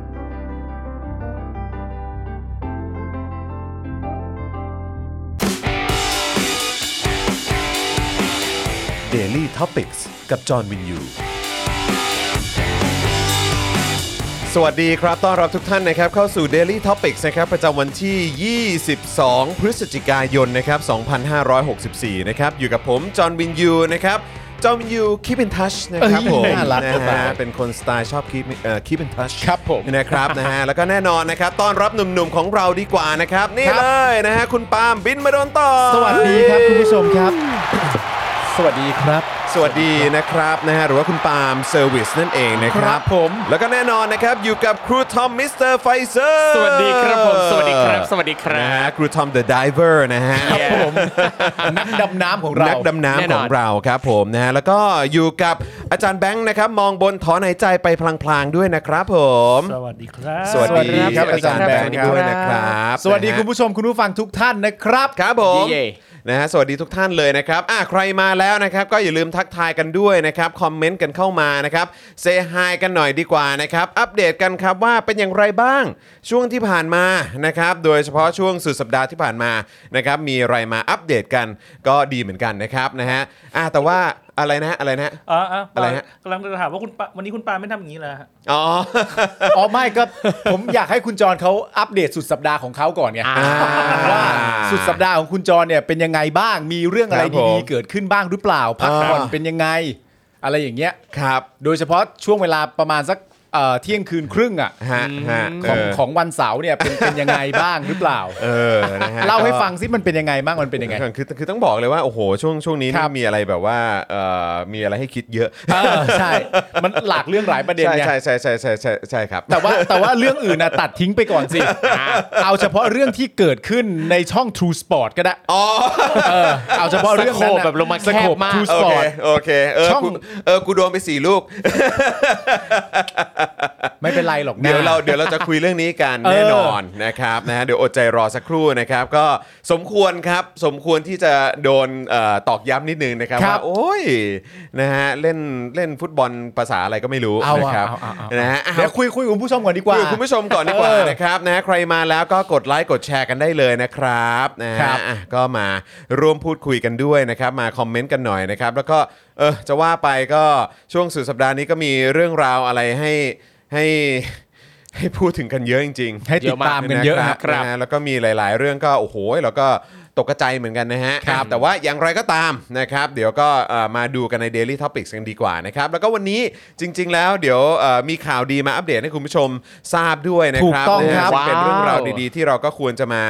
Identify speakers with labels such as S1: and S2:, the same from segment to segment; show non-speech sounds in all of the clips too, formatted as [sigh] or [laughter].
S1: Daily Topics กับจอห์นวินยู สวัสดีครับ ต้อนรับทุกท่านนะครับ เข้าสู่ Daily Topics นะครับ ประจำวันที่ 22 พฤศจิกายนนะครับ 2564 นะครับ อยู่กับผม จอห์นวินยูนะครับ จอห์นวินยู keep in touch นะครับผม
S2: เอ้ยน่ารัก
S1: นะ
S2: จั
S1: ฮะ
S2: ง
S1: เป็นคนสไตล์ชอบ keep เอ่อ keep in touch
S2: ครับผม
S1: นะครับ นะฮะ แล้วก็แน่นอนนะครับ ต้อนรับหนุ่มๆของเราดีกว่านะครับ นี่
S2: ครับ
S1: เลยนะฮะ คุณปาล์มบินมาโดนต่อ
S2: สวัสดีครับคุณผู้ชมครับ สวัสดีครับ
S1: สวัสดีนะครับนะฮะหรือว่าคุณปาล์มเซอร์วิสนั่นเองนะค
S2: ค
S1: รั
S2: รั
S1: บบ
S2: ผม
S1: แล้วก็แน่นอนนะครับอยู่กับครูทอมมิสเตอร์ไฟเซอร์
S3: สวัสดีครับผม สวัสดีครับ สวัสดีครั
S1: นะฮะ
S3: บ
S1: ครูทอมเดอะดิเวอร์นะฮะ
S2: ครับผม นักดำน้ำของเรา
S1: นักดำ
S3: แน่
S1: น้ำข
S3: นอน
S1: องเราครับผมนะฮะแล้วก็อยู่กับอาจารย์แบงค์นะครับมองบนถอนหายใจไปพลางๆด้วยนะครับผม
S4: สวัสดีครับ
S1: สวัสดีครับอาจารย์แบงค์
S3: ส
S1: ด้
S3: วั
S1: วย
S3: สดี
S1: นะค
S3: ครั
S1: รับ
S2: สวัสดี
S1: นะฮะ
S2: คุณผู้ชมคุณผู้ฟังทุกท่านนะครับ
S1: ครับผม
S3: เย่
S1: นะฮะสวัสดีทุกท่านเลยนะครับอ่ะใครมาแล้วนะครับ ก็อย่าลืมทักทายกันด้วยนะครับ คอมเมนต์กันเข้ามานะครับเซฮายกันหน่อยดีกว่านะครับ อัปเดตกันครับว่าเป็นอย่างไรบ้าง ช่วงที่ผ่านมานะครับ โดยเฉพาะช่วงสุดสัปดาห์ที่ผ่านมานะครับ มีอะไรมาอัปเดตกันก็ดีเหมือนกันนะครับนะฮะอ่ะแต่ว่าอะไรนะอะไรนะ
S4: อ่าอ่า
S1: อะไรฮะ
S4: กำลังจะถามว่าคุณปาวันนี้คุณปาไม่ทำอย่างนี้เหรอฮะ
S1: อ๋ [laughs] อ
S2: อ๋อไม่ก็ ผมอยากให้คุณจรเขาอัปเดตสุดสัปดาห์ของเขาก่อนไงว่าสุดสัปดาห์ของคุณจรเนี่ยเป็นยังไงบ้างมีเรื่องอะไร
S1: ครับผม
S2: ดีๆเกิดขึ้นบ้างหรือเปล่าพักผ่อน
S1: อ่า
S2: เป็นยังไง อะไรอย่างเงี้ย
S1: ครับ
S2: โดยเฉพาะช่วงเวลาประมาณสักเอ่อเที่ยงคืนครึ่งอ่ะ
S1: ฮะฮะ
S2: ของ
S1: เออ
S2: ของวันเสาร์เนี่ยเป็นเป็นยังไงบ้างหรือเปล่า
S1: เออนะฮะ
S2: เล่าให้ฟังซิมันเป็นยังไงบ้างมันเป็นยังไง
S1: คือคือคือต้องบอกเลยว่าโอ้โหช่วงช่วงนี้
S2: ค
S1: นี่
S2: รับ
S1: มีอะไรแบบว่าเอ่อมีอะไรให้คิดเยอะ
S2: เออใช่ มันหลากเรื่องหลายประเด็น
S1: ใช่
S2: ไง
S1: ใช่ใช่ใช่ใช่ใช่ใช่ครับ
S2: แต่ว่าแต่ว่าเรื่องอื่นนะตัดทิ้งไปก่อนสิ เอาเฉพาะเรื่องที่เกิดขึ้นในช่อง True Sport ก็ได้
S1: อ๋อ
S2: เออเอาเฉพาะเรื่องนั้น
S3: สโคป
S2: น่ะ
S3: แบบลงมาแคบ
S2: สโคป
S3: มาก
S2: True
S1: โอเค
S2: Sport
S1: โอเคเออ
S2: ช่อง
S1: กูเออกูโดนไปสี่ลูก
S2: ไม่เป็นไรหรอกนะ
S1: เดี๋ยวเราเดี๋ยวเราจะคุยเรื่องนี้กัน
S2: เออ
S1: แน่นอนนะครับนะฮะเดี๋ยวอดใจรอสักครู่นะครับ ก็สมควรครับสมควรที่จะโดนเอ่อตอกย้ำนิดนึงนะครับ
S2: ครั
S1: ว่า
S2: บ
S1: โอ้ยนะฮะเล่นเล่นฟุตบอลภาษาอะไรก็ไม่รู้
S2: เอาอะ
S1: นะครับ
S2: เอาอะเอาอะ
S1: นะฮะอ่ะ
S2: เดี๋ยวคุยคุยกับคุณผู้ชมก่อนดีกว่า
S1: คุยกับคุณผู้ชมก่อนดีกว่า
S2: เออ
S1: นะครับนะใครมาแล้วก็กดไลค์กดแชร์กันได้เลยนะครับนะฮะ
S2: ครับ
S1: อ่ะก็มาร่วมพูดคุยกันด้วยนะครับ มาคอมเมนต์กันหน่อยนะครับ แล้วก็เออจะว่าไปก็ช่วงสุดสัปดาห์นี้ก็มีเรื่องราวอะไรให้ให้ให้พูดถึงกันเยอะจริงๆ
S2: ให้ติดตามกันเยอะนะครับ
S1: นฮแล้วก็มีหลาย ๆ เรื่องก็โอ้โหแล้วก็ตกใจายเหมือนกันนะฮะ
S2: ครับ
S1: แต่ว่าอย่างไรก็ตามนะครับ เดี๋ยวก็เอ่อมาดูกันใน Daily Topics กันดีกว่านะครับ แล้วก็วันนี้จริง ๆ แล้วเดี๋ยวเอ่อมีข่าวดีมาอัปเดตให้คุณผู้ชมทราบด้วยนะ
S2: ถู
S1: ค
S2: ก
S1: รับ
S2: ต้อง
S1: นะฮะ
S2: ครับ
S1: ซึ่งเป็น
S3: ว้าว
S1: เรื่องราวดีๆ ที่เราก็ควรจะมา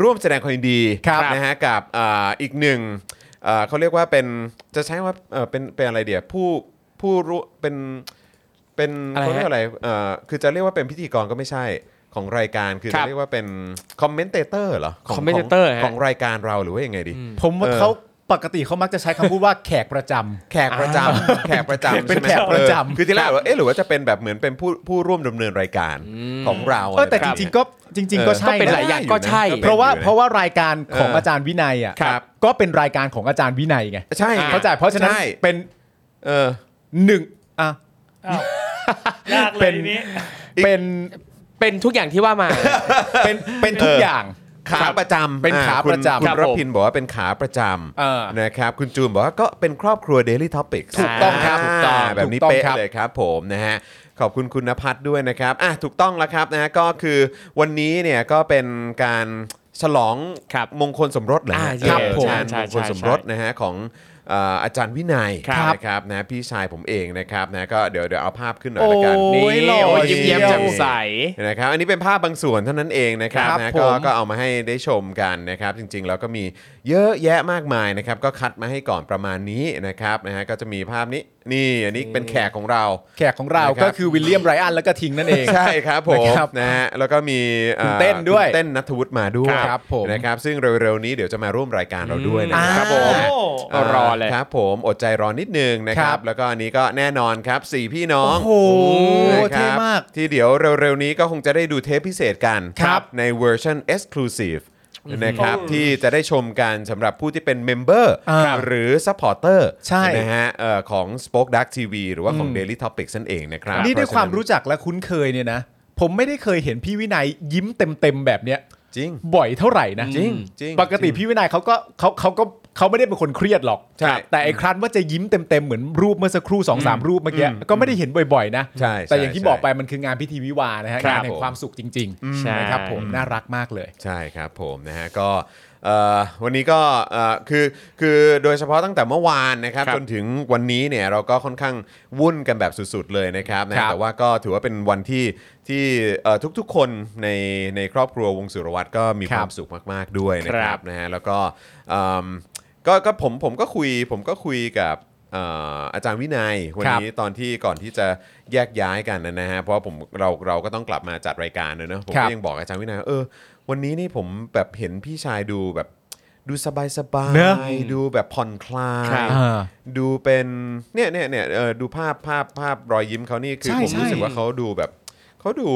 S1: ร่วมแสดงความยินดี
S2: ครับ
S1: นะฮะกับเอ่ออีกหนึ่งเอ่อเขาเรียกว่าเป็นจะใช้ว่าเอ่อเป็นเป็นอะไรเดียวผู้ผู้รู้เป็นเป็น
S3: อะไรฮะ
S1: เขาเรียกอะไรเอ่อคือจะเรียกว่าเป็นพิธีกรก็ไม่ใช่ของรายการคือ
S3: ครั
S1: จะ
S3: บ
S1: เรียกว่าเป็นคอมเมนเตเตอร์เหรอของ
S3: commentator
S1: ของ
S3: ฮะ
S1: ของรายการเราหรือว่ายังไงดี
S2: ผมว่า
S1: เออ
S2: เขาปกติเขามักจะใช้คำพูดว่าแขกประจำ
S1: แขกประจำแขกประจำ
S2: เป็น
S1: ใช่ไหม
S2: แขกประจำ
S1: เออคือที่แรกว่าเอ๊ะหรือว่าจะเป็นแบบเหมือนเป็นผู้ผู้ร่วมดำเนินรายการของเรา
S2: เออแต่
S1: อะ
S2: จ
S1: ไบบ
S2: ริง
S1: เนี้ย
S2: ๆก็จริง
S1: เออ
S2: ๆ ก็ใช่
S3: ก็เป็น
S2: นะ
S3: หลายอย่าง
S1: ได้
S3: ก็ใช่
S1: อยู่น
S2: เพราะว่า
S1: เป็นอยู่นะ
S2: เพราะว่ารายการของ
S1: เอออ
S2: อาจารย์วินัยอ่ะ
S1: ครับ
S2: ก็เป็นรายการของอาจารย์วินัยไง
S1: ใช่
S2: เข้าใจเพราะฉะนั้น
S1: ใช่
S2: เป็น
S1: เออ
S2: หนึ่งอ่ะ
S4: อ้าวยากเลยทีนี้
S2: เป็น
S3: เป็นทุกอย่างที่ว่ามา
S2: เป็นเป็นทุกอย่าง
S1: ขาประจำ
S2: เป็นขา
S1: อ่คุณ
S2: ประจำ
S1: คุ
S3: ครั
S1: ณ
S3: บ
S1: ร
S3: ผม
S1: พินบอกว่าเป็นขาประจ
S2: เออ
S1: ำนะครับคุณจูนบอกว่าก็เป็นครอบครัว Daily Topics
S3: ถูกต้องครับถูกต้อง
S1: าแบบนี้
S2: ถูกต้อง
S1: เป๊ะ
S2: ครับ
S1: เลยครับผมนะฮะขอบคุณคุณนภัทรด้วยนะครับอ่ะถูกต้องแล้วครับนะฮะก็คือวันนี้เนี่ยก็เป็นการฉลอง
S3: ครับ
S1: มงคลสมรสเหรอฮะ
S3: อ่าใช่
S1: เออ
S3: ผม
S1: งาน
S3: ใช่
S1: มง
S3: ใช่
S1: คลสมรสนะฮะของเอ่ออาจารย์วินัย
S3: ครับ
S1: นะครับนะพี่ชายผมเองนะครับนะก็เดี๋ยวเดี๋ยวเอาภาพขึ้นหน่อย
S2: โอ้
S1: ละกัน
S2: ยหล่อ
S3: โอ้ย
S2: เชี
S3: ยิ้ม
S2: ว
S3: แย้มแจ่มใส
S1: นะครับอันนี้เป็นภาพบางส่วนเท่านั้นเองนะครับ
S2: ครับ
S1: นะ
S2: ผ
S1: ก็
S2: ม
S1: ก็เอามาให้ได้ชมกันนะครับ จริงๆแล้วก็มีเยอะแยะมากมายนะครับ ก็คัดมาให้ก่อนประมาณนี้นะครับนะฮะก็จะมีภาพนี้นี่อันนี้เป็นแขกของเรา
S2: แขกของเรา
S1: นะครับ
S2: ก็คือวิลเลียมไรอันแล้วก็ทิงนั่นเอง
S1: ใช่ครับผม
S2: นะครับ
S1: นะฮะแล้วก็มีอ่อ
S2: คุณเต้นด้วย
S1: คุณเต้นนัทวุฒิมาด้วย
S2: ครับผม
S1: นะครับซึ่งเร็วๆนี้เดี๋ยวจะมาร่วมรายการเราด้วยนะ
S2: อ่า
S1: ครับ
S3: ก็รอเลย
S1: ครับผมอดใจรอนิดนึงนะค
S2: ค
S1: รั
S2: รับ บ
S1: แล้วก็อันนี้ก็แน่นอนครับสี่พี่น้อง
S2: โอ้โห
S1: นะครับ
S2: เท่มาก
S1: ที่เดี๋ยวเร็วๆนี้ก็คงจะได้ดูเทปพิเศษกัน
S2: ครับ
S1: ในเวอร์ชัน Exclusive นะครับ
S4: อืม
S1: ที่จะได้ชมกันสำหรับผู้ที่เป็นเมมเบอร์
S2: ครับ
S1: หรือซัพพอร์เตอร์
S2: ใช่
S1: นะฮะเอ่อของ Spoke Dark TV หรือว่าของ Daily Topics นั่นเองนะครับ
S2: นี่ด้วย
S1: เพะ
S2: ค
S1: ฉะ
S2: วามรู้จักและคุ้นเคยเนี่ยนะ ผมไม่ได้เคยเห็นพี่วินัยยิ้มเต็มๆแบบเนี้ย
S1: จริง
S2: บ่อยเท่าไหร่นะ
S1: จริงจริง
S2: ปกติพี่วินัยเขาก็เขาเขาก็เขาไม่ได้เป็นคนเครียดหรอก
S1: ใช่
S2: แต่ไอ้ครั้นว่าจะยิ้มเต็มๆเหมือนรูปเมื่อสักครู่2อสามรูปเมื่อกี้ก็ไม่ได้เห็นบ่อยๆนะ
S1: ใช่
S2: แต่อย่างที่
S1: ใช่
S2: บอกไปมันคืองานพิธีวิวาห์นะฮะ
S1: ครับ
S2: งานแห่
S1: ผ
S2: ง
S1: ม
S2: ความสุขจริง
S3: ใช่
S2: ๆนะครับผมน่ารักมากเลย
S1: ใช่ครับผมนะฮะก็เอ่อวันนี้ก็เอ่อคือคือโดยเฉพาะตั้งแต่เมื่อวานนะครับ
S3: ครับ
S1: จนถึงวันนี้เนี่ยเราก็ค่อนข้างวุ่นกันแบบสุดๆเลยนะครับนะ
S2: ครั
S1: ฮะ
S2: บ
S1: แต่ว่าก็ถือว่าเป็นวันที่ที่เอ่อทุกๆคนในในครอบครัววงสุรวัตรก็มี
S2: ค
S1: ครับ วามสุขมากๆด้วยนะค
S3: ครั
S1: รับบ นะฮะแล้วก็เอิ่มก็ก็ผมผมก็คุยผมก็คุยกับเอ่ออาจารย์วินัยวัน
S2: ครับ
S1: นี้ ตอนที่ก่อนที่จะแยกย้ายกันนะฮะเพราะผมเราเราก็ต้องกลับมาจัดรายการเนอะเนอะผม
S2: ครั
S1: ก็
S2: บ
S1: ยังบอกอาจารย์วินัยว่าเออ วันนี้นี่ผมแบบเห็นพี่ชายดูแบบดูสบายสบา
S2: เนอะ
S1: ยดูแบบผ่อนคลา
S3: ครั
S1: ย
S3: บ
S2: อ่า
S1: ดูเป็นเนี่ยเนี่ยเนี่ยเออดูภาพภาพภาพรอยยิ้มเขานี่คือ
S2: ใช่
S1: ผม
S2: ใช่
S1: รู้สึกว่าเขาดูแบบเขาดู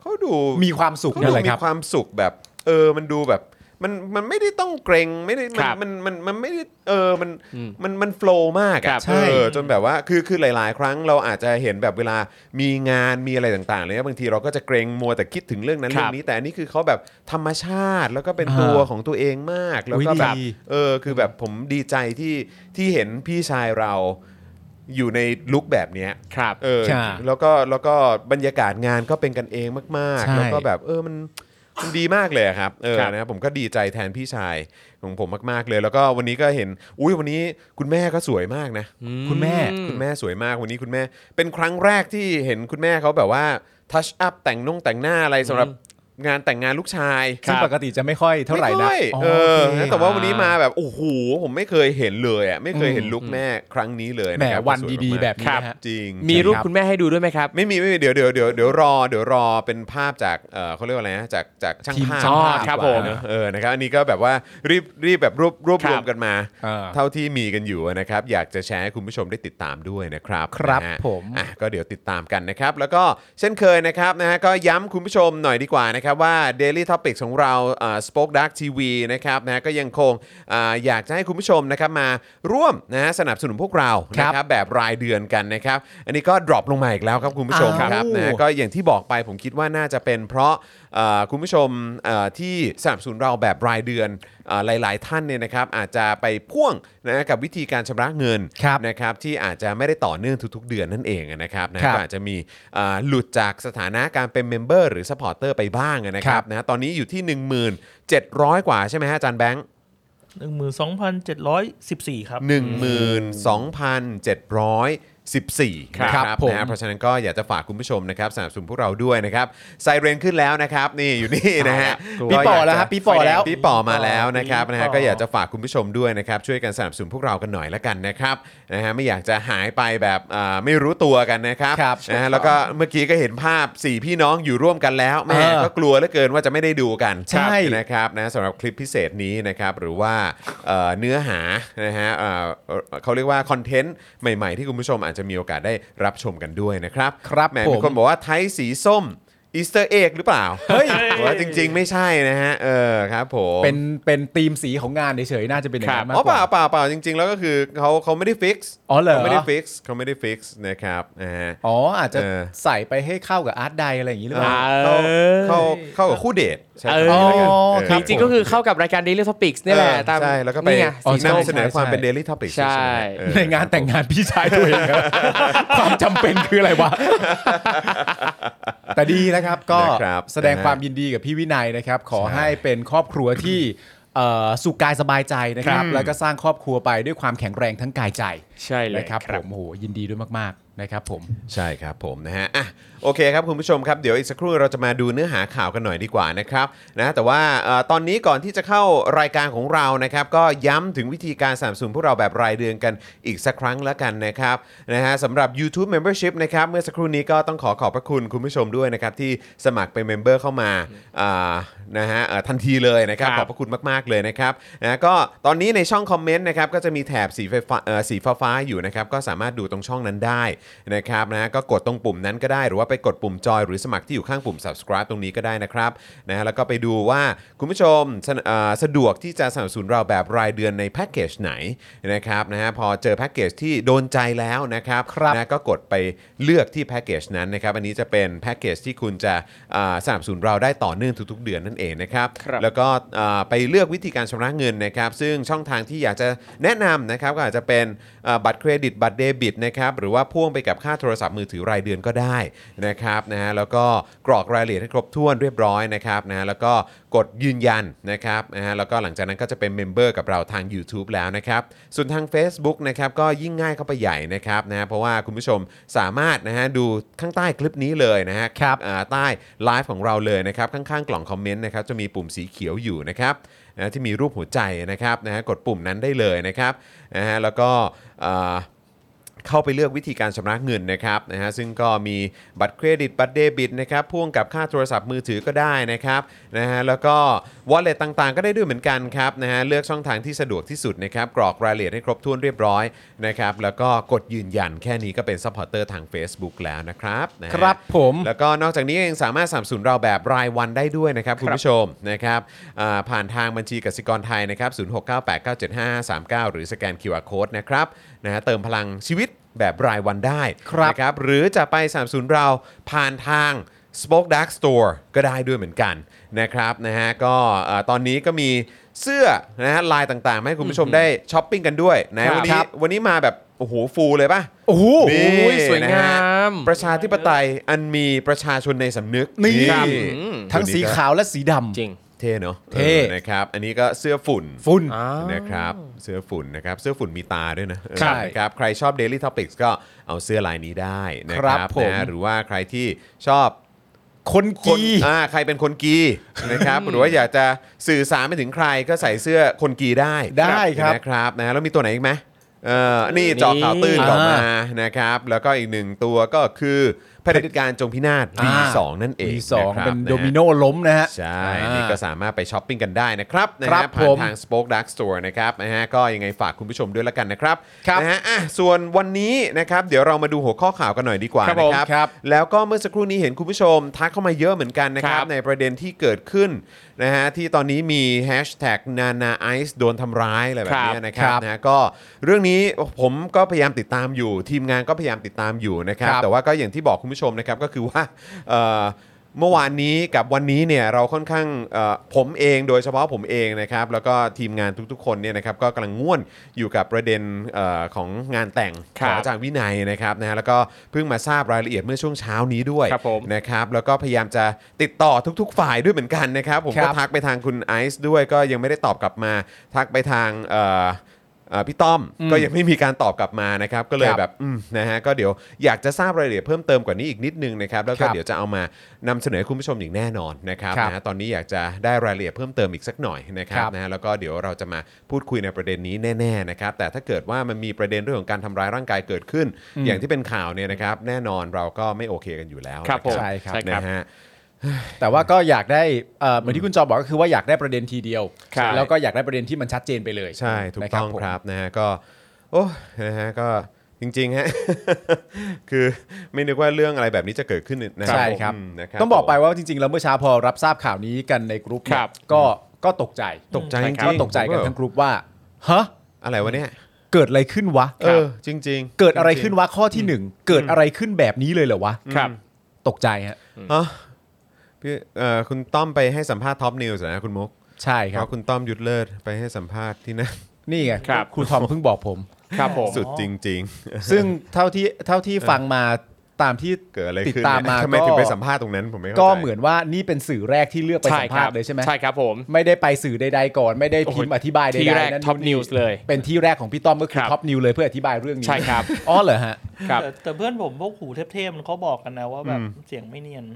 S1: เขาดู
S2: มีความสุข
S1: เขา
S2: นั่น
S1: ดู
S2: แหละ
S1: มี
S2: ครับ
S1: ความสุขแบบเออมันดูแบบมันมันไม่ได้ต้องเกรงไม่ได้
S3: ครับ
S1: มันมันมันมันไม่ได้เออมัน
S3: อืม
S1: มันมันโฟลว์มาก
S3: ครั
S1: อะ
S3: บ
S1: เออจนแบบว่าคือคือหลาย ๆ ครั้งเราอาจจะเห็นแบบเวลามีงานมีอะไรต่างๆเลยบางทีเราก็จะเกรงมัวแต่คิดถึงเรื่องนั้น
S3: ครั
S1: เรื่
S3: บ
S1: องนี้แต่อันนี้คือเขาแบบธรรมชาติแล้วก็เป็นตัว
S2: อ่า
S1: ของตัวเองมาก แล้วก็
S2: อุ๊ย
S1: แบบ
S2: ดี
S1: เออคือแบบผมดีใจที่ที่เห็นพี่ชายเราอยู่ในลุคแบบเนี้ย
S3: ครับ
S1: เออ
S2: ใช่
S1: แล้วก็แล้วก็บรรยากาศงานก็เป็นกันเองมาก
S2: ใช่
S1: ๆ แล้วก็แบบเออมันมันดีมากเลยอะครับเออ
S3: ครับ
S1: นะครับผมก็ดีใจแทนพี่ชายของผมมากๆเลย แล้วก็วันนี้ก็เห็นอุ้ยวันนี้คุณแม่ก็สวยมากนะ
S2: คุณแม่
S1: คุณแม่สวยมากวันนี้คุณแม่ เป็นครั้งแรกที่เห็นคุณแม่เขาแบบว่าทัชอัพแต่งนุ่งแต่งหน้าอะไรสำหรับงานแต่งงานลูกชาย
S2: ซึ่งปกติจะไม่ค่อยเท่าไหร่นะ
S1: ม่ค่อย
S2: อ๋อ
S1: เออ
S2: โอเค
S1: แต่ว่าวันนี้มาแบบโอ้โหผมไม่เคยเห็นเลยอ่ะไม่เคยเห็น
S3: อืม
S1: ลุกแม่ครั้งนี้เลย
S2: แหม
S1: นะครับ
S2: วัน
S1: สย
S2: ดี
S1: มาก
S2: ๆ
S1: ๆ
S2: แบบนี้นะฮะ
S1: จริง
S3: มีรูปคุณแม่ให้ดูด้วยไหมครับ
S1: ไม่มีไม่มีเดี๋ยวเดี๋ยวเดี๋ยวเดี๋ยวรอเดี๋ยวรอเป็นภาพจากเออเขาเรียกว่าอะไรนะจากจากช่าง
S2: ทีม
S1: ภาพ
S2: ช่างภาพ
S1: ดีกว่
S3: ครับผม
S1: เออนะครับอันนี้ก็แบบว่ารีบรีบแบบรวบรวบรวมกันมา
S2: เออ
S1: เท่าที่มีกันอยู่นะครับ อยากจะแชร์ให้คุณผู้ชมได้ติดตามด้วยนะครับ
S2: ครับ
S1: นะฮะ
S2: ผม
S1: อ่ะก็เดี๋ยวติดตามกันนะครับ แล้วก็เช่นเคยนะครับนะฮะก็ย้ำคุณผู้ชมหน่อยดีกว่านะครับว่า Daily t o p i c ของเราสป็อคดักทีวีนะครับนะฮะก็ยังคงอ่าอยากจะให้คุณผู้ชมนะครับมาร่วมนะฮะสนับสนุนพวกเรา
S2: ครั
S1: นะ
S2: บ
S1: ครับแบบรายเดือนกันนะครับ อันนี้ก็ดรอปลงมาอีกแล้วครับคุณผู้ชมค
S2: อ้าว
S1: รับนะฮะ ก็อย่างที่บอกไปผมคิดว่าน่าจะเป็นเพราะเอ่อคุณผู้ชมเอ่อที่สนับสนุนเราแบบรายเดือนเอ่อหลาย ๆ ท่านเนี่ยนะครับอาจจะไปพ่วงนะกับวิธีการชำระเงิน
S2: ครับ
S1: นะครับที่อาจจะไม่ได้ต่อเนื่องทุก ๆ เดือนนั่นเองนะครับนะครับ ก็อาจจะมีเอ่อหลุดจากสถานะการเป็นเมมเบอร์หรือสปอร์เตอร์ไปบ้างนะค
S2: ครั
S1: รับบ นะตอนนี้อยู่ที่ 1700 กว่าใช่ไหมฮะอาจารย์แบงค์
S4: หนึ่งหมื่นสองพันเจ็ดร้อยสิบสี่ครับ
S1: 12,714
S2: ครับ
S1: นะครับ
S2: ผม
S1: นะฮะเพราะฉะนั้นก็อยากจะฝากคุณผู้ชมนะครับสนับสนุนพวกเราด้วยนะครับไซเรนขึ้นแล้วนะครับ นี่อยู่นี่นะฮะ
S2: ปีปอแล้วครับ
S1: ก็ยากจะ
S2: ปีปอแล้ว
S1: ปีปอมาแล้วนะครับนะฮะ
S4: ปีปอ
S1: ก็อยากจะฝากคุณผู้ชมด้วยนะครับช่วยกันสนับสนุนพวกเรากันหน่อยละกันนะครับนะฮะไม่อยากจะหายไปแบบอ่าไม่รู้ตัวกันนะครับ
S2: ครับ
S1: นะฮะแล้วก็เมื่อกี้ก็เห็นภาพ 4 พี่น้องอยู่ร่วมกันแล้วแหม่
S2: เออ
S1: ก็กลัวเหลือเกินว่าจะไม่ได้ดูกัน
S2: ใช่
S1: นะ นะครับนะสำหรับคลิปพิเศษนี้นะครับหรือว่าเอ่อเนื้อหานะฮะเอ่อเอ่อเขาเรียกว่าคอนเทนต์ใหม่ๆ ที่คุณผู้ชมอาจจะมีโอกาสได้รับชมกันด้วยนะครับ
S2: ครับ
S1: แหม
S2: ผม
S1: มีคนบอกว่าไทยสีส้ม อีสเตอร์เอกหรือเปล่า
S2: เฮ้ย
S1: ว่าจริงๆไม่ใช่นะฮะเออครับผม
S2: เป็นเป็นธีมสีของงานเฉยๆน่าจะเป็นอย่างนั้นมาก
S1: อ๋อกเปล่า
S2: ว่า
S1: เปล่าเปล่าจริง ๆ แล้วก็คือเขาเขาไม่ได้ฟิกซ์
S2: อ๋อเหรอ
S1: เขาไม่ได้ฟิกซ์เขาไม่ได้ฟิกซ์นะครับนะฮะ
S2: อ๋ออาจจะ
S1: เออ
S2: ใส่ไปให้เข้ากับอาร์ตไดอะไรอย่างนี้หรือเปล่า
S3: เอ
S1: เข้า
S3: อ
S1: เข้าเข้ากับคู่เดทใช่ไหม
S3: เออ
S2: ครับ
S3: จริงๆก็คือเข้ากับรายการ Daily Topics นี่แหละตาม
S1: ใช่แล้วก็ไป
S3: นี่ไง
S2: อ๋อ
S1: นำเสนอ
S2: ใช่
S1: ความเป็น
S2: ใช่
S1: Daily Topic
S3: ใช่
S2: ในงานแต่งงานพี่ชายตัวเองครับ ความจำเป็นคืออะไร
S1: [laughs]
S2: วะ แต่ดีนะครับก็
S1: นะครับ
S2: แสดง
S1: นะฮะ
S2: ความยินดีกับพี่วินัยนะครับ ขอ
S1: ใช่
S2: ให้เป็นครอบครัวที่เอ่อสุขกายสบายใจนะครับ แล้วก็สร้างครอบครัวไปด้วยความแข็งแรงทั้งกายใจ
S3: ใช่เลย
S2: นะครับผมโอ้โหยินดีด้วยมากๆนะครับผม
S1: ใช่ครับผมนะฮะอ่ะโอเคครับคุณผู้ชมครับเดี๋ยวอีกสักครู่เราจะมาดูเนื้อหาข่าวกันหน่อยดีกว่านะครับนะแต่ว่าเอ่อตอนนี้ก่อนที่จะเข้ารายการของเรานะครับ ก็ย้ำถึงวิธีการสนับสนุนพวกเราแบบรายเดือนกันอีกสักครั้งแล้วกันนะครับนะฮะสำหรับ YouTube Membership นะครับเมื่อสักครู่นี้ก็ต้องขอขอบพระคุณคุณผู้ชมด้วยนะครับที่สมัครเป็นเมมเบอร์เข้ามาอ่านะฮะเอ่อทันทีเลยนะครับ
S3: ค
S1: ขอ
S3: รับ
S1: บพระคุณมากๆเลยนะครับนะก็ตอนนี้ในช่องคอมเมนต์นะครับก็จะมีแถบสีไฟฟ้าเอ่อสีฟ้าฟ้าๆอยู่นะครับก็สามารถดูตรงช่องนั้นได้ นะครับนะก็กดตรงปุ่มนั้นก็ได้หรือว่าไปกดปุ่มจอยหรือสมัครที่อยู่ข้างปุ่ม subscribe ตรงนี้ก็ได้นะครับนะแล้วก็ไปดูว่าคุณผู้ชมสนเอ่อสะดวกที่จะสนับสนุนเราแบบรายเดือนในแพ็กเกจไหนนะครับนะฮะพอเจอแพ็กเกจที่โดนใจแล้วนะครับ
S2: ครับ
S1: นะก็กดไปเลือกที่แพ็กเกจนั้นนะครับอันนี้จะเป็นแพ็กเกจที่คุณจะอ่าสนับสนุนเราได้ต่อเนื่องทุกๆ เดือนนั่นเองนะครับ
S3: ครับ
S1: แล้วก็เอ่อไปเลือกวิธีการชำระเงินนะครับ ซึ่งช่องทางที่อยากจะแนะนำนะครับก็อาจจะเป็นเอ่อบัตรเครดิตบัตรเดบิตนะครับหรือว่าพ่วงไปกับค่าโทรศัพท์มือถือรายเดือนก็ได้นะครับนะฮะแล้วก็กรอกรายละเอียดให้ครบถ้วนเรียบร้อยนะครับนะฮะแล้วก็กดยืนยันนะครับนะฮะแล้วก็หลังจากนั้นก็จะเป็นเมมเบอร์กับเราทาง YouTube แล้วนะครับส่วนทาง Facebook นะครับก็ยิ่งง่ายเข้าไปใหญ่นะครับนะฮะเพราะว่าคุณผู้ชมสามารถนะฮะดูข้างใต้คลิปนี้เลยนะฮะ
S2: ครับ
S1: อ่าใต้ไลฟ์ของเราเลยนะครับ ข้างๆ กล่องคอมเมนต์นะครับจะมีปุ่มสีเขียวอยู่นะครับนะที่มีรูปหัวใจนะครับนะฮะกดปุ่มนั้นได้เลยนะครับนะฮะแล้วก็อ่าเข้าไปเลือกวิธีการชำระเงินนะครับนะฮะซึ่งก็มีบัตรเครดิตบัตรเดบิตนะครับพ่วงกับค่าโทรศัพท์มือถือก็ได้นะครับนะฮะแล้วก็ วอลเล็ตต่างๆ ก็ได้ด้วยเหมือนกันครับนะฮะเลือกช่องทางที่สะดวกที่สุดนะครับกรอกรายละเอียดให้ครบถ้วนเรียบร้อยนะครับแล้วก็กดยืนยันแค่นี้ก็เป็นซัพพอร์เตอร์ทาง Facebook แล้วนะครับนะฮะ
S2: ครับผม
S1: แล้วก็นอกจากนี้ยังสามารถสนับสนุนเราแบบรายวันได้ด้วยนะครับ คุณผู้ชมนะครับอ่าผ่านทางบัญชีกสิกรไทยนะครับ 0698975539 หรือสแกน QR Code นะครับนะฮะเติมพลังชีวิตแบบรายวันได้
S2: ครับ
S1: นะครับหรือจะไปสนับสนุนเราผ่านทาง Spoke Dark Store ก็ได้ด้วยเหมือนกันนะครับนะฮะก็เอ่อตอนนี้ก็มีเสื้อนะฮะลายต่างๆ ให้คุณผู้ชมได้ช้อปปิ้งกันด้วยนะวัน
S2: ค
S1: นี้
S2: รับ
S1: วันนี้มาแบบโอ้โหฟูลเลยป่ะ
S2: โอ้โห
S3: นี่ โอ้ยสวยงาม
S1: นะฮะประชาธิปไตยอันมีประชาชนในสำนึก
S2: นี่ครับ ทั้งสี
S1: ว
S2: ขาวและสีดำ
S3: จริง
S1: เท่เนาะ
S2: เท่
S1: ออนะครับ อันนี้ก็เสื้อฝุ่น
S2: ฝุ่น
S3: อ้าว
S1: นะครับเสื้อฝุ่นนะครับ เสื้อฝุ่นมีตาด้วยนะเออ
S2: ใช่
S1: นะครับใครชอบ Daily Topics ก็เอาเสื้อลายนี้ได้นะค
S2: ครั
S1: รับบ
S2: ผม
S1: นะหรือว่าใครที่ชอบ
S2: คน
S1: ค
S2: กี
S1: นอ่าใครเป็นคนกีนะครับ หรือว่าอยากจะสื่อสารไปถึงใครก็ใส่เสื้อคนกีได้
S2: ได้ครับ
S1: นะครับนะแล้วมีตัวไหนอีกไหมเออนี่
S3: นี่
S1: เจอข่าวตื้น
S2: อ่า
S1: ออกมานะครับ แล้วก็อีกหนึ่งตัวก็คือเผด็จการจงพินาศ
S2: อ่า
S1: V2 นั่นเอง
S2: ปีสอง
S1: ะครับ
S2: เป็น
S1: ฮ
S2: โดมิโนล้มนะฮะ
S1: ใช่
S2: อ่า
S1: นี่ก็สามารถไปช้อปปิ้งกันได้นะครับนะ
S2: ครั
S1: ฮะ
S2: บ
S1: ผ่า
S2: ผ
S1: น
S2: ม
S1: ทาง Spoke Dark Store นะครับนะฮะก็ยังไงฝากคุณผู้ชมด้วยละกันนะครับ
S2: ครับ
S1: นะฮะอ่ะส่วนวันนี้นะครับ เดี๋ยวเรามาดูหัวข้อข่าวกันหน่อยดีกว่า
S2: ครับผม
S1: นะครับ
S2: ครับ
S1: แล้วก็เมื่อสักครู่นี้เห็นคุณผู้ชมทักเข้ามาเยอะเหมือนกันนะครับ
S3: ครับ
S1: ในประเด็นที่เกิดขึ้นนะฮะที่ตอนนี้มีแฮชแท็กนานาไอซ์โดนทำร้ายอะไรแบบเนี้ยนะครับ
S2: ครับ
S1: นะก็เรื่องนี้ผมก็พยายามติดตามอยู่ ทีมงานก็พยายามติดตามอยู่นะครับ
S2: ครับ
S1: แต่ว่าก็อย่างที่บอกคุณผู้ชมนะครับก็คือว่าเอ่อเมื่อวานนี้กับวันนี้เนี่ยเราค่อนข้างเอ่อผมเองโดยเฉพาะผมเองนะครับ แล้วก็ทีมงานทุกๆ คนเนี่ยนะครับก็กำลังง่วนอยู่กับประเด็นเออของงานแต่ง
S3: ครั
S1: ข
S3: บ
S1: องอาจารย์วินัยนะครับนะฮะแล้วก็เพิ่งมาทราบรายละเอียดเมื่อช่วงเช้านี้ด้วย
S3: ครับผม
S1: นะครับแล้วก็พยายามจะติดต่อทุก ๆ ฝ่ายด้วยเหมือนกันนะครับ ผม
S2: ครั
S1: ก็
S2: บ
S1: ทักไปทางคุณไอซ์ด้วยก็ยังไม่ได้ตอบกลับมา ทักไปทางเอ่อเอ่อพี่ต้อมก็ยังไม่มีการตอบกลับมานะครับก็เลย
S2: ครับ
S1: แบบอืมนะฮะก็เดี๋ยวอยากจะทราบรายละเอียดเพิ่มเติมกว่านี้อีกนิดนึงนะครับแล้วก็
S2: ครับ
S1: เดี๋ยวจะเอามานำเสนอให้คุณผู้ชมอย่างแน่นอนนะครับ
S2: ครับ
S1: นะฮะตอนนี้อยากจะได้รายละเอียดเพิ่มเติมอีกสักหน่อยนะครับ
S2: ครับ
S1: นะฮะแล้วก็เดี๋ยวเราจะมาพูดคุยในประเด็นนี้แน่ๆนะครับแต่ถ้าเกิดว่ามันมีประเด็นเรื่องของการทำร้ายร่างกายเกิดขึ้น อย่างที่เป็นข่าวเนี่ยนะครับแน่นอนเราก็ไม่โอเคกันอยู่แล้ว
S3: ครับผม
S2: ใช่ครับ
S1: นะฮะ
S2: แต่ว่าก็อยากได้เอ่อเหมือนที่คุณจอบอกก็คือว่าอยากได้ประเด็นทีเดียว
S3: ครับ
S2: แล้วก็อยากได้ประเด็นที่มันชัดเจนไปเลย
S1: ใช่ถูกต้อง
S2: นะผม
S1: ครับนะฮะก็โอ้นะฮะก็ จริงๆฮะ [laughs] คือไม่นึกว่าเรื่องอะไรแบบนี้จะเกิดขึ้นนะ
S2: ใช่ครับ
S1: ผมนะครั
S2: ต้องบอกไปว่าจริง ๆ แล้วเมื่อเช้าพอรับทราบข่าวนี้กันในกรุ๊ปเนี่ย
S3: ครับ
S2: ก็ก็ตกใจ
S1: ตกใจจริง
S2: ก็ตกใจกันทั้งกรุ๊ปว่าฮะ
S1: อะไรวะเนี่ย
S2: เกิดอะไรขึ้นวะ
S1: เออจริงๆ
S2: เกิดอะไรขึ้นวะข้อที่หนึ่งเกิดอะไรขึ้นแบบนี้เลยเหรอวะ
S3: ครับ
S2: ตกใจฮะ
S1: ฮะพี่เอ่อคุณต้อมไปให้สัมภาษณ์ท็อปนิวส์นะคุณมุก
S2: ใช่ค
S1: เพ
S2: รับ
S1: ราะคุณต้อมยุทธเลิศไปให้สัมภาษณ์ที่นั่น
S2: นี่ไง
S3: ครับ
S2: ครูทอมเพิ่งบอกผม
S3: ครับผม
S1: สุดจริง
S2: ซึ่งเท่าที่เท่าที่ฟังมาตามที่
S1: ๆ เกิดอะไร
S2: ติด
S1: ขึ้น
S2: ตาม
S1: เนี่ย
S2: มา
S1: ทำไม
S2: ก็
S1: ถึงไปสัมภาษณ์ตรงนั้นผมไม่เข้าใจ
S2: ก็เหมือนว่านี่เป็นสื่อแรกที่เลือกไป
S3: ใช่
S2: สัม
S3: ครั
S2: ภาษ
S3: บ
S2: ณ์เลยใช่ไหม
S3: ใช่ครับผม
S2: ไม่ได้ไปสื่อใดๆก่อน ไม่ได้พิมพ์อธิบายใด
S3: ที่
S2: ๆ
S3: แรก
S2: นั่น
S3: ท็อปนิวส์เลย
S2: เป็นที่แรกของพี่ต้อมก็คือ
S3: ครับ
S2: ท็อปนิวเลยเพื่ออธิบายเรื่องนี้
S3: ใช่ครับ
S2: อ๋อเหรอฮะ
S3: ครับ
S4: แต่แต่เพื่อนผมพวกหูเทพๆมันเขาบอกกันนะว่าแบบ
S1: อืม
S4: เสียงไม่เนียน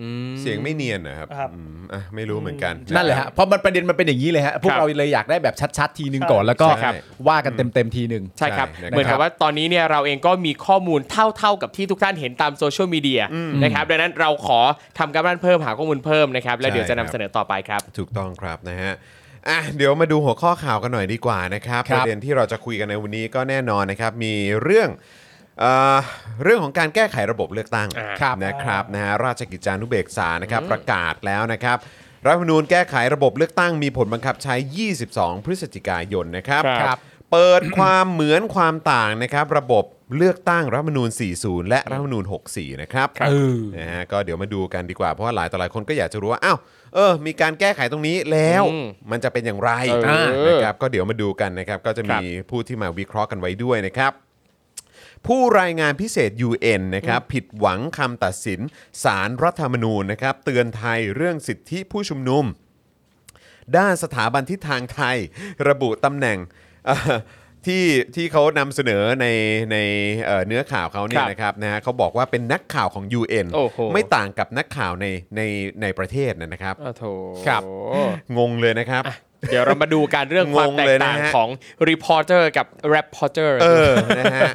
S3: อืม
S1: เสียงไม่เนียนนะครับ
S4: ครับ
S1: อืมอ่ะไม่รู้เหมือนกัน
S2: นั่นแหละฮะเพราะมันประเด็นมันเป็นอย่างนี้เลยฮะพวกเราเลยอยากได้แบบชัดๆทีนึงก่อนแล้วก็
S1: ใช่ครับ
S2: ว่ากันเต็มๆทีนึง
S3: ใช่ครับ
S1: ใช่นะครับ
S3: เหมือนกับว่าตอนนี้เนี่ยเราเองก็มีข้อมูลเท่าๆกับที่ทุกท่านเห็นตามโซเชียลมีเดียนะครับดังนั้นเราขอทำการบ้านเพิ่มหาข้อมูลเพิ่มนะครับ แล้วเดี๋ยวจะนำ
S1: ใช่ครับ
S3: เสนอต่อไปครับ
S1: ถูกต้องครับนะฮะอ่ะเดี๋ยวมาดูหัวข้อข่าวกันหน่อยดีกว่านะครับ
S2: ค
S1: ป
S2: รับ
S1: ระเด็นที่เราจะคุยกันในวันนี้ก็แน่นอนนะครับ มีเรื่องเอ่อเรื่องของการแก้ไขระบบเลือกตั้ง
S3: อ่า
S2: ครับ
S1: นะครับนะฮะราชกิจจานุเบกษานะครับประกาศแล้วนะครับ รัฐธรรมนูญแก้ไขระบบเลือกตั้งมีผลบังคับใช้ 22 พฤศจิกายนนะครับ
S3: ครับ
S1: เปิดความเหมือนความต่างนะครับ ระบบเลือกตั้งรัฐธรรมนูญ 40 และรัฐธรรมนูญ 64 นะครับ
S2: ครับเออ
S1: นะฮะก็เดี๋ยวมาดูกันดีกว่า เพราะว่าหลายต่อหลายคนก็อยากจะรู้ว่า อ้าว เออ มีการแก้ไขตรงนี้แล้ว
S3: อืม
S1: มันจะเป็นอย่างไร
S3: เอออ่า
S1: นะครับ ก็เดี๋ยวมาดูกันนะครับ ก็จะมีผู้ที่มาวิเคราะห์กันไว้ด้วยนะครับ ผู้รายงานพิเศษ UN นะครับผิดหวังคำตัดสินสารรัฐธรรมนูญนะครับ เตือนไทยเรื่องสิทธิผู้ชุมนุม ด้านสถาบันทิศทางไทย ระบุตำแหน่ง [laughs] เอ่อที่ที่เขานำเสนอในในเอ่อเนื้อข่าวเขาเนี่
S3: ค
S1: ย
S3: รับ
S1: นะครับนะฮะเขาบอกว่าเป็นนักข่าวของ UN
S3: โอ้โห
S1: ไม่ต่างกับนักข่าวในในในประเทศนะครับ
S3: อ้าวโถ
S1: ครับ งงเลยนะครับ
S3: เดี๋ยวเรามาดูการเรื่องความแต
S1: งงเล
S3: ก
S1: ยนะ
S3: ต่าง
S1: ฮะ
S3: ของรีพอร์เตอร์กับแรปพอร์เตอร์
S1: เออ [laughs] นะฮะ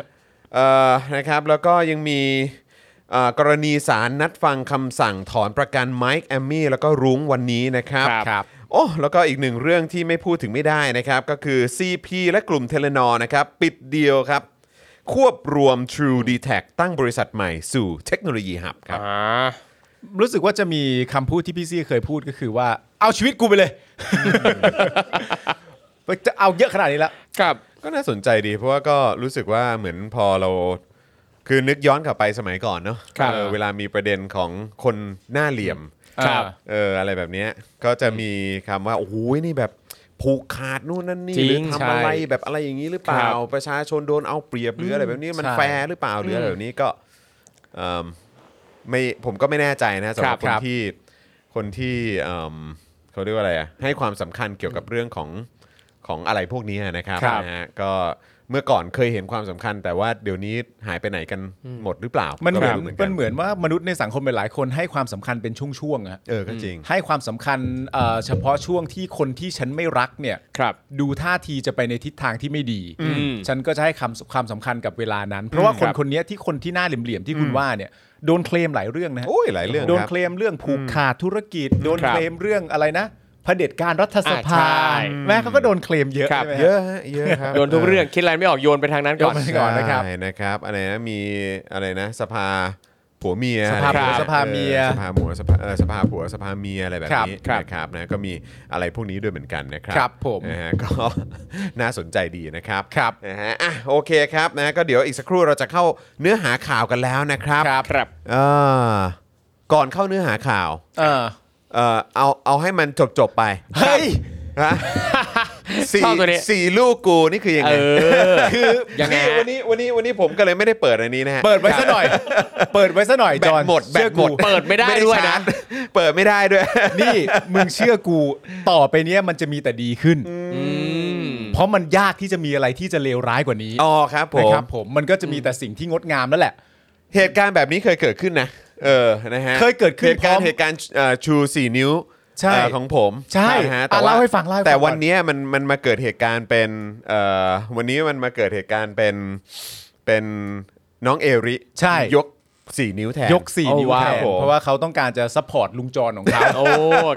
S1: เอ่อ นะครับ แล้วก็ยังมีเอ่อกรณีสารนัดฟังคำสั่งถอนประกันไมค์แอมมี่แล้วก็รุ้งวันนี้นะครับ
S3: ครับครับ
S1: โอ้ แล้วก็อีกหนึ่งเรื่องที่ไม่พูดถึงไม่ได้นะครับ ก็คือ CP และกลุ่มเทเลนอนะครับ ปิดเดียวครับ ควบรวม True d e t a c ตั้งบริษัทใหม่สู่เทคโนโลยีหับครับ
S3: อ่า
S2: รู้สึกว่าจะมีคำพูดที่พี่ซี่เคยพูดก็คือว่าเอาชีวิตกูไปเลย จะเอาเยอะขนาดนี้ละ
S3: ครับ
S1: ก็น่าสนใจดีเพราะว่าก็รู้สึกว่าเหมือนพอเรา คือนึกย้อนกลับไปสมัยก่อนเนาะ
S3: ครับ
S1: เออเวลามีประเด็นของคนหน้าเหลี่ยม
S3: ครับ
S1: เอออะไรแบบเนี้ยก็จะมีคำว่าโอ้โหนี่แบบผูกขาดนู่นนั่นนี่
S3: จริง
S1: หรือทำอะไร
S2: ใช่
S1: แบบอะไรอย่างนี้หรือเป
S3: ค
S1: ล่า
S3: รับ
S1: ประชาชนโดนเอาเปรียบหรืออะไรแบบนี้มัน
S2: ใช่
S1: แฟร์หรือเปล่าหรืออะไร
S3: อืม
S1: แบบนี้ก็เอิ่มไม่ผมก็ไม่แน่ใจนะสำหรับ
S3: ครั
S1: ค
S3: บคน รับ
S1: ที่คนที่เอิ่มเขาเรียกว่าอะไรอะให้ความสำคัญเกี่ยวกับเรื่องของของอะไรพวกนี้นะครับ
S2: ครับ
S1: นะฮะก็เมื่อก่อนเคยเห็นความสำคัญ แต่ว่าเดี๋ยวนี้หายไปไหนกันหมดหรือเปล่า
S2: มั
S1: มัน
S2: เหมือนมันเหมือนว่ามนุษย์ในสังคมหลายๆคนให้ความสำคัญเป็นช่วงๆอะ
S1: เออก็จริง
S2: ให้ความสำคัญเอ่อเฉพาะช่วงที่คนที่ฉันไม่รักเนี่ย
S3: ครับ
S2: ดูท่าทีจะไปในทิศทางที่ไม่ดี
S3: อืม
S2: ฉันก็จะให้คำความสำคัญกับเวลานั้น เพราะว่าคน
S3: ครับ
S2: คนเนี้ยที่คนที่หน้าเหลี่ยมๆที่คุณว่าเนี่ยโดนเคลมหลายเรื่องนะฮะ
S1: โอ้ยหลายเรื่อง
S2: โดน
S1: ครับ
S2: เคลมเรื่องผูกขาดธุรกิจ โดน
S3: ครับ
S2: เคลมเรื่องอะไรนะเผด็จการรัฐสภา
S3: อ่าใช่
S2: แม้เขาก็โดนเคลมเยอะ
S3: ครับ
S2: ใช่ไหม
S1: เย
S2: ฮะ
S1: อะฮะเยอะครับ
S3: โยนทุกเรื่องคิดอะไรไม่ออกโยนไปทางนั้นก่อน
S2: โยนไป ก่อนนะครับ
S1: ใช่นะครับอะไรนะมีอะไรนะสภาผัวเมีย
S2: สภาผัว
S1: อะไร
S2: สภาเมีย
S1: ออสภาผัวสภาเออสภาผัวสภาเมียอะไรแบบ
S2: ครับ
S1: นี้
S3: ครับ
S1: นะครับนะก็มีอะไรพวกนี้ด้วยเหมือนกันนะครั
S2: ครับผม
S1: นะ [laughs] ฮะก็ น่าสนใจดีนะครับ
S2: ครับ
S1: นะฮะอ่ะโอเคครับนะก็เดี๋ยวอีกสักครู่เราจะเข้าเนื้อหาข่าวกันแล้วนะครับ
S3: ครับครับ
S1: เอ่อก่อนเข้าเนื้อหาข่าว
S2: เออ
S1: เอ่อเอาเอาให้มันจบจบๆไป
S2: เฮ้ย
S3: [laughs]
S1: ฮะสี่
S3: ชอบตัวนี้
S1: สี่ลูกกูนี่คือยัง
S3: เอ
S1: ไง
S3: อ
S1: คือ
S3: ยังไง
S1: นี่
S3: ฮะ
S1: วันนี้วันนี้วันนี้ผมก็เลยไม่ได้เปิดอันนี้นะฮะ
S2: เปิดไว้ซะหน่อย เปิดไว้ซะหน่อย
S1: แบ
S2: จ
S1: ต
S2: อน
S1: หมดแบต
S2: เชื่อ
S1: หม
S2: กู
S1: ด
S3: เปิดไม่ได้ด้วยนะ
S1: ชาร์จเปิดไม่ได้ [laughs] ด้วย
S2: นี่มึงเชื่อกูต่อไปเนี้ยมันจะมีแต่ดีขึ้น
S3: อืม
S2: เพราะมันยากที่จะมีอะไรที่จะเลวร้ายกว่านี้
S1: อ๋อครับผ
S2: นะ
S1: ม
S2: ครับผมมันก็จะมีแต่สิ่งที่งดงามนั่นแหละ
S1: เหตุการณ์แบบนี้เคยเกิดขึ้นนะ เออนะฮะ
S2: เคยเกิดขึ้น
S1: เหตุการ
S2: พร้
S1: ณ์
S2: อม
S1: เหตุการณ์เอ่อชูสี่นิ้ว
S2: ใช่
S1: เอ่อของผม
S2: ใช่
S1: นะฮะ
S2: อ่ะเล่าให้ฟังเล่าให้ฟัง
S1: แต่
S2: ก่อน
S1: วันเนี้ยมันมันมาเกิดเหตุการณ์เป็นเอ่อวันนี้มันมาเกิดเหตุการณ์เป็นเป็นน้องเอริ
S2: ใช่
S1: ยก สี่นิ้วแทน
S2: ยกสี่นิ้ว
S3: เอาว้าว
S2: แทน
S3: ผม
S2: เพราะว่าเขาต้องการจะซัพพอร์ตลุงจรของเขา
S3: โอ้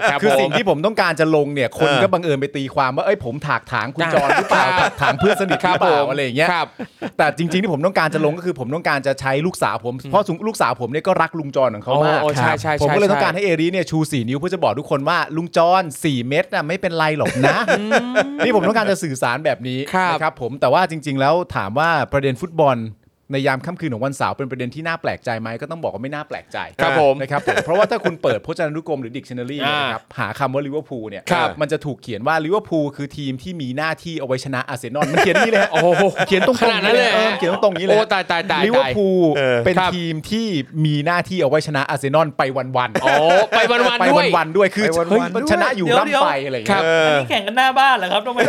S3: ครับ
S2: คือ
S3: ผม
S2: สิ่งที่ผมต้องการจะลงเนี่ยคน
S1: เออ
S2: ก็บังเอิญไปตีความว่าเอ้ยผมถากถางคุณจรหรือเปล่า
S3: ครับ
S2: ถากถางเพื่อนสนิท
S3: ค
S2: ห
S3: รั
S2: รื
S3: บ
S2: อเป
S3: ผ
S2: ล่าม อะไรอย่างเงี้ย
S3: ครับ
S2: [laughs] แต่จริงๆที่ผมต้องการจะลงก็คือผมต้องการจะใช้ลูกสาวผมเพราะลูกสาวผมเนี่ยก็รักลุงจรของเขามาก
S3: โอ้โอ้ใช่ใช่ใช่
S2: ผมก็เลย
S3: ใช่
S2: ต้องการให้เอรีเนี่ยชูสี่นิ้วเพื่อจะบอกทุกคนว่าลุงจรสี่เม็ดน่ะไม่เป็นไรหรอกนะ นี่ผมต้องการจะสื่อสารแบบนี้
S3: ครับ
S2: นะครับผมแต่ว่าจริง ๆ แล้วถามว่าประเด็นฟุตบอลในยามค่ำคืนของวันเสาร์เป็นประเด็นที่น่าแปลกใจไหมก็ต้องบอกว่าไม่น่าแปลกใจ
S3: ครับผม
S2: นะครับผมเพราะว่าถ้าคุณเปิดพจนานุกรมหรือดิกชันนารี
S3: อ่า
S2: นะครับหาคำว่าลิเวอร์พูลเนี่ย
S3: ครับ
S2: มันจะถูกเขียนว่าลิเวอร์พูลคือทีมที่มีหน้าที่เอาไว้ชนะอาร์เซนอลมันเขียนนี่เลยฮะ
S3: โอ้โห
S2: เขียนตรงๆ
S3: ขนาดนั้นเลย
S2: เออเขียนตรงๆนี้เลย
S3: โอ้ตายตายตาย
S2: ลิเวอร์พูล
S1: เออ
S2: เป็น
S3: ครับ
S2: ทีมที่มีหน้าที่เอาไว้ชนะอาร์เซนอลไปวันๆ
S3: โอ้ไปวัน
S2: ไป
S3: ๆด้วย
S2: วันๆด้วยคือ
S1: ไปวันๆ
S2: เฮ้ย
S1: ด้วย
S2: ชนะอยู่
S4: เดี๋ยว
S2: ร่ำไปอะไรอย่าง
S3: ครั
S2: เงี้ย
S3: บ
S1: เอ
S4: อั
S1: อ
S4: นนี้แข่งกันหน้าบ้านเหรอครับทำไม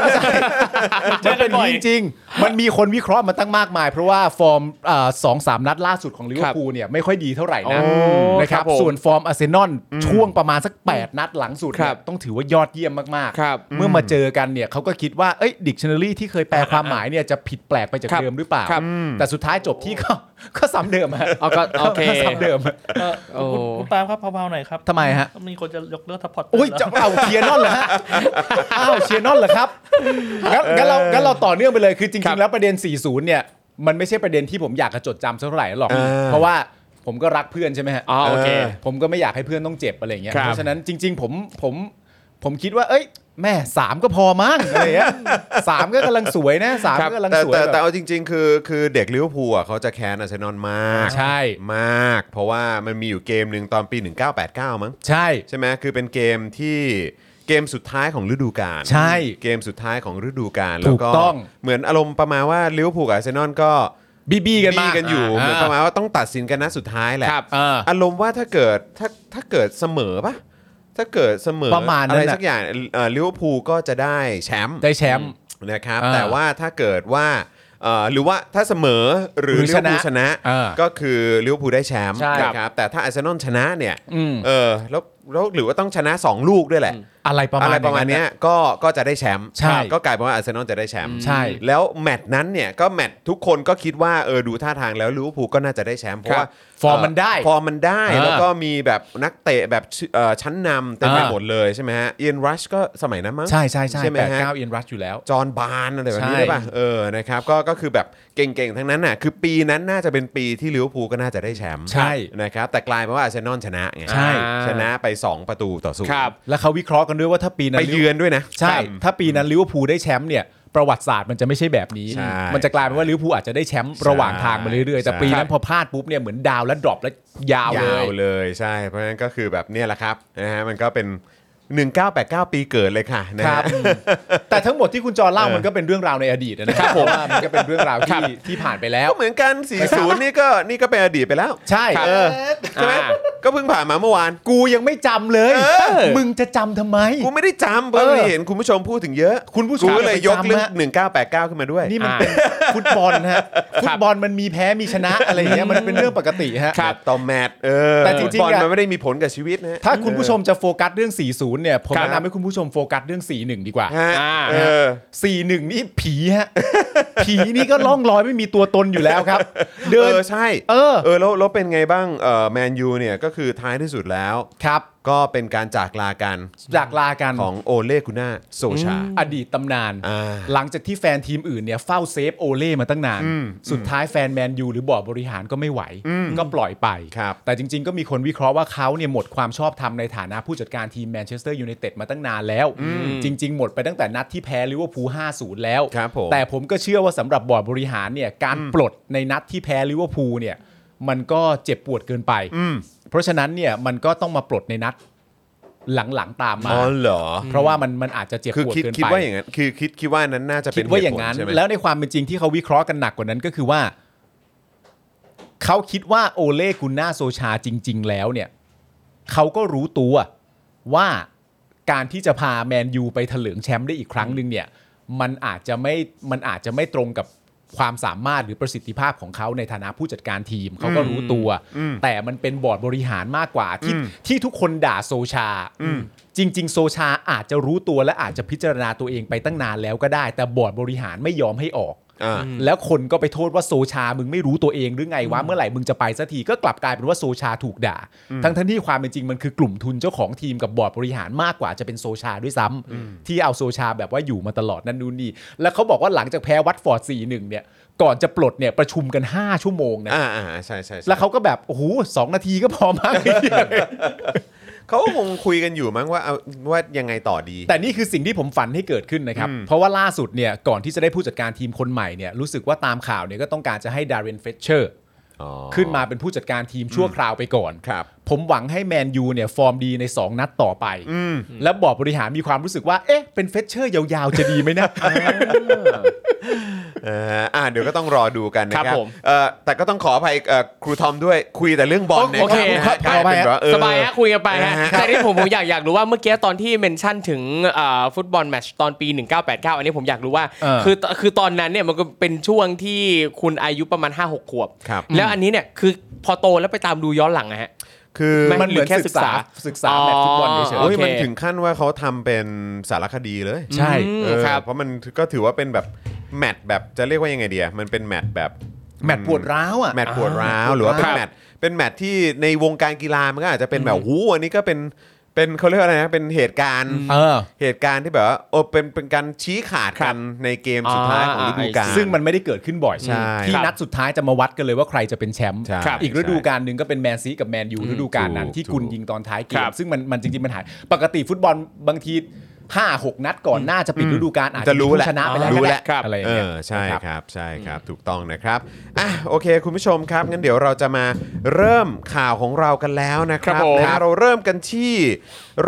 S2: มันเป็นอย่างนี้จริงๆมันมีคนวิเคราะห์มาตั้งมากมาย เพราะว่าฟอร์มเอ่อสองสามนัดล่าสุดของลิเวอร์พูลเนี่ยไม่ค่อยดีเท่าไหร่นะ
S3: โอ้
S2: นะครับ
S3: ครับผม
S2: ส่วนฟอร์มอาร์เซนอลช่วงประมาณสัก 8 นัดหลังสุด
S3: ค
S2: เนี่
S3: รั
S2: ย
S3: บ
S2: ต้องถือว่ายอดเยี่ยมมาก
S3: ครับ
S2: เมื่อมาเจอกันเนี่ยเขาก็คิดว่าเอ้ยดิกชันนารีที่เคยแปลความหมายเนี่ยจะผิดแปลกไปจาก
S3: ครับ
S2: เดิมหรือเปล่า
S3: ครับ
S2: แต่สุดท้ายจบที่ก็ [laughs] ก็ซ้ำเดิมอะ
S3: เอาก็โอเค
S2: ก็ซ้ำเดิม
S3: โอ้
S4: คุณคุณปาล์มครับเผาๆหน่อยครับ
S2: ทำไมฮะ
S4: มีคนจะยกเลิกทัพพอร์ต
S2: โอ้ยจะเอาเชียร์นอนเหรอฮะอ้าวเชียร์นอนเหรอครับงั้นงั้นเรางั้นเราต่อเนื่องไปเลยคือจ
S3: ค
S2: ริ
S3: รับ
S2: งๆแล้วประเด็น 40 เนี่ย มันไม่ใช่ประเด็นที่ผมอยากจะจดจำสักเท่าไหร่หรอก
S1: อ่า
S2: เพราะว่าผมก็รักเพื่อนใช่ไหมฮะ
S3: อ๋อโอเค
S2: ผมก็ไม่อยากให้เพื่อนต้องเจ็บอะไรอย่างเงี้ย
S3: ครับ
S2: เพราะฉะนั้นจริง ๆ ผมผมผมคิดว่า เอ้ย แม่สามก็พอมั้
S1: [laughs]
S2: งอะไรเงี้ยสามก็กำลังสวยนะสาม
S3: ครับ
S2: ก็กำลัง
S1: แต่
S2: สวย
S1: แต่
S2: แบบ
S1: แต่เอาจริง ๆ คือคือเด็กลิเวอร์พูลอ่ะเขาจะแค้นอาร์เซนอลมาก
S2: ใช่
S1: มาก เพราะว่ามันมีอยู่เกมหนึ่งตอนปี 1989 มั้ง
S2: ใช่
S1: ใช่ไหมคือเป็นเกมที่เกมสุดท้ายของฤดูกาล
S2: ใช่
S1: เกมสุดท้ายของฤดูกาล
S2: ถูกต้อง
S1: เหมือนอารมณ์ประมาณว่าลิเวอร์พูลกับอาร์เซนอลก็
S2: บีบีกันมา
S1: บี้กันอยู่เหมือนประมา
S2: มา
S1: ณว่าต้องตัดสินกันนะสุดท้ายแหละ
S3: ครับ
S2: อ่า
S1: อารมณ์ว่าถ้าเกิดถ้าถ้าเกิดเสมอปะถ้าเกิดเสมอ
S2: ประมาณ
S1: อะ
S2: นั้น
S1: ไร
S2: น่ะ
S1: สักอย่างเอ่อลิเวอร์พูลก็จะได้แชมป์
S2: ได้แชมป์
S1: นะครับ
S2: อ่า
S1: แต่ว่าถ้าเกิดว่าเอ่อหรือว่าถ้าเสมอหรือ
S2: ห
S1: ลิ
S2: รือ
S1: เวอร์พูล
S2: ชนะ
S1: ชนะ
S2: อ่า
S1: ก็คือลิเวอร์พูลได้แชมป์
S2: ใช่
S1: นะครับแต่ถ้าอาร์เซนอลชนะเนี่ย
S2: อืม
S1: เออแล้วแล้วหรือว่าต้องชนะ 2 ลูกด้วยแหละ
S2: อะไรประมาณ
S1: อะไรประมาณ
S2: อย่ง
S1: เนี้ยก็ก็จะได้แชมป์
S2: ใช่
S1: ก็กลายเป็นว่าอาร์เซนอลจะได้แชมป์
S2: ใช่
S1: แล้วแมตช์นั้นเนี่ยก็แมตช์ทุกคนก็คิดว่าเออดูท่าทางแล้วลิเวอร์พูลก็น่าจะได้แชมป์เพราะว่า
S2: ฟอร์มมันได้
S1: เฟอร์มมันได้
S2: เออ
S1: แล้วก็มีแบบนักเตะแบบชื่อเอ่อชั้นนำเต็มไป
S2: เออ
S1: หมดเลยใช่ไหมฮะเอียนรัชก็สมัยนั้นมั้ง
S2: ใช่ใช่ใช่
S1: ใช่ไหม
S2: แปด
S1: ฮะ
S2: เก้าเอ็นรัชอยู่แล้ว
S1: จอห์นบาร์นอะไรแบบนี้
S2: ใช่
S1: ได้ป่ะ เออ นะครับ ก็ ก็คือแบบเก่งๆ ทั้งนั้นน่ะ คือปีนั้นน่าจะเป็นปีที่ลิเวอร์พูลก็น่าจะได้แชมป์
S2: ใช่
S1: นะครับ แต่กลายเป็นว่าอาร์เซนอลชนะไง
S2: ใช่
S1: ชนะไป 2 ประตูต่อศูน
S3: ครับ
S1: ย์
S2: แล้วเขาวิเคราะห์กันด้วยว่าถ้าปีนั้น
S1: ไปเยือนด้วยนะ
S2: ใช่ ถ้าปีนั้นลิเวอร์พูลได้แชมป์เนี่ยประวัติศาสตร์มันจะไม่ใช่แบบนี้
S1: ใช่
S2: มันจะกลายเป็นว่าลิเวอร์พูลอาจจะได้แชมป์ระหว่างทางมาเรื่อยๆ แต่
S1: ใช่
S2: ปีนั้นพอพลาดปุ๊บเนี่ยเหมือนดาวและดรอปแล้วยาวเลย
S1: าย วเลย ใช่ เพราะฉะนั้นก็คือแบบเนี่ยแหละครับ นะฮะ มันก็เป็น 1989 ปีเกิดเลยค่ะนะ
S2: ค
S1: ฮะ
S2: รับ แต่ทั้งหมดที่คุณจอเล่ามันก็เป็นเรื่องราวในอดีตนะครับผมว่ามันก็เป็นเรื่องราวที่ที่ผ่านไปแล้ว
S1: ก็เหมือนกัน 40 นี่ก็ นี่ก็เป็นอดีตไปแล้ว
S2: ใช่
S1: เออ ใช่ไหม
S3: อ่า
S1: ก็เพิ่งผ่านมาเมื่อวาน
S2: กูยังไม่จำเลย
S1: เออ
S2: มึงจะจำทำไม
S1: กูไม่ได้จำเพิ่งเห็นคุณผู้ชมพูดถึงเยอะ
S2: คุณผู้ชม
S1: กูก็เลยยกเรื่อง
S2: อย่าไปจำฮะ
S1: 1989 ขึ้นมาด้วย
S2: นี่มันเป็นฟุตบอลฮะฟุตบอลมันมีแพ้มีชนะอะไรอย่างเงี้ยมันเป็นเรื่องปกติฮะ
S1: ครับต่อแมตช์เออ
S2: แต่จริงๆ
S1: บอล
S2: อะ
S1: มันไม่ได้มีผลกับชีวิตนะฮะ
S2: ถ้าคุณผู้ชมจะโฟกัสเรื่อง 40 เนี่ย ผม
S3: ครับ
S2: แนะนำให้คุณผู้ชมโฟกัสเรื่อง 41 ดีกว่า
S1: ฮะ
S3: อ่า
S1: เออ
S2: 41 นี่ผีฮะ ผีนี่ก็ล่องลอยไม่มีตัวตนอยู่แล้วครับ
S1: เอ
S2: เดิน
S1: อ ใช่
S2: เออ
S1: เออแล้วแล้วเป็นไงบ้างเออแมนยูเนี่ยก็คือท้ายที่สุดแล้ว
S2: ครับ
S1: ก็เป็นการจากลากัน
S2: จากลากัน
S1: ของโอเล่กุน่าโซชา
S2: อดีตตำนาน
S1: อ่า
S2: หลังจากที่แฟนทีมอื่นเนี่ยเฝ้าเซฟโอเล่มาตั้งนาน สุดท้ายแฟนแมนยูหรือบอร์ดบริหารก็ไม่ไหว ก็ปล่อยไป
S1: ครับ
S2: แต่จริง ๆ ก็มีคนวิเคราะห์ว่าเขาเนี่ยหมดความชอบธรรมในฐานะผู้จัดการทีมแมนเชสเตอร์ยูไนเต็ดมาตั้งนานแล้ว จริง ๆ หมดไปตั้งแต่นัดที่แพ้ลิเวอร์พูล50 แล้ว
S1: ครับผม
S2: แต่ผมก็เชื่อว่าสำหรับบอร์ดบริหารเนี่ยการปลดในนัดที่แพ้ลิเวอร์พูลเนี่ยมันก็เจ็บปวดเกินไป เพราะฉะนั้นเนี่ยมันก็ต้องมาปลดในนัดหลังๆตามมา
S1: อ๋อเหรอ
S2: เพราะว่ามันมันอาจจะเจ็บ
S1: คือ
S2: ปวด
S1: คิด
S2: เกินไป
S1: คิดว่าอย่างนั้นคือคิดคิดว่านั้นน่าจะเป็
S2: คิ
S1: น
S2: ดว่าอย่าง
S1: เหตุผล
S2: นั้น
S1: ใช่ไหม
S2: แล้วในความเป็นจริงที่เขาวิเคราะห์กันหนักกว่านั้นก็คือว่า เขาคิดว่าโอเล่กุนน่าโซชาจริง ๆ แล้วเนี่ย เขาก็รู้ตัวว่าการที่จะพาแมนยูไปเถลิงแชมป์ได้อีกครั้งหนึ่งเนี่ย มันอาจจะไม่มันอาจจะไม่ตรงกับความสามารถหรือประสิทธิภาพของเขาในฐานะผู้จัดการทีม เขาก็รู้ตัว แต่มันเป็นบอร์ดบริหารมากกว่าที่ที่ทุกคนด่าโซชา จริง ๆ โซชาอาจจะรู้ตัวและอาจจะพิจารณาตัวเองไปตั้งนานแล้วก็ได้ แต่บอร์ดบริหารไม่ยอมให้ออก
S1: อ่า
S2: แล้วคนก็ไปโทษว่าโซชา มึงไม่รู้ตัวเองหรือไงวะเมื่อไหร่มึงจะไปสักทีก็กลับกลายเป็นว่าโซชาถูกด่า ทั้งทั้งที่ความเป็นจริงมันคือกลุ่มทุนเจ้าของทีมกับบอร์ดบริหารมากกว่าจะเป็นโซชาด้วยซ้ำที่เอาโซชาแบบว่าอยู่มาตลอดนั่นนู่นนี่แล้วเขาบอกว่าหลังจากแพ้วัตฟอร์ด4-1เนี่ยก่อนจะปลดเนี่ยประชุมกัน 5 ชั่วโมงนะ
S1: อ่าอ่าใช่ใช่ใช่
S2: แล้วเขาก็แบบโอ้โหสองนาทีก็พอม [laughs] าก
S1: เขาก็คงคุยกันอยู่มั้งว่าเอาว่ายังไงต่อดี
S2: แต่นี่คือสิ่งที่ผมฝันให้เกิดขึ้นนะครับ
S1: อืม
S2: เพราะว่าล่าสุดเนี่ยก่อนที่จะได้ผู้จัดการทีมคนใหม่เนี่ยรู้สึกว่าตามข่าวเนี่ยก็ต้องการจะให้ดารินเฟเชอร์
S1: อ๋อ
S2: ขึ้นมาเป็นผู้จัดการทีมชั่วคราวไปก่อน
S1: ครับ
S2: ผมหวังให้แมนยูเนี่ยฟอร์มดีใน 2 นัดต่อไป
S1: อืม
S2: แล้วบอร์ดบริหารมีความรู้สึกว่า เอ๊ะ เป็นเฟชเชอร์ยาวๆ จะดีไหมนะ
S1: เอออ่าเดี๋ยวก็ต้องรอดูกันนะค
S3: ครั
S1: รับบ
S3: ผม
S1: เอ่อแต่ก็ต้องขออภัยเอ่อครูทอมด้วยคุยแต่เรื่องบอลนะ
S3: โอเค
S1: ครับนะฮะ
S2: ขออภัย
S1: กลเป็น
S2: ครับ
S1: ว่าเออ
S3: สบายฮะคุยกันไปฮะ
S1: นะฮะ
S3: แต่ที่ผมผมอยากอยากรู้ว่าเมื่อกี้ตอนที่เมนชั่นถึงเอ่อฟุตบอลแมตช์ตอนปี 1989 อันนี้ผมอยากรู้ว่า
S2: เออ
S3: คือคือตอนนั้นเนี่ยมันก็เป็นช่วงที่คุณอายุประมาณ 5-6 ขวบ
S1: ครับ
S3: แล้วอันนี้เนี่ยคือพอโตแล้วไปตามดูย้อนหลังอะฮะ
S1: คือ
S3: ไม่
S2: มันเหมือน
S3: แค่
S2: ศึ
S3: ศึ
S2: ก
S3: กษา
S2: ษาศึกษาแบบฟุตบอลเฉย
S1: โอ้ย
S3: โอเค
S1: มันถึงขั้นว่าเขาทำเป็นสารคดีเลย
S2: ๆใช่
S3: อืม
S1: เออ
S3: ครับ
S1: เพราะมันก็ถือว่าเป็นแบบแมตช์แบบจะเรียกว่ายังไงเดียมันเป็นแมตช์แบบ
S2: แมตช์ปวดร้าวอ่ะ
S1: แมตช์ปวดร้าวหรือว่าเป็น
S3: ครับ
S1: แมตช์เป็นแมตช์ที่ในวงการกีฬามันก็อาจจะเป็นแบบหูอันนี้ก็เป็นเป็นเขาเรียกว่าอะไรนะเป็นเหตุการณ์
S2: เออ
S1: เหตุการณ์ที่แบบว่าโอ้เป็นเป็นการชี้ขาดกันในเกมสุดท้ายของฤดูกาล
S2: ซึ่งมันไม่ได้เกิดขึ้นบ่อย
S1: ใช่
S2: ที่
S3: ครับ
S2: นัดสุดท้ายจะมาวัดกันเลยว่าใครจะเป็นแชมป์
S1: ใช่
S2: ครับอีกฤดูกาลหนึ่งก็เป็นแมนซีกับแมนยูฤดูกาลนั้น
S1: ถูก
S2: ที่กุน
S1: ถูก
S2: ยิงตอนท้ายเก
S3: ค
S2: ม
S3: รับ
S2: ซึ่งมันมันจริงๆมันหาย ปกติฟุตบอลบางทีห้าหกนัดก่อนหน้าจะปิดฤดูกาลอาจ
S1: จะ
S2: จะ
S1: รู้
S2: มีผู้
S1: แหละ
S2: ชนะไปแล้ว
S3: รู้
S2: ก็
S3: แห
S2: ได้
S3: ละครับ
S2: อะไรอย่า
S1: เอง
S2: เงี้ย
S1: อใช่
S2: นะครับ
S1: ครับใช่ครับถูกต้องนะครับอ่ะโอเค คุณผู้ชมครับงั้นเดี๋ยวเราจะมาเริ่มข่าวของเรากันแล้วนะครั
S3: ครับ บผม
S1: นะเราเริ่มกันที่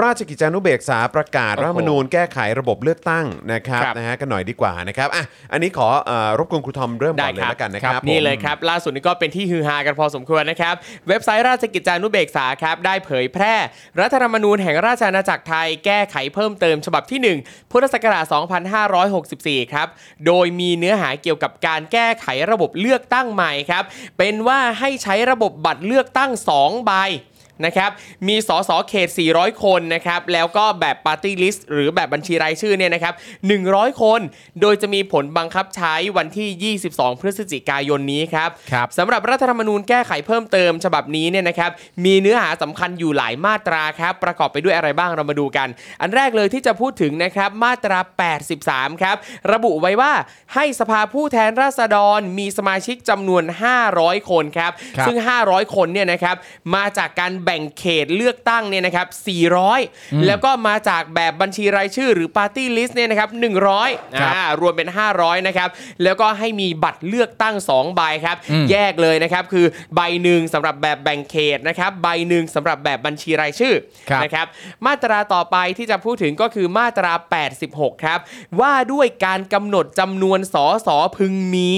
S1: ราชกิจจานุเบกษาประกาศรัฐธรรมนูญแก้ไขระบบเลือกตั้งนะครับ
S3: ครับ
S1: นะฮะกันหน่อยดีกว่านะครับอ่ะอันนี้ขอเอ่อรบกวนครูทอมเริ่มก่อนเลยแล้วกันนะครับผม
S3: นี่เลยครับ ล่าสุดนี้ก็เป็นที่ฮือฮากันพอสมควรนะครับ เว็บไซต์ราชกิจจานุเบกษาครับ ได้เผยแพร่ รัฐธรรมนูญแห่งราชอาณาจักรไทยแก้ไขเพิ่มเติมฉบับที่ 1 พุทธศักราช 2564 ครับ โดยมีเนื้อหาเกี่ยวกับการแก้ไขระบบเลือกตั้งใหม่ครับ เป็นว่าให้ใช้ระบบบัตรเลือกตั้ง 2 ใบ นะครับมีสสเขต 400 คนนะครับแล้วก็แบบปาร์ตี้ลิสต์หรือแบบบัญชีรายชื่อเนี่ยนะครับ 100 คน โดยจะมีผลบังคับใช้วันที่ 22 พฤศจิกายนนี้ครับ
S2: ครับ
S3: สำหรับรัฐธรรมนูญแก้ไขเพิ่มเติมฉบับนี้เนี่ยนะครับมีเนื้อหาสำคัญอยู่หลายมาตราครับ ประกอบไปด้วยอะไรบ้างเรามาดูกัน อันแรกเลยที่จะพูดถึงนะครับมาตรา 83 ครับ ระบุไว้ว่าให้สภาผู้แทนราษฎรมีสมาชิกจำนวน 500 คนครับ
S2: ครับ
S3: ซึ่ง 500 คนเนี่ยนะครับมาจากการแบ่งเขตเลือกตั้งเนี่ยนะครับ 400 แล้วก็มาจากแบบบัญชีรายชื่อหรือปาร์ตี้ลิสต์เนี่ยนะครับ 100
S2: ครับ
S3: อ่ารวมเป็น 500 นะครับ แล้วก็ให้มีบัตรเลือกตั้ง 2 ใบครับ
S2: อืม
S3: แยกเลยนะครับ คือใบหนึ่งสำหรับแบบแบ่งเขตนะครับ ใบหนึ่งสำหรับแบบบัญชีรายชื่อ
S2: ครับ
S3: นะครับมาตราต่อไปที่จะพูดถึงก็คือมาตรา 86 ครับ ว่าด้วยการกำหนดจำนวนสอสอพึงมี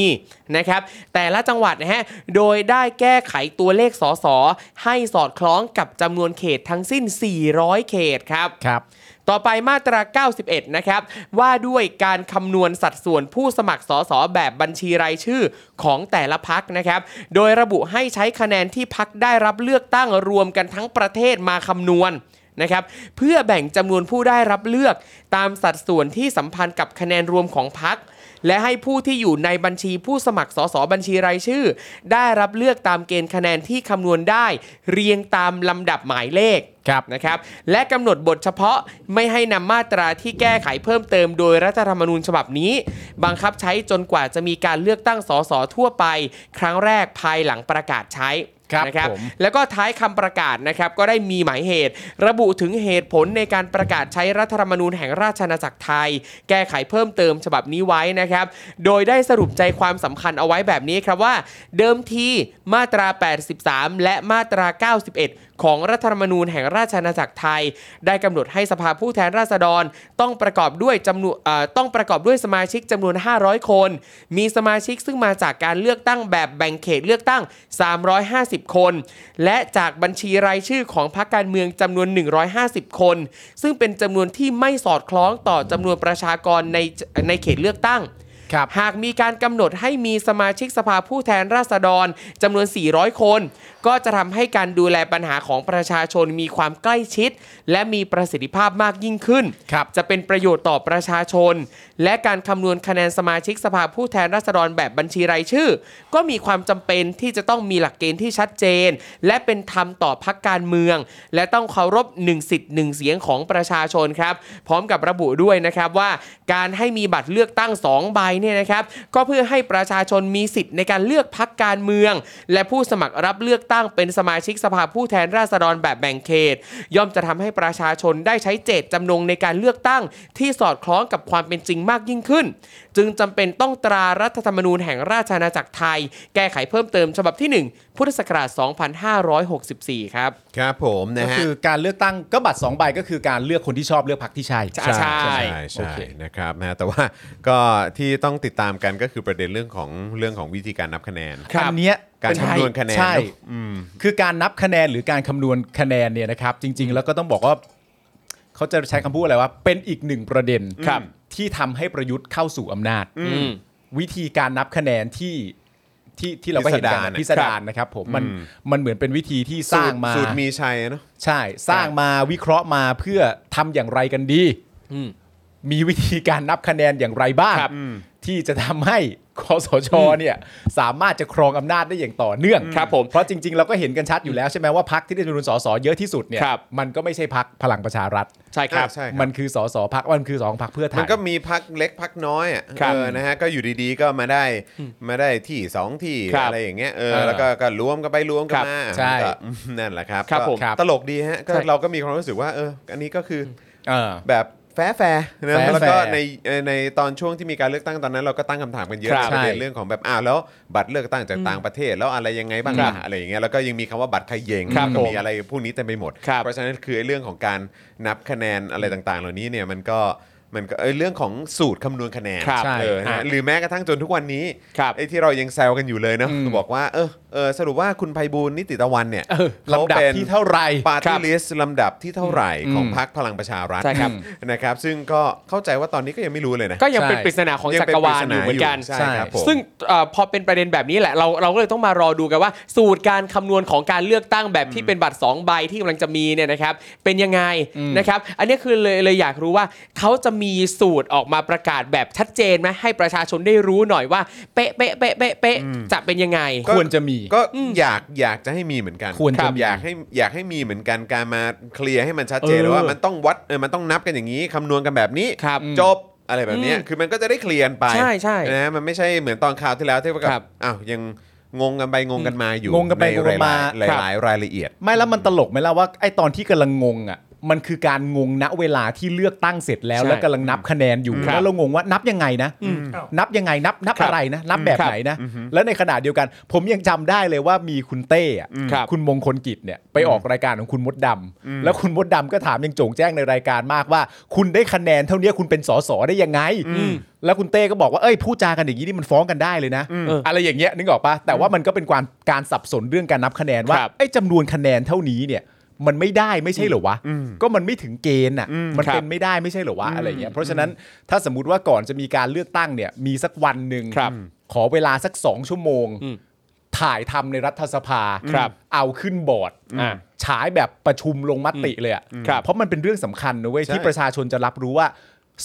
S3: นะครับแต่ละจังหวัดนะฮะโดยได้แก้ไขตัวเลขสอสอให้สอดคล้องกับจำนวนเขตทั้งสิ้น 400 เขตครับ
S2: ครับ
S3: ต่อไปมาตรา 91 นะครับ ว่าด้วยการคำนวณสัดส่วนผู้สมัครสสแบบบัญชีรายชื่อของแต่ละพักนะครับ โดยระบุให้ใช้คะแนนที่พักได้รับเลือกตั้งรวมกันทั้งประเทศมาคำนวณนะครับ เพื่อแบ่งจำนวนผู้ได้รับเลือก ตามสัดส่วนที่สัมพันธ์กับคะแนนรวมของพัก และให้ผู้ที่อยู่ในบัญชีผู้สมัครสสบัญชีรายชื่อ ได้รับเลือกตามเกณฑ์คะแนนที่คำนวณได้ เรียงตามลำดับหมายเลข
S2: ครับ
S3: นะครับและกำหนดบทเฉพาะไม่ให้นำมาตราที่แก้ไขเพิ่มเติมโดยรัฐธรรมนูญฉบับนี้ บังคับใช้จนกว่าจะมีการเลือกตั้งสสทั่วไป ครั้งแรกภายหลังประกาศใช้
S2: ครับ
S3: นะครับ
S2: ผม
S3: แล้วก็ท้ายคำประกาศนะครับก็ได้มีหมายเหตุ ระบุถึงเหตุผลในการประกาศใช้รัฐธรรมนูญแห่งราชอาณาจักรไทย แก้ไขเพิ่มเติมฉบับนี้ไว้นะครับ โดยได้สรุปใจความสำคัญเอาไว้แบบนี้ครับว่า เดิมทีมาตรา 83 และมาตรา 91 ของรัฐธรรมนูญแห่งราชอาณาจักรไทย ได้กำหนดให้สภาผู้แทนราษฎร ต้องประกอบด้วยจำนวนเอ่อต้องประกอบด้วยสมาชิกจำนวน 500 คน มีสมาชิกซึ่งมาจากการเลือกตั้งแบบแบ่งเขตเลือกตั้ง 350 คน และจากบัญชีรายชื่อของพรรคการเมืองจำนวน 150 คน ซึ่งเป็นจำนวนที่ไม่สอดคล้องต่อจำนวนประชากรในในเขตเลือกตั้ง
S2: ครับ
S3: หากมีการกำหนดให้มีสมาชิกสภาผู้แทนราษฎรจำนวน 400 คน ก็จะทำให้การดูแลปัญหาของประชาชนมีความใกล้ชิด และมีประสิทธิภาพมากยิ่งขึ้น
S2: ครับ
S3: จะเป็นประโยชน์ต่อประชาชน และการคำนวณคะแนนสมาชิกสภาผู้แทนราษฎรแบบบัญชีรายชื่อ ก็มีความจำเป็นที่จะต้องมีหลักเกณฑ์ที่ชัดเจน และเป็นธรรมต่อพักการเมือง และต้องเคารพหนึ่งสิทธิ์หนึ่งเสียงของประชาชนครับ พร้อมกับระบุด้วยนะครับว่าการให้มีบัตรเลือกตั้ง 2 ใบเนี่ยนะครับก็เพื่อให้ประชาชนมีสิทธิ์ในการเลือกพักการเมือง และผู้สมัครรับเลือกตั้งเป็นสมาชิกสภาผู้แทนราษฎรแบบแบ่งเขต ย่อมจะทำให้ประชาชนได้ใช้เจตจำนงในการเลือกตั้ง ที่สอดคล้องกับความเป็นจริงมากยิ่งขึ้น จึงจำเป็นต้องตรารัฐธรรมนูญแห่งราชอาณาจักรไทย แก้ไขเพิ่มเติมฉบับทีหนึ่1 พุทธศักราช 2564 ครับ
S1: ครับผมนะ
S2: ก็
S1: ฮะ
S2: คือการเลือกตั้งก็บัตรสองใบก็คือการเลือกคนที่ชอบเลือกพรรคที่ใช่
S3: ใช่
S1: ใช่
S2: โอ
S1: ใช่
S2: เค
S1: นะครับนะแต่ว่าก็ที่ต้องติดตามกันก็คือประเด็นเรื่องของเรื่องของวิธีการนับคะแนน
S3: ครับ
S2: อันเนี้ย
S1: การคำนวณคะแนน
S2: ใช่
S1: เนอะอืม
S2: คือการนับคะแนนหรือการคำนวณคะแนนเนี่ยนะครับ จริง ๆ แล้วก็ต้องบอกว่าเขาจะใช้คำพูดอะไรว่าเป็นอีกหนึ่งประเด็น
S1: ครับ
S2: ที่ทำให้ประยุทธ์เข้าสู่อำนาจ
S3: อืม
S2: วิธีการนับคะแนนที่ที่ที่เราก็เห็นกันนะ
S1: พิ
S2: พิ
S1: ส
S2: ส
S1: ดาร
S2: ดารนะครับ ผมมันมันเหมือนเป็นวิธีที่สร้างมา
S1: สูตรมีชัยเนาะ
S2: ใช่สร้างมาวิเคราะห์มาเพื่อทำอย่างไรกันดี
S3: อืม
S2: มีวิธีการนับคะแนนอย่างไรบ้าง
S3: ครับ
S2: ที่จะทำให้คอสชเนี่ยสามารถจะครองอำนาจได้อย่างต่อเนื่อง
S3: ครับผม
S2: เพราะจริง ๆ เราก็เห็นกันชัดอยู่แล้วใช่ไหมว่าพักที่ได้จำนวนสสเยอะที่สุดเนี่ย
S3: ครับ
S2: มันก็ไม่ใช่พักพลังประชารัฐ
S3: ใช่ครับ
S1: อ่าใช่ ครับ
S2: มันคือสสพักมันคือสองพักเพื่อไท
S1: มัน
S2: ย
S1: ก็มีพักเล็กพักน้อยอะ
S3: ครับ
S1: เออนะฮะก็อยู่ดีๆก็มาได้มาได้ที่ 2 ที่
S3: ครับ
S1: อะไรอย่างเงี้ยเออ
S2: เออ
S1: แล้วก็ก็รวมกันไปรวมกันมา
S2: ใช่
S1: ก็อืมนั่นแหละครับ
S3: ครับ
S1: ก็
S3: ผม
S1: ตลกดีฮะก็
S3: ใช่
S1: เราก็มีความรู้สึกว่าเอออันนี้ก็คือ
S2: เออ
S1: แบบแฟร์แฟร์นะ
S2: แฟร์
S1: แล้วก็
S2: แฟร์
S1: ในเอ่อในตอนช่วงที่มีการเลือกตั้งตอนนั้นเราก็ตั้งคำถามกันเยอะ
S2: ครับ
S1: ประเด็น
S2: ใช่
S1: เรื่องของแบบอ้าวแล้วบัตรเลือกตั้งจากต่างประเทศแล้วอะไรยังไงบ้าง
S2: ครั
S1: ล่ะ
S2: บ
S1: อะไรอย่างเงี้ยแล้วก็ยังมีคำว่าบัตรเขยง
S3: ครับ
S1: ก็มี
S3: ผม
S1: อะไรพวกนี้เต็มไปหมด
S3: ครับ
S1: เพราะฉะนั้นคือไอ้เรื่องของการนับคะแนนอะไรต่างๆ เหล่านี้เนี่ยมันก็มันก็เอ้ยเรื่องของสูตรคำนวณคะแนน
S3: ครับ
S2: ใช่
S1: เออนะฮะหรือแม้กระทั่งจนทุกวันนี้
S3: ครับ
S1: ไอ้ที่เรายังแซวกันอยู่เลยเนาะ
S2: อืม
S1: บอกว่าเออเออสรุปว่าคุณไพบูลย์นิติตะวันเนี่ย
S2: เออ
S1: เขา
S2: ลำดับ
S1: เป็น
S2: ที่เท่าไหร่
S1: ปาร์
S3: ครั
S1: ตี้
S3: บ
S1: ลิสต์ลำดับที่เท่าไหร่
S2: อืม
S1: ของพรรคพลังประชารัฐ
S3: ใช่ครับ
S1: นะครับ ซึ่งก็เข้าใจว่าตอนนี้ก็ยังไม่รู้เลยนะ
S3: ก็ยังเป็น
S2: ใช่
S3: ปริศนาของ
S1: ยั
S3: จัก
S1: ป็
S3: รวา
S1: ป
S3: ล
S1: ศ
S3: อยู่เหมือนกัน
S1: ใช่ครับผม
S3: ซึ่งเออพอเป็นประเด็นแบบนี้แหละเราเราก็เลยต้องมารอดูกันว่า สูตรการคำนวณของการเลือกตั้งแบบที่เป็นบัตร 2 ใบที่กำลังจะมีเนี่ยนะครับเป็นยังไงนะครับอันนี้คือเลยเลยอยากรู้ว่าเขาจะมีสูตรออกมาประกาศแบบชัดเจนไหมให้ประชาชนได้รู้หน่อยว่าเป๊ะเป๊ะเป๊ะเป๊ะเป๊ะจะเป็นยังไง
S1: ก็
S2: ควรจะมี
S1: ก็อยากอยากจะให้มีเหมือนกัน
S2: ควรจะ
S1: ครับ
S2: มี
S1: อยากให้อยากให้มีเหมือนกันการมาเคลียร์ให้มันชัดเจน
S2: เออ
S1: เลยว่ามันต้องวัดเออมันต้องนับกันอย่างนี้คำนวณกันแบบนี้
S3: ครับ
S1: จบอะไรแบบเนี้ย
S3: อืม
S1: คือมันก็จะได้เคลียร์ไป
S3: ใช่ใช่
S1: นะมันไม่ใช่เหมือนตอนข่าวที่แล้วที่ว่า
S3: ครับ
S1: อ้าวยังงงกันไปงงกันมาอยู่
S2: งงกันไป
S1: ใ
S2: งงกันมา
S1: หลยๆหลายๆรายละเอียด
S2: ไม่แล้วมันตลกไหมล่ะว่าไอตอนที่กำลังงงอ่ะมันคือการงงณเวลาที่เลือกตั้งเสร็จแล้ว
S3: ใช่
S2: แล้วกำลังนับคะแนนอยู่
S3: ครับ
S2: แล้วเรางงว่านับยังไงนะ
S4: อ้าว
S2: นับยังไงนับนับ
S3: ครับ
S2: อะไรนะ นับแบบ
S3: ครับ
S2: ไหนนะ แล้วในขณะเดียวกัน ผมยังจำได้เลยว่ามีคุณเต้อะ
S3: ครับ
S2: คุณมงคลกิจเนี่ยไปออกรายการของคุณมดดำแล้วคุณมดดำก็ถามอยังโจงแจ้งในรายการมากว่า คุณได้คะแนนเท่าเนี้ยคุณเป็นสสได้ยังไง แล้วคุณเต้ก็บอกว่าเอ้ยพูดจากันอย่างนี้นี่มันฟ้องกันได้เลยนะ
S3: เอออ
S2: อะไรอย่างเงี้ยนึกออกปะแต่ว่ามันก็เป็นการการสับสนเรื่องการนับคะแนนว่า
S3: ครับ
S2: ไอ้จำนวนคะแนนเท่านี้เนี่ย มันไม่ได้ไม่ใช่เหรอวะก็มันไม่ถึงเกณฑ์อ่ะมัน
S3: ครับ
S2: เป็น ไม่ได้ไม่ใช่เหรอวะอะไรเงี้ยเพราะฉะนั้นถ้าสมมติว่าก่อนจะมีการเลือกตั้งเนี่ยมีสักวันหนึ่ง
S3: ครับ
S2: ขอเวลาสักสองชั่วโมง
S3: อืม
S2: ถ่ายทำในรัฐสภา
S3: ครับ
S2: เอาขึ้นบอร์ด
S3: อ่า
S2: ฉายแบบประชุมลงมติเลยอะ
S3: ครับ
S2: เพราะมันเป็นเรื่องสำคัญนะเว้ย
S1: ใช่
S2: ที่ประชาชนจะรับรู้ว่า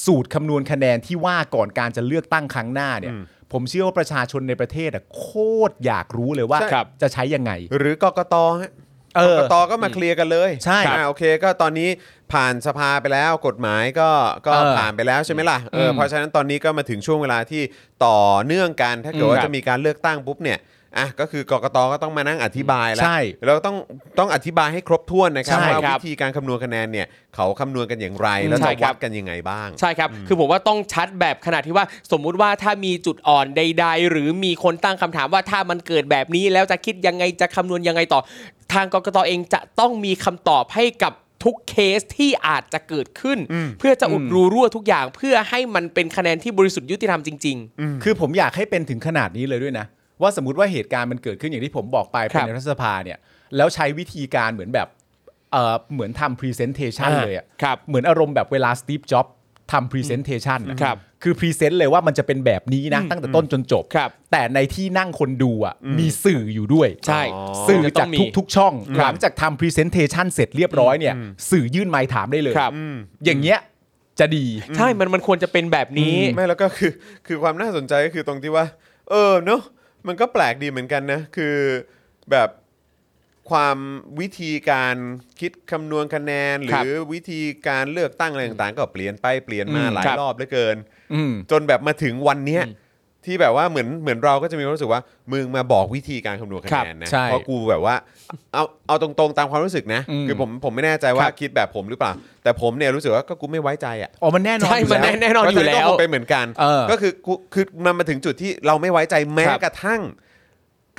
S2: สูตรคำนวณคะแนนที่ว่าก่อนการจะเลือกตั้งครั้งหน้าเนี่ย ผมเชื่อว่าประชาชนในประเทศอะโคตรอยากรู้เลยว่า
S3: ใช่ครับ
S2: จะใช้ยังไง
S1: หรือกกตฮะ
S2: เอก อก
S1: ตก็มาเคลียร์กันเลย
S2: ใช่
S1: อ่าโอเค ก็ตอนนี้ผ่านสภาไปแล้วกฎหมายก็ก็
S2: เออ
S1: ผ่านไปแล้วใช่ไหมล่ะเอออ
S2: ม
S1: เพราะฉะนั้นตอนนี้ก็มาถึงช่วงเวลาที่ต่อเนื่องกันถ้าเกิด
S2: อืม
S1: ว่า
S2: ครับ
S1: จะมีการเลือกตั้งปุ๊บเนี่ยอ่ะก็คือกกตก็ต้องมานั่งอธิบายแล้ว
S2: ใช่
S1: เราต้องต้องอธิบายให้ครบถ้วนนะครับ
S2: ใช่
S1: ว่า
S3: ครั
S1: วิ
S3: บ
S1: ธีการคำนวณคะแนนเนี่ยเขาคำนวณกันอย่างไรแล้ว
S3: ใช่
S1: จะ
S3: ครั
S1: วั
S3: บ
S1: ดกันยังไงบ้าง
S3: ใช่ครับ คือผมว่าต้องชัดแบบขนาดที่ว่าสมมุติว่าถ้ามีจุดอ่อนใด ๆ หรือมีคนตั้งคำถามว่าถ้ามันเกิดแบบนี้แล้วจะคิดยังไงจะคำนวณยังไงต่อ ทางกกตเองจะต้องมีคำตอบให้กับทุกเคสที่อาจจะเกิดขึ้น เพื่อจะอุดรูรั่วทุกอย่าง เพื่อให้มันเป็นคะแนนที่บริสุทธิ์ยุติธรรมจริง
S2: คือผมอยากให้เป็นถึงขนาดนี้เลยด้วยนะ ว่าสมมติว่าเหตุการณ์มันเกิดขึ้นอย่างที่ผมบอกไป
S3: ครั
S2: เป็น
S3: บ
S2: ในรัฐสภาเนี่ยแล้วใช้วิธีการเหมือนแบบเอ่อเหมือนทำพรีเซนเทชัน
S3: อ่า
S2: เลยอะ
S3: ครับ
S2: เหมือนอารมณ์แบบเวลาสตีฟจ็อบ ทำพรีเซนเทชัน
S3: ครับ
S2: คือพรีเซนต์เลยว่ามันจะเป็นแบบนี้นะ ตั้งแต่ต้นจนจบ
S3: ครับ
S2: แต่ในที่นั่งคนดูอ่ะมีสื่ออยู่ด้วย
S3: ใช่
S1: อ๋อ
S2: สื่อ
S3: จะต้
S2: จาง ก
S3: มี
S2: ทุกๆช่อง
S3: ค
S2: ห
S3: รับ
S2: ลังจากทำพรีเซนเทชันเสร็จเรียบร้อยเนี่ย สื่อยื่นไมค์ถามได้เลย
S3: ครับ
S1: อืม
S2: อย่างเงี้ยจะดี
S3: ใช่มันมันควรจะเป็นแบบนี้
S1: ไม่แล้วก็คือคือความน่าสนใจก็คือตรงที่ว่า เออเนอะมันก็แปลกดีเหมือนกันนะ คือแบบความวิธีการคิดคำนวณคะแนน ห
S3: ครับ
S1: รือวิธีการเลือกตั้งอะไรต่างๆ ก็เปลี่ยนไปเปลี่ยนมา
S2: อืม
S1: หลาย
S3: ครับ
S1: รอบเหลือเกิน
S2: อืม
S1: จนแบบมาถึงวันเนี้ยที่แบบว่าเหมือนเหมือนเราก็จะมีความรู้สึกว่า มึงมาบอกวิธีการคำนวณคะแนนนะครับ
S2: ใช่
S1: เพราะกูแบบว่าเอาเอาตรงๆตามความรู้สึกนะ
S2: อืม
S1: คือผมผมไม่แน่ใจว่า
S2: ครับ
S1: คิดแบบผมหรือเปล่า แต่ผมเนี่ยรู้สึกว่าก็กูไม่ไว้ใจอ่ะ
S2: อ๋อมันแน่นอน
S3: ใช่
S2: อยู่
S3: มัน
S2: แล้ว
S3: แน่แน่นอนอยู่แล้ว
S1: ก็คงเป็นเหมือนกัน
S2: เออ
S1: ก็คือกูคือมันมาถึงจุดที่เราไม่ไว้ใจแม้
S2: ครับ
S1: กระทั่ง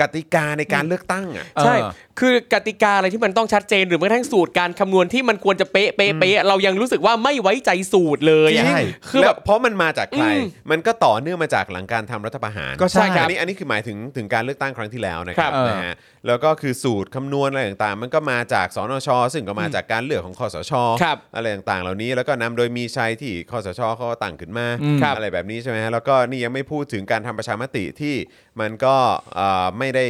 S1: กติกาในการเลือกตั้งอ่ะ
S2: เออ
S3: ใช่ คือกติกาอะไรที่มันต้องชัดเจนหรือแม้กระทั่งสูตรการคำนวณที่มันควรจะเป๊ะเป๊ะเป๊ะเรายังรู้สึกว่าไม่ไว้ใจสูตรเลยอะ
S2: จริง
S3: คือ
S1: แบ
S3: แบบ บ
S1: เพราะมันมาจากใคร
S3: อืม
S1: มันก็ต่อเนื่องมาจากหลังการทำรัฐประหาร
S2: ก็ใช่ครั
S1: อั
S2: บ
S1: นนี้อันนี้คือหมายถึงถึงการเลือกตั้งครั้งที่แล้วนะครั
S3: ครับ บ
S1: นะฮะแล้วก็คือสูตรคำนวณอะไรต่างๆ มันก็มาจากสนช ซึ่งก็มาจากการเลือกของคอสช
S3: ครับ
S1: อะไรต่างๆ เหล่านี้แล้วก็นำโดยมีชัยที่คอสชเขาตั้งขึ้นมา
S2: อืมครับ
S1: อะไรแบบนี้ใช่ไหมฮะแล้วก็นี่ยังไม่พูดถึงการทำประชามติที่มันก็เอ่อไม่ได้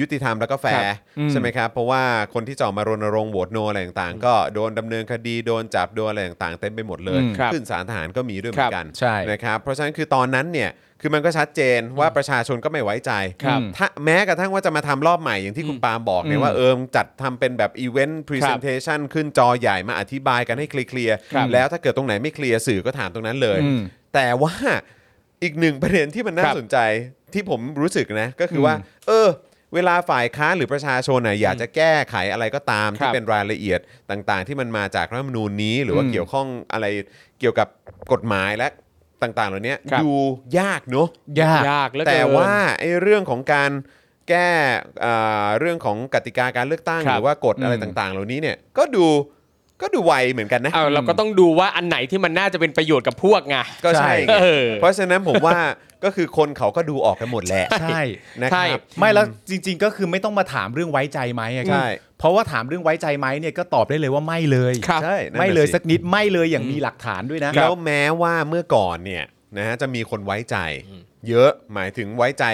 S1: ยุติธรรมแล้วก็แฟ
S3: ครับ
S1: ร์ใช่ไหมครับเพราะว่าคนที่จะออกมารณรงค์โหวตโนอะไรต่างๆ ก็โดนดำเนินคดีโดนจับโดนอะไรต่างๆเต็มไปหมดเลย
S2: อืม
S3: ครับ
S1: ขึ้นศาลทหารก็มีด้วย ด้วยเหมือนกัน
S2: ครับใช่
S1: นะครับเพราะฉะนั้นคือตอนนั้นเนี่ยคือมันก็ชัดเจนว่าประชาชนก็ไม่ไว้ใจ
S2: ครับ
S1: ถ้าแม้กระทั่งว่าจะมาทำรอบใหม่อย่างที่คุณปาล์มบอกเนี่ย
S2: อืม
S1: ว่าเออจัดทำเป็นแบบอีเวนต์พรีเซนเทชันขึ้นจอใหญ่มาอธิบายกันให้เคลียร์ๆ
S3: ครับ
S1: แล้วถ้าเกิดตรงไหนไม่เคลียร์สื่อก็ถามตรงนั้นเลย
S2: อืม
S1: แต่ว่าอีกหนึ่งประเด็นที่มันน่า
S3: ครับ
S1: สนใจที่ผมรู้สึกนะก็คือว่า
S2: อืม
S1: เออ เวลาฝ่ายค้านหรือประชาชนน่ะอยากจะแก้ไขอะไรก็ตาม
S3: ครั
S1: ที่
S3: บ
S1: เป็นรายละเอียดต่างๆ ที่มันมาจากรัฐธรรมนูญนี้หรือว่า
S2: อืม
S1: เกี่ยวข้องอะไรเกี่ยวกับกฎหมายและต่างๆ เหล่านี้
S3: ครับ
S1: ดูยากเนอะ
S2: ยาก
S3: ยากเหลือเกิน
S1: แต่ว่าไอ้เรื่องของการแก้เอ่อเรื่องของกติกาการเลือกตั้ง
S3: ครั
S1: ห
S3: บ
S1: รือว่ากฎอะไร
S2: อืม
S1: ต่างๆ เหล่านี้เนี่ยก็ดูก็ดูไวเหมือนกันนะ
S3: เอาเราก็ต้องดูว่าอันไหนที่มันน่าจะเป็นประโยชน์กับพวกไง
S1: ก็ใช่ไง
S3: เออ
S1: เพราะฉะนั้นผมว่า ก็คือคนเขาก็ดูออกกันหมดแหละ
S2: ใช่
S1: นะค
S3: ใช่
S1: รับ
S2: ไม่แล้วจริง ๆ ก็คือไม่ต้องมาถามเรื่องไว้ใจไหมอะครับ
S1: ใช่
S2: เพราะว่าถามเรื่องไว้ใจไหมเนี่ยก็ตอบได้เลยว่าไม่เลย
S3: ครับ
S1: ใช่นั่นน่ะ
S2: ไม่เลย
S1: สิ
S2: สักนิดไม่เลยอย่างมีหลักฐานด้วยนะ
S1: แล้วแม้ว่าเมื่อก่อนเนี่ยนะฮะจะมีคนไว้ใจ เยอะหมายถึงไว้ใจ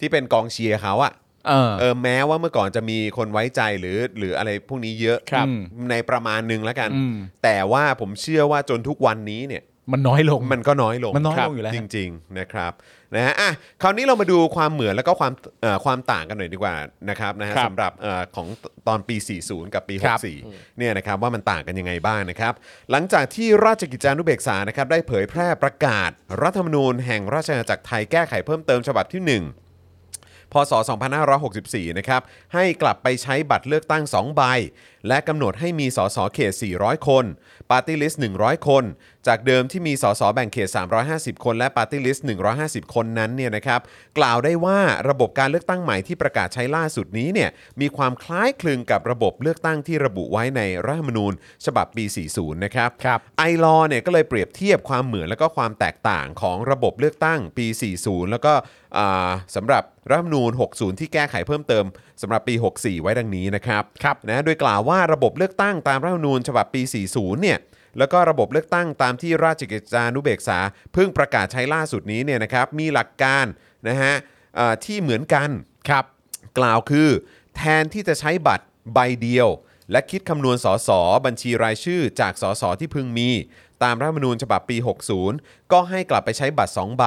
S1: ที่เป็นกองเชียร์เขาอะ
S2: เออ
S1: เออแม้ว่าเมื่อก่อนจะมีคนไว้ใจหรือหรืออะไรพวกนี้เยอะ
S2: ครับ
S1: ในประมาณหนึงแล้วกัน
S2: อืม
S1: แต่ว่าผมเชื่อว่าจนทุกวันนี้เนี่ย
S2: มันน้อยลง
S1: มันก็น้อยลง
S2: มันน้อยลง
S1: ครับ
S2: อยู่แล้ว
S1: จริง ๆนะครับนะฮะอ่ะคราวนี้เรามาดูความเหมือนแล้วก็ความเอ่อความต่างกันหน่อยดีกว่านะครับนะฮะ
S3: ครับ
S1: สำหรับเอ่อของตอนปี 40 กับปี
S2: ครับ
S1: 64เนี่ยนะครับว่ามันต่างกันยังไงบ้างนะครับ หลังจากที่ราชกิจจานุเบกษานะครับได้เผยแพร่ประกาศรัฐธรรมนูญแห่งราชอาณาจักรไทยแก้ไขเพิ่มเติมฉบับที่หนึ่ง พศ 2564 นะครับ ให้กลับไปใช้บัตรเลือกตั้ง 2 ใบ และกำหนดให้มีสสเขต 400 คน ปาร์ตี้ลิสต์ 100 คน จากเดิมที่มีสสแบ่งเขต 350 คน และปาร์ตี้ลิสต์ 150 คนนั้นเนี่ยนะครับ กล่าวได้ว่าระบบการเลือกตั้งใหม่ที่ประกาศใช้ล่าสุดนี้เนี่ย มีความคล้ายคลึงกับระบบเลือกตั้งที่ระบุไว้ในรัฐธรรมนูญ ฉบับปี 40 นะครับ
S2: ครับ
S1: ไอลอเนี่ยก็เลยเปรียบเทียบความเหมือนและก็ความแตกต่างของระบบเลือกตั้งปี 40 แล้วก็อ่าสำหรับรัฐธรรมนูญ 60 ที่แก้ไขเพิ่มเติมสำหรับปี 64 ไว้ดังนี้นะครับ
S2: ครับ
S1: นะโดยกล่าวว่าระบบเลือกตั้งตามรัฐธรรมนูญฉบับปี 40 เนี่ยแล้วก็ระบบเลือกตั้งตามที่ราชกิจจานุเบกษาเพิ่งประกาศใช้ล่าสุดนี้เนี่ยนะครับมีหลักการนะฮะอ่าที่เหมือนกัน
S2: ครับ
S1: กล่าวคือแทนที่จะใช้บัตรใบเดียว และคิดคำนวณสสบัญชีรายชื่อจากสสที่พึงมี ตามรัฐธรรมนูญฉบับปี 60 ก็ให้กลับไปใช้บัตร 2 ใบ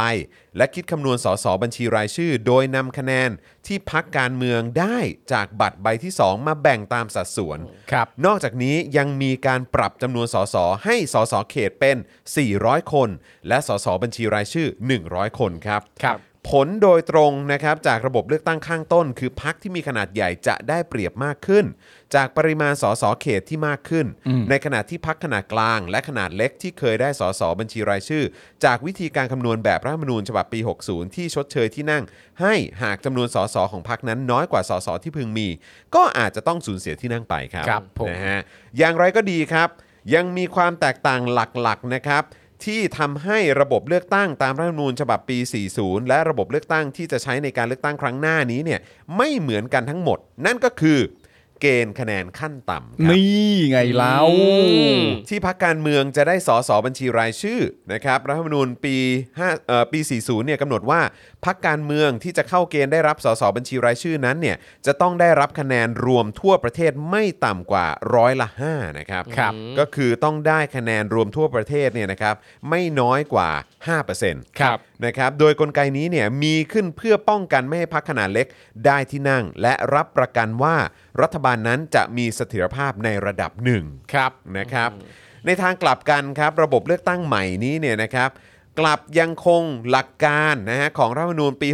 S1: และคิดคำนวณสสบัญชีรายชื่อ โดยนำคะแนนที่พักการเมืองได้จากบัตรใบที่ 2 มาแบ่งตามสัดส่วน
S2: ครับ
S1: นอกจากนี้ยังมีการปรับจำนวนสสให้สสเขตเป็น 400 คน และสสบัญชีรายชื่อ 100 คนครับ
S2: ครับ
S1: ผลโดยตรงนะครับจากระบบเลือกตั้งข้างต้น คือพักที่มีขนาดใหญ่จะได้เปรียบมากขึ้น จากปริมาณสสเขตที่มากขึ้น ในขณะที่พักขนาดกลาง และขนาดเล็กที่เคยได้สสบัญชีรายชื่อ จากวิธีการคำนวณแบบรัฐธรรมนูญฉบับปี 60 ที่ชดเชยที่นั่ง ให้หากจำนวนสสของพักนั้นน้อยกว่าสสที่พึงมี ก็อาจจะต้องสูญเสียที่นั่งไปครับ
S2: ครับผม
S1: นะฮะอย่างไรก็ดีครับ ยังมีความแตกต่างหลักๆนะครับ ที่ทำให้ระบบเลือกตั้งตามรัฐธรรมนูญฉบับปี 40 และระบบเลือกตั้งที่จะใช้ในการเลือกตั้งครั้งหน้านี้เนี่ยไม่เหมือนกันทั้งหมด นั่นก็คือ เกณฑ์คะแนนขั้นต่ำครับ
S2: นี่ไงเล่า
S3: อืม
S1: ที่พักการเมืองจะได้สสบัญชีรายชื่อนะครับรัฐธรรมนูญปี5เอ่อปี 40เนี่ยกำหนดว่าพักการเมืองที่จะเข้าเกณฑ์ได้รับสสบัญชีรายชื่อนั้นเนี่ยจะต้องได้รับคะแนนรวมทั่วประเทศไม่ต่ำกว่าร้อยละ5นะครับ
S3: ครับ
S1: ก็คือต้องได้คะแนนรวมทั่วประเทศเนี่ยนะครับไม่น้อยกว่า 5%
S3: ครับ
S1: นะครับโดยกลไกนี้เนี่ยมีขึ้นเพื่อป้องกันไม่ให้พักขนาดเล็กได้ที่นั่ง และรับประกันว่ารัฐบาลนั้นจะมีเสถียรภาพในระดับหนึ่ง
S3: ครับ
S1: นะครับในทางกลับกันครับระบบเลือกตั้งใหม่นี้เนี่ยนะครับกลับยังคงหลักการนะฮะของรัฐธรรมนูญปี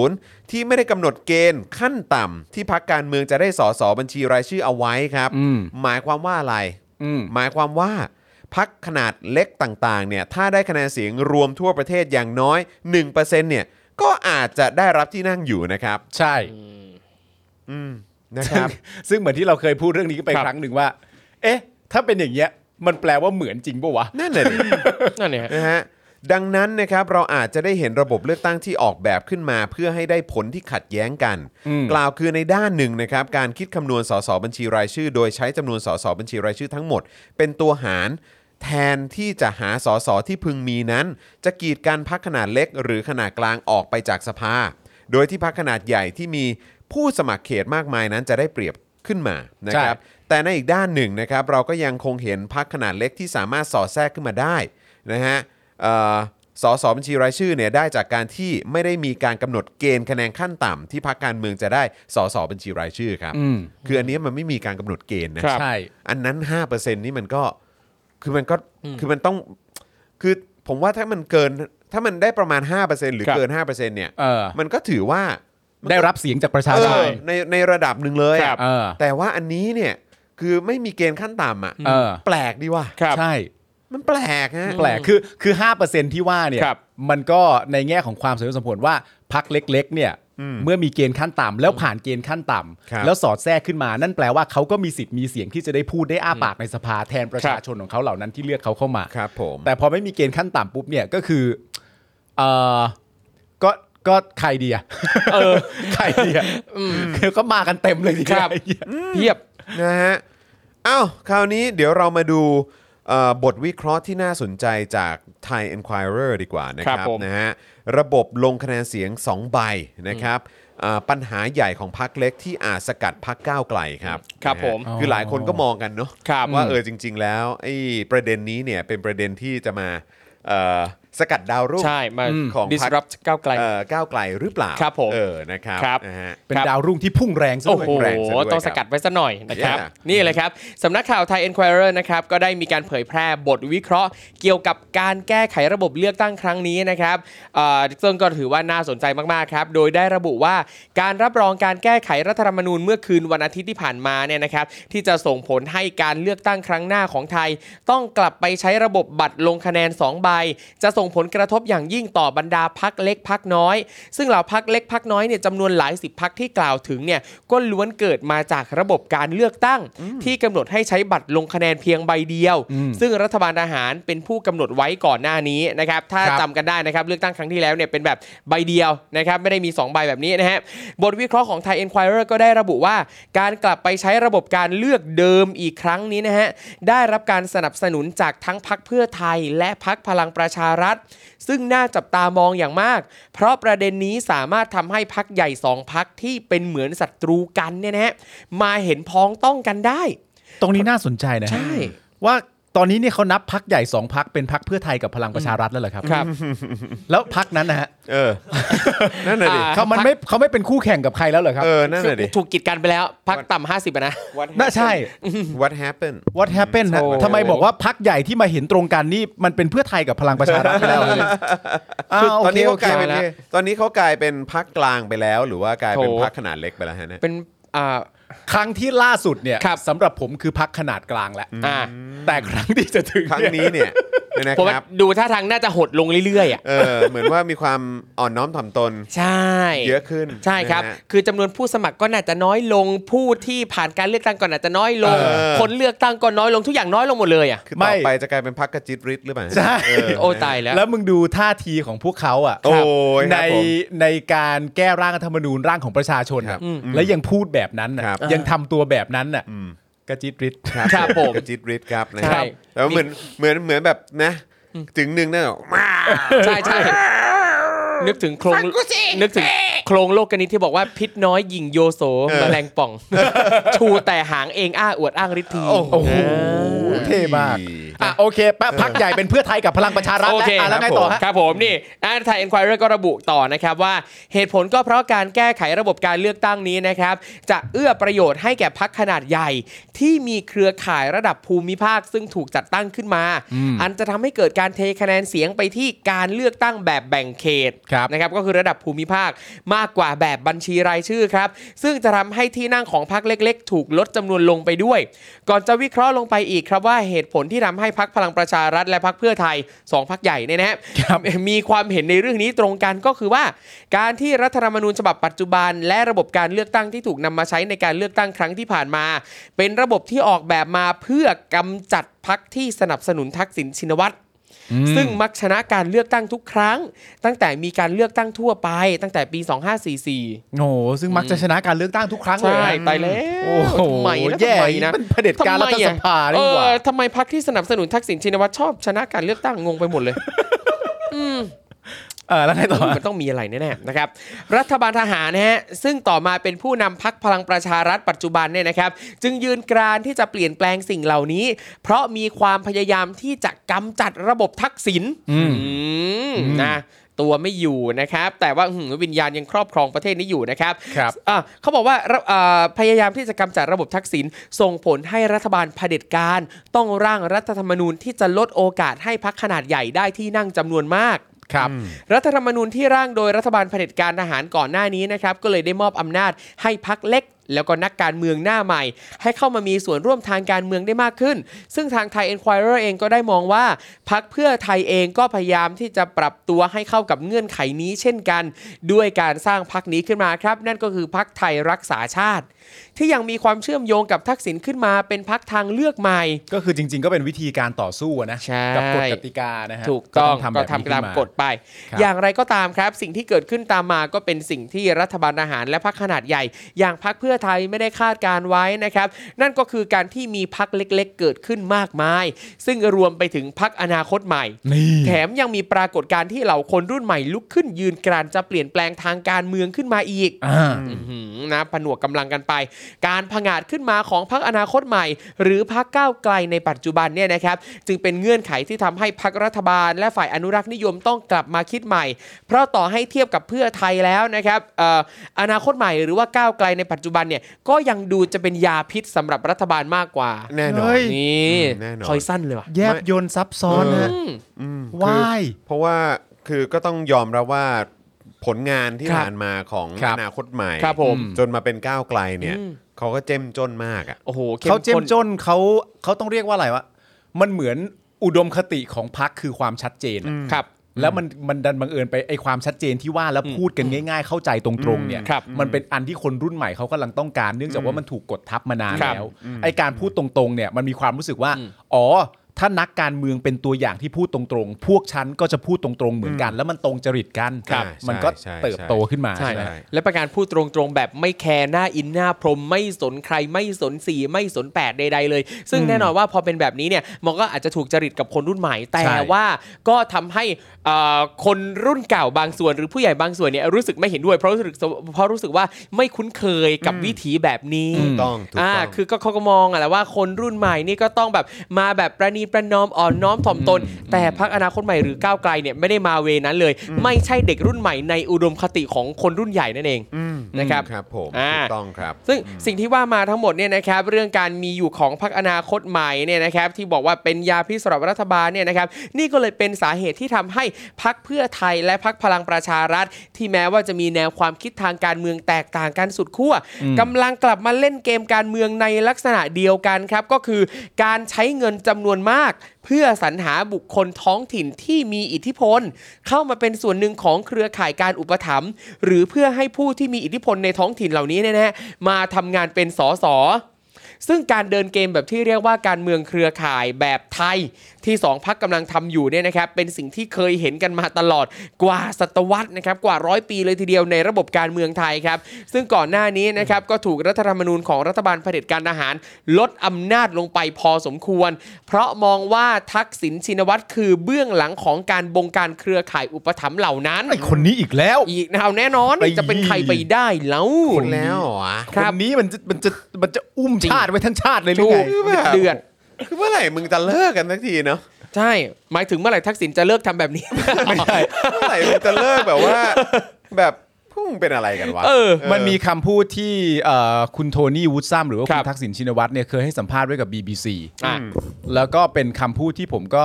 S1: 60 ที่ไม่ได้กำหนดเกณฑ์ขั้นต่ำที่พักการเมืองจะได้สสบัญชีรายชื่อเอาไว้ครับ
S2: อืม
S1: หมายความว่าอะไร
S2: อืม
S1: หมายความว่าพักขนาดเล็กต่างๆเนี่ยถ้าได้คะแนนเสียงรวมทั่วประเทศอย่างน้อย 1%เนี่ยก็อาจจะได้รับที่นั่งอยู่นะครับ
S2: ใช่
S1: อืมนะครับ
S2: ซึ่งเหมือนที่เราเคยพูดเรื่องนี้กันไป
S3: ครับ
S2: ครั้งหนึ่งว่า เอ๊ะ ถ้าเป็นอย่างเงี้ย มันแปลว่าเหมือนจริงปะวะ
S1: นั่นแหละดิ
S3: นั่นเนี่ย
S1: นะฮะดังนั้นนะครับเราอาจจะได้เห็นระบบเลือกตั้งที่ออกแบบขึ้นมา เพื่อให้ได้ผลที่ขัดแย้งกัน
S2: อืม
S1: กล่าวคือในด้านหนึ่งนะครับการคิดคำนวณสสบัญชีรายชื่อ โดยใช้จำนวนสสบัญชีรายชื่อทั้งหมด เป็นตัวหาร แทนที่จะหาสสที่พึงมีนั้น จะกีดการพักขนาดเล็ก หรือขนาดกลางออกไปจากสภา โดยที่พักขนาดใหญ่ที่มีผู้สมัครเขตมากมายนั้นจะได้เปรียบขึ้นมานะครับ แต่ในอีกด้านหนึ่งนะครับเราก็ยังคงเห็นพักขนาดเล็กที่สามารถสอดแทรกขึ้นมาได้นะฮะเอ่อสอสอบัญชีรายชื่อเนี่ยได้จากการที่ไม่ได้มีการกำหนดเกณฑ์คะแนนขั้นต่ำที่พักการเมืองจะได้สอสอบัญชีรายชื่อครับ
S2: อืม
S1: คืออันเนี้ยมันไม่มีการกำหนดเกณฑ์นะ
S3: ครับ
S2: ใช่
S1: อันนั้น 5%นี่มันก็คือมันก็คือมันต้องคือผมว่าถ้ามันเกินถ้ามันได้ประมาณ 5%หรือ
S3: ครับ
S1: เกิน 5%เนี่ย
S2: เออ
S1: มันก็ถือว่า
S2: ได้รับเสียงจากประชาช
S1: เอน อในในระดับหนึ่งเลยอะ
S2: เออ
S1: แต่ว่าอันนี้เนี่ยคือไม่มีเกณฑ์ขั้นต่ำอ่ะ
S2: เออ
S1: แปลกดีว่ะ
S3: ครับ
S2: ใช่
S1: มันแปลกฮะ
S2: แปลกคือคือห้าเปอร์เซ็นที่ว่าเนี่ย
S3: ครับ
S2: มันก็ในแง่ของความสมเหตุสมผลว่าพักเล็กๆเนี่ยเมื่อมีเกณฑ์ขั้นต่ำแล้วผ่านเกณฑ์ขั้นต่ำ
S1: ครับ
S2: แล้วสอดแทรกขึ้นมานั่นแปลว่าเขาก็มีสิทธิ์มีเสียงที่จะได้พูดได้อ้าปากในสภาแทนประชาชนของเขาเหล่านั้นที่เลือกเขาเข้ามา
S1: ครับผม
S2: แต่พอไม่มีเกณฑ์ขั้นต่ำปุ๊บเนี่ยก็คือเออก็ก็ใครดีอะ
S3: เออ
S2: ใครดีอะคือก็มากันเต็มเลยทีเดี
S3: ครั
S2: ว
S3: บ เพียบ
S1: นะฮะอ้าวคราวนี้เดี๋ยวเรามาดูเอ่อบทวิเคราะห์ที่น่าสนใจจาก Thai Enquirer ดีกว่านะค
S3: ครั
S1: รับบ
S3: ผม
S1: นะฮะระบบลงคะแนนเสียง 2 ใบนะครับอ่าปัญหาใหญ่ของพักเล็กที่อาจสกัดพักก้าวไกลครับ
S3: ครับ
S1: นะฮะ
S3: ผม
S1: คือหลายคนก็มองกันเนาะ
S3: ครับ
S1: ว่าเออจริง ๆ แล้วไอ้ประเด็นนี้เนี่ยเป็นประเด็นที่จะมาเอ่อสกัดดาวรุ่ง
S3: ใช่มา
S1: ของพรรค
S3: disrupt ก้าวไกล
S1: เอ่อก้าวไกลหรือเปล่า
S3: ครับผม
S1: เออนะครับ
S3: ครับ
S1: นะฮะ
S2: เป็นดาวรุ่งที่พุ่งแรงซะ
S3: โอ้
S2: ด้วย
S3: โห
S1: แรงซะด้วยครับ
S3: ต้องสกัดไว้ซะหน่อยนะครับ
S1: Yeah
S3: นี่เลยครับสำนักข่าวไทย Enquirer นะครับ ก็ได้มีการเผยแพร่บทวิเคราะห์ เกี่ยวกับการแก้ไขระบบเลือกตั้งครั้งนี้นะครับเอ่อซึ่งก็ถือว่าน่าสนใจมาก ๆ ครับ โดยได้ระบุว่าการรับรองการแก้ไขรัฐธรรมนูญเมื่อคืนวันอาทิตย์ที่ผ่านมาเนี่ยนะครับ ที่จะส่งผลให้การเลือกตั้งครั้งหน้าของไทย ต้องกลับไปใช้ระบบบัตรลงคะแนน 2 ใบ จะส่งผลกระทบอย่างยิ่งต่อบรรดาพักเล็กพักน้อย ซึ่งเหล่าพักเล็กพักน้อยเนี่ยจำนวนหลายสิบพักที่กล่าวถึงเนี่ยก็ล้วนเกิดมาจากระบบการเลือกตั้ง ที่กำหนดให้ใช้บัตรลงคะแนนเพียงใบเดียว ซึ่งรัฐบาลทหารเป็นผู้กำหนดไว้ก่อนหน้านี้นะครับถ้า
S2: ครับ
S3: จำกันได้นะครับเลือกตั้งครั้งที่แล้วเนี่ยเป็นแบบใบเดียวนะครับไม่ได้มี 2 ใบแบบนี้นะฮะบทวิเคราะห์ของ Thai Enquirer ก็ได้ระบุว่า การกลับไปใช้ระบบการเลือกเดิมอีกครั้งนี้นะฮะได้รับการสนับสนุนจากทั้งพักเพื่อไทยและพักพลังประชารัฐ ซึ่งน่าจับตามองอย่างมาก เพราะประเด็นนี้สามารถทำให้พักใหญ่สองพักที่เป็นเหมือนศัตรูกันเนี่ยนะฮะมาเห็นพ้องต้องกันได้
S2: ตรงนี้น่าสนใจนะ
S3: ใช่
S2: ว่าตอนนี้เนี่ยเขานับพักใหญ่สองพักเป็นพักเพื่อไทยกับพลังประชารัฐแล้วเหรอครับ
S3: ครับ
S2: แล้วพักนั้นนะฮะ
S1: เอ [laughs] อนั่นแหละดิ
S3: อ่า
S2: เขามันไม่เขาไม่เป็นคู่แข่งกับใครแล้วเหรอครับ
S1: เออนั่นแหละดิ
S3: ถูกกีดกันไปแล้วพักต่ำห้าสิบนะ
S2: น่าใช่
S1: What happened
S2: What happened ฮะ
S3: โอ้
S2: ทำไมบอกว่าพักใหญ่ที่มาเห็นตรงกันนี่มันเป็นเพื่อไทยกับพลังประชารัฐไปแล้วเลยอ้า
S1: คือ
S2: วโอ
S1: ตอน
S2: เค
S1: นี้
S2: โอ
S1: เขาก
S2: เค
S1: ลายเป็น
S3: โอเค
S1: ตอนนี้เขากลายเป็นพักกลางไปแล้ว หรือว่ากลายเป็น
S3: โถ
S1: พักขนาดเล็กไปแล้วฮะเนี่ย
S3: เป็นอ่า
S2: ครั้งที่ล่าสุดเนี่ย
S3: ครับ
S2: สำหรับผมคือพักขนาดกลางแหละ
S3: อ่า
S2: แต่ครั้งที่จะถึง
S1: ครั้งนี้เนี่ย นะ
S3: ผมว่า
S1: ครับ
S3: ดูท่าทางน่าจะหดลงเรื่อยๆอ่ะ
S1: เออเหมือนว่ามีความอ่อนน้อมถ่อมตน
S3: ใช่
S1: เยอะขึ้น
S3: ใช่ครับ
S1: นะฮะ
S3: คือจำนวนผู้สมัครก็น่าจะน้อยลงผู้ที่ผ่านการเลือกตั้งก็น่าจะน้อยลง
S1: เออ
S3: คนเลือกตั้งก็น้อยลงทุกอย่างน้อยลงหมดเลยอ่ะ
S1: คือ
S2: ไม่
S1: ต่อไปจะกลายเป็นพักกระจิตริดหรือเปล่า
S2: ใช่
S1: เ
S3: โอ้ตายแล้ว
S2: แล้วมึงดูท่าทีของพวกเขาอ่ะ
S1: โอ้ยครับ
S2: ใน
S1: ผม
S2: ในการแก้ร่างรัฐธรรมนูญร่างของประชาชน
S1: ครับ
S2: อะ
S1: อืม
S2: และยังพูดแบบนั้นน่ะ
S1: ครับ
S2: ยังทำตัวแบบนั้นน่ะ
S1: อืม
S2: กระจิตริด
S3: ครับผม
S1: กระจิตริดครับนะ
S3: ใช่
S1: ครับแล้วเหมือนเหมือนเหมือนแบบนะถึงหนึ่งนั่นหรอมา
S3: ใช่ใช่นึกถึงโครงนึกถึงโครงโลกกนิตที่บอกว่าพิษน้อยหยิงโยโส
S1: เออ
S3: แมลงป่อง ชูแต่หางเองอ้าอวดอ้างฤทธี
S2: โอ้โห
S1: โอ้ย
S2: เท่มากอ่ะโอเคปะพักใหญ่เป็นเพื่อไทยกับพลังประชารัฐ
S3: โอ
S2: แล้ว
S3: เค
S2: อ่ะแล้วไง
S1: ครับ
S2: ต่อฮะ
S3: ครับผมนี่อ่าไทยเอ็นควายเรก็ระบุต่อนะครับว่าเหตุผลก็เพราะการแก้ไขระบบการเลือกตั้งนี้นะครับ จะเอื้อประโยชน์ให้แก่พักขนาดใหญ่ ที่มีเครือข่ายระดับภูมิภาคซึ่งถูกจัดตั้งขึ้นมา อันจะทำให้เกิดการเทคะแนนเสียงไปที่การเลือกตั้งแบบแบ่งเขต
S2: ครับ
S3: นะครับก็คือระดับภูมิภาคมากกว่าแบบบัญชีรายชื่อครับ ซึ่งจะทำให้ที่นั่งของพรรคเล็กๆ ถูกลดจำนวนลงไปด้วย ก่อนจะวิเคราะห์ลงไปอีกครับว่าเหตุผลที่ทำให้พรรคพลังประชารัฐและพรรคเพื่อไทยสองพรรคใหญ่เนี่ยนะฮะ [laughs] มีความเห็นในเรื่องนี้ตรงกันก็คือว่า การที่รัฐธรรมนูญฉบับปัจจุบัน และระบบการเลือกตั้งที่ถูกนำมาใช้ในการเลือกตั้งครั้งที่ผ่านมา เป็นระบบที่ออกแบบมาเพื่อกำจัดพรรคที่สนับสนุนทักษิณชินวัตร ซึ่งมักชนะการเลือกตั้งทุกครั้ง ตั้งแต่มีการเลือกตั้งทั่วไป ตั้งแต่ปี 2544
S2: โอ้โหซึ่งมักจะชนะการเลือกตั้งทุกครั้งเลย
S3: ใช่
S2: นะ
S3: ตายแล้ว
S2: โอ้โห
S3: ทำไมนะ
S2: แย่
S3: ทำไมนะ
S2: มันเผด็จการรัฐสภา
S3: เอ
S2: ดีกว่า
S3: อทำไมพรรคที่สนับสนุนทักษิณชินวัตรชอบชนะการเลือกตั้งงงไปหมดเลย
S2: เออแล้วไงต่อ
S3: มันต้องมีอะไรแน่ๆนะครับ รัฐบาลทหารนะฮะซึ่งต่อมาเป็นผู้นำพักพลังประชารัฐปัจจุบันเนี่ยนะครับ จึงยืนกรานที่จะเปลี่ยนแปลงสิ่งเหล่านี้ เพราะมีความพยายามที่จะกำจัดระบบทักษิณอืมนะตัวไม่อยู่นะครับ แต่ว่าหึวิญญาณยังครอบครองประเทศนี้อยู่นะครับ
S2: ครับ
S3: อ่ะเขาบอกว่าระอ่าพยายามที่จะกำจัดระบบทักษิณส่งผลให้รัฐบาลเผด็จการ ต้องร่างรัฐธรรมนูญที่จะลดโอกาสให้พักขนาดใหญ่ได้ที่นั่งจำนวนมาก
S2: ครับ
S3: รัฐธรรมนูญที่ร่างโดยรัฐบาลเผด็จการทหารก่อนหน้านี้นะครับ ก็เลยได้มอบอำนาจให้พักเล็ก แล้วก็นักการเมืองหน้าใหม่ ให้เข้ามามีส่วนร่วมทางการเมืองได้มากขึ้น ซึ่งทางไทย Enquirer เองก็ได้มองว่า พักเพื่อไทยเองก็พยายามที่จะปรับตัวให้เข้ากับเงื่อนไขนี้เช่นกัน ด้วยการสร้างพักนี้ขึ้นมาครับ นั่นก็คือพักไทยรักษาชาติ ที่ยังมีความเชื่อมโยงกับทักษิณขึ้นมาเป็นพักทางเลือกใหม่
S2: ก็คือจริง ๆ ก็เป็นวิธีการต่อสู้อะนะ
S3: ใช่
S2: กักฎกติกานะฮะ
S3: ถูกต้องก็
S2: แบบ
S3: ทำ
S2: นี้ขึ้น
S3: ตามกฎไป
S2: ครับ
S3: อย่างไรก็ตามครับ สิ่งที่เกิดขึ้นตามมาก็เป็นสิ่งที่รัฐบาลอาหารและพรรคขนาดใหญ่ อย่างพรรคเพื่อไทยไม่ได้คาดการไว้นะครับ นั่นก็คือการที่มีพรรคเล็กๆ เกิดขึ้นมากมาย ซึ่งรวมไปถึงพรรคอนาคตใหม่
S2: นี่
S3: แถมยังมีปรากฏการณ์ที่เหล่าคนรุ่นใหม่ลุกขึ้นยืนกรานจะเปลี่ยนแปลงทางการเมืองขึ้นมาอีก
S2: อ่า
S3: อื้อหือนะผนวกกำลังกันไป การผงาดขึ้นมาของพักอนาคตใหม่ หรือพักก้าวไกลในปัจจุบันเนี่ยนะครับ จึงเป็นเงื่อนไขที่ทำให้พักรัฐบาล และฝ่ายอนุรักษ์นิยมต้องกลับมาคิดใหม่ เพราะต่อให้เทียบกับเพื่อไทยแล้วนะครับเอ่ออนาคตใหม่หรือว่าก้าวไกลในปัจจุบันเนี่ยก็ยังดูจะเป็นยาพิษสำหรับรัฐบาลมากกว่า
S1: แน่นอน
S2: เฮ้ย
S3: นี่
S1: อืมแน่นอน
S3: คอยสั้นเลยว่ะ
S2: แยบยนซับซ้อนนะ
S3: อืม
S1: อืม
S2: วาย
S1: เพราะว่าคือก็ต้องยอมรับว่าผลงานที่
S3: ครับ
S1: ผ่านมาของ
S2: ครับ
S1: อนาคตใหม่
S3: ครับผม
S1: จนมาเป็นก้าวไกลเนี่ยเขาก็เจ้มจนมากอ่ะ
S3: โอ้โหข้
S2: เขาเจ้ม
S3: ข้น
S2: จนเขาเขาต้องเรียกว่าอะไรวะ มันเหมือนอุดมคติของพักคือความชัดเจนอะ
S3: ครับ
S2: แล้วมันมันดันบังเอิญไปไอความชัดเจนที่ว่าแล้วพูดกันง่าย ๆ เข้าใจตรงๆเนี่ย
S3: ครับ
S2: มันเป็นอันที่คนรุ่นใหม่เขากำลังต้องการเนื่องจากว่ามันถูกกดทับมานาน
S3: ครับ
S2: แล้วไอการพูดตรงๆเนี่ยมันมีความรู้สึกว่า
S3: อืม
S2: อ๋อ ถ้านักการเมืองเป็นตัวอย่างที่พูดตรงๆ พวกฉันก็จะพูดตรงๆเหมือนกัน แล้วมันตรงจริตกัน
S1: ครับ
S2: มันก็
S1: ใช่ใช่
S2: เติบโตขึ้นมา
S3: ใช่
S2: ใช่ไหม
S1: ใช่
S3: และประการพูดตรงๆ แบบไม่แคร์หน้าอินหน้าพรมไม่สนใครไม่สนสีไม่สนแปดใดๆเลย ซึ่งแน่นอนว่าพอเป็นแบบนี้เนี่ยมันก็อาจจะถูกจริตกับคนรุ่นใหม่ แต่
S2: ใช่
S3: ว่าก็ทำให้เอ่อคนรุ่นเก่าบางส่วน หรือผู้ใหญ่บางส่วนเนี่ยรู้สึกไม่เห็นด้วยเพราะรู้สึกเพราะรู้สึกว่าไม่คุ้นเคยกับวิถีแบบนี้
S1: ถูกต้องถูก
S3: อ่า
S1: ต้อง
S3: คือก็เขาก็มองอะแหละว่าคนรุ่นใหม่นี่ก็ต้องแบบมาแบบประนีประนอมอ่อนน้อมถ่อมตน แต่พักอนาคตใหม่หรือก้าวไกลเนี่ยไม่ได้มาเวนั้นเลย ไม่ใช่เด็กรุ่นใหม่ในอุดมคติของคนรุ่นใหญ่นั่นเอง
S1: อืม
S3: นะครับ
S1: ครับผม
S3: อ่า
S1: ถูกต้องครับ
S3: ซึ่งสิ่งที่ว่ามาทั้งหมดเนี่ยนะครับเรื่องการมีอยู่ของพรรคอนาคตใหม่เนี่ยนะครับที่บอกว่าเป็นยาพิษสำหรับรัฐบาลเนี่ยนะครับนี่ก็เลยเป็นสาเหตุที่ทำให้พรรคเพื่อไทยและพรรคพลังประชารัฐ ที่แม้ว่าจะมีแนวความคิดทางการเมืองแตกต่างกันสุดขั้วกำลังกลับมาเล่นเกมการเมืองในลักษณะเดียวกันครับก็คือการใช้เงินจำนวนม าก เพื่อสรรหาบุคคลท้องถิ่นที่มีอิทธิพล เข้ามาเป็นส่วนหนึ่งของเครือข่ายการอุปถัมภ์หรือเพื่อให้ผู้ที่มีอิทธิพลในท้องถิ่นเหล่านี้เนี่ยนะฮะมาทำงานเป็นสส ซึ่งการเดินเกมแบบที่เรียกว่าการเมืองเครือข่ายแบบไทย ที่สองพักกำลังทำอยู่เนี่ยนะครับเป็นสิ่งที่เคยเห็นกันมาตลอดกว่าศตวรรษนะครับกว่าร้อยปีเลยทีเดียวในระบบการเมืองไทยครับซึ่งก่อนหน้านี้นะครับก็ถูกรัฐธรรมนูญของรัฐบาลเผด็จการทหาร ลดอำนาจลงไปพอสมควร เพราะมองว่าทักษิณชินวัตรคือเบื้องหลังของการบงการเครือข่ายอุปถัมภ์เหล่านั้น
S2: ไอคนนี้อีกแล้ว
S3: อีกนะเอาแน่นอน
S2: ไป
S3: จะเป็นใครไปได้แล้ว
S1: คนแล้วเหรอวะ
S3: ครับ
S2: นนี้มันจะมันจะมันจะอุ้มชาติไว้ทั้งชาติเลยหรือ
S3: ถู
S2: ไง
S3: กเดือด
S1: คือเมื่อไหร่มึงจะเลิกกันสักทีเนาะ
S3: ใช่ หมายถึงเมื่อไหร่ทักษิณจะเลิกทำแบบ [laughs] นี้
S1: เมื่อไหร่มึงจะเลิกแบบว่า แบบ [laughs] พวกมึงเป็นอะไรกันวะ
S3: เออ
S2: มันมีคำพูดที่เอ่อคุณโทนี่วูดซัมหรือว่า
S3: ค
S2: คุ
S3: รั
S2: ณ
S3: บ
S2: ทักษิณชินวัตรเนี่ยเคยให้สัมภาษณ์ไว้กับ BBC
S3: อ่ะ
S2: แล้วก็เป็นคำพูดที่ผมก็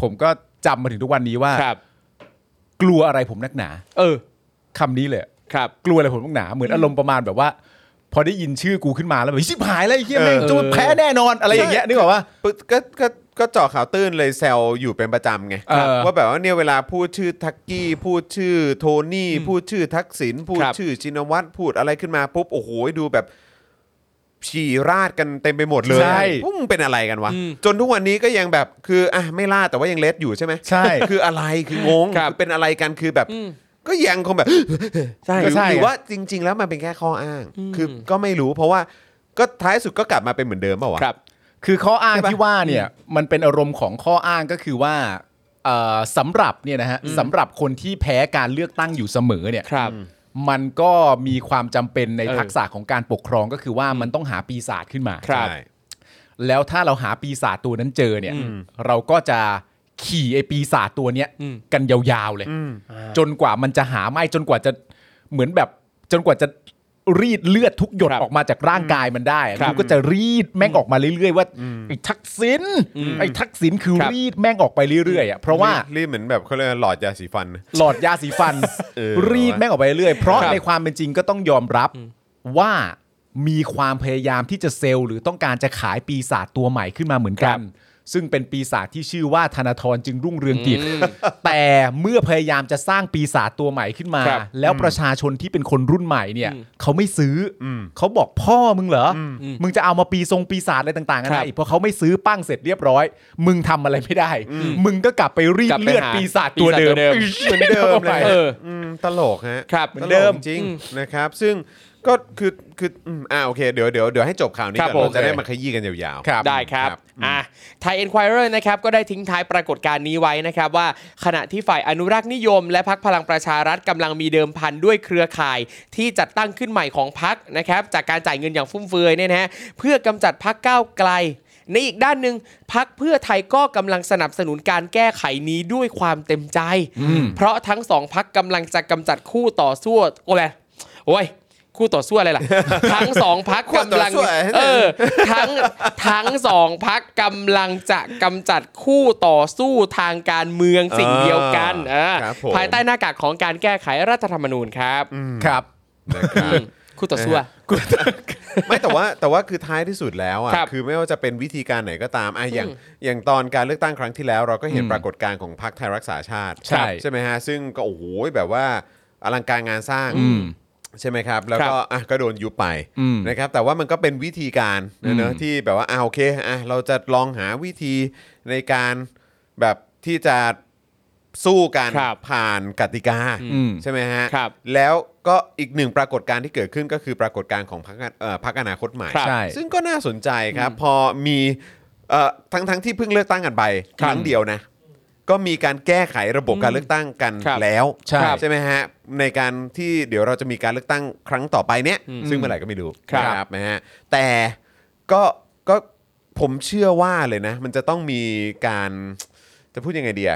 S2: ผมก็จำมาถึงทุกวันนี้ว่า
S3: ครับ
S2: กลัวอะไรผมนักหนา
S3: เออ
S2: คำนี้เลย
S3: ครับ
S2: กลัวอะไรผมนักหนา เหมือนอารมณ์ประมาณแบบว่า พอได้ยินชื่อกูขึ้นมาแล้วแบบชิบหายแล้วไอ้เหี้ยแม่ง
S3: เออ
S2: จะมาแพ้แน่นอนอะไรอย่างเงี้ยนึกออกว่า
S1: ปึ๊ดก็ก็ก็เจาะข่าวตื้นเลยแซลอยู่เป็นประจำไง
S2: เออ
S1: ว่าแบบว่าเนี่ยเวลาพูดชื่อทักกี้ พูดชื่อโทนี่ พูดชื่อทักษิณพูด
S3: ครับ
S1: ชื่อชินวัตรพูดอะไรขึ้นมาปุ๊บ โอ้โหดูแบบฉี่ราดกันเต็มไปหมดเลย
S2: ใช่
S1: พวกมึงเป็นอะไรกันวะ จนทุกวันนี้ก็ยังแบบคืออ่ะไม่ล่าดแต่ว่ายังเลดอยู่ใช่ไหม
S2: ใช่
S1: คืออะไรคืองง
S3: ครับ
S1: อเป็นอะไรกันคือแบบ ก็ยังคงแบบ
S3: ใช่
S2: ก็ใช่
S1: หรือว่าจริง ๆ แล้วมันเป็นแค่ข้ออ้าง คือก็ไม่รู้เพราะว่าก็ท้ายสุดก็กลับมาเป็นเหมือนเดิมเปล่าวะ
S3: ครับ
S2: คือข้ออ้าง
S1: ใช่ปะ
S2: ที่ว่าเนี่ยมันเป็นอารมณ์ของข้ออ้างก็คือว่าเอ่อสำหรับเนี่ยนะฮะสำหรับคนที่แพ้การเลือกตั้งอยู่เสมอเนี่ย
S3: ครับ
S2: มันก็มีความจำเป็นใน
S3: เออ
S2: ทักษะของการปกครองก็คือว่ามันต้องหาปีศาจขึ้นมา
S3: ครับ
S1: ใช่
S2: แล้วถ้าเราหาปีศาจตัวนั้นเจอเนี่ย เราก็จะขี่ไอปีศาจตัวเนี้ย
S3: อืม
S2: กันยาวๆเลย จนกว่ามันจะหาไม่จนกว่าจะเหมือนแบบจนกว่าจะรีดเลือดทุกหยดออกมาจากร่างกายมันได้
S3: ครับ
S2: มันก็จะรีดแม่งออกมาเรื่อยๆว่าไอ้ทักษิณไอ้ทักษิณคือ
S3: ครับ
S2: รีดแม่งออกไปเรื่อยๆอ่ะเพราะว่า
S1: รีบเหมือนแบบเขาเรียกว่าหลอดยาสีฟัน
S2: หลอดยาสีฟัน
S1: เออ
S2: รีดแม่งออกไปเรื่อยเพราะ
S3: ครับ
S2: ในความเป็นจริงก็ต้องยอมรับว่ามีความพยายามที่จะเซลล์หรือต้องการจะขายปีศาจตัวใหม่ขึ้นมาเหมือนกัน ซึ่งเป็นปีศาจที่ชื่อว่าธนาธรจึงรุ่งเรืองกิจ แต่เมื่อพยายามจะสร้างปีศาจตัวใหม่ขึ้นมา
S3: ครับ
S2: แล้วประชาชนที่เป็นคนรุ่นใหม่เนี่ย
S3: อืม
S2: เขาไม่ซื้ออเขาบอกพ่อมึงเหรออมึงจะเอามาปีทรงปีศาจอะไรต่างๆกั
S3: ครั
S2: นา
S3: บ
S2: อีกเพราะเขาไม่ซื้อปั้งเสร็จเรียบร้อย มึงทำอะไรไม่ได้ มึงก็กลับไปรี
S3: กลั
S2: ด
S3: บไป
S2: เลือด
S3: หา
S2: ปีศาจตัวเดิม
S3: ปีศาจตัวเดิม
S1: เหมือนเดิมเลย
S3: เออ
S1: มตลกฮะ
S3: ครับ
S1: ตลกจริงนะครับ ซึ่งก็คือคืออืมอ่าโอเคเดี๋ยวเดี๋ยวเดี๋ยวให้จบข่าวนี้
S3: ครั
S1: ก่
S3: บ
S1: อนเราจะ
S3: ผม
S1: ได้มาขยี้กันยาวๆ
S2: ครับ
S3: ได้ครับ
S1: ครับ
S3: อ่ะไทยเอ็นควายเรนะครับ ก็ได้ทิ้งท้ายปรากฏการณ์นี้ไว้นะครับ ว่าขณะที่ฝ่ายอนุรักษ์นิยม และพักพลังประชารัฐกำลังมีเดิมพันด้วยเครือข่าย ที่จัดตั้งขึ้นใหม่ของพักนะครับ จากการจ่ายเงินอย่างฟุ่มเฟือยเนี่ยนะฮะเพื่อกำจัดพักก้าวไกล ในอีกด้านหนึ่งพักเพื่อไทยก็กำลังสนับสนุนการแก้ไขนี้ด้วยความเต็มใจ เพราะทั้งสองพักกำลังจะกำจัดคู่ต่อสู้อะไรโอ้ยคู่ต่อสู้อะไร
S1: [laughs]
S3: ล่ะ ทั้งสองพัก
S1: คู่ต่อก
S3: ำลัง
S1: สู้อะไร
S3: เออ ทั้งทั้งสองพักกำลังจะกำจัดคู่ต่อสู้ทางการเมืองสิ่งเดียวกัน
S1: อ่า
S3: อ่า
S1: ครับผม
S3: ภายใต้หน้ากากของการแก้ไขรัฐธรรมนูญครับ
S2: ครับ
S1: นะครับ
S3: อืมคู่ต่อสู้อะ
S1: [laughs] ไม่แต่ว่าแต่ว่าคือท้ายที่สุดแล้วอ่ะ
S3: ครับ
S1: คือไม่ว่าจะเป็นวิธีการไหนก็ตามอ่ะอย่างอย่างตอนการเลือกตั้งครั้งที่แล้ว เราก็เห็น
S2: อืม
S1: ปรากฏการณ์ของพรรคไทยรักษาชาติ
S2: ใช่
S1: ใช่ไหมฮะซึ่งก็โอ้โหแบบว่าอลังการงานสร้าง
S2: อืม
S1: ใช่ไหมครับ แล้วก็อ่ะก็โดนยุบไป
S2: อืม
S1: นะครับแต่ว่ามันก็เป็นวิธีการนะเนอะ
S2: อืม
S1: ที่แบบว่าอ่ะโอเคอ่ะเราจะลองหาวิธีในการแบบที่จะสู้กัน
S3: ครับ
S1: ผ่านกติกา
S2: อืม
S1: ใช่ไหมฮะ
S3: ครับ
S1: แล้วก็อีกหนึ่งปรากฏการณ์ที่เกิดขึ้นก็คือปรากฏการณ์ของพรรคเอ่อพรรคอนาคตใหม่
S3: ครับ
S2: ใช่
S1: ซึ่งก็น่าสนใจครับ พอมีเอ่อทั้งทั้งที่เพิ่งเลือกตั้งกันไปครั้งเดียวนะ ก็มีการแก้ไขระบบการเลือกตั้งกัน
S3: ครับ
S1: แล้ว
S2: ใช่
S1: ใช่ไหมฮะในการที่เดี๋ยวเราจะมีการเลือกตั้งครั้งต่อไปเนี้ยซึ่งเมื่อไหร่ก็ไม่รู้
S3: ครับ
S1: นะนะฮะแต่ก็ก็ผมเชื่อว่าเลยนะ มันจะต้องมีการจะพูดยังไงเดีย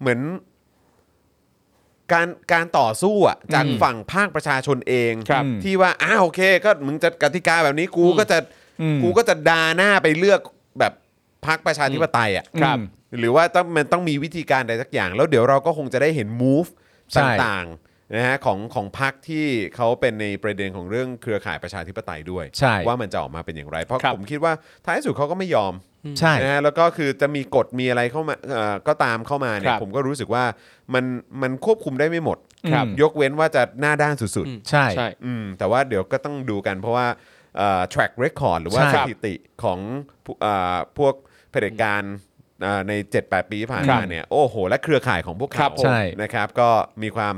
S1: เหมือน การการต่อสู้อ่ะจาก
S2: อืม
S1: ฝั่งภาคประชาชนเอง
S3: ครับ
S1: ที่ว่าอ้าวโอเค ก็มึงจะกติกาแบบนี้กูก็จะ
S2: อืม
S1: กูก็จะดาหน้าไปเลือกแบบพรรคประชาธิปไตยอ่ะ
S3: ครับ
S1: หรือว่าต้องมันต้องมีวิธีการใดสักอย่าง แล้วเดี๋ยวเราก็คงจะได้เห็น move
S2: ใช่
S1: ต่าง นะฮะของของพรรคที่เขาเป็นในประเด็นของเรื่องเครือข่ายประชาธิปไตยด้วย
S2: ใช่
S1: ว่ามันจะออกมาเป็นอย่างไร เพราะ
S4: ครับ
S1: ผมคิดว่าท้ายสุดเขาก็ไม่ยอม
S2: ใช่
S1: นะฮะแล้วก็คือจะมีกฎมีอะไรเข้ามาเอ่อก็ตามเข้ามาเนี่ย
S2: ครับ
S1: ผมก็รู้สึกว่ามันมันควบคุมได้ไม่หมด
S2: ครับ
S1: ยกเว้นว่าจะหน้าด้านสุดๆ
S2: ใช่
S3: ใช่
S1: อืมแต่ว่าเดี๋ยวก็ต้องดูกันเพราะว่าเอ่อ track record หรือว่า
S2: ใช่
S1: สถิติของผู้เอ่อพวกเผด็จการเอ่อใน 7-8 ปีที่ผ่านมา
S2: ครับ
S1: เนี่ยโอ้โห และเครือข่ายของพวก
S3: ครั
S1: เขา
S3: บผม
S2: ใช่
S1: นะครับก็มีความ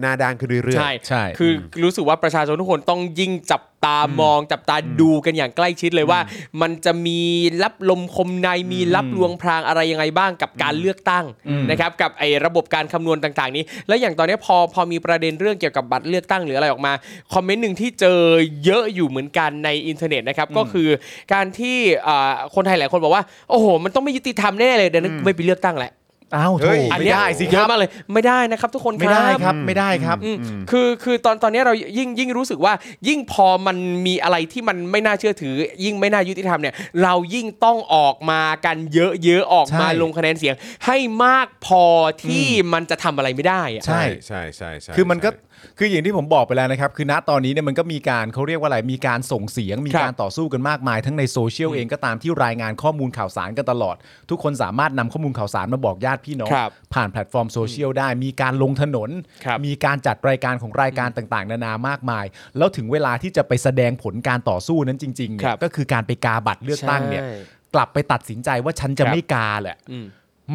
S1: หน้าด้านขึ้นเรื่อย
S3: ใช่
S2: ใช่
S3: คือรู้สึกว่าประชาชนทุกคนต้องยิ่งจับตามอง จับตาดูกันอย่างใกล้ชิดเลยว่า มันจะมีรับลมคมในมีรับลวงพรางอะไรยังไงบ้างกับการเลือกตั้งนะครับกับไอ้ระบบการคำนวณต่างๆนี้ แล้วอย่างตอนนี้พอพอมีประเด็นเรื่องเกี่ยวกับบัตรเลือกตั้งหรืออะไรออกมาคอมเมนต์หนึ่งที่เจอเยอะอยู่เหมือนกันในอินเทอร์เน็ตนะครับก็คือการที่อ่าคนไทยหลายคนบอกว่าโอ้โห มันต้องไม่ยุติธรรมแน่เลยเดี๋ยวนั้นไม่ไปเลือกตั้งแหละ
S2: อ้าว
S1: เฮ้
S2: โถ
S1: ย
S3: อัน
S2: ไม่
S3: เนี้ย
S2: ได้สิค
S3: เย
S2: รั
S3: อะ
S2: บ
S3: มากเลยไม่ได้นะครับ ทุกคนครับ
S2: ไม่ได้ครับ ไม่ได้ครับ
S3: อืมคือคือตอนตอนนี้เรายิ่งยิ่งรู้สึกว่า ยิ่งพอมันมีอะไรที่มันไม่น่าเชื่อถือ ยิ่งไม่น่ายุติธรรมเนี่ย เรายิ่งต้องออกมากันเยอะๆออกมา
S2: ใช่
S3: ลงคะแนนเสียง ให้มากพอที่มันจะทำอะไรไม่ได้อะ
S1: ๆ
S2: ใช่
S1: ใช่ใช่ใช่
S2: คือมันก็
S1: ใช่
S2: คืออย่างที่ผมบอกไปแล้วนะครับ คือณตอนนี้เนี่ยมันก็มีการเขาเรียกว่าอะไรมีการส่งเสียง มี
S3: ครับ
S2: การต่อสู้กันมากมาย ทั้งในโซเชียลเองก็ตามที่รายงานข้อมูลข่าวสารกันตลอด ทุกคนสามารถนำข้อมูลข่าวสารมาบอกญาติพี่น้อง
S3: ครับ
S2: ผ่านแพลตฟอร์มโซเชียลได้ มีการลงถนน
S3: ครับ
S2: มีการจัดรายการของรายการต่างๆ นานามากมาย แล้วถึงเวลาที่จะไปแสดงผลการต่อสู้นั้นจริงๆเนี่
S3: ครั
S2: ย
S3: บ
S2: ก็คือการไปกาบัตรเลือกตั้งเนี่ย
S3: ใช่
S2: กลับไปตัดสินใจว่าฉันจะ
S3: ครับ
S2: ไม่กาแหละ
S3: อืม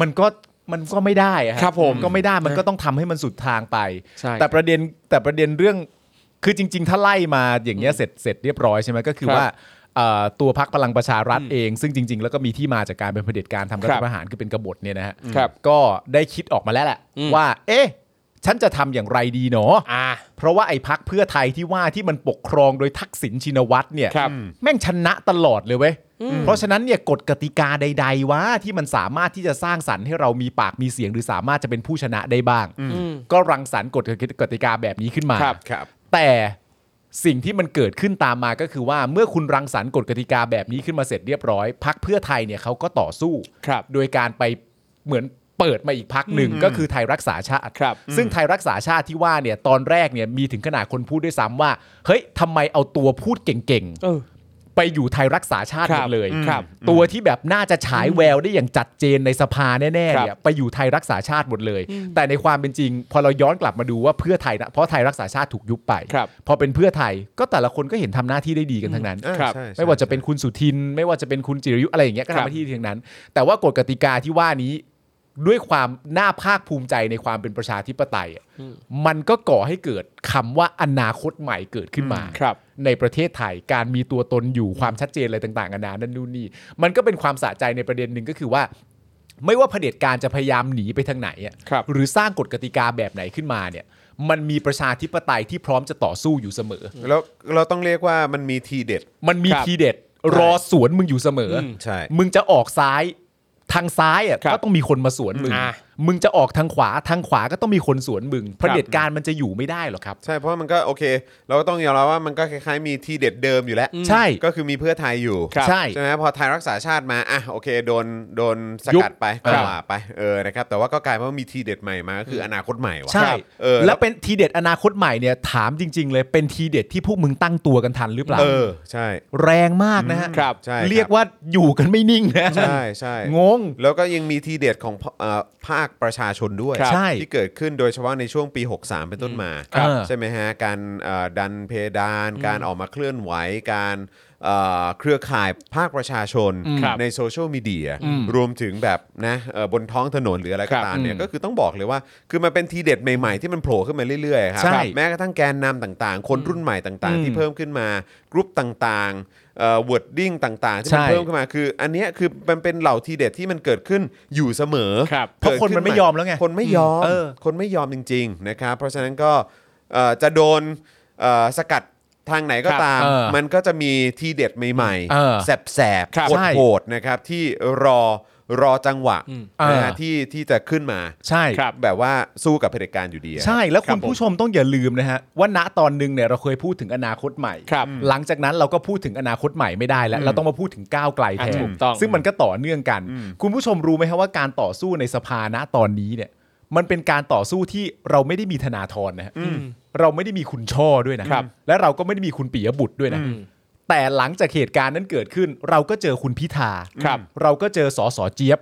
S2: มันก็มันก็ไม่ได้อะ
S3: ครับผม
S2: นก็ไม่ได้มันก็ต้องทำให้มันสุดทางไป
S3: ใช่
S2: แต่ประเด็นแต่ประเด็นเรื่องคือจริง ๆ ถ้าไล่มาอย่างเงี้ยเสร็จเสร็จเรียบร้อยใช่ไหมก็คือ
S3: ครับ
S2: ว่าเอ่อตัวพักพลังประชารัฐเอง ซึ่งจริง ๆ แล้วก็มีที่มาจากการเป็นเผด็จการทำรัฐ
S3: ครับ
S2: ประหารคือเป็นกบฏเนี่ยนะฮะ
S3: ครับ
S2: ก็ได้คิดออกมาแล้วแหละ
S3: อืม
S2: ว่า เอ๊ะ ฉันจะทำอย่างไรดีเนาะ
S3: อ่า
S2: เพราะว่าไอ้พักเพื่อไทยที่ว่าที่มันปกครองโดยทักษิณชินวัตรเนี่ย
S3: ครับ
S2: แม่งชนะตลอดเลยเว้ย เพราะฉะนั้นเนี่ยกฎกติกาใด ๆวะที่มันสามารถที่จะสร้างสรรค์ให้เรามีปากมีเสียงหรือสามารถจะเป็นผู้ชนะได้บ้าง
S3: อืม
S2: ก็รังสรรค์กฎกติกาแบบนี้ขึ้นมา
S3: ครับ
S1: ครับ
S2: แต่สิ่งที่มันเกิดขึ้นตามมาก็คือว่าเมื่อคุณรังสรรค์กฎกติกาแบบนี้ขึ้นมาเสร็จเรียบร้อยพักเพื่อไทยเนี่ยเขาก็ต่อสู้
S3: ครับ
S2: โดยการไปเหมือนเปิดมาอีกพักหนึ่งก็คือไทยรักษาชาติ
S3: ครับ
S2: ซึ่งไทยรักษาชาติที่ว่าเนี่ยตอนแรกเนี่ยมีถึงขนาดคนพูดด้วยซ้ำว่า เฮ้ยทำไมเอาตัวพูดเก่ง
S3: เออ
S2: ๆ ไปอยู่ไทยรักษาชาติหม
S3: ครั
S2: ด
S3: บ
S2: เลย
S3: ครับ
S2: ตัวที่แบบน่าจะฉายแววได้อย่างจัดเจนในสภาแน่ๆเนี่ยไปอยู่ไทยรักษาชาติหมดเลย แต่ในความเป็นจริง พอเราย้อนกลับมาดูว่าเพื่อไทยนะเพราะไทยรักษาชาติถูกยุบไป
S3: ครับ
S2: พอเป็นเพื่อไทยก็แต่ละคนก็เห็นทำหน้าที่ได้ดีกันทั้งนั้น
S1: อืมอ่าครับใช่ใช่
S2: ไม่ว่าจะเป็นคุณสุทิน ไม่ว่าจะเป็นคุณจิรยุอะไรอย่างเงี้ยก็
S3: ครั
S2: ทำ
S3: บ
S2: หน้าที่ทั้งนั้น แต่ว่ากฎกติกาที่ว่านี้ด้วยความน่าภาคภูมิใจในความเป็นประชาธิปไตยอะมันก็ก่อให้เกิดคำว่าอนาคตใหม่เกิดขึ้นมา
S3: ครับ
S2: ในประเทศไทยการมีตัวตนอยู่ความชัดเจนอะไรต่างๆนานานั่นนู่นนี่มันก็เป็นความสะใจในประเด็นหนึ่งก็คือว่า ไม่ว่าเผด็จการจะพยายามหนีไปทางไหนอะ
S3: ครับ
S2: หรือสร้างกฎกติกาแบบไหนขึ้นมาเนี่ย มันมีประชาธิปไตยที่พร้อมจะต่อสู้อยู่เสมอ
S1: แล้วเราต้องเรียกว่ามันมีทีเด็ด
S2: มันมี
S3: ครับ
S2: ทีเด็ดรอสวนมึงอยู่เสมออ
S3: ม
S1: ใช่
S2: มึงจะออกซ้ายทางซ้ายอ่ะ
S3: ครับ
S2: ก็ต้องมีคนมาสวนมึง
S3: อ่ะ
S2: มึงจะออกทางขวาทางขวาก็ต้องมีคนสวนมึงเผด็จการมันจะอยู่ไม่ได้หรอกครับ
S1: ใช่เพราะมันก็โอเค เราก็ต้องยอมรับว่ามันก็คล้ายๆมีทีเด็ดเดิมอยู่แล้ว
S2: ใช่
S1: ก็คือมีเพื่อไทยอยู่
S3: ครับ
S2: ใช่
S1: ใช่ไหมพอไทยรักษาชาติมาอ่ะโอเคโดนโดนสกัดไป
S2: ยุบ
S1: ก็
S2: ครับ
S1: ว่าไปเออนะครับแต่ว่าก็กลายเป็นว่ามีทีเด็ดใหม่มาก็คืออนาคตใหม่ว่ะ
S2: ใช่
S1: เออ
S2: แล้
S1: แล้ว
S2: วเป็นทีเด็ดอนาคตใหม่เนี่ยถามจริง ๆ เลยเป็นทีเด็ดที่พวกมึงตั้งตัวกันทันหรือเปล่า
S1: เออใช่
S2: แรงมากนะฮะ
S1: ครับใช่ครับ
S2: เรียกว่าอยู่กันไม่นิ่งนะ
S1: ใช่ใช่
S2: งง
S1: แล้วก็ยังมีทีเด็ดของพเอ่อภาคประชาชนด้วย
S2: ครับใช่
S1: ที่เกิดขึ้นโดยเฉพาะในช่วงปี 63 เป็นต้นมา
S2: ครับเออ
S1: ใช่ไหมฮะ การเอ่อดันเพดาน การออกมาเคลื่อนไหวการเอ่อเครือข่ายภาคประชาชน
S3: ครับ
S1: ในโซเชียลมีเดียรวมถึงแบบนะเอ่อบนท้องถนนหรืออะไร
S3: ค
S1: ก็
S3: รับ
S1: ตามเนี่ย
S2: อืม
S1: ก็คือต้องบอกเลยว่า คือมันเป็นทีเด็ดใหม่ๆ ที่มันโผล่ขึ้นมาเรื่อยๆครั
S2: ใช่
S1: แม้กระทั่งแกนนำต่างๆ คนรุ่นใหม่ต่าง
S2: อื
S1: ๆ
S2: ม
S1: ที่เพิ่มขึ้นมากรุ๊ปต่างๆวอร์ดดิ้งต่างๆที่มัน
S2: ใช่
S1: เพิ่มขึ้นมาคือ อันเนี้ยคือมันเป็นเหล่าทีเด็ดที่มันเกิดขึ้นอยู่เสมอ
S3: ครับ
S2: เพราะคนมันไม่ยอมแล้วไง
S1: คนไม่ยอม
S2: เออ
S1: คนไม่ยอมจริง ๆ นะครับ เพราะฉะนั้นก็เอ่อจะโดนเอ่อสกัดทางไหนก็ตาม
S2: ครับเออ
S1: มันก็จะมีทีเด็ดใหม่
S2: เออ
S1: แสบแสบ
S2: ครับ
S1: โหด
S2: ใช่
S1: โหดนะครับที่รอรอจังหวะ
S3: อืม
S1: นะฮะ
S2: เออ
S1: ที่ที่จะขึ้นมา
S2: ใช่
S3: ครับ
S1: แบบว่าสู้กับเผด็จการอยู่ดีอะ
S2: ใช่แล้ว
S1: ครั
S2: คุ
S1: บ
S2: ณ
S1: ผม
S2: ผู้ชมต้องอย่าลืมนะฮะว่าณตอนหนึงเนี่ยเราเคยพูดถึงอนาคตใหม่
S3: ครับ
S2: หลังจากนั้นเราก็พูดถึงอนาคตใหม่ไม่ได้แล้ว เราต้องมาพูดถึงก้าวไกลแท
S3: อ่ะ
S2: น
S3: ถูกต้อง
S2: ซึ่งมันก็ต่อเนื่องกัน คุณผู้ชมรู้ไหมครับว่าการต่อสู้ในสภาณตอนนี้เนี่ย มันเป็นการต่อสู้ที่เราไม่ได้มีธนาธรนะฮะเราไม่ได้มีคุณช่อด้วยนะครับ และเราก็ไม่ได้มีคุณปิยบุตรด้วยนะ แต่หลังจากเหตุการณ์นั้นเกิดขึ้น เราก็เจอคุณพิธา
S3: ครับ
S2: เราก็เจอสอสอเจี๊ยบ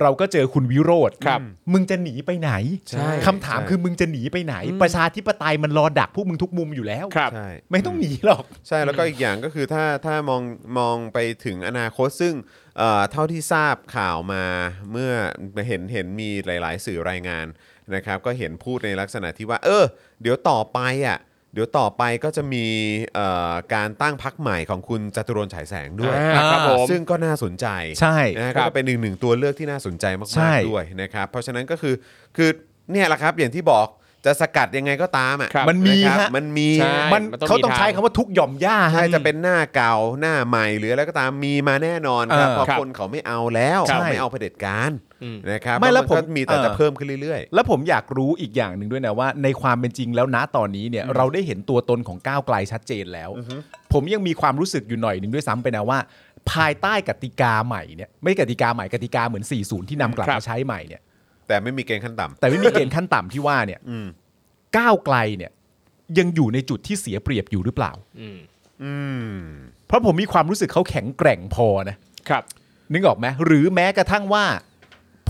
S2: เราก็เจอคุณวิโรธ
S3: ครับ
S2: มึงจะหนีไปไหน
S1: ใช่
S2: คำถาม
S1: ใช่
S2: คือมึงจะหนีไปไหน ประชาธิปไตยมันรอดักพวกมึงทุกมุมอยู่แล้ว
S3: ครับ
S1: ใช่
S2: ไม่ต้องหนีหรอก
S1: ใช่แล้วก็อีกอย่างก็คือถ้าถ้ามองมองไปถึงอนาคตซึ่งเอ่อเท่าที่ทราบข่าวมาเมื่อเห็นเห็นมีหลาย ๆ สื่อรายงานนะครับ ก็เห็นพูดในลักษณะที่ว่า เออ เดี๋ยวต่อไปอ่ะเดี๋ยวต่อไปก็จะมีเอ่อการตั้งพักใหม่ของคุณจตุรนฉายแสงด้วย
S3: อ่าครับผม
S1: ซึ่งก็น่าสนใจ
S2: ใช่
S1: นะค
S3: ครั
S1: รับบ ก็เป็นอีกหนึ่งตัวเลือกที่น่าสนใจมา
S2: ใช่
S1: กๆด้วยนะครับ เพราะฉะนั้นก็คือคือเนี่ยแหละครับอย่างที่บอกจะสกัดยังไงก็ตามอ่ะ
S3: ครับ
S2: มันมี
S1: นะครั
S2: ฮะ
S1: บมันมี
S3: ใช่
S2: มัน
S3: มันต้อง
S2: เขาต้อง
S3: มีทาง
S2: ใช้คำว่าทุกหย่อมย่าฮะ
S1: ใช่จะเป็นหน้าเก่าหน้าใหม่หรืออะไรก็ตามมีมาแน่นอนครับ
S2: เออ
S1: เพราะ
S3: ครับ
S1: คนเขาไม่เอาแล้ว
S2: ใช่
S1: ไม่เอาเผด็จการ
S3: อืม
S1: นะครับ
S2: ไม่แล้ว
S1: นก็
S2: ผม
S1: มีแต่
S2: เออ
S1: จะเพิ่มขึ้นเรื่อย
S2: แล้วผมอยากรู้อีกอย่างหนึ่งด้วยนะว่า ในความเป็นจริงแล้วนะตอนนี้เนี่ยเราได้เห็นตัวตนของก้าวไกลชัดเจนแล้ว ผมยังมีความรู้สึกอยู่หน่อยหนึ่งด้วยซ้ำไปนะว่า ภายใต้กติกาใหม่เนี่ยไม่กติกาใหม่กติกาเหมือน 40 ที่นำกลับ
S3: ครับ
S2: มาใช้ใหม่เนี่ย
S1: ๆ แต่ไม่มีเกณฑ์ขั้นต่ำ
S2: แต่ไม่มีเกณฑ์ขั้นต่ำที่ว่าเนี่ย
S1: อืม
S2: ก้าวไกลเนี่ยยังอยู่ในจุดที่เสียเปรียบอยู่หรือเปล่า
S3: อืม
S1: อืม
S2: เพราะผมมีความรู้สึกเขาแข็งแกร่งพอนะครับ นึกออกไหมหรือแม้กระทั่งว่า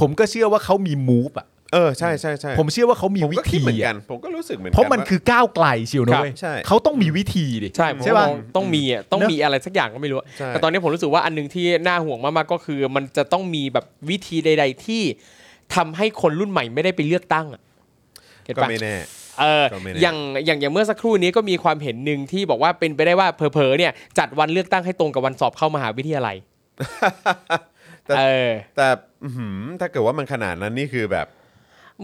S2: ผมก็เชื่อว่าเขามีมูฟอ่ะ
S1: เออใช่ใช่ใช่
S2: ผมเชื่อว่าเขามี
S1: ผม
S2: วิ
S1: ก็คิด
S2: ธี
S1: เหมือนกั
S2: อะ
S1: นผมก็รู้สึกเหมือนกั
S2: เพราะมัน
S1: ว่
S2: คือก้าวไกลเชียวนะเว้
S1: ค
S2: ย
S1: รับใช่
S2: เขาต้องมีวิธีดิ
S3: ใช่ผม
S2: ใช่ปะ
S3: ว่าต้องมีอ่ะต้องมีอะไรสักอย่างก็ไม่รู้
S1: ใช่
S3: แต่ตอนนี้ผมรู้สึกว่าอันหนึงที่น่าห่วงมากๆก็คือ มันจะต้องมีแบบวิธีใด ๆ ที่ทำให้คนรุ่นใหม่ไม่ได้ไปเลือกตั้งอ่ะเก็ต
S1: ก็
S3: ปะ
S1: ไม่แน่
S3: เออ
S1: ก็ไม่แน่
S3: อย่างอย่างอย่างเมื่อสักครู่นี้ก็มีความเห็นหนึ่งที่บอกว่าเป็นไปได้ว่าเผลอๆเนี่ยจัดวันเลือกตั้งให้ตรงกับวันสอบเข้ามหาวิทยาลัยเออ
S1: [laughs] แต่อื้อหือถ้าเกิดว่ามันขนาดนั้นนี่คือแบบ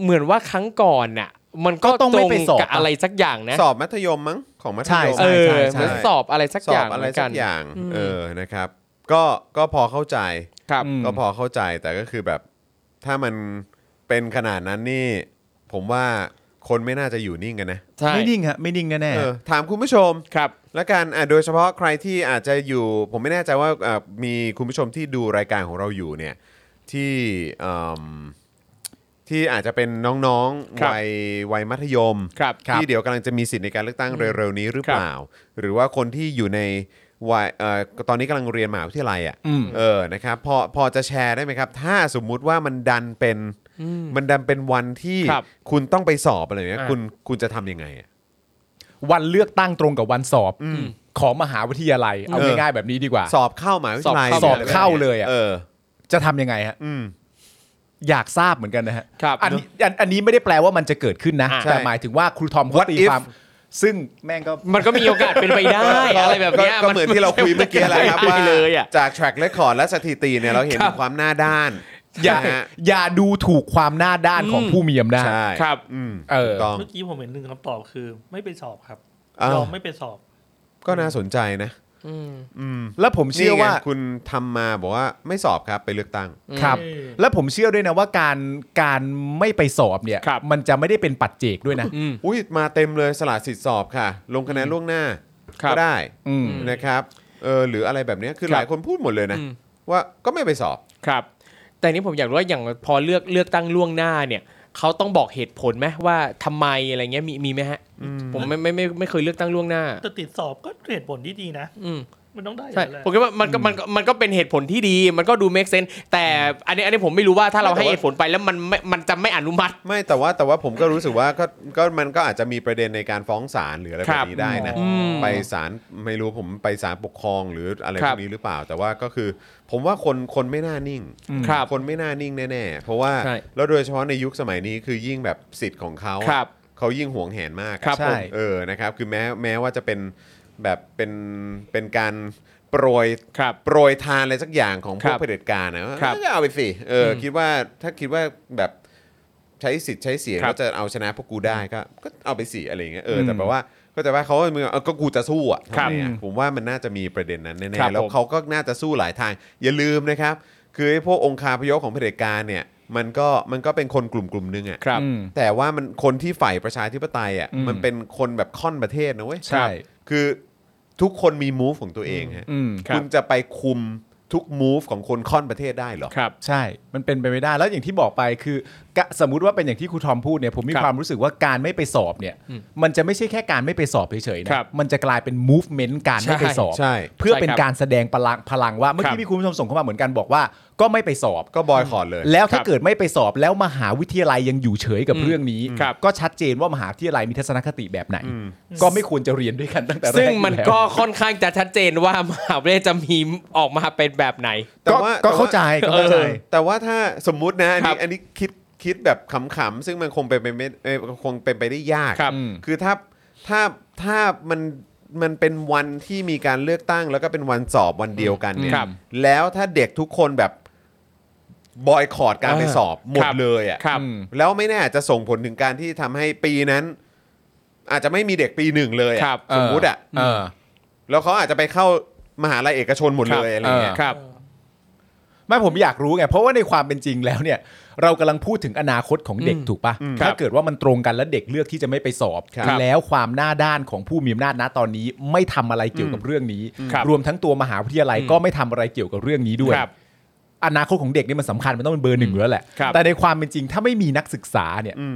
S3: เหมือนว่าครั้งก่อนน่ะ มันก็
S2: ก็ต้องไม่ไปสอบ
S3: กับอะไรสักอย่างนะ
S1: สอบมัธยมมั้งของมัธ
S2: ใช่
S1: ยม
S2: ใช่
S3: เออ
S2: ใช่
S3: เหมือนสอบอะไรสัก
S1: สอย่
S3: อา
S1: บ
S3: ง
S1: อะไร
S3: เหมืน
S1: สั
S3: น
S1: กอย่าง
S3: อืม
S1: เออนะครับ ก็ก็พอเข้าใจ
S3: ครับ
S2: อืม
S1: ก็พอเข้าใจแต่ก็คือแบบถ้ามันเป็นขนาดนั้นนี่ ผมว่าคนไม่น่าจะอยู่นิ่งกันนะ
S3: ใช่
S2: ไม่นิ่งฮะไม่นิ่งแน่ๆ
S1: เออถามคุณผู้ชม
S3: ครับ
S1: และการโดยเฉพาะใครที่อาจจะอยู่ ผมไม่แน่ใจว่าอ่ะมีคุณผู้ชมที่ดูรายการของเราอยู่เนี่ยที่อืมที่อาจจะเป็นน้อง
S3: ครั
S1: ๆ
S3: บ
S1: วัยวัยมัธยม
S3: ครับ
S1: ที่เดี๋ยวกำลังจะมีสิทธิ์ในการเลือกตั้งเร็วๆนี้หรือเปล่า หรือว่าคนที่อยู่ในวัยเอ่อตอนนี้กำลังเรียนมหาวิทยาลัยอ่ะ
S2: อืม
S1: เออนะครับพอพอจะแชร์ได้ไหมครับ ถ้าสมมุติว่ามันดันเป็นมันดันเป็นวันที่
S3: ครับ
S1: คุณต้องไปสอบอะไรอย่างเงี้ย
S3: อ่า
S1: คุณคุณจะทำยังไงอ่ะ
S2: วันเลือกตั้งตรงกับวันสอบของมหาวิทยาลัย เอา
S1: เออ
S2: ง่ายๆแบบนี้ดีกว่า
S1: สอบเข้ามหาวิทยาลัย
S2: สอบเข้าเลยอะ
S1: เออ
S2: จะทำยังไงฮะ
S1: อืม
S2: อยากทราบเหมือนกันนะฮะ
S3: ครับ
S2: อันนี้อันอันนี้ไม่ได้แปลว่ามันจะเกิดขึ้นนะ
S3: อ่า
S2: แต่
S1: ใช่
S2: หมายถึงว่าครูทอมเขาตี
S1: if
S2: ความซึ่งแม่งก็
S3: มันก็มีโอกาสเป็นไปได้ อะไรแบบเนี้ย
S1: ก็ก็เหมือนที่เราคุยเมื่อกี้แหละครับ
S3: ไม่
S1: ว่า
S3: ได้เลยอ่ะ
S1: จาก track record และสถิติเนี่ยเราเห็น
S3: ครับ
S1: ความหน้าด้าน
S2: อย่า
S1: นะฮะ
S2: อย่าดูถูกความหน้าด้านของผู้มีอำนาจ
S1: ใช่
S3: ครับ
S1: อืม
S2: เออ
S1: ถูกต้อง
S4: เมื่อกี้ผมเห็นหนึ่งคำตอบคือ ไม่ไปสอบครับ
S1: อ้าว
S4: ยอมไม่ไปสอบ
S1: ก็น่าสนใจนะ
S3: อืม
S1: อืม
S2: แล้วผมเชื่อว่า
S1: นี่ไงคุณทำมาบอกว่าไม่สอบครับไปเลือกตั้ง
S2: ครับ
S4: เออ
S2: แล้วผมเชื่อด้วยนะว่าการการไม่ไปสอบเนี่ย
S3: ครับ
S2: มันจะไม่ได้เป็นปัจเจกด้วยนะ
S3: อืม
S1: อุ้ยมาเต็มเลยสละสิทธิ์สอบค่ะ ลงคะแนนล่วงหน้า
S3: ครับ
S1: ก็ได้
S2: อืม
S1: นะครับเออหรืออะไรแบบเนี้ยคือ
S3: ครับ
S1: หลายคนพูดหมดเลยนะ
S3: อืม
S1: ว่าก็ไม่ไปสอบ
S3: ครับ แต่นี้ผมอยากรู้ว่าอย่างพอเลือกเลือกตั้งล่วงหน้าเนี่ยเขาต้องบอกเหตุผลไหมว่าทำไมอะไรเงี้ยมีมีไหมฮะ ผมไม่ไม่ไม่ไม่เคยเลือกตั้งล่วงหน้า
S4: แต่ติดสอบก็เหตุผลที่ดีนะ
S3: อืม
S4: มันต้องได้อยู่
S3: ใช่
S4: แล้วแหละ
S3: ผมคิดว่ามันก็มันก็มันก็เป็นเหตุผลที่ดี มันก็ดู make sense แต่อันนี้อันนี้ผมไม่รู้ว่าถ้าเราให้เหตุผลไปแล้วมันไม่มันจะไม่อนุมัติ
S1: ไม่แต่ว่าแต่ว่าผมก็รู้สึกว่าก็ก็มันก็อาจจะมีประเด็นในการฟ้องศาลหรืออะไร
S3: ค
S1: แบ
S3: รับบ
S1: นี้ได้นะ
S3: อืม
S1: ไปศาลไม่รู้ผมไปศาลปกครองหรืออะไรพ
S3: ครั
S1: ว
S3: บ
S1: กนี้หรือเปล่า แต่ว่าก็คือ ผมว่าคนคนไม่น่านิ่ง
S3: ครับ
S1: คนไม่น่านิ่งแน่ๆ เพราะว่า
S3: ใช่
S1: แล้วโดยเฉพาะในยุคสมัยนี้คือยิ่งแบบสิทธิ์ของเขาอะ
S3: ครับ
S1: เขายิ่งหวงแหนมาก
S3: ครับ
S2: ใช่
S1: ผมเออนะครับคือแม้แม้ว่าจะเป็นแบบเป็นเป็นการโปรย
S3: ครับ
S1: โปรยทานอะไรสักอย่างของพวก
S3: ครับ
S1: เผด็จการนะครับ ก็เอาไปสิเอออ
S3: ม
S1: คิดว่าถ้าคิดว่าแบบ ใช้สิทธิ์ใช้เสียง
S3: ครั
S1: ก็
S3: บ
S1: จะเอาชนะพวกกูได้ก็ก็เอาไปสิอะไรอย่างเงี้ยเอออ
S2: ม
S1: แต่แปลว่าก็แต่ว่าเขาเมือาก็กูจะสู้อ่ะ
S3: ครับ
S1: ทำไมอะผมว่ามันน่าจะมีประเด็นนั้น
S3: ครั
S1: แน่
S3: บ
S1: ๆแล้ว
S3: ผม
S1: เขาก็น่าจะสู้หลายทาง อย่าลืมนะครับ คือไอ้พวกองคาพยพของเผด็จการเนี่ย มันก็มันก็เป็นคนกลุ่มกลุ่มๆนึงอ่ะ
S3: ครับอืม
S1: แต่ว่ามันคนที่ฝ่ายประชาธิปไตยอ่ะ
S2: อืม
S1: มันเป็นคนแบบค่อนประเทศนะเว้ย
S2: ใช่
S1: คือทุกคนมีมูฟของตัวเองฮะ
S2: อืม
S3: ครับ
S1: คุณจะไปคุมทุกมูฟของคนค่อนประเทศได้เหรอ
S3: ครับ
S2: ใช่ มันเป็นไปไม่ได้ แล้วอย่างที่บอกไปคือ ก็สมมติว่าเป็นอย่างที่ครูทอมพูดเนี่ยผมมี
S3: ครับ
S2: ความรู้สึกว่าการไม่ไปสอบเนี่ย
S3: อืม
S2: มันจะไม่ใช่แค่การไม่ไปสอบเฉยๆนะครับ มันจะกลายเป็น movement การไม่ไปสอบ
S1: ใช่
S2: เพื่อ
S3: ใช่
S2: เป็น
S3: ครับ
S2: การแสดงพลังพลังว่าเมื่อ
S3: ครั
S2: กี้
S3: บ
S2: มีคุณผู้ชมส่งเข้ามาเหมือนกันบอกว่า ก็ไม่ไปสอบ
S1: ก็บอยคอรดเลย
S2: แล้วถ้า
S3: ครับ
S2: เกิดไม่ไปสอบแล้วมหาวิทยาลัยยังอยู่เฉยกับ
S3: อืม
S2: เรื่องนี้
S3: ครับ
S2: ก็ชัดเจนว่ามหาวิทยาลัยมีทัศนคติแบบไหน ก็ไม่ควรจะเรียนด้วยกันตั้งแต่แรก
S3: ซึ่งมัน
S2: อยู่แล้ว
S3: ก็ค่อนข้างจะชัดเจนว่ามหาวิทยาลัยจะมีออกมาเป็นแบบไหน
S1: แต่
S2: ก็
S1: ว่า
S2: ก็เข้าใจ
S1: แต่
S2: ก็
S1: ว่
S2: เข้าใจ
S1: ออแต่ว่าถ้าสมมุตินะอัน
S3: ครั
S1: นี้
S3: บ
S1: อันนี้คิดคิดแบบขำๆซึ่งมันคงเป็นไปไม่เอ่อคงเป็นไปได้ยาก
S3: ครับ
S2: อืม
S1: คือถ้าถ้าถ้ามันมันเป็นวันที่มีการเลือกตั้ง แล้วก็เป็นวันสอบวันเดียวกันเนี่ย
S3: ครับ
S1: แล้วถ้าเด็กทุกคนแบบบอยคอรดการไปสอบหม
S3: ค
S1: ด
S3: รับ
S1: เลยอ่ะ
S3: ครับ
S2: อืม
S1: แล้วไม่แน่อาจจะส่งผลถึงการที่ทำให้ปีนั้น อาจจะไม่มีเด็กปีหนึ่งเลยอะ
S3: ครับ
S1: สมมุติอ่ะ
S2: เออ
S1: แล้วเขาอาจจะไปเข้ามหาลัยเอกชนหมดเลยอะไรเงี้ย
S3: ครับ
S2: ไม่ผมอยากรู้ไงเพราะว่าในความเป็นจริงแล้วเนี่ย เรากำลังพูดถึงอนาคตของเด็ก
S3: อืม
S2: ถูกปะ
S1: อืม
S2: ถ้าเกิดว่ามันตรงกันและเด็กเลือกที่จะไม่ไปสอบ
S1: ครับ
S2: แล้วความหน้าด้านของผู้มีอำนาจณตอนนี้ ไม่ทำอะไรเกี่ยวกับเรื่องนี้
S3: ครับ
S2: รวมทั้งตัวมหาวิทยาลัย
S3: อืม
S2: ก็ไม่ทำอะไรเกี่ยวกับเรื่องนี้ด้วย
S3: ครับ
S2: อนาคตของเด็กนี่มันสำคัญมันต้องเป็นเบอร์หนึ่งอยู่แล้วแหละ
S3: ครับ
S2: แต่ในความเป็นจริงถ้าไม่มีนักศึกษาเนี่ย
S1: อืม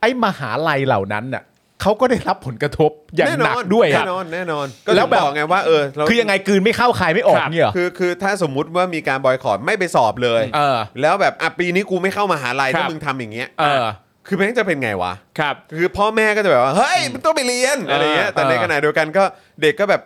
S2: ไอ้มหาลัยเหล่านั้นน่ะเขาก็ได้รับผลกระทบอย่างหนักด้วย
S1: แน่
S2: อะ
S1: นอนแน่นอนก็
S2: แล้
S1: แล้ว
S2: ว
S1: บ
S2: แบบ
S1: อกไงว่าเออเรา
S2: คือยังไงกลืนไม่เข้าคายไม่ออก
S3: ครับ
S2: เนี่ยเหรอ
S1: คือคือถ้าสมมุติว่ามีการบอยคอรดไม่ไปสอบเลย
S2: เออ
S1: แล้วแบบอ่ะปีนี้กูไม่เข้ามหาลัย
S3: ครับ
S1: ถ้ามึงทำอย่างเงี้ย
S2: เออ
S1: คือแม่งจะเป็นไงวะ
S3: ครับ
S1: คือพ่อแม่ก็จะแบบว่าเฮ้ยมึงต้องไปเรียนอะไรเงี้ยแต่
S2: เออ
S1: ในขณะเดียวกันก็เด็กก็แบบ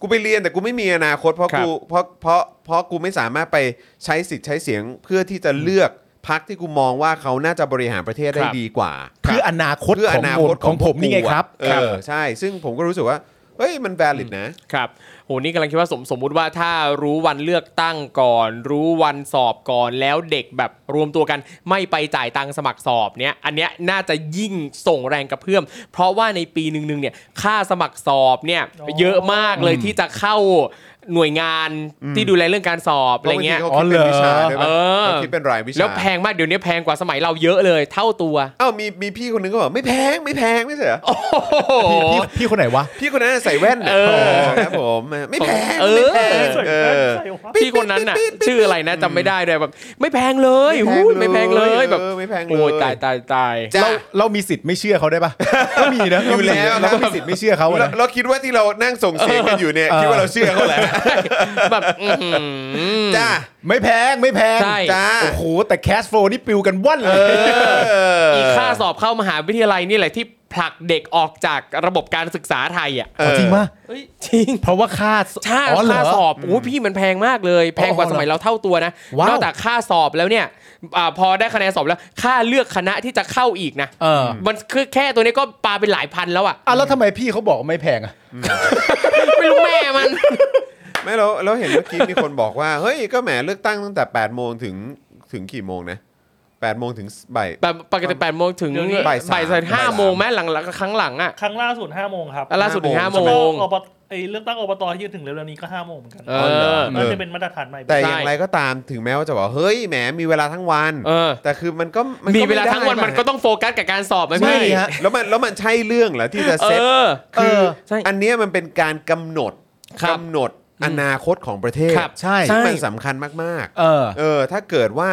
S1: กูไปเรียนแต่กูไม่มีอนาคตเพราะ
S3: ครับ
S1: กูเพราะเพราะเพราะกูไม่สามารถไปใช้สิทธิ์ใช้เสียงเพื่อที่จะเลือกพักที่กูมองว่าเขาน่าจะบริหารประเทศได้
S3: ครับ
S1: ดีกว่า
S2: เพื่ออนาคต
S1: เพื่อ
S2: ข
S1: อ
S2: อง
S1: นา
S2: ผ
S1: ค
S2: ม
S1: ต
S2: ของผมนี่ไงครับ
S1: เออใช่ ซึ่งผมก็รู้สึกว่าเฮ้ยมัน valid นะ
S3: ครับโหนี่กำลังคิดว่าสมสมมุติว่าถ้ารู้วันเลือกตั้งก่อน รู้วันสอบก่อนแล้วเด็กแบบรวมตัวกันไม่ไปจ่ายตังค์สมัครสอบเนี่ยอันเนี้ยน่าจะยิ่งส่งแรงกระเพื่อม เพราะว่าในปีหนึ่งๆเนี่ยค่าสมัครสอบเนี่ย
S4: อ๋อ
S3: เยอะมากเลยที่จะเข้าหน่วยงานที่ดูแลเรื่องการสอบอะไรเงี้ย
S1: พาะบาทีเขาคิดเป็นวิชาด้วยปะ
S3: อ๋อเหรอ
S1: เขาคิดเป็นรายวิชา
S3: แล้วแพงมากเดี๋ยวนี้แพงกว่าสมัยเราเยอะเลยเท่าตัว
S1: เอ้ามีมีพี่คนนึงก็บอกไม่แพงไม่แพงไม่ใช่เหรอ
S2: พี่พี่พี่คนไหนวะ
S1: พี่คนนั้นใส่แว่นน่ะ
S3: เออ
S1: โอ้ครับผมไม่แพง
S3: เออ
S1: ไม่แพง
S4: ใส่
S1: เอ
S4: แว่น
S1: อ
S4: ใส่หัว
S3: พี่คนนั้นน่ะ ชื่ออะไรนะจำไม่ได้เลยแบบ ไม่แพงเลย
S1: ไม่แพง
S3: หูยไม่แพงเลย
S1: เลย
S3: แบบ
S1: เออไม่แพงเลย
S3: โอ้ยตายตายตาย
S1: จ้ะ
S2: เราเรามีสิทธิ์ไม่เชื่อเขาได้ปะ ก็มีนะ
S1: อยู่แล้ว
S2: เราก็มีสิทธิ์ไม่เชื่อเขาอะ
S1: เรา
S2: นะ
S1: เราคิดว่าที่เรานั่งส่งเสียงกันอยู่เนี่ย
S2: เออ
S1: คิดว่าเราเชื่อเขาแหละ
S3: แบบอื้อหือ
S1: จ้า
S2: ไม่แพงไม่แพง
S3: ใช่
S1: จ้า
S2: โอ้โห แต่แคสโฟนี่ปิวกันว่อนเลย
S3: อีกค่าสอบเข้ามหาวิทยาลัยนี่แหละที่ผลักเด็กออกจากระบบการศึกษาไทยอ่ะ
S1: เออ
S2: จริงปะ
S4: เอ้ย
S3: จริง
S2: เพราะว่าค่า
S3: ถ้า
S2: เหร
S3: ค่าสอบโอ้ยพี่มันแพงมากเลย แพงกว่า
S2: อ๋อ
S3: สมัยเราเท่าตัวนะ
S2: ว้าว
S3: นอกจากค่าสอบแล้วเนี่ยอ่าพอได้คะแนนสอบแล้ว ค่าเลือกคณะที่จะเข้าอีกนะ
S2: เออ
S3: มันคือแค่ตัวนี้ก็ปาเป็นหลายพันแล้วอ่ะ
S2: อ่ะแล้วทำไมพี่เขาบอกว่าไม่แพงอ่ะ
S3: ไม่รู้แม่มัน
S1: ไม่เราเราเห็นเมื่อกี้มีคนบอกว่าเฮ้ยก็แหมเลือกตั้งตั้งแต่8ปดโมงถึงถึงกี่โมงนะ8ปดโมงถึงบ่าย
S3: แบบปกติแปดโมงถึง
S4: เดี๋ยวนี้
S1: บ่ายสาม
S3: บ่ายสามห้า
S1: บ่ายสาม
S3: โมงแม่หลังๆครั้งหลังอ่ะ
S4: ครั้งล่าสุดห้าโมงครับ
S3: แล้วล่าสุดถึงห้า
S1: ห้า
S3: โม
S1: โมง
S3: ง
S4: อบตไอเลือกตั้งอบตที่จะถึงเร็วๆนี้ก็ห้าโมงเหมือนกัน
S3: เออ
S4: น่าจะเป็นมาตรฐานใหม่
S1: แต่
S4: ไป
S1: อย่างไรก็ตามถึงแม้ว่าจะบอกเฮ้ยแหมมีเวลาทั้งวัน
S3: เออ
S1: แต่คือมันก็นก็
S3: มี
S1: ไ
S3: เวลาทั้งวัน
S1: ได้
S3: มันก็ต้องโฟกัสกับการสอบไหม
S1: ใช่
S3: พี่
S1: ฮะแล้วมันแล้วมันใช่เรื่องเหรอที่จะ
S3: เอ
S1: เซ็ต
S3: อ
S1: คือ
S2: เออ
S3: ใช่
S1: อันเนี้ยมันเป็นการกำหนด
S3: ครับ
S1: กำหนดอนาคตของประเทศ
S3: ครับ
S2: ใช่
S1: ซึ่งมัน
S3: ใช่
S1: สำคัญมาก
S2: เออ
S1: ๆเออถ้าเกิดว่า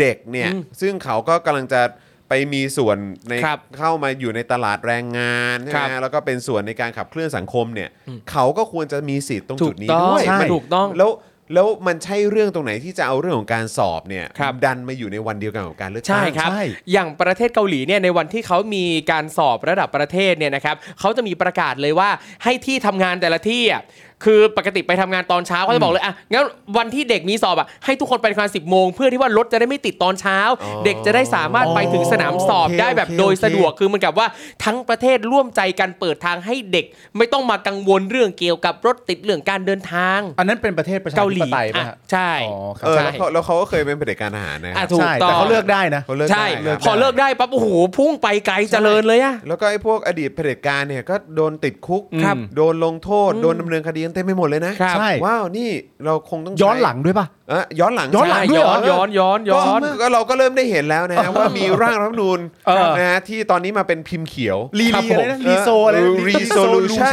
S1: เด็กเนี่ย
S3: อืม
S1: ซึ่งเขาก็กำลังจะไปมีส่วนใน
S3: ครับ
S1: เข้ามาอยู่ในตลาดแรงงานใช่
S3: ครั
S1: ไห
S3: บ
S1: มแล้วก็เป็นส่วนในการขับเคลื่อนสังคมเนี่ย เขาก็ควรจะมีสิทธิ์ตรง
S3: ถูก
S1: จุดนี้ด้วยมัน
S3: ต้องใช่ถูกต้อง
S1: แล้วแล้วมันใช่เรื่องตรงไหนที่จะเอาเรื่องของการสอบเนี่ย
S3: ครับ
S1: ดันมาอยู่ในวันเดียวกันกับการเลือก
S3: ใช่
S1: ตั้ง
S3: ครับ
S2: ใช่
S3: อย่างประเทศเกาหลีเนี่ยในวันที่เขามีการสอบระดับประเทศเนี่ยนะครับเขาจะมีประกาศเลยว่าให้ที่ทำงานแต่ละที่อ่ะคือปกติไปทำงานตอนเช้าเขาจะบอกเลยอ่ะงั้นวันที่เด็กมีสอบอ่ะให้ทุกคนไปทำงานสิบโมงเพื่อที่ว่ารถจะได้ไม่ติดตอนเช้า
S1: อ๋อ
S3: เด็กจะได้สามารถไปถึงสนามสอบ
S2: โอเค
S3: ได้แบบ
S2: โอเค
S3: โดยสะดวกคือเหมันกับว่าทั้งประเทศร่วมใจกันเปิดทางให้เด็ก ไม่ต้องมากังวลเรื่องเกี่ยวกับรถติดเรื่องการเดินทาง
S2: อันนั้นเป็นประเทศประชา
S3: เกาห
S2: ธิ
S3: ลี
S2: ปไตย
S3: อ่ะ
S2: ป่ะฮะ
S3: ใช่
S2: อ๋อครั
S1: เออบ แล้วเขาแล้วเขาก็เคยเป็นเผด็จการทหารนะครั
S3: อ่ะ
S1: บ
S3: ถูก
S2: ใช่
S3: ต้อง
S2: แต่เขาเลือกได้นะ
S1: เขาเลิก
S3: ใช่
S1: ได้ครับ
S3: พอเลิกได้ปั๊บโอ้โหพุ่งไปไกลเจริญเลยอะ
S1: แล้วก็ไอ้พวกอดีตเผด็จการเนี่ยก็โดนติดคุก
S3: ครับ
S1: โดนลงโทษ โดนดำเนินคดีกันเต็มไปหมดเลยนะครับ
S2: ใช่
S1: ว้าว นี่เราคงต้อง
S2: ย้อน
S1: ใช้
S2: หลังด้วยป่ะ
S1: เอ้ยย้อนหลัง
S2: ย้อนหลัง
S1: ใช่
S2: ด้วย
S3: ย้
S2: เหรอ
S3: อนย้อนย้อนย้อน
S1: ก็ก็เราก็เริ่มได้เห็นแล้วนะฮะว่ามีร่างรัฐธรรมนูญ
S2: เออ
S1: นะฮะที่ตอนนี้มาเป็นพิมพ์เขียว
S2: รี
S3: ครับ
S2: รีอะไร
S3: ผม
S2: นะรีโซอะไรนะ
S1: รีโซลูชัน
S2: resolution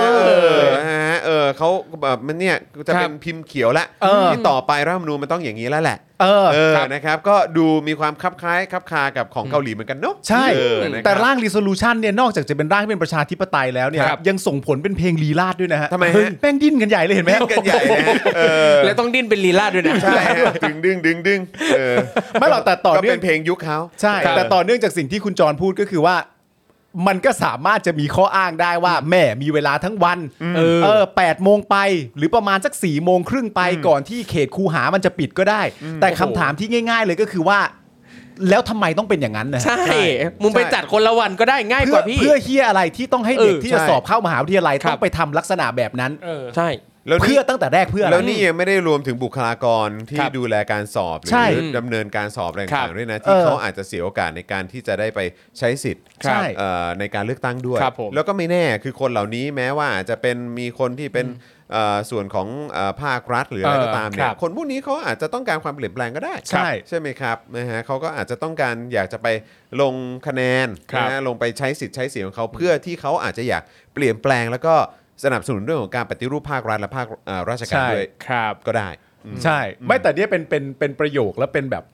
S1: เอ
S2: เออ
S1: อนะฮะเ เออเขาแบบมันเนี่ยจะเป็น
S3: ครับ
S1: พิมพ์เขียวละ
S2: เออ
S1: ที่ต่อไปรัฐธรรมนูญมันต้องอย่างนี้แล้วแหละ
S2: เออ
S1: เออ
S3: ครับ
S1: นะครับก็ดูมีความคลับคล้ายคลับคากับของเกาหลีเหมือนกันเนอะ
S2: ใช่
S1: เออนะคบ
S2: แต่ร่าง resolution เนี่ยนอกจากจะเป็นร่างที่เป็นประชาธิปไตยแล้วเนี่ย
S3: ครับ
S2: ยังส่งผลเป็นเพลงลีลาดด้วยนะฮะ
S1: ทำไมฮะ
S2: เฮ้ยแป้งดิ้นกันใหญ่เลยเห็นไหม
S1: แม่งกันใหญ่นะเออ
S3: แล้วต้องดิ้นเป็นลีลาดด้วยนะ
S1: ใช่ฮะดึงดึงดึงดึงเออ
S2: ไม่หรอกแต่ต่อ
S1: ก็
S2: เนื่อง
S1: เป็นเพลงยุคเขา
S2: ใช่
S3: ครับ
S2: แต่ต่อเนื่องจากสิ่งที่คุณจรพูดก็คือว่า มันก็สามารถจะมีข้ออ้างได้ว่าแหม่มีเวลาทั้งวัน
S3: เออ
S2: เออแปดโมงไป หรือประมาณสักสี่โมงครึ่งไปก่อนที่เขตคูหามันจะปิดก็ได้ แต่คำถามที่ง่าย ๆ เลยก็คือว่า แล้วทำไมต้องเป็นอย่างนั้นนะ
S3: ใช่มึงไปจัดคนละวันก็ได้ง่ายก
S2: เพื่อ
S3: ว่าพี่
S2: เพื่อเฮียอะไรที่ต้องให้เด็ก
S3: เออ
S2: ที่จะ
S1: ใช่
S2: สอบเข้ามหาวิทยาลัย
S3: ครับ
S2: ต้องไปทำลักษณะแบบนั้น
S4: เออ
S3: ใช่
S1: แล้วนี่
S2: เพื่อตั้งแต่แรกเพื่ออะไร
S1: แล้วนี่ยังไม่ได้รวมถึงบุคลากรที่
S3: ครับ
S1: ดูแลการสอบหรื
S2: ใช่
S1: ดำเนินการสอบอะไร
S3: ครั
S1: ต่าง
S3: บ
S1: ๆด้วยนะที่
S2: เออ
S1: เขาอาจจะเสียโอกาสในการที่จะได้ไปใช้สิทธิ์
S2: ใช่
S1: เอ่อในการเลือกตั้งด้วย
S3: ครับผม
S1: แล้วก็ไม่แน่คือคนเหล่านี้แม้ว่าอาจจะเป็นมีคนที่เป็นเอ่อส่วนของเอ่อภาครัฐหรืออะไร
S3: เออ
S1: ก็ตามเนี่
S3: ค
S1: ย
S3: รับ
S1: คนพวกนี้เขาอาจจะต้องการความเปลี่ยนแปลงก็ได้
S2: ใช่
S1: ใช่ไหมครับนะฮะเขาก็อาจจะต้องการอยากจะไปลงคะแนน
S3: ครับ
S1: นะฮะลงไปใช้สิทธิ์ใช้เสียงของเขาเพื่อที่เขาอาจจะอยากเปลี่ยนแปลง แล้วก็สนับสนุนเรื่องของการปฏิรูปภาครัฐและภาคเอ่อราชการ
S2: ใช่
S1: ด้วย
S3: ครับ
S1: ก็ได้
S2: ใช่ ไม่แต่เนี่ยเป็นเป็นเป็นประโยคและเป็นแบบ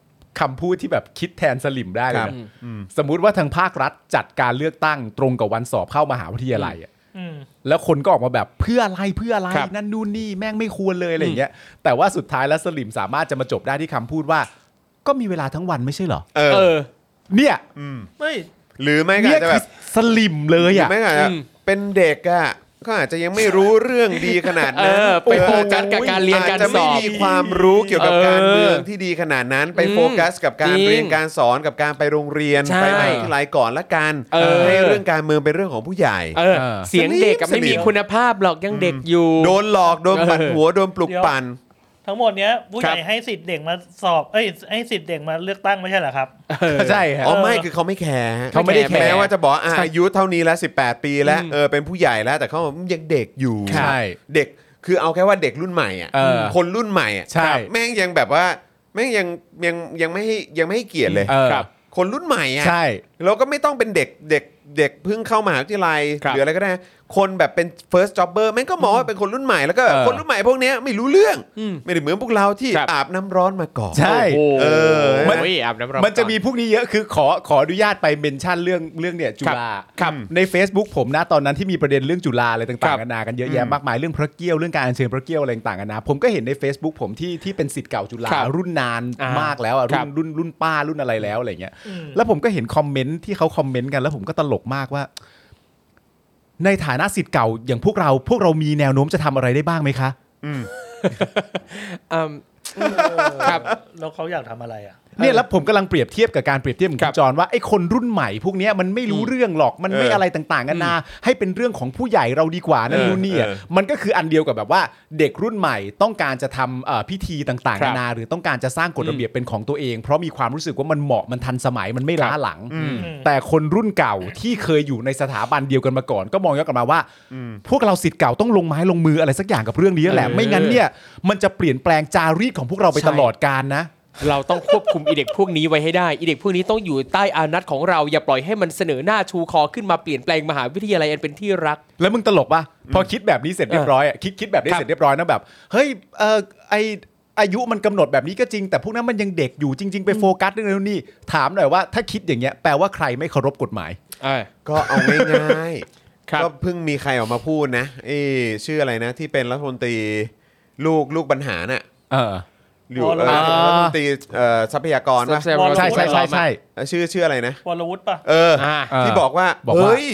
S2: คำพูดที่แบบคิดแทนสลิมได้เลย
S1: ครั
S2: นะ
S1: บ
S2: สมมุติว่าทางภาครัฐจัดการเลือกตั้งตรงกับวันสอบเข้ามหาวิทยาลัยอะ
S4: อืม
S2: แล้วคนก็ออกมาแบบเพื่ออะไรเพื่ออะไร
S3: ครับ
S2: นั่นนู่นนี่แม่งไม่ควรเลยอะไรอย่างเงี้ยแต่ว่าสุดท้ายแล้วสลิมสามารถจะมาจบได้ที่คำพูดว่า ก็มีเวลาทั้งวันไม่ใช่เหรอ
S1: เอ
S3: เอ
S1: อ
S3: อ
S2: เนี่ย
S4: ไม่
S1: หรือไม่ก็
S2: เนี่ย
S1: อาจจะแบ
S2: คือบ สลิมเลย
S1: หรือ
S2: อ่ะ
S1: ไม่ก็อาจจะ
S3: อืม
S1: เป็นเด็กอ่ะก็อาจจะยังไม่รู้เรื่องดีขนาด
S3: เอ
S1: นั้น
S3: อ ไปโฟ
S1: อาจ
S3: กั
S1: จะ
S3: สกับการเรียนกา
S1: อา
S3: ร
S1: จจะ
S3: ส
S1: ไม่
S3: อบ
S1: มีความรู้เกี่ยวกับ
S3: เออ
S1: การเมืองที่ดีขนาดนั้น ไปโฟกัสกับการ
S3: จริง
S1: เรียนการสอนกับการไปโรงเรียน
S3: ใช่
S1: ไปมหาวิทยาลัยก่อนละกัน
S3: เออ
S1: ให้เรื่องการเมืองเป็นเรื่องของผู้ใหญ่
S3: เออ
S2: เออ
S3: เสียงเด็กกับ
S1: สนิ
S3: ไม่
S1: ม
S3: มีคุณภาพหรอกยังเด็กอยู่
S1: โดนหลอกโดนปั่น
S3: เออ
S1: หัวโดนปลุก
S4: เดี๋ยว
S1: ปั่น
S4: ทั้งหมดเนี้ยผู้ใหญ่
S3: ครับ
S4: ให้สิทธิ์เด็กมาสอบ เอ้ย ให้สิทธิ์เด็กมาเลือกตั้งไม่ใช่เหรอครับ
S3: เออ
S2: ใช่ฮะ
S1: อ๋อไม่คือเขาไม่แคร์ฮะ
S2: เขาไม่ได้แคร์
S1: แม้ว่าจะบอกอ่ะอายุเท่านี้แล้ว 18 ปีแล้ว
S3: อืม
S1: เออเป็นผู้ใหญ่แล้วแต่เขาบอกยังเด็กอยู่
S2: ใช่
S1: เด็กคือเอาแค่ว่าเด็กรุ่นใหม่อ่ะ
S2: เออ
S1: คนรุ่นใหม่อ่ะ
S2: ใช่
S1: แม่งยังแบบว่าแม่งยังยังยังไม่ให้ยังไม่ให้เกียรติเลย
S2: เออ
S3: ครับ
S1: คนรุ่นใหม่อ่ะ
S2: ใช่
S1: แล้วก็ไม่ต้องเป็นเด็กเด็กเด็กเพิ่งเข้ามหาวิทยาลัย
S3: ครับ
S1: หรืออะไรก็ได้ คนแบบเป็น first jobber แม่งก็มองว่าเป็นคนรุ่นใหม่แล้วก็แบบ
S2: เออ
S1: คนรุ่นใหม่พวกเนี้ยไม่รู้เรื่อง
S3: อืม
S1: ไม่ได้เหมือนพวกเราที่
S3: ครับ
S1: อาบน้ำร้อนมาก่อน
S2: ใช่
S3: โอ้โห
S1: เออ
S3: มันอาบน้ำร้อน
S2: มันจะมี
S3: ก่อ
S2: พวกนี้เยอะคือขอขออนุญาตไปเมนชั่นเรื่องเรื่องเนี่ยจุฬา
S3: ครับ
S2: ใน Facebook ผมนะตอนนั้นที่มีประเด็นเรื่องจุฬาอะไร
S3: ครั
S2: ต่าง
S3: บ
S2: ๆกันานากันเยอะแยะมากมายเรื่องพระเกี้ยวเรื่องการอัญเชิญพระเกี้ยวอะไรต่างๆกันานาผมก็เห็นใน Facebook ผมที่ที่เป็นสิทธิ์เก่าจุฬา
S3: ครับ
S2: รุ่นนาน
S3: อ่าม
S2: ากแล้วอ่ะ
S3: ครั
S2: รุ่
S3: บ
S2: นรุ่นรุ่นป้ารุ่นอะไรแล้วอะไรเงี้ย
S4: อืม
S2: แล้วผมก็เห็นคอมเมนต์ที่เขาคอมเมนต์กันแล้วผมก็ตลกมากว่า ในฐานะสิทธิ์เก่าอย่างพวกเราพวกเรามีแนวโน้มจะทำอะไรได้บ้างไหมคะ
S3: อืม ครับ
S4: แล้วเขาอยากทำอะไรอ่ะ
S2: เนี่ยแล้วผมกำลังเปรียบเทียบกับการเปรียบเทียบของ
S3: ครั
S2: คุ
S3: บ
S2: ณจรว่าไอ้คนรุ่นใหม่พวกเนี้ยมันไม่รู้เรื่องหรอกมันไม่
S1: เอออ
S2: อะไรต่างๆกันานาให้เป็นเรื่องของผู้ใหญ่เราดีกว่านั่น
S1: เออ
S2: นู่นนี่อะ
S1: เออ
S2: มันก็คืออันเดียวกับแบบว่าเด็กรุ่นใหม่ต้องการจะทำเอ่อพิธีต่าง
S3: ค
S2: ๆ
S3: รั
S2: นา
S3: บ
S2: นาหรือต้องการจะสร้างกฎระเบียบเป็นของตัวเอง เพราะมีความรู้สึกว่ามันเหมาะมันทันสมัยมันไม่ล้าหลัง แต่คนรุ่นเก่าที่เคยอยู่ในสถาบันเดียวกันมาก่อน ก็มองย้อนกลับมาว่า พวกเราสิทธิ์เก่าต้องลงไม้ลงมืออะไรสักอย่างกับเรื่องนี้แหละ
S3: เออ
S2: ไม่งั้นเนี่ยมันจะเปลี่ยนแปลงจารีตของพวกเราไปตลอดกาลนะ
S3: เราต้องควบคุมอีเด็กพ [laughs] วกนี้ไว้ให้ได้อีเด็กพวกนี้ต้องอยู่ใต้อานัตของเราอย่าปล่อยให้มันเสนอหน้าชูคอขึ้นมาเปลี่ยนแปลงมหาวิทยาลัยอันเป็นที่รัก
S2: แล้วมึงตลกป่ะพอคิดแบบนี้เสร็จเรียบร้อยอะคิดคิดแบบนี้
S3: ครับ
S2: เสร็จเรียบร้อยนะแบบเฮ้ยเออไออายุมันกำหนดแบบนี้ก็จริง แต่พวกนั้นมันยังเด็กอยู่จริง ๆ ไปโฟกัสเรื่องนู้นนี่ถามหน่อยว่าถ้าคิดอย่างเงี้ยแปลว่าใครไม่เคารพกฎหมาย
S1: ก็เอาง่าย
S3: ครับ
S1: ๆ ก็เพิ่งมีใครออกมาพูดนะเอ้ชื่ออะไรนะ ที่เป็นรัฐมนตรีลูกลูกบรรหารน่ะ
S2: เออ
S1: อยู่
S4: วรวุฒิ
S1: เอ่อรัฐมนตรีเอ่อทรัพยากรป่ะ
S2: ใช่ใช่ใช่ใช่
S1: เอ่อชื่อชื่ออะไรนะ
S4: วรวุฒิป่ะ
S1: เออ
S3: อ่า
S1: ที่บอกว่า
S2: บอกว่า
S1: เฮ้ย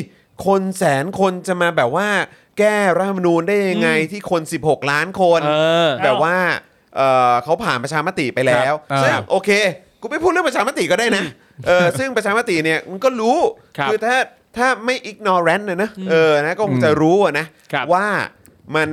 S1: คนแสนคนจะมาแบบว่า แก้รัฐธรรมนูญได้ยังไงที่คน 16 ล้านคน
S3: เออ
S1: แบบว่าเอ่อเขาผ่านประชามติไปแล้ว
S2: ครับ
S1: ซึ่งโอเค กูไม่พูดเรื่องประชามติก็ได้นะเออซึ่งประชามติเนี่ยมันก็รู้
S3: ครับ
S1: อถ้าถ้าไม่ ignorant นะนะเออนะก็คงจะรู้อะนะครับ ว่ามัน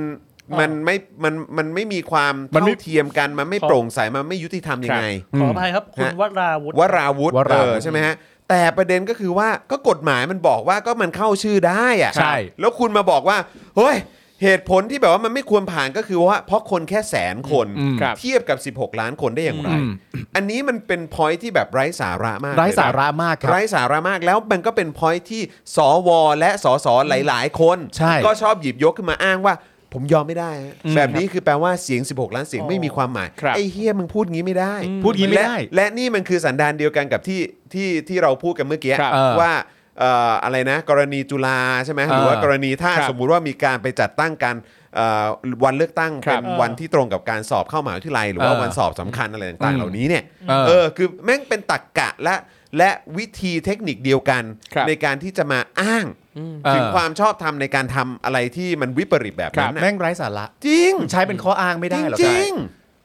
S1: มันไม่มันมันไม่มีความ
S2: มันไม่
S1: เท่าเทียมกันมันไม่
S4: ขอ
S1: โปร่งใสมันไม่ยุติธรรมยังไง
S2: อืม
S4: ขออภัยครับ คุณ
S1: ฮะ
S4: วราวุฒิ
S1: วราวุธ
S2: ว
S1: เอ
S2: ราวุธ
S1: อใช่ไหมฮะแต่ประเด็นก็คือว่าก็กฎหมายมันบอกว่าก็มันเข้าชื่อได้อะ
S2: ใช่
S1: แล้วคุณมาบอกว่าเฮ้ยเหตุผลที่แบบว่ามันไม่ควรผ่านก็คือว่าเพราะคนแค่แสนคน
S2: อืม
S3: ครับ
S1: เทียบกับ 16 ล้านคนได้อย่างไร
S2: อืม
S1: อันนี้มันเป็นพอยที่แบบไร้สาระมาก
S2: ไร้สา
S1: เลยน
S2: ระมากครับ
S1: ไร้สาระมากแล้วมันก็เป็นพอยที่สวและสสหลาย ๆ คน
S2: ใช่
S1: ก็ชอบหยิบยกขึ้นมาอ้างว่า ผมยอมไม่ได้ฮะ
S2: อืม
S1: แบบนี้คือแปลว่าเสียง 16 ล้านเสียง
S4: อ๋อ
S1: ไม่มีความหมาย
S3: ครับ
S1: ไอ้เฮียมึงพูดงี้ไม่ได้
S3: อืม
S2: พูดงี้ไม่ได้
S1: และและนี่มันคือสันดานเดียวกันกับที่ที่ที่เราพูดกันเมื่อกี้
S3: ครับ
S2: เออ
S1: ว่าเอ่ออะไรนะ กรณีจุฬาใช่ไหม
S2: เออ
S1: หรือว่ากรณีถ้า
S3: ครับ
S1: สมมุติว่ามีการไปจัดตั้งการเอ่อวันเลือกตั้ง
S3: ครั
S1: เป็
S3: บ
S1: นวันที่ตรงกับการสอบเข้ามหาวิทยาลัย หรือว่า
S2: เออ
S1: วันสอบสำคัญอะไร
S2: อื
S1: ต่างๆ
S2: ม
S1: เหล่านี้เนี่ย
S2: เออ
S1: เออคือแม่งเป็นตรกกะและและวิธีเทคนิคเดียวกัน
S3: ครับ
S1: ในการที่จะมาอ้าง ถึง
S2: เออ
S1: ความชอบธรรมในการทำอะไรที่มันวิปริตแบบ
S2: ครั
S1: นั้
S2: บ
S1: นน่ะ
S2: แม่งไร้สาระ
S1: จริง
S2: ใช้เป็นข้ออ้างไม่ได้หรอก
S1: จ
S2: ใช่
S1: ริง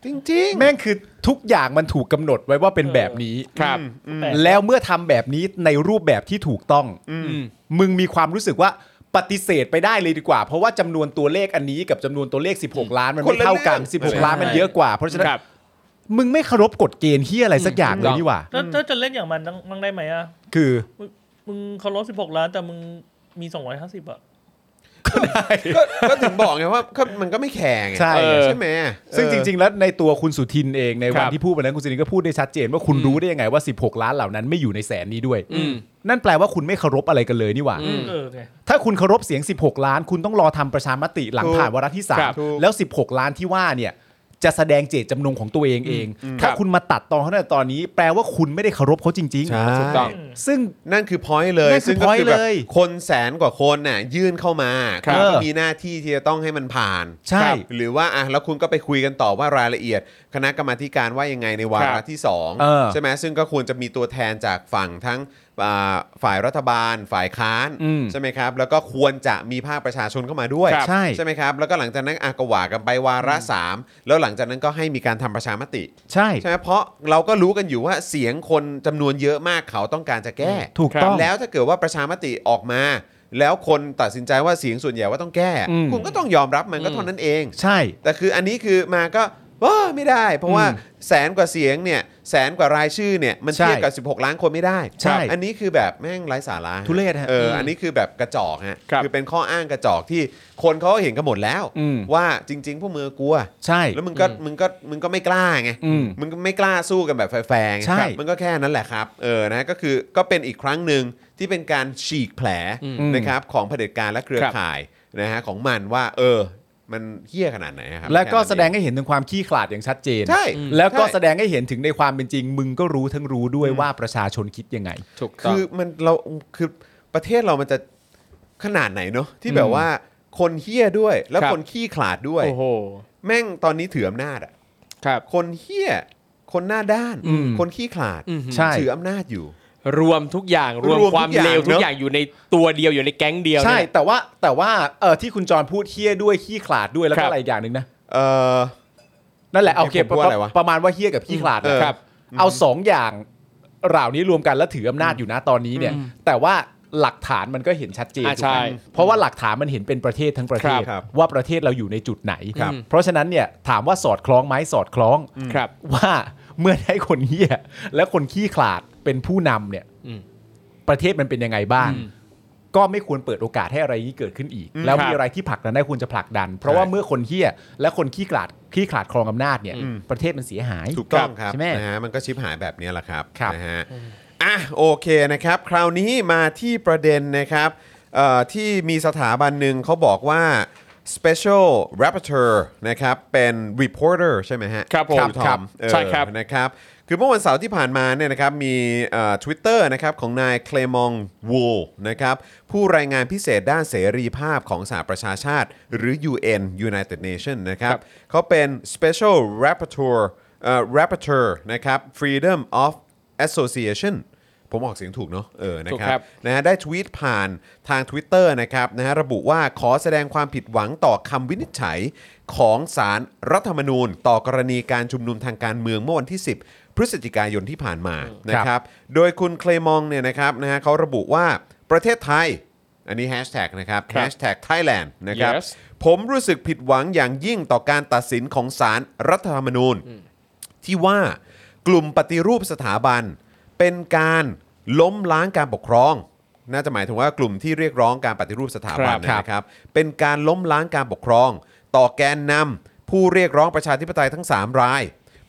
S1: จริงจริงๆ
S2: แม่งคือทุกอย่างมันถูกกำหนดไว้ว่าเป็นแบบนี้
S3: ครับ
S1: อืม
S4: แปลก
S2: แล้วเมื่อทำแบบนี้ในรูปแบบที่ถูกต้อง มึงมีความรู้สึกว่าปฏิเสธไปได้เลยดีกว่า เพราะว่าจำนวนตัวเลขอันนี้กับจำนวนตัวเลข 16 ล้านมันไม่เท่ากัน 16 ล้านมันเยอะกว่า เพราะฉะนั้น
S3: ครับ
S2: มึงไม่เคารพกฎเกณฑ์ที่อะไรสักอย่างเลยนี่หว่า
S4: ถ้าถ้าจะเล่นอย่างมันต้องต้องได้ไหมอ่ะ
S2: คือ
S4: มึงเคารพสิบหกล้านแต่มึงมีสองร้อยห้าสิบอ่ะ
S1: ก็ก็ถึงบอกไงว่าก็มันก็ไม่แข่งไง
S2: ใช่
S1: เออใช่ไหม
S2: ซึ่งจริง ๆ แล้วในตัวคุณสุทินเองในวัน
S3: ครับ
S2: ที่พูดวันนั้นคุณสุทินก็พูดได้ชัดเจนว่าคุณรู้ได้ยังไงว่า 16 ล้านเหล่านั้นไม่อยู่ในแสนนี้ด้วย
S3: อืม
S2: นั่นแปลว่าคุณไม่เคารพอะไรกันเลยนี่หว่า
S3: อืม
S4: เออเนี่ย
S2: ถ้าคุณเคารพเสียง 16 ล้าน คุณต้องรอทำประชามติหลังผ่านวาระที่
S3: ครับถูก
S2: 3 แล้ว 16 ล้านที่ว่าเนี่ยจะแสดงเจตจำนงของตัวเองเอง ถ้า
S3: ครับ
S2: คุณมาตัดตอนเขาในตอนนี้ แปลว่าคุณไม่ได้เคารพเขาจริง
S1: ใช่
S3: ถูกต้อง
S2: ๆ ซึ่ง
S1: นั่นคือ point เลย
S2: นั่นคือ
S1: ซึ่งก็คือ
S2: point
S1: แบบ
S2: เลย
S1: คนแสนกว่าคนน่ะยื่นเข้ามา
S2: ครับ
S1: ณก็มีหน้าที่ที่จะต้องให้มันผ่าน
S2: ใช่
S1: ครับหรือว่าอ่ะแล้วคุณก็ไปคุยกันต่อว่ารายละเอียด คณะกรรมาธิการว่ายังไงในวา
S3: ครั
S1: ระ
S3: บ
S1: ที่สอง
S2: เออ
S1: ใช่ไหมซึ่งก็ควรจะมีตัวแทนจากฝั่งทั้งอ่าฝ่ายรัฐบาล ฝ่ายค้าน
S2: อืม
S1: ใช่ไหมครับ แล้วก็ควรจะมีภาคประชาชนเข้ามาด้วย
S3: ครับ
S2: ใช่
S1: ใช่ไหมครับ แล้วก็หลังจากนั้นอากว่ากันไปวาระสามแล้วหลังจากนั้นก็ให้มีการทำประชามติ
S2: ใช่
S1: ใช่ไหมเพราะเราก็รู้กันอยู่ว่าเสียงคนจำนวนเยอะมากเขาต้องการจะแก้
S2: ถูกต้อง
S1: แล้วถ้าเกิดว่าประชามติออกมา แล้วคนตัดสินใจว่าเสียงส่วนใหญ่ว่าต้องแก้
S2: อืม
S1: คุณก็ต้องยอมรับมันก็เท่านั้นเอง
S2: ใช่
S1: แต่คืออันนี้คือมาก็ว่าไม่ได้ เพราะว่า
S2: อืม
S1: แสนกว่าเสียงเนี่ยแสนกว่ารายชื่อเนี่ยมัน
S2: ใช่
S1: เทียบกับ 16 ล้านคนไม่ได้
S2: ใช่
S1: ครับอันนี้คือแบบแม่งไร้สาระ
S2: ทุเรศฮะ
S1: เอออันนี้คือแบบกระจอกฮะ
S3: ครับ
S1: อเป็นข้ออ้างกระจอกที่คนเขาก็เห็นกันหมดแล้ว
S2: อืม
S1: ว่าจริง ๆ พวกมือกลัว
S2: ใช่
S1: แล้วมึงก็มึงก็มึงก็ไม่กล้าไง
S2: อืม
S1: มึงก็ไม่กล้าสู้กันแบบแฟร์ๆไง
S2: ใช่
S1: ครับมันก็แค่นั้นแหละครับเออนะก็คือก็เป็นอีกครั้งหนึ่งที่เป็นการฉีกแผล
S3: อืม
S1: นะครับของเผด็จการและเครือ
S3: ครับ
S1: ข่ายนะฮะของมันว่า เออ มันเหี้ยขนาดไหนครับ
S2: และก็
S1: ค่นั้น
S2: แสดง
S1: เอ
S2: ให้เห็นถึงความขี้ขลาดอย่างชัดเจน
S1: ใช่
S2: แล้วก็
S1: ใช่
S2: แสดงให้เห็นถึงในความเป็นจริง มึงก็รู้ทั้งรู้ด้วยว่าประชาชนคิดยังไง
S3: ถูกต้อ
S1: คื
S3: ง
S1: อมันเราคือประเทศเรามันจะขนาดไหนเนาะที่แบบว่าคนเหี้ยด้วย แล้ว
S3: ครับ
S1: คนขี้ขลาดด้วย
S3: โอ้โห
S1: แม่งตอนนี้ถืออำนาจอะ
S3: ครับ
S1: คนเหี้ยคนหน้าด้าน
S2: อืม
S1: คนขี้ขลาด
S3: อือหือ
S2: ใช่
S1: ถืออำนาจอยู่
S3: รวมทุกอย่างรวม
S1: รวมทุก
S3: ความ
S1: อย่าง
S3: เลวทุก
S1: เนอะ
S3: อย่างอยู่ในตัวเดียวอยู่ในแก๊งเดียว
S2: ใช่
S3: เนี่ย
S2: แต่ว่าแต่ว่าเออที่คุณจรพูดเฮี้ยด้วยขี้ขลาดด้วยแล้ว
S3: ครั
S2: ก็
S3: บ
S2: อะไรอีกอย่างหนึ่งนะ
S1: เออ
S2: นั่นแหละโอเค
S1: ผมพูดว่าอะไรวะ
S2: ประมาณว่าเฮี้ยกับขี้ขลาด
S1: เออ
S2: นะครับ เอาสองอย่างเหล่านี้รวมกันแล้วถืออำนาจอยู่นะตอนนี้เนี่ย แต่ว่าหลักฐานมันก็เห็นชัดเจน
S3: อ่า
S2: ถูกไหม
S3: ใช่
S2: เพราะว่าหลักฐานมันเห็นเป็นประเทศทั้งประเทศ
S1: ครับ
S2: ว่าประเทศเราอยู่ในจุดไหน
S3: ครับ
S2: เพราะฉะนั้นเนี่ยถามว่าสอดคล้องไหมสอดคล้อง
S3: ครับ
S2: ว่า [laughs] เมื่อได้คนเฮี้ยและคนขี้ขลาดเป็นผู้นำเนี่ย
S3: อืม
S2: ประเทศมันเป็นยังไงบ้าง
S3: อืม
S2: ก็ไม่ควรเปิดโอกาสให้อะไรอย่างนี้เกิดขึ้นอีก แล้ว
S3: ครับ
S2: มีอะไรที่ผลักดันได้ควรจะผลักดัน เพราะว่าเมื่อคนเฮี้ยและคนขี้ขลาดขี้ขลาดครองอำนาจเนี่ย ประเทศมันเสียหาย
S1: ถูกต้องครับ
S2: ใช่ไหม
S1: นะฮะมันก็ชิปหายแบบนี้แหละครับ
S2: ครับ
S1: นะฮะอ่ะโอเคนะครับ คราวนี้มาที่ประเด็นนะครับเอ่อที่มีสถาบันหนึ่งเขาบอกว่า Special Rapporteur นะครับเป็น Reporter ใช่ไหมฮะ
S3: ครับผม
S1: ณทอม
S3: ใช่ครับ
S1: เออนะครับ คือเมื่อวันเสาร์ที่ผ่านมาเนี่ยนะครับมีทวิตเตอร์นะครับของนายเคลมองวูลนะครับผู้รายงานพิเศษด้านเสรีภาพของสหประชาชาติ หรือ UN United Nations นะครับเขาเป็น Special Rapporteur เอ่อ Rapporteur นะครับ Freedom of Association ผมออกเสียงถูกเนาะเออนะครับ
S3: ถูกครับ
S1: นะฮะได้ทวีตผ่านทาง Twitter นะครับนะฮะระบุว่าขอแสดงความผิดหวังต่อคำวินิจฉัยของสารรัฐธรรมนูญ ต่อกรณีการชุมนุมทางการเมืองเมื่อวันที่ 10 พฤศจิกายนที่ผ่านมานะครับโดยคุณเคลมองเนี่ยนะครับนะฮะเขาระบุว่าประเทศไทย อันนี้แฮชแท็กนะครับ
S3: ครับ
S1: แฮชแท็กไทยแลนด์นะครับ
S3: Yes
S1: ผมรู้สึกผิดหวังอย่างยิ่งต่อการตัดสินของสารรัฐธรรมนูญ ที่ว่ากลุ่มปฏิรูปสถาบัน เป็นการล้มล้างการปกครอง น่าจะหมายถึงว่ากลุ่มที่เรียกร้องการปฏิรูปสถาบัน
S3: ครับ
S1: นะครับ เป็นการล้มล้างการปกครอง ต่อแกนนำผู้เรียกร้องประชาธิปไตยทั้ง 3 ราย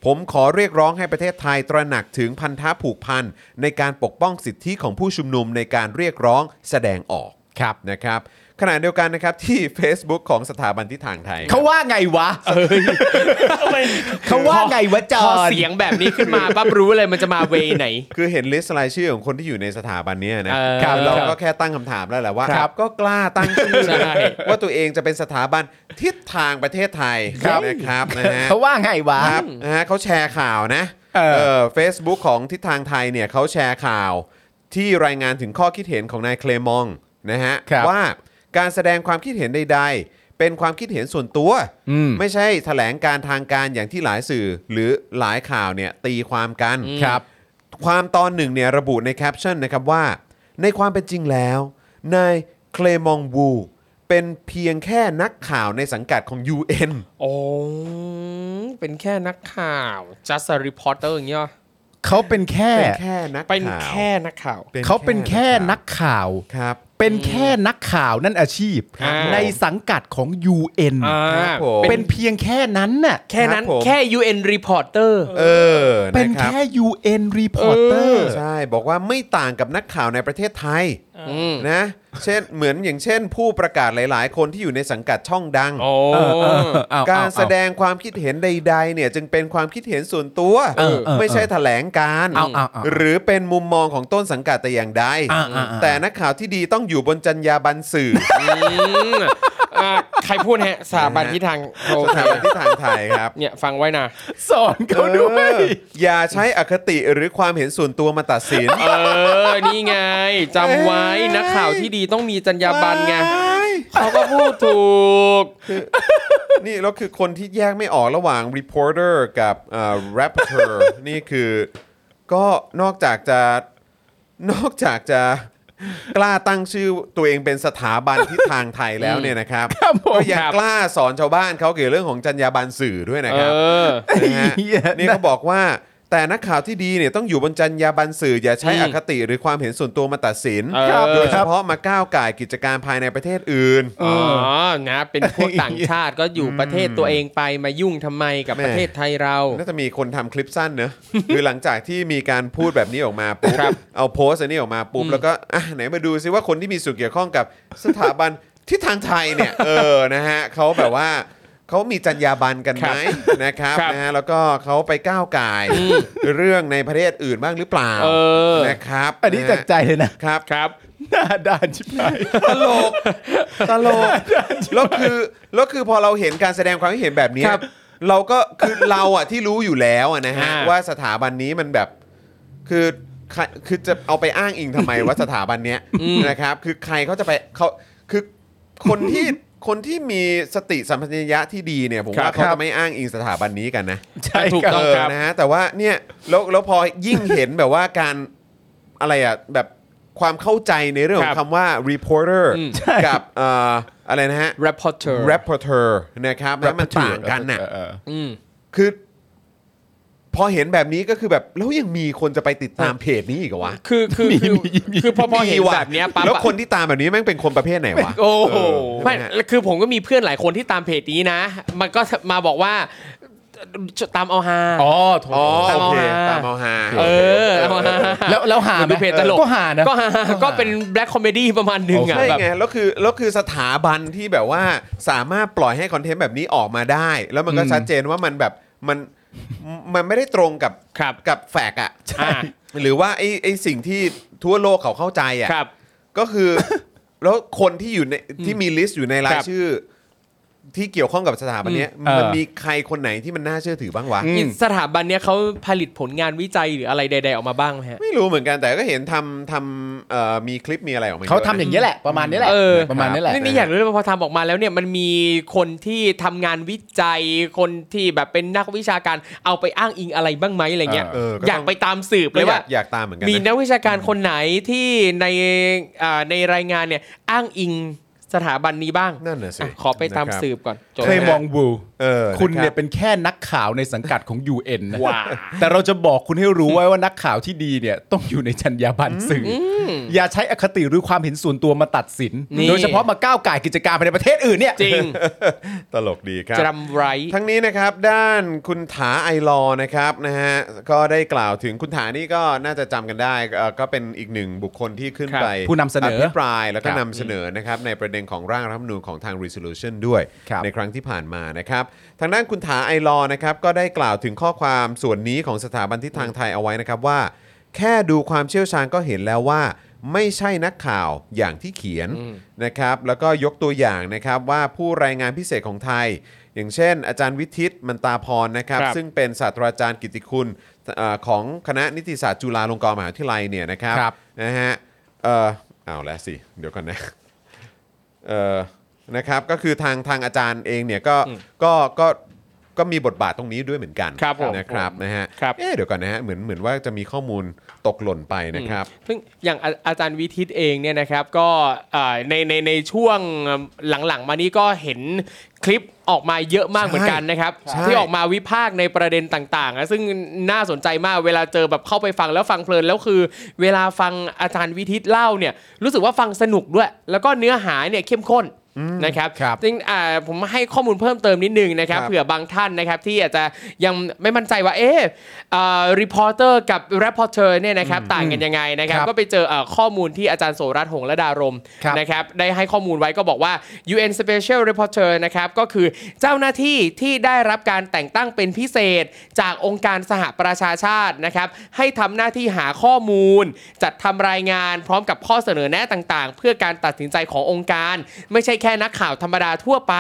S1: ผมขอเรียกร้องให้ประเทศไทยตระหนักถึงพันธะผูกพันในการปกป้องสิทธิของผู้ชุมนุมในการเรียกร้องแสดงออก
S2: ครับ
S1: นะครับ ขณะเดียวกันนะครับที่ Facebook ของสถาบันทิศทางไทย
S2: เขาว่าไงวะ
S4: ทำไม
S2: เขาว่าไงวะจอ
S3: พอ
S2: ห์น
S3: เสียงแบบนี้ขึ้นมา [laughs] ปั๊บรู้เลยมันจะมาเวไหน
S1: คือเห็นลิสต์รายชื่อของคนที่อยู่ในสถาบันเนี้ยนะครับ คบเรา
S3: ครับ
S1: ก็แค่ตั้งคำถามแล้วแหละว่า
S3: ครับ
S1: ก็กล้าตั้งชื่อ
S3: ใช่
S1: ว่าตัวเองจะเป็นสถาบันทิศทางประเทศไทยนะครับนะฮะ
S2: เขาว่าไงวะ
S1: ครับนะฮะเขาแชร์ข่าวนะ
S2: เออ
S1: เฟซบุ๊กของทิศทางไทยเนี่ยเขาแชร์ข่าว ที่รายงานถึงข้อคิดเห็นของนายเคลมองนะฮะ
S2: ครับ
S1: ว่าการแสดงความคิดเห็นใด ๆ เป็นความคิดเห็นส่วนตัว
S2: อืม
S1: ไม่ใช่แถลงการทางการอย่างที่หลายสื่อหรือหลายข่าวเนี่ยตีความกัน
S3: อืม
S2: ครับ
S1: ความตอนหนึ่งเนี่ยระบุในแคปชั่นนะครับว่า ในความเป็นจริงแล้วนายเคลมองวูเป็นเพียงแค่นักข่าวในสังกัดของ UN
S3: โอ้เป็นแค่นักข่าว just a reporter อย่างเงี้ยเหรอ
S2: เขาเป็นแค่
S1: เป็นแค่นัก
S3: เป็น
S1: ข่าว
S3: แค่นักข่าว
S2: เขาเป็นแค่นักข่าว
S1: ครับ
S2: เป็นแค่นักข่าวนั่นอาชีพ
S3: ครับ
S2: ในสังกัดของ UN
S3: อ่า
S1: ครับผม
S2: เป็นเพียงแค่นั้นน่ะ
S3: แค่นั้น
S1: ครับผม
S3: แค่ UN reporter
S1: เออ
S2: เป็น
S1: นะรับ
S2: แค่ UN reporter
S1: ใช่บอกว่าไม่ต่างกับนักข่าวในประเทศไทย
S3: ม
S1: นะเช่นเหมือนอย่างเช่น ผู้ประกาศหลาย ๆ คนที่อยู่ในสังกัดช่องดัง
S3: โอ้
S2: เอเอ
S1: การแสดงความคิดเห็นใด ๆ เนี่ยจึงเป็นความคิดเห็นส่วนตัว
S2: เออเออ
S1: ไม่ใช่แถลงการ
S2: เอาเอาเอา
S1: หรือเป็นมุมมองของต้นสังกัดแต่อย่างใด
S2: อ่าอ่าอ่า
S1: แต่นักข่าวที่ดีต้องอยู่บนจรรยาบรรณสื่อ
S3: อ่าใครพูดฮะสถาบันที่ทางโอ
S1: ส
S3: เค
S1: ถาบันที่ทางไทยครับ
S3: เนี่ยฟังไว้นะ
S2: สอนเขาด้วย
S1: เอออย่าใช้อคติหรือความเห็นส่วนตัวมาตัดสิน
S3: เออ นี่ไงจำไว้
S1: เอ้ย
S3: นักข่าวที่ดีต้องมีจรรยาบรรณไงเขาก็พูดถูก
S1: นี่แล้วคือคนที่แยกไม่ออกระหว่าง reporter กับเอ่อ rapper [laughs] นี่คือก็นอกจากจะนอกจากจะกล้าตั้งชื่อตัวเองเป็นสถาบันที่ทางไทยแล้วเนี่ยนะครับ
S2: ครับผม
S1: ก็ยัง
S3: ครับ
S1: กล้าสอนชาวบ้านเขาเกี่ยวกับเรื่องของจรรยาบรรณสื่อด้วยนะ
S3: เอ
S1: ครับ
S3: อ
S1: นะฮะนี่เขาบอกว่าแต่นักข่าวที่ดีเนี่ยต้องอยู่บนจรรยาบรรณสื่อ อย่าใช้
S3: อืม
S1: อคติหรือความเห็นส่วนตัวมาตัดสิน
S3: เออครับ
S1: โดยเฉพาะมาก้าวก่ายกิจการภายในประเทศอื่น
S3: อ๋อนะเป็นพวกต่างชาติก็อยู่ประเทศตัวเองไปมายุ่งทำไมกับ
S1: แม่
S3: ประเทศไทยเรา
S1: น่าจะมีคนทำคลิปสั้นเนอะ [laughs] คือหลังจากที่มีการพูดแบบนี้ออกมาปุ๊บ
S3: ครับ
S1: เอาโพสต์อันนี้ออกมาปุ๊บ แล้วก็อ่ะไหนมาดูซิว่าคนที่มีส่วนเกี่ยวข้องกับสถาบัน [laughs] ที่ทางไทยเนี่ย เออนะฮะเขาแบบว่าเขามีจรรยาบรรณกันไหมนะครับ
S3: ครับ
S1: นะฮะแล้วก็เขาไปก้าวไก่ายเรื่องในประเทศอื่นบ้างหรือเปล่า
S3: เออ
S1: นะครับ
S2: อันนี้จากใจเลยนะ
S1: ครับ
S3: ครับ
S2: หน้าด้านชิบหาย
S1: ตลกตลก [laughs] แล้วคือแล้วคือพอเราเห็นการแสดงความคิดเห็นแบบเนี้ย
S3: ครับ
S1: เราก็คือเราอ่ะที่รู้อยู่แล้วอ่ะนะฮะ
S3: อ่า
S1: ว่าสถาบันนี้มันแบบคือใครคือจะเอาไปอ้างอิงทำไมว่าสถาบันเนี้ยนะครับ คือใครเขาจะไปเขาคือคนที่คนที่มีสติสัมปชัญญะที่ดีเนี่ยผม
S2: ครั
S1: ว่า
S2: บ
S1: เขาจะไม่อ้างอิงสถาบันนี้กันนะ
S2: ใช่
S3: ถูก
S2: ครับ
S3: ต้อง
S1: เออนะฮะแต่ว่าเนี่ยแล้วแล้วพอยิ่งเห็นแบบว่าการอะไรอ่ะแบบความเข้าใจในเรื่องขอ
S3: ครั
S1: ง
S3: บ
S1: คำว่า reporter
S3: อืม
S1: กับเอ่ออะไรนะฮะ
S3: reporter
S1: reporter นะครับแล้วมันต่างกันน่ะ
S2: เออ
S3: อืม
S1: คือ พอเห็นแบบนี้ก็คือแบบแล้วยังมีคนจะไปติดตามเพจนี้อีกเหรอวะ
S3: คือคือคือคือพอพอเห็น
S1: มีว่ะ
S3: แบบเนี้ยปั๊บ
S1: แล้ว
S3: อะ
S1: คนที่ตามแบบนี้แม่งเป็นคนประเภทไหนวะ
S3: โอ้โห
S1: เออ
S3: ไม่
S1: ใช่ไหมฮะ
S3: คือผมก็มีเพื่อนหลายคนที่ตามเพจนี้นะ มันก็มาบอกว่าตามเอาฮา
S2: อ๋อโถ
S1: อ๋อโอเคตา
S3: ตาม ม
S1: เอา
S3: เอา
S1: ฮา
S3: ฮา เออตามเอาฮา
S2: แล้วแล้วหา
S3: เหมือน
S2: ไหม
S3: ดูเพจตลก
S2: ก็หานะ
S3: ก็ฮาก็เป็นแบล็คคอมเมดี้ประมาณหนึ่งอ่ะ
S1: ใช่
S3: แบบ
S1: ไงแล้วคือแล้วคือสถาบันที่แบบว่าสามารถปล่อยให้คอนเทนต์แบบนี้ออกมาได้ แล้วมันก็
S2: อืม
S1: ชัดเจนว่ามันแบบมันมันไม่ได้ตรงกับ
S3: ครับ
S1: กับแฟกต์อะ
S3: ใช่
S1: หรือว่าไอ้ไอ้สิ่งที่ทั่วโลกเขาเข้าใจอะ
S3: ครับ
S1: ก็คือ แล้วคนที่อยู่ในที่มีลิสต์อยู่ในราย
S3: ครับ
S1: ชื่อ ที่เกี่ยวข้องกับสถาบันเนี้ย
S2: อืม
S1: มัน
S2: เออ
S1: มีใครคนไหนที่มันน่าเชื่อถือบ้างวะ
S2: อืม
S3: สถาบันเนี้ยเขาผลิตผลงานวิจัยหรืออะไรใด ๆ ออกมาบ้างไหมฮะ
S1: ไม่รู้เหมือนกันแต่ก็เห็นทำทำเอ่อมีคลิปมีอะไรออกมา
S2: เขา
S1: ยะนะ
S2: ทำอย่างนี้ยแหละ ประมาณนี้แหละ
S3: เออ
S2: ประมาณนี้แหละ
S3: นี่นี่อยากรู้เลยว่าพอทำออกมาแล้วเนี่ยมันมีคนที่ทำงานวิจัยคนที่แบบเป็นนักวิชาการเอาไปอ้างอิงอะไรบ้างไหมอะไรเงี้ย
S1: เออก็ต้อง
S3: อยากไปตามสืบเลยว่า
S1: ก็อยากอยากตามเหมือนกัน
S3: มี
S1: นะ
S3: นักวิชาการคนไหนที่ในอ่าในรายงานเนี่ยอ้างอิงสถาบันนี้บ้าง
S1: นั่นน่ะสิ
S3: อ่ขอไปตาม
S1: นะครับ
S3: สืบก่อนจบ
S2: เคยมองวู
S1: เออ
S2: คุณ
S1: นะครับ
S2: เนี่ยเป็นแค่นักข่าวในสังกัดของ UN นะแต่เราจะบอกคุณให้รู้ไว้ว่านักข่าวที่ดีเนี่ยต้องอยู่ในจรรยาบรรณสื่อออย่าใช้อคติหรือความเห็นส่วนตัวมาตัดสิน
S3: นี่
S2: โดยเฉพาะมาก้าวไก่ายกิจการภายในประเทศอื่นเนี่ย
S3: จริง
S1: ตลกดีครับ
S3: จำไร
S1: ทั้งนี้นะครับด้านคุณถาไอรอว์นะครับนะฮะก็ได้กล่าวถึงคุณถานี่ก็น่าจะจำกันได้เอ่อก็เป็นอีกหนึ่งบุคคลที่ขึ้น
S3: ครับ
S1: ไป
S2: ผู้นำเสนอ
S1: ภิปรายแล้วก็
S2: ครับ
S1: นำเสนอนะครับในประเด็น งของร่างรัฐธรรมนูญของทาง resolution ด้วย
S2: ครับ
S1: ในครั้งที่ผ่านมานะครับ ทางด้านคุณถาไอรอว์นะครับก็ได้กล่าวถึงข้อความส่วนนี้ของสถาบันทิศทางไทยเอาไว้นะครับว่า แค่ดูความเชี่ยวชาญก็เห็นแล้วว่า ไม่ใช่นักข่าวอย่างที่เขียนนะครับ แล้วก็ยกตัวอย่างนะครับว่าผู้รายงานพิเศษของไทย อย่างเช่น อาจารย์วิทิตมันตาพรนะครับ
S3: ครับ
S1: ซึ่งเป็นศาสตราจารย์กิตติคุณเออของคณะนิติศาสตร์จุฬาลงกรณ์มหาวิทยาลัยเนี่ยนะครับ
S2: ครับ
S1: นะฮะเออเอาละสิ เดี๋ยวก่อนนะ เอ่อนะครับก็คือทางทางอาจารย์เองเนี่ยก็ก็ก็ก็มีบทบาทตรงนี้ด้วยเหมือนกัน
S3: ครับผม
S1: นะครับนะฮะ
S3: ครับ
S1: เอ๊ะเดี๋ยวก่อนนะฮะเหมือนเหมือนว่าจะมีข้อมูลตกหล่นไปนะครับ
S3: ซึ่งอย่างอาอาจารย์วิทิตเองเนี่ยนะครับก็เอ่อในในในช่วงหลังๆ มานี้ก็เห็นคลิปออกมาเยอะมาก
S1: ใช่
S3: เหมือนกันนะครับ
S1: ใช่
S3: ที่ออกมาวิพากษ์ในประเด็นต่างๆนะซึ่งน่าสนใจมากเวลาเจอแบบเข้าไปฟังแล้วฟังเพลินแล้วคือ เวลาฟังอาจารย์วิทิตเล่าเนี่ยรู้สึกว่าฟังสนุกด้วย แล้วก็เนื้อหาเนี่ยเข้มข้นนะครับ
S2: ครับ
S3: ซึ่งอ่าผมให้ข้อมูลเพิ่มเติมนิดนึงนะครับ
S1: ครับ
S3: เผื่อบางท่านนะครับที่อาจจะยังไม่มั่นใจว่าเอ๊ะ รีพอร์เตอร์กับแรปพอร์เตอร์เนี่ยนะครับต่างกันยังไงนะครับ
S2: ครับ
S3: ก็ไปเจอเอ่อข้อมูลที่อาจารย์โสรัตน์หงษ์ระดารม
S2: ครับ
S3: นะครับได้ให้ข้อมูลไว้ก็บอกว่า UN Special Reporter นะครับก็คือเจ้าหน้าที่ที่ได้รับการแต่งตั้งเป็นพิเศษ จากองค์การสหประชาชาตินะครับให้ทำหน้าที่หาข้อมูล จัดทำรายงานพร้อมกับข้อเสนอแนะต่างๆ เพื่อการตัดสินใจขององค์การ ไม่ใช่แค่นักข่าวธรรมดาทั่วไป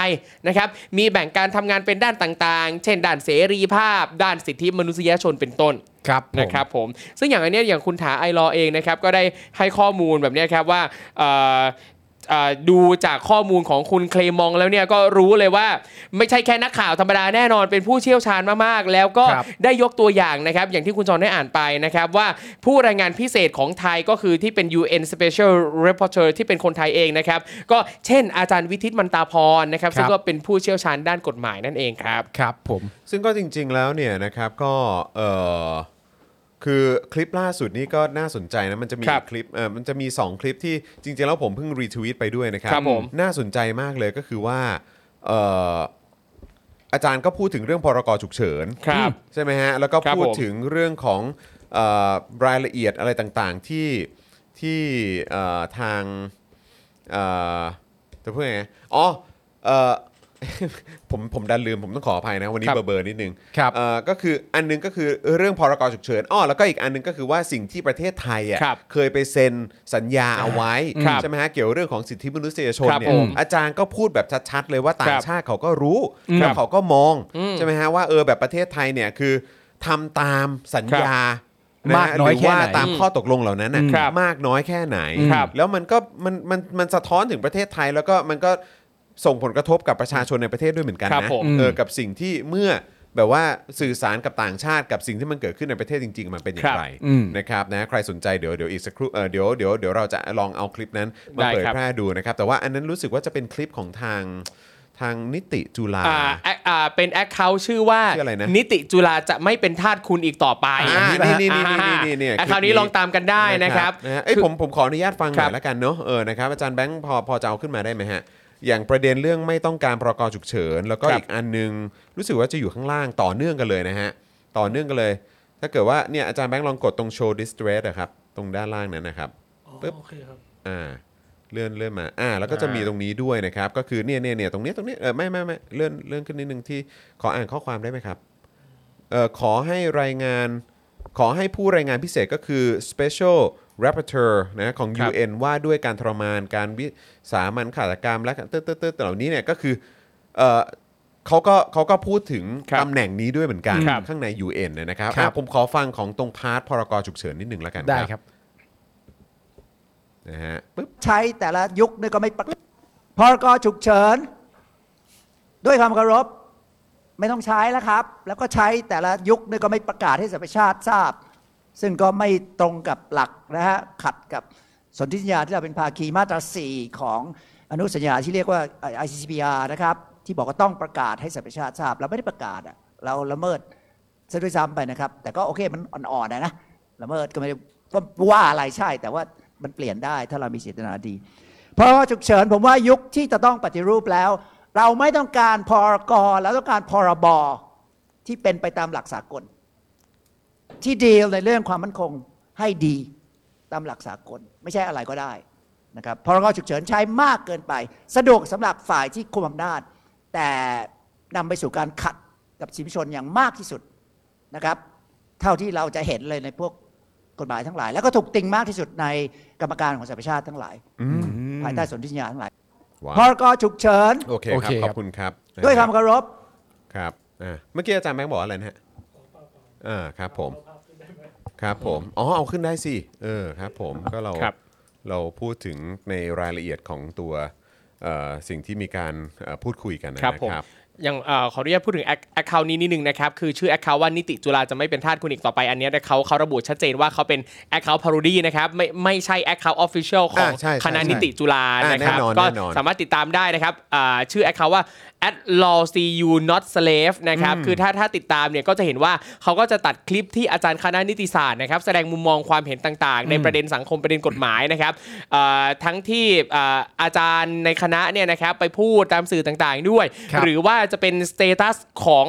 S3: นะครับมีแบ่งการทำงานเป็นด้านต่างๆ เช่นด้านเสรีภาพ ด้านสิทธิมนุษยชนเป็นต้น
S2: ครับผม
S3: นะครับผมซึ่งอย่างอันเนี้ยอย่างคุณถาไอรอเองนะครับก็ได้ให้ข้อมูลแบบเนี้ยครับว่าเอ่อเอ่อดูจากข้อมูลของคุณเคลมองแล้วเนี่ยก็รู้เลยว่าไม่ใช่แค่นักข่าวธรรมดาแน่นอนเป็นผู้เชี่ยวชาญมากๆ แล้วก็
S2: ครับ
S3: ได้ยกตัวอย่างนะครับ อย่างที่คุณจอนได้อ่านไปนะครับ ว่าผู้รายงานพิเศษของไทยก็คือที่เป็น UN Special Reporter ที่เป็นคนไทยเองนะครับ ก็เช่นอาจารย์วิทิตมันตาพรนะครับซึ่งก็เป็นผู้เชี่ยวชาญด้านกฎหมายนั่นเองครับ
S2: ครับผม
S1: ซึ่งก็จริง ๆแล้วเนี่ยนะครับก็เออคือคลิปล่าสุดนี่ก็น่าสนใจนะมันจะมี
S3: ครับ
S1: คลิปเออมันจะมี 2 คลิปที่จริง ๆ แล้วผมเพิ่งรีทวีตไปด้วยนะครั
S3: ครับผม
S1: น่าสนใจมากเลยก็คือว่าเอออาจารย์ก็พูดถึงเรื่องพรกฉุกเฉิน
S3: ครับ
S1: ใช่ไหมฮะ แล้วก็
S3: ครับ
S1: พูด
S3: ผม
S1: ถึงเรื่องของเออรายละเอียดอะไรต่างๆที่ที่เอ่อทางเอ่อจะพูดยังไงอ๋อเอ่ [laughs] อ ผมผมดันลืมผมต้องขออภัยนะ วันนี้
S3: ครับ
S1: เบอร์เบอร์นิดนึง
S2: ครับ
S1: เอ่อก็คืออันหนึงก็คือเรื่องพรกฉุกเฉินอ้อแล้วก็อีกอันหนึงก็คือว่าสิ่งที่ประเทศไทยอ่ะ
S3: ครับ
S1: เคยไปเซ็นสัญญาเอาไว้
S3: ครับ
S1: ใช่ไหมฮะเกี่ยวเรื่องของสิทธิมนุษยชน
S3: ครับ
S1: เนี่ย
S3: ผม
S1: อาจารย์ก็พูดแบบชัดๆเลยว่าต่าง
S3: ครับ
S1: ชาติเขาก็รู้
S3: อืม
S1: แล้วเขาก็มอง ใช่ไหมฮะว่าเออแบบประเทศไทยเนี่ยคือทำตามสัญญานะฮะ
S2: มากน้อ
S1: ห
S2: ย
S1: รืว่า
S2: แค่ไหน
S1: ตามข้อตกลงเหล่านั้นนะครับ มากน้อยแค่ไหน
S3: ครับ
S1: แล้วมันก็มันมันมันสะท้อนถึงประเทศไทยแล้วก็มันก็ส่งผลกระทบกับประชาชนในประเทศด้วยเหมือนกัน
S3: ครับ
S1: นะ
S3: ผม
S1: เออกับสิ่งที่เมื่อแบบว่าสื่อสารกับต่างชาติกับสิ่งที่มันเกิดขึ้นในประเทศจริง ๆ มันเป็นอย่า
S3: ครั
S1: ง
S3: บ
S1: ไร
S2: อืม
S1: นะครับนะใครสนใจเดี๋ยวเดี๋ยวอีกสักครู่เออเดี๋ยวเดี๋ยวเดี๋ยวเราจะลองเอาคลิปนั้นมา
S3: ได้
S1: เผย
S3: ครับ
S1: แพร่ดูนะครับแต่ว่าอันนั้นรู้สึกว่าจะเป็นคลิปของทางทางนิติจุฬา
S3: อ่าแอคอ่าเป็นแอคเคาท์ชื่อว่า
S1: ชื่ออะไรนะ
S3: นิติจุฬาจะไม่เป็นทาสคุณอีกต่อไป
S1: อ่านี่นี่นี่นี่นี่นี่
S3: แอคเคาท์นี้ลองตามกันได้นะครับ
S1: นะฮะเอ้ยผมผมขออนุญาตฟังห
S3: ค
S1: น่
S3: รั
S1: อบ ยละกันเนาะเออนะครับอาจารย์แบงค์พอพอจะเอาขึ้นมาได้ไหมฮะ อย่างประเด็นเรื่องไม่ต้องการพรกฉุกเฉิน แล้วก็อีกอันหนึง รู้สึกว่าจะอยู่ข้างล่างต่อเนื่องกันเลยนะฮะ ต่อเนื่องกันเลย ถ้าเกิดว่าเนี่ยอาจารย์แบงค์ลองกดตรง show distress อะครับ ตรงด้านล่างนั้นนะครับ ปึ๊บ
S4: โอเคครับ
S1: อ่าเลื่อนเลื่อนมาอ่าแล้วก็จะมีตรงนี้ด้วยนะครับ ก็คือเนี่ยเนี่ยเนี่ยตรงเนี้ยตรงเนี้ยเออไม่ไม่ไม่เลื่อนเลื่อนขึ้นนิดนึงที่ขออ่านข้อความได้ไหมครับเอ่อขอให้รายงานขอให้ผู้รายงานพิเศษก็คือ special rapporteur นะของ
S3: ครับ
S1: UN ว่าด้วยการทรมานการวิสามันฆาตกรรมและเติร์ดเติร์ดเติร์ดเหล่านี้เนี่ยก็คือเอ่อเขาก็เขาก็พูดถึง
S3: ครับ
S1: ตำแหน่งนี้ด้วยเหมือนกัน
S3: ครับ
S1: ข้างใน UN เนยนะครับ
S2: ครับ
S1: อ่ะผมขอฟังของตรงพาร์ทพรกฉุกเฉินนิดหนึ่งแล้วกัน
S2: ได้ครับ
S1: นะฮะปึ๊บ
S5: ใช้แต่ละยุคเนี่ยก็ไม่ปกพรกฉุกเฉิน ด้วยความเคารพไม่ต้องใช้แล้วครับ แล้วก็ใช้แต่ละยุคเนี่ยก็ไม่ประกาศให้สัมปชาติทราบ ซึ่งก็ไม่ตรงกับหลักนะฮะขัดกับสนธิสัญญาที่เราเป็นภาคีมาตรา 4 ของอนุสัญญาที่เรียกว่า ICCPR นะครับ ที่บอกว่าต้องประกาศให้สัมปชาติทราบ เราไม่ได้ประกาศอะเราละเมิด ซะด้วยซ้ำไปนะครับ แต่ก็โอเคมันอ่อนๆนะนะละเมิดก็ไม่ได้ว่าอะไรใช่ แต่ว่ามันเปลี่ยนได้ถ้าเรามีเจตนาดี เพราะว่าฉุกเฉินผมว่ายุคที่จะต้องปฏิรูปแล้ว เราไม่ต้องการพรกรเราต้องการพรบที่เป็นไปตามหลักสากล ที่ดีลในเรื่องความมั่นคงให้ดีตามหลักสากล ไม่ใช่อะไรก็ได้ นะครับพรกฉุกเฉินใช้มากเกินไป สะดวกสำหรับฝ่ายที่คุมอำนาจ แต่นำไปสู่การขัดกับสิทธิชนอย่างมากที่สุดนะครับ เท่าที่เราจะเห็นเลยในพวกกฎหมายทั้งหลาย แล้วก็ถูกติงมากที่สุดในกรรมการของสหประชาติทั้งหลาย ภายใต้สนธิสัญญาทั้งหลาย
S1: ว้าว
S5: พรกฉุกเฉิน
S1: โอเค
S2: โอ
S1: ครั
S2: เค
S1: บข
S2: ครั
S1: อบ บคุณครับ
S5: ด้วยความเคารพ
S1: ครับอ่าเมื่อกี้อาจารย์แบงค์บอกอะไรนะฮะอ่าครับผม ครับผม อ๋อ เอาขึ้นได้สิ เออครับผม ก็เรา
S2: ครับ
S1: เราพูดถึงในรายละเอียดของตัวเอ่อสิ่งที่มีการเอ่อพูดคุยกันนะ
S3: ครับผม
S1: ครับ
S3: อย่างเอ่อขออนุญาตพูดถึงแอคเคาท์นี้นิดนึงนะครับ คือชื่อแอคเคาท์ว่านิติจุฬาจะไม่เป็นทาสคุณอีกต่อไป อันเนี้ยเขาเขาระบุชัดเจนว่าเขาเป็นแอคเคาท์พารูดี้นะครับ ไม่ไม่ใช่แอคเคาท์ออฟฟิเชียลของ
S1: อ่าใช่ใช่
S3: คณะนิติจุฬา
S1: อ่า
S3: นะครับ
S1: แน่นอน
S3: ก็
S1: แน่นอน
S3: สามารถติดตามได้นะครับอ่าชื่อแอคเคาท์ว่า at law cu not slave นะครับ คือถ้าถ้าติดตามเนี่ยก็จะเห็นว่าเขาก็จะตัดคลิปที่อาจารย์คณะนิติศาสตร์นะครับ แสดงมุมมองความเห็นต่างๆ ในประเด็นสังคมประเด็นกฎหมายนะครับเอ่อทั้งที่เอ่ออาจารย์ในคณะเนี่ยนะครับไปพูดตามสื่อต่างๆด้วย
S2: ครับ
S3: หรือว่าจะเป็นสเตตัสของ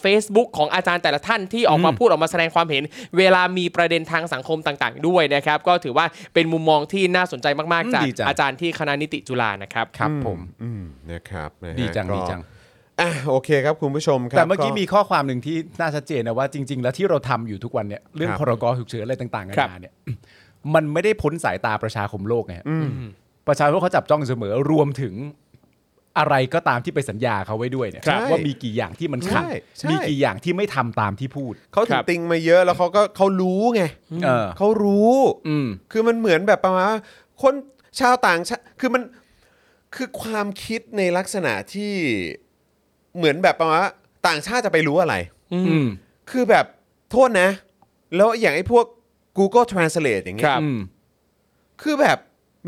S3: เฟซบุ๊กของอาจารย์แต่ละท่านที่ออกมาพูดออกมาแสดงความเห็น เวลามีประเด็นทางสังคมต่างๆ ด้วยนะครับ ก็ถือว่าเป็นมุมมองที่น่าสนใจมาก
S2: อืม
S3: ๆ จาก
S2: ดีจัง
S3: อาจารย์ที่คณะนิติจุฬานะครับ
S2: ครับผม
S1: อืมนะครับนะฮะ
S2: ดีจัง
S1: ก็
S2: ดีจัง
S1: อ่ะโอเคครับคุณผู้ชมครับ
S2: แต่เมื่อกี้มีข้อความหนึ่งที่น่าชัดเจนนะว่าจริง ๆ แล้วที่เราทำอยู่ทุกวันเนี่ยเรื่อง
S1: ครับ
S2: พรกฉุกเฉินอะไรต่างๆกั
S3: ครับ
S2: นาเนี่ย มันไม่ได้พ้นสายตาประชาคมโลกไงฮะประชาชนเขาจับจ้องเสมอรวมถึงอะไรก็ตามที่ไปสัญญาเขาไว้ด้วยเนี่ย
S1: ครับ
S2: ว่ามีกี่อย่างที่มันขัด
S1: ใช่ใช่
S2: มีกี่อย่างที่ไม่ทำตามที่พูด
S1: เขาถึ
S3: ครั
S1: ง
S3: บ
S1: ติงมาเยอะแล้วเขาก็เขารู้ไง
S2: เออ
S1: เขารู้
S2: อืม
S1: คือมันเหมือนแบบประมาณว่าคนชาวต่างชาติคือมันคือความคิดในลักษณะที่เหมือนแบบประมาณว่าต่างชาติจะไปรู้อะไร
S2: อืม
S1: คือแบบโทษนะ แล้วอย่างไอ้พวก Google Translate อย่างเงี้
S3: ครั
S1: ย
S3: บ
S2: อืม
S1: คือแบบ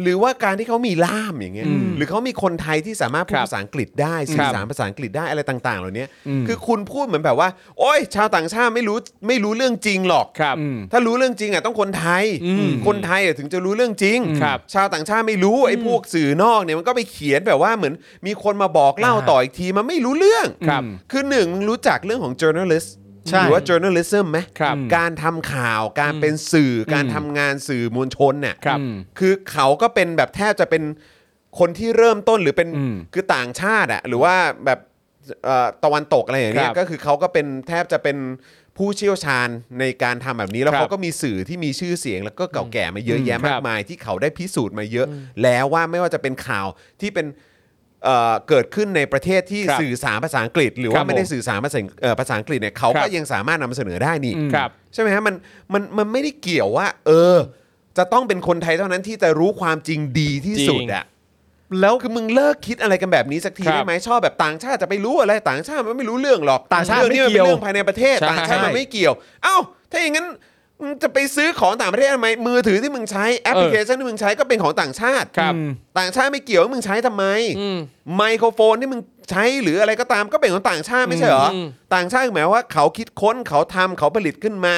S1: หรือว่าการที่เขามีล่ามอย่างเงี้ย
S2: อืม
S1: หรือเขามีคนไทยที่สามารถพูด
S3: ครับ
S1: ภาษาอังกฤษได้สื่อสารภาษาอังกฤษได้อะไรต่าง ๆ เหล่านี้
S2: อืม
S1: คือคุณพูดเหมือนแบบว่า โอ้ย ชาวต่างชาติไม่รู้ไม่รู้เรื่องจริงหรอก
S3: ครับ
S2: อืม
S1: ถ้ารู้เรื่องจริงอ่ะต้องคนไทย
S3: อืม
S1: คนไทยอ่ะถึงจะรู้เรื่องจริง
S3: ครับ
S1: ชาวต่างชาติไม่รู้ไอ้พวกสื่อนอกเนี่ยมันก็ไปเขียนแบบว่าเหมือนมีคนมาบอกเล่า
S2: อ่า
S1: ต่ออีกทีมันไม่รู้เรื่อง
S3: ครับ
S1: คือหนึ่งมึงรู้จักเรื่องของ journalist ห
S2: ใช่
S1: รือว่า journalism ไหม
S3: ครับ
S1: การทำข่าว การเป็นสื่อ การทำงานสื่อมวลชนเนี่ย
S3: ครับ
S1: คือเขาก็เป็นแบบแทบจะเป็นคนที่เริ่มต้นหรือเป็น
S2: อืม
S1: คือต่างชาติอ่ะหรือว่าแบบเอ่อตะวันตกอะไรอย่างเงี้
S3: ค
S1: ย
S3: รับ
S1: ก็คือเขาก็เป็นแทบจะเป็นผู้เชี่ยวชาญในการทำแบบนี้แล้ว
S3: ครับ
S1: เขาก็มีสื่อที่มีชื่อเสียง แล้วก็เก่าแก่มาเยอะแยะ
S3: ค
S1: มา
S3: รับ
S1: กมาย ที่เขาได้พิสูจน์มาเยอะ แล้วว่าไม่ว่าจะเป็นข่าวที่เป็นเอ่อเกิดขึ้นในประเทศที่
S3: ครับ
S1: สื่อสารภาษาอังกฤษ หรือ
S3: ครั
S1: ว่า
S3: บ
S1: ไม่ได้
S3: ผม
S1: สื่อสารภาษาเอ่อภาษาอังกฤษเนี่ยเขา
S3: ครั
S1: ก็
S3: บ
S1: ยังสามารถนำเสนอได้นี่
S2: อืม
S3: ครับ
S1: ใช่ไหมฮะมันมันมันไม่ได้เกี่ยวว่า เออ จะต้องเป็นคนไทยเท่านั้นที่จะรู้ความจริงดีที่สุดอะแล้วคือมึงเลิกคิดอะไรกันแบบนี้สักที
S3: ครับ
S1: ได้ไหมชอบแบบต่างชาติจะไปรู้อะไรต่างชาติมันไม่รู้เรื่องหรอก
S2: ต่างชาติ
S1: เรื่องนี้
S2: ไม่
S1: มัน
S2: เกี่
S1: เป็น
S2: ยว
S1: เรื่องภายในประเทศ
S3: ใช่
S1: ต่างชาติมันไม่เกี่ยว เอ้า ถ้าอย่างนั้นมึงจะไปซื้อของต่างประเทศทำไมมือถือที่มึงใช้แอปพลิเคชันที่มึงใช้ก็เป็นของต่างชาติ
S3: ครับ
S1: ต่างชาติไม่เกี่ยวว่ามึงใช้ทำไม
S3: อืม
S1: ไมโครโฟนที่มึงใช้หรืออะไรก็ตามก็เป็นของต่างชาติไม่ใช่เหรอ
S3: อืม
S1: ต่างชาติหมายว่าเขาคิดค้นเขาทำเขาผลิตขึ้นมา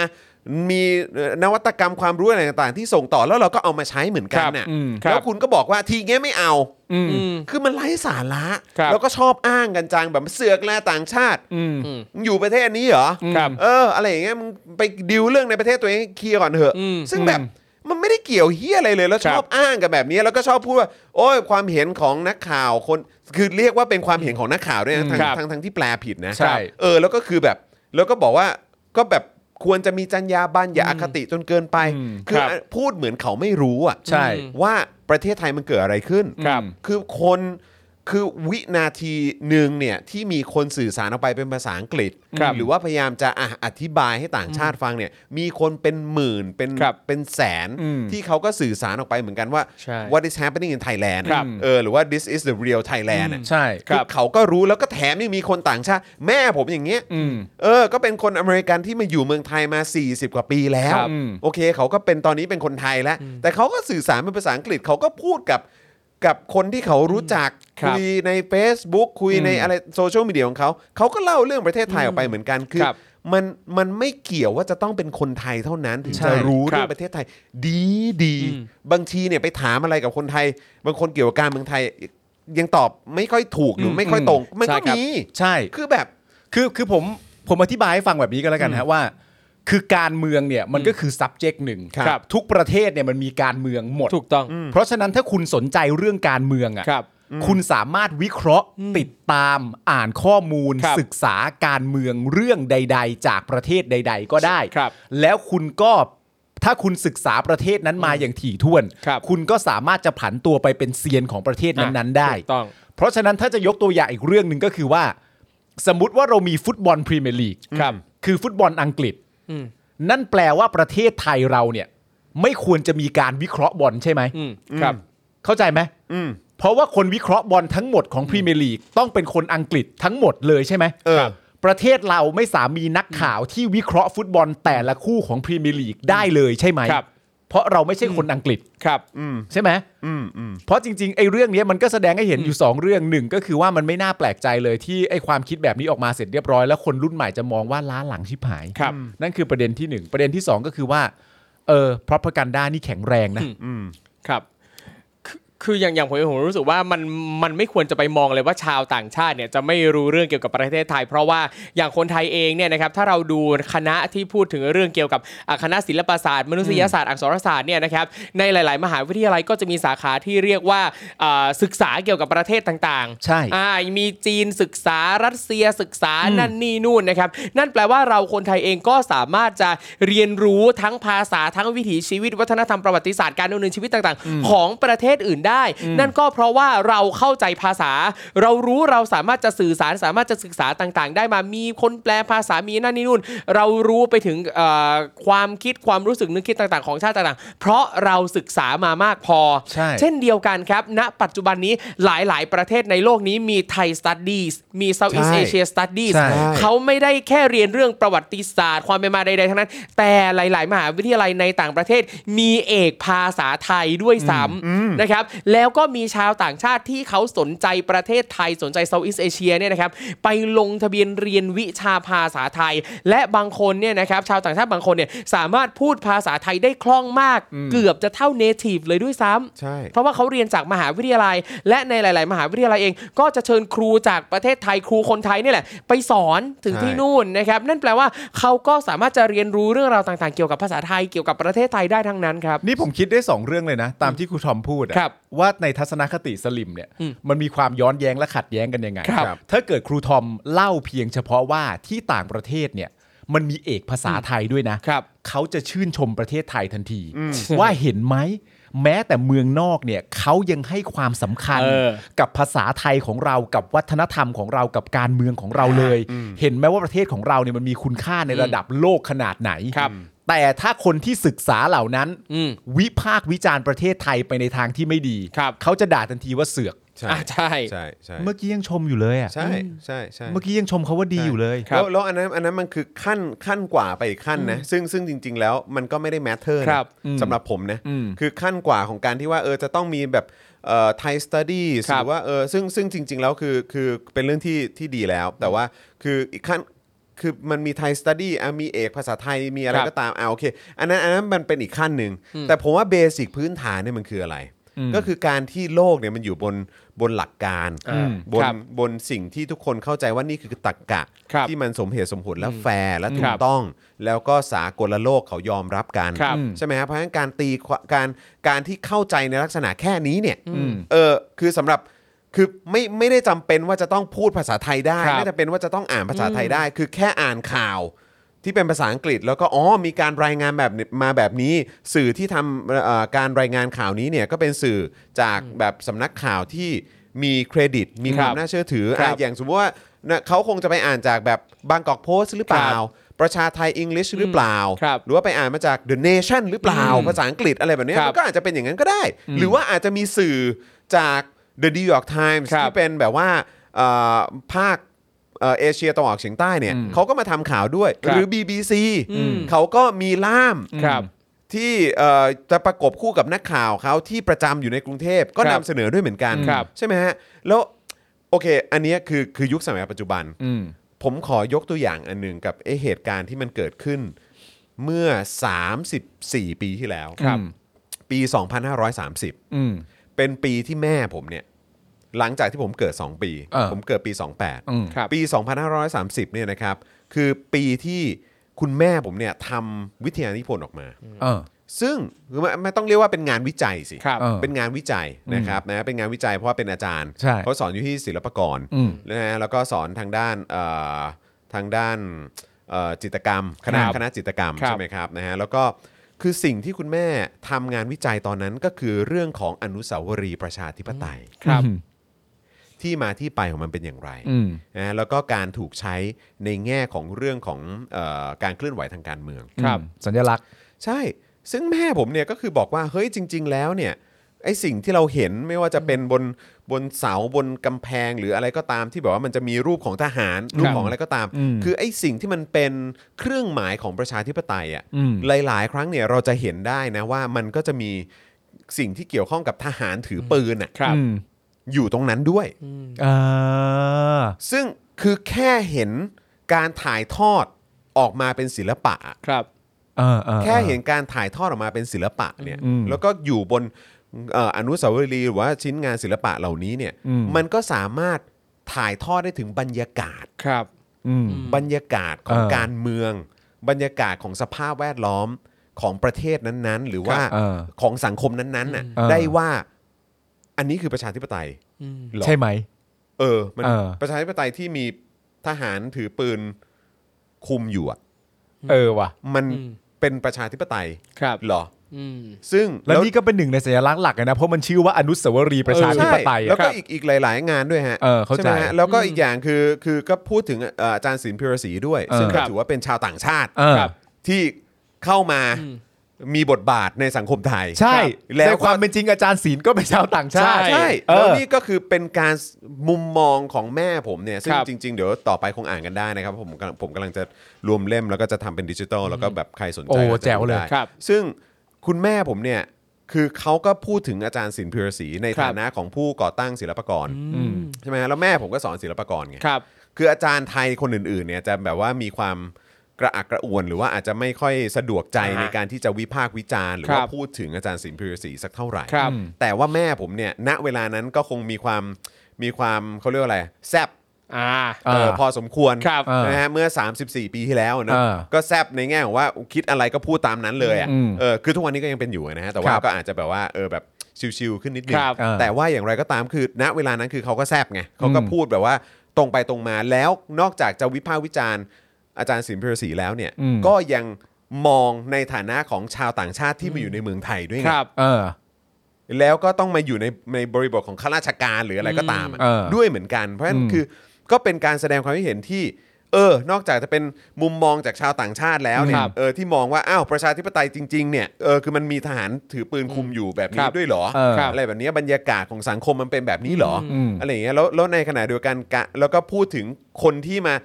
S1: มีเอ่อนวัตกรรมความรู้อะไรต่างๆ ที่ส่งต่อแล้วเราก็เอามาใช้เหมือนกันน่ะ
S2: ครับอืม
S3: ครับ
S1: แล้วคุณก็บอกว่าทีเงี้ยไม่เอา
S2: อืม
S3: อืม
S1: คือมันไร้สาระ
S3: ครับ
S1: แล้วก็ชอบอ้างกันจังแบบเสือกแลต่างชาติ
S2: อืม
S1: มึงอยู่ประเทศนี้เหรอ
S3: ครับ
S1: เออ อะไรอย่างเงี้ยมึงไปดิวเรื่องในประเทศตัวเองให้เคลียร์ก่อนเถอะ
S3: อืม
S1: ซึ่งแบบมันไม่ได้เกี่ยวเฮียอะไรเลยแล้ว
S3: ครั
S1: ช
S3: บ
S1: อบอ้างกันแบบนี้ แล้วก็ชอบพูดว่า โอ้ยความเห็นของนักข่าวคนคือเรียกว่าเป็นความเห็นของนักข่าวด้วยนะทั้ง
S3: ครับ
S1: ทั้งทั้งที่แปลผิดนะ
S2: ใช่
S1: เออแล้วก็คือแบบแล้วก็บอกว่าก็แบบควรจะมีจรรยาบรรณอย่าอคติจนเกินไป คือพูดเหมือนเขาไม่รู้อ่ะ
S2: ใช่
S1: ว่าประเทศไทยมันเกิดอะไรขึ้น
S2: ครับ
S1: คือคนคือวินาทีหนึ่งเนี่ยที่มีคนสื่อสารออกไปเป็นภาษาอังกฤษ
S3: ครับ
S1: หรือว่าพยายามจะอ่ะอธิบายให้ต่างชาติฟังเนี่ยมีคนเป็นหมื่นเป็น
S3: ครับ
S1: เป็นแสน
S2: อืม
S1: ที่เขาก็สื่อสารออกไปเหมือนกันว่า
S3: ใช่
S1: what is happening in Thailand
S2: ครับ
S1: เออหรือว่า this is the real Thailand อะ
S2: ใช่
S1: คือเขาก็รู้แล้วก็แถมยังมีคนต่างชาติ แม่ผมอย่างเงี้ย
S2: อืม
S1: เออ ก็เป็นคนอเมริกันที่มาอยู่เมืองไทยมา 40 กว่าปีแล้ว
S2: ครับอืม
S1: โอเค เขาก็เป็นตอนนี้เป็นคนไทยแล้ว แต่เขาก็สื่อสารเป็นภาษาอังกฤษ เขาก็พูดกับกับคนที่เขารู้จัก
S3: ครับ
S1: ยใน Facebook คุย
S2: อืม
S1: ในอะไรโซเชียลมีเดียของเขา เขาก็เล่าเรื่องประเทศไทยออกไปเหมือนกัน คือ
S3: ครับ
S1: มันมันไม่เกี่ยวว่าจะต้องเป็นคนไทยเท่านั้น ถึงจะรู้
S3: ครับ
S1: เรื่องประเทศไทย ดีดี
S3: อืม
S1: บางทีเนี่ยไปถามอะไรกับคนไทย บางคนเกี่ยวกับการเมืองไทยยังตอบไม่ค่อยถูกหรือไม่ค่อยตรง มันก็มี
S2: ใช่
S1: คือแบบ
S2: คือคือผมผมอธิบายให้ฟังแบบนี้ก็แล้วกันฮะว่า คือการเมืองเนี่ยมันก็คือ subject หนึ่ง
S3: ครับ
S2: ทุกประเทศเนี่ยมันมีการเมืองหมด
S3: ถูกต้อง
S2: เพราะฉะนั้นถ้าคุณสนใจเรื่องการเมือง
S3: ครั
S2: อะ่ะ
S3: บ
S2: คุณสามารถวิเคราะห์ติดตามอ่านข้อมูล
S3: ครับ
S2: ศึกษาการเมืองเรื่องใด ๆ จากประเทศใด ๆ ก็ได้
S3: ครับ
S2: แล้วคุณก็ถ้าคุณศึกษาประเทศนั้นมาอย่างถี่ถ้วน
S3: ครับ
S2: คุณก็สามารถจะผันตัวไปเป็นเซียนของประเทศนั้นๆ ได้
S3: ถูกต้อง
S2: เพราะฉะนั้นถ้าจะยกตัวอย่างอีกเรื่องหนึ่งก็คือว่า สมมติว่าเรามีฟุตบอลพรีเมียร์ลีก
S3: ครับ
S2: คือฟุตบอลอังกฤษ
S3: อืม
S2: นั่นแปลว่าประเทศไทยเราเนี่ย ไม่ควรจะมีการวิเคราะห์บอลใช่ไหม
S3: อืมครับ
S2: เข้าใจไหม
S1: อืม
S2: เพราะว่าคนวิเคราะห์บอลทั้งหมดของพรีเมียร์ลีกต้องเป็นคนอังกฤษทั้งหมดเลยใช่ไหม
S1: เออ
S2: ประเทศเราไม่สามีนักข่าวที่วิเคราะห์ฟุตบอลแต่ละคู่ของพรีเมียร์ลีกได้เลยใช่ไหม
S3: ครับ
S2: เพราะเราไม่ใช่คนอังกฤษ
S3: ครับ
S1: อืม
S2: ใช่ไหม
S1: อืมอืม
S2: เพราะจริงๆไอ้เรื่องเนี้ยมันก็แสดงให้เห็นอยู่ 2 เรื่องหนึ่งก็คือว่ามันไม่น่าแปลกใจเลยที่ไอ้ความคิดแบบนี้ออกมาเสร็จเรียบร้อย แล้วคนรุ่นใหม่จะมองว่าล้าหลังชิบหาย
S3: ครับ
S2: นั่นคือประเด็นที่หนึ่งประเด็นที่สองก็คือว่าเออพร a พกันด้านี่แข็งแรงนะ
S3: ครับ คือคืออย่างอย่างผมผมรู้สึกว่ามันมันไม่ควรจะไปมองเลยว่าชาวต่างชาติเนี่ยจะไม่รู้เรื่องเกี่ยวกับประเทศไทย เพราะว่าอย่างคนไทยเองเนี่ยนะครับถ้าเราดูคณะที่พูดถึงเรื่องเกี่ยวกับอ่ะคณะศิลปศาสตร์ มนุษยศาสตร์อักษรศาสตร์เนี่ยนะครับในหลาย ๆ มหาวิทยาลัยก็จะมีสาขาที่เรียกว่าอ่าศึกษาเกี่ยวกับประเทศต่างๆ
S2: ใช่
S3: อ่ามีจีนศึกษารัสเซียศึกษานั่นนี่นู่นนะครับนั่นแปลว่าเราคนไทยเองก็สามารถจะเรียนรู้ทั้งภาษาทั้งวิถีชีวิตวัฒนธรรมประวัติศาสตร์การดำเนินชีวิตต่างๆ ของประเทศอื่นได้ นั่นก็เพราะว่าเราเข้าใจภาษา เรารู้เราสามารถจะสื่อสารสามารถจะศึกษาต่างๆ ได้มามีคนแปลภาษามีนั่นนี่นู่น เรารู้ไปถึงเอ่อความคิดความรู้สึกนึกคิดต่างๆ ของชาติต่างๆ เพราะเราศึกษามามากพอ
S2: ใช่
S3: เช่นเดียวกันครับ ณ ปัจจุบันนี้หลายๆ ประเทศในโลกนี้มีไทยสตัดดี้มี Southeast
S1: ใช่
S3: Asia Studies
S2: ใช่
S3: เขาไม่ได้แค่เรียนเรื่องประวัติศาสตร์ ความเป็นมาใดๆทั้งนั้น แต่หลาย ๆ มหาวิทยาลัยในต่างประเทศ มีเอกภาษาไทยด้วยซ้ำนะครับ แล้วก็มีชาวต่างชาติที่เขาสนใจประเทศไทยสนใจ Southeast Asia เนี่ยนะครับ ไปลงทะเบียนเรียนวิชาภาษาไทย และบางคนเนี่ยนะครับ ชาวต่างชาติบางคนเนี่ยสามารถพูดภาษาไทยได้คล่องมาก เกือบจะเท่า native เลยด้วยซ้ำ
S1: ใช่
S3: เพราะว่าเขาเรียนจากมหาวิทยาลัย และในหลาย ๆ มหาวิทยาลัยเอง ก็จะเชิญครูจากประเทศไทยครูคนไทยนี่แหละ ไปสอนถึง
S1: ใช่
S3: ที่นู่นนะครับ นั่นแปลว่าเขาก็สามารถจะเรียนรู้เรื่องราวต่าง ๆ เกี่ยวกับภาษาไทยเกี่ยวกับประเทศไทยได้ทั้งนั้นครับ
S2: นี่ผมคิดได้ 2 เรื่องเลยนะ ตามที่ครูทอมพูดอะ
S3: ครับ
S2: ว่าในทัศนคติสลิมเนี่ย
S3: อืม
S2: มันมีความย้อนแย้งและขัดแย้งกันยังไง
S3: ครับ
S2: ถ้าเกิดครูทอมเล่าเพียงเฉพาะว่าที่ต่างประเทศเนี่ยมันมีเอกภาษาไทยด้วยนะครับ เขาจะชื่นชมประเทศไทยทันที ว่าเห็นไหม แม้แต่เมืองนอกเนี่ยเขายังให้ความสำคัญ
S3: เออ
S2: กับภาษาไทยของเรากับวัฒนธรรมของเรากับการเมืองของเราเลย เห็นไหมว่าประเทศของเราเนี่ยมันมีคุณค่าในระดับโลกขนาดไหน
S3: ครับ
S2: แต่ถ้าคนที่ศึกษาเหล่านั้น
S3: อืม
S2: วิพากษ์วิจารณ์ประเทศไทยไปในทางที่ไม่ดี
S3: ครับ
S2: เขาจะด่าทันทีว่าเสือก
S1: ใช่
S3: อ่ะใช่
S1: ใช่ใช่
S2: เมื่อกี้ยังชมอยู่เลยอ่ะ
S1: ใช่ใช่ใช่
S2: เมื่อกี้ยังชมเขาว่าดีอยู่เลย
S3: ครั
S1: แล้
S3: บ
S1: วแล้วอันนั้นอันนั้นมันคือขั้นขั้นกว่าไปอีกขั้นนะซึ่งซึ่งจริง ๆ แล้วมันก็ไม่ได้แมทเทอร์
S3: ครั
S1: นะ
S3: บ
S1: สำหรับผมนะ
S2: อืม
S1: คือขั้นกว่าของการที่ว่าเออจะต้องมีแบบเอ่อไทยสตูดี้
S3: ครั
S1: ห
S3: บ
S1: รือว่าเออซึ่งซึ่งจริง ๆ แล้วคือคือเป็นเรื่องที่ที่ดีแล้ว แต่ว่าคืออีกขั้นคือมันมีไทยสตูดี้มีเอกภาษาไทยมีอะไร
S3: ครับ
S1: ก็ตามอ่าโอเคอันนั้นอันนั้นมันเป็นอีกขั้นหนึ่งแต่ผมว่าเบสิกพื้นฐานเนี่ยมันคืออะไร
S2: อืม
S1: ก็คือการที่โลกเนี่ยมันอยู่บนบนหลักการ
S3: อืม
S1: บน
S3: ครับ
S1: บนสิ่งที่ทุกคนเข้าใจว่านี่คือตรรกะ
S3: ครับ
S1: ที่ ที่มันสมเหตุสมผลและแฟร์และถู
S3: ครั
S1: ก
S3: บ
S1: ต้อง แล้วก็สากลโลกเขายอมรับกัน
S3: ครับ
S1: ใช่ไหมครับเพราะฉะนั้นการตีควการการที่เข้าใจในลักษณะแค่นี้เนี่ย
S2: อืม
S1: เออคือสำหรับคือไม่ไม่ได้จำเป็นว่าจะต้องพูดภาษาไทยได้
S3: ครับ
S1: ไม่จะเป็นว่าจะต้องอ่านภาษาไทยได้ คือแค่อ่านข่าวที่เป็นภาษาอังกฤษ แล้วก็อ๋อมีการรายงานแบบนี้มาแบบนี้ สื่อที่ทำเอ่อการรายงานข่าวนี้เนี่ยก็เป็นสื่อจากแบบสำนักข่าวที่มีเครดิต มีความ
S3: ครับ
S1: น่าเชื่อถือ
S3: ครับ
S1: อ่ะอย่างสมมติว่านะเขาคงจะไปอ่านจากแบบบางกอกโพสหรือเปล่า
S3: ครับ
S1: ประชาไทยอังกฤษหรือเปล่า
S3: ครับ
S1: หรือว่าไปอ่านมาจาก The Nation หรือเปล่า
S3: อืม
S1: ภาษาอังกฤษอะไรแบบเนี้ย
S3: ครับ
S1: มันก็อาจจะเป็นอย่างนั้นก็ได้ หรือว่าอาจจะมีสื่อจาก The New York Times
S3: ครับ
S1: ที่เป็นแบบว่าเอ่อภาคเอ่อเอเชียตะวันออกเฉียงใต้เนี่ยเขาก็มาทำข่าวด้วย
S3: ครับ
S1: หรือ BBC
S3: อืม
S1: เขาก็มีล่าม
S3: ครับ
S1: ที่เอ่อจะประกบคู่กับนักข่าวเขาที่ประจำอยู่ในกรุงเทพ
S3: ค
S1: ก็ำ
S3: นรับ
S1: เสนอด้วยเหมือนกัน
S3: ครับ
S1: ใช่ไหมฮะ แล้วโอเค อันเนี้ยคือคือยุคสมัยปัจจุบัน
S2: อืม
S1: ผมขอยกตัวอย่างอันหนึ่งกับไอเหตุการณ์ที่มันเกิดขึ้นเมื่อ 34 ปีที่แล้ว
S2: ครับ
S1: ปี 2530
S2: อืม
S1: เป็นปีที่แม่ผมเนี่ย หลังจากที่ผมเกิด 2 ปี
S2: เออ
S1: ผมเกิดปี
S2: อืม
S1: 28
S3: ครับ
S1: ปี 2530 เนี่ยนะครับ คือปีที่ คุณแม่ผมเนี่ยทำวิทยานิพนธ์ออกมา
S2: เออ
S1: ซึ่งคือไม่ไม่ต้องเรียกว่าเป็นงานวิจัยสิ
S3: ครับ
S2: เออ
S1: เป็นงานวิจัยนะครับนะเป็นงานวิจัยเพราะว่าเป็นอาจารย์
S2: ใช่
S1: เขาสอนอยู่ที่ศิลปากร
S2: อืม
S1: นะฮะแล้วก็สอนทางด้านเอ่อทางด้านเอ่อจิตรกรรมคณะ
S3: ครับ
S1: คณะจิตรกรรม
S3: ครับ
S1: ใช่ไหมครับนะฮะแล้วก็คือสิ่งที่คุณแม่ทำงานวิจัยตอนนั้นก็คือเรื่องของอนุสาวรีย์ประชาธิปไตย
S3: ครับ
S1: ที่มาที่ไปของมันเป็นอย่างไร
S2: อืม
S1: นะแล้วก็การถูกใช้ในแง่ของเรื่องของเออการเคลื่อนไหวทางการเมือง
S3: ครับ
S2: อืมสัญลักษณ์
S1: ใช่ ซึ่งแม่ผมเนี่ยก็คือบอกว่า เฮ้ยจริง ๆ แล้วเนี่ยไอสิ่งที่เราเห็นไม่ว่าจะเป็นบนบนเสาบนกำแพงหรืออะไรก็ตามที่แบบว่ามันจะมีรูปของทหาร รูปของอะไรก็ตาม
S2: อืม
S1: คือไอสิ่งที่มันเป็นเครื่องหมายของประชาธิปไตยอะ
S2: อืม
S1: ่ะหลาย ๆ ครั้งเนี่ยเราจะเห็นได้นะว่ามันก็จะมีสิ่งที่เกี่ยวข้องกับทหารถือปืนอ่ะ
S3: ครับ
S2: อืม
S1: อยู่ตรงนั้นด้วย
S2: อ่า
S1: ซึ่งคือแค่เห็นการถ่ายทอดออกมาเป็นศิลปะอะ
S3: ครับ
S2: อ่าอ่า
S1: แค่เห็นการถ่ายทอดออกมาเป็นศิลปะเนี่ย
S2: อืม
S1: แล้วก็อยู่บนเอ่ออนุสาวรีย์หรือว่าชิ้นงานศิลปะเหล่านี้เนี่ย
S2: อืม
S1: มันก็สามารถถ่ายทอดได้ถึงบรรยากาศ
S3: ครับ
S2: อืม
S1: บรรยากาศของ
S2: เออ
S1: การเมือง บรรยากาศของสภาพแวดล้อมของประเทศนั้นๆ หรือว่า
S2: เออ
S1: ของสังคมนั้นๆน่ะ
S2: เออ
S1: ได้ว่าอันนี้คือประชาธิปไตยเหรอ
S2: ใช่ไหม
S1: เออมัน
S2: เออ
S1: ประชาธิปไตยที่มีทหารถือปืนคุมอยู่อ่ะ
S2: เออว่ะ
S1: มัน
S3: อืม
S1: เป็นประชาธิปไตย
S3: ครับ
S1: เหรอ
S3: อืม
S1: ซึ่ง
S2: แล้วนี่ก็เป็นหนึ่งในสัญลักษณ์หลักเลยนะ เพราะมันชื่อว่าอนุสาวรีย์ประชาธิปไตย
S1: ใช่
S2: อะ
S1: แล้วก็
S3: ครับ
S1: อีกอีกหลาย ๆ งานด้วยฮะ
S2: เออเข้าใจ
S1: ช่ไหมฮะแล้วก็อีกอย่างคือคือก็พูดถึงเอ่ออาจารย์ศิลป์พิรศรีด้วย
S2: เออ
S1: ซึ่ง
S3: ค
S1: ก็
S3: รับ
S1: ถือว่าเป็นชาวต่างชาติ
S2: เออ
S3: ครับ
S1: ที่เข้ามา
S3: อืม
S1: มีบทบาทในสังคมไทย
S2: ใช่
S1: แล้
S2: แล้ว วความเป็นจริงอาจารย์ศิลป์ก็เป็นชาวต่างชาติ
S3: ใช่
S1: ใช่
S2: เออ
S1: แล้วนี่ก็คือเป็นการมุมมองของแม่ผมเนี่ย ซึ่ง
S3: ครับ
S1: จริง ๆ เดี๋ยวต่อไปคงอ่านกันได้นะครับ ผมกำลังผมกำลังจะรวมเล่มแล้วก็จะทำเป็นดิจิทัลแล้วก็แบบใครสนใจ
S2: โอ้
S1: ก็จะดู
S2: แจ๋วเลย
S1: ได้
S3: ครับ
S1: ซึ่งคุณแม่ผมเนี่ยคือเขาก็พูดถึงอาจารย์สินพิรศรีใน
S3: ครับ
S1: ฐานะของผู้ก่อตั้งศิลปากรใช่ไหมฮะแล้วแม่ผมก็สอนศิลปากรไง
S3: ครับ
S1: คืออาจารย์ไทยคนอื่นๆเนี่ยจะแบบว่ามีความกระอักกระอ่วน หรือว่าอาจจะไม่ค่อยสะดวกใจ
S3: อ่าฮะ
S1: ในการที่จะวิพากษ์วิจารณ์ หรือ
S3: ครับ
S1: ว่าพูดถึงอาจารย์สินพิรศรีสักเท่าไหร่
S3: ครับ
S1: แต่ว่าแม่ผมเนี่ยณเวลานั้นก็คงมีความมีความเขาเรียกว่าอะไรแซบ
S3: อ่า
S1: เออ
S2: เออ
S1: พอสมควร
S3: ครับ
S1: นะฮะเมื่อ 34 ปีที่แล้วเนอะ
S2: เออ
S1: ก็แซบในแง่ของว่าคิดอะไรก็พูดตามนั้นเลยอะ
S2: อืม
S1: เออคือทุกวันนี้ก็ยังเป็นอยู่นะฮะแต่
S2: ค
S1: ว่า
S2: รับ
S1: ก็อาจจะแบบว่าเออแบบชิวๆขึ้นนิดนึง
S3: ครับ
S2: เออ
S1: แต่ว่าอย่างไรก็ตามคือณเวลานั้นคือเขาก็แซบไงเขาก็
S2: อืม
S1: พูดแบบว่าตรงไปตรงมาแล้วนอกจากจะวิพากษ์วิจารณ์ อาจารย์สินพิรศรีแล้วเนี่ย ก็ยังมองในฐานะของชาวต่างชาติที่มาอยู่ในเมืองไทยด้วย
S3: ค
S1: ไง
S3: รับ
S2: เออ
S1: แล้วก็ต้องมาอยู่ในในบริบทของข้าราชการหรืออะไรก็ตามอะ
S2: เออ
S1: ด้วยเหมือนกัน เพราะฉะนั้น
S2: อืม
S1: คือก็เป็นการแสดงความคิดเห็นที่ เออ นอกจากจะเป็นมุมมองจากชาวต่างชาติแล้วเนี่
S3: ค
S1: ย
S3: รับ
S1: เออที่มองว่าอ้าวประชาธิปไตยจริงๆเนี่ยเออคือมันมีทหารถือปืนคุมอยู่แบบ
S3: ครั
S1: นี้
S3: บ
S1: ด้วยเหรอ
S2: เออ
S3: ครับ
S1: อะไรแบบนี้บรรยากาศของสังคมมันเป็นแบบนี้เหรออ
S2: ม
S1: อะไรอย่างเงี้ยแล้วแล้วในขณะเดียวกันกะแล้วก็พูดถึงคนที่มา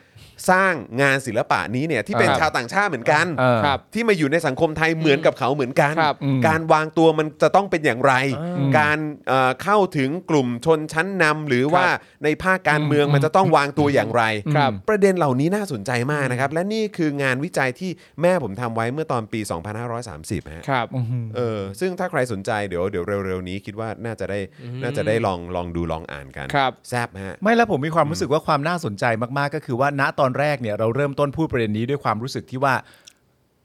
S1: สร้างงานศิลปะนี้เนี่ยที่เป็น
S3: ครับ
S1: ชาวต่างชาติเหมือนกัน
S2: เออ
S3: ครับ
S1: ที่มาอยู่ในสังคมไทยเหมือนกับเขาเหมือนกัน
S3: ครับ
S2: อืม
S1: การวางตัวมันจะต้องเป็นอย่างไร
S2: อืม
S1: การเอ่อเข้าถึงกลุ่มชนชั้นนำหรือว่าในภาคการเมือง
S2: อืม
S1: มันจะต้องวางตัวอย่างไร
S3: ครับ
S1: ประเด็นเหล่านี้น่าสนใจมากนะครับ และนี่คืองานวิจัยที่แม่ผมทำไว้เมื่อตอนปี 2530ฮะ
S3: ครับ
S1: เออซึ่งถ้าใครสนใจเดี๋ยวเดี๋ยวเร็วๆนี้คิดว่าน่าจะได้น่าจะได้ลองลองดูลองอ่านกัน
S3: ครับ
S1: แซบฮะ
S2: ไม่แล้วผมมีความรู้สึกว่าความน่าสนใจมากๆ ก็คือว่าณตอนแรกเนี่ยเราเริ่มต้นพูดประเด็นนี้ด้วยความรู้สึกที่ว่า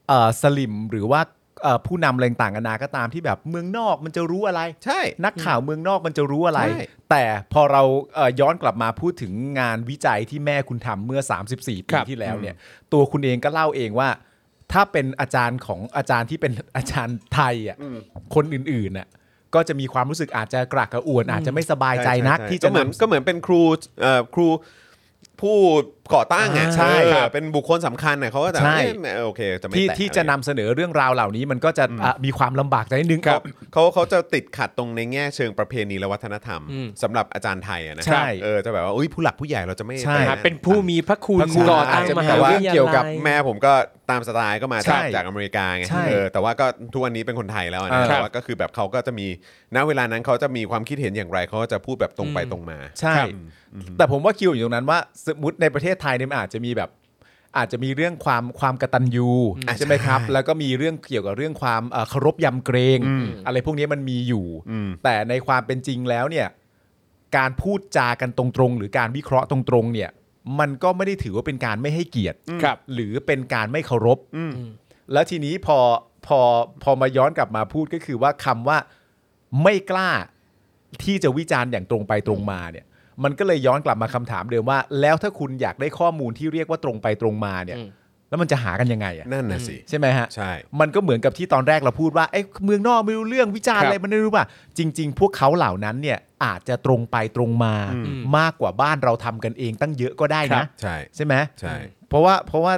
S2: เอ่อสลิมหรือว่าเอ่อผู้นำอะไรต่างๆนานาก็ตามที่แบบเมืองนอกมันจะรู้อะไร
S1: ใช่
S2: นักข่าวเมืองนอกมันจะรู้อะไร
S1: ใช่
S2: แต่พอเราเอ่อย้อนกลับมาพูดถึงงานวิจัยที่แม่คุณทำเมื่อ 34
S3: ค
S2: ปี
S3: รับ
S2: ที่แล้วเนี่ย ตัวคุณเองก็เล่าเองว่า ถ้าเป็นอาจารย์ของอาจารย์ที่เป็น [laughs] อาจารย์ไทยอ่ะคนอื่นๆน่ะก็จะมีความรู้สึกอาจจะกระกกระอ่วน อาจจะไม่สบายใจนักที่จะ
S1: ก็เหมือน
S2: นำ
S1: ก็เหมือนเป็นครูเอ่อครูผู้ก่อตั้งอ่ะ
S2: อ่าใช่
S1: เออ
S2: ครับ
S1: เป็นบุคคลสำคัญน่ะเขาก็จะ
S2: ใช่
S1: เอ๊ะโอเคจะไม่
S2: ที่
S1: แต
S2: ที่จะนำเสนอเรื่องราวเหล่านี้มันก็จะอ่ะมีความลำบากใจนิดนึง
S1: เขาเขาเขาจะติดขัดตรงในแง่เชิงประเพณีและวัฒนธรรม
S3: อืม
S1: สำหรับอาจารย์ไทยอะนะ
S2: ใช่
S1: เออจะแบบว่าอุ้ยผู้หลักผู้ใหญ่เราจะไม่
S2: ใช่
S1: ไป
S3: อ่า
S1: ะ
S3: เป็นผู้มีพระคุณ
S2: พระคุณ
S3: ก่อ
S1: อา
S3: ตั้ง
S1: จจะ
S3: ม
S1: มี
S3: หา
S1: ว่า
S3: วิทยาลัย
S2: เกี่ยวกับ
S1: แม่ผมก็ตามสไตล์ก็มาจา
S2: ใช่
S1: กจากอเมริกาไง
S2: ใช่
S1: เออแต่ว่าก็ทุกวันนี้เป็นคนไทยแล้วอะนะ
S2: อ่า
S1: แต่ว่าก็คือแบบเขาก็จะมีณเวลานั้นเขาจะมีความคิดเห็นอย่างไรเขาก็จะพูดแบบตรงไปตรงมา
S2: ใช่ แต่ผมว่าคิวอยู่ตรงนั้นว่าสมมติในประเทศไทยเนี่ยมันอาจจะมีแบบ อาจจะมีเรื่องความความกตัญญู
S1: อ่ะ
S2: ใช่ไหมครับ
S1: ใช่
S2: แล้วก็มีเรื่องเกี่ยวกับเรื่องความเอ่อเคารพยำเกรง อะไรพวกนี้มันมีอยู่
S1: อืม
S2: แต่ในความเป็นจริงแล้วเนี่ย การพูดจากันตรงๆ หรือการวิเคราะห์ตรงๆ เนี่ย มันก็ไม่ได้ถือว่าเป็นการไม่ให้เกียรติ
S3: ครับ
S2: หรือเป็นการไม่เคารพ
S1: อืม
S2: แล้วทีนี้พอพอพอมาย้อนกลับมาพูดก็คือว่าคำว่าไม่กล้าที่จะวิจารณ์อย่างตรงไปตรงมาเนี่ยมันก็เลยย้อนกลับมาคำถามเดิมว่า แล้วถ้าคุณอยากได้ข้อมูลที่เรียกว่าตรงไปตรงมาเนี่ย
S3: อืม
S2: แล้วมันจะหากันยังไงอะ
S1: นั่นน่ะสิ
S2: ใช่ไหมฮะ
S1: ใช่
S2: มันก็เหมือนกับที่ตอนแรกเราพูดว่าเอ้ยเมืองนอกไม่รู้เรื่องวิจารณ์
S3: ครับ
S2: อะไรมันไม่รู้ป่ะจริง ๆ พวกเขาเหล่านั้นเนี่ยอาจจะตรงไปตรงมา
S1: อืม
S2: มากกว่าบ้านเราทำกันเองตั้งเยอะก็ได้
S3: ครั
S2: นะ
S3: บ
S1: ใช่
S2: ใช่ไหม
S1: ใช่
S2: เพราะว่าเพราะว่า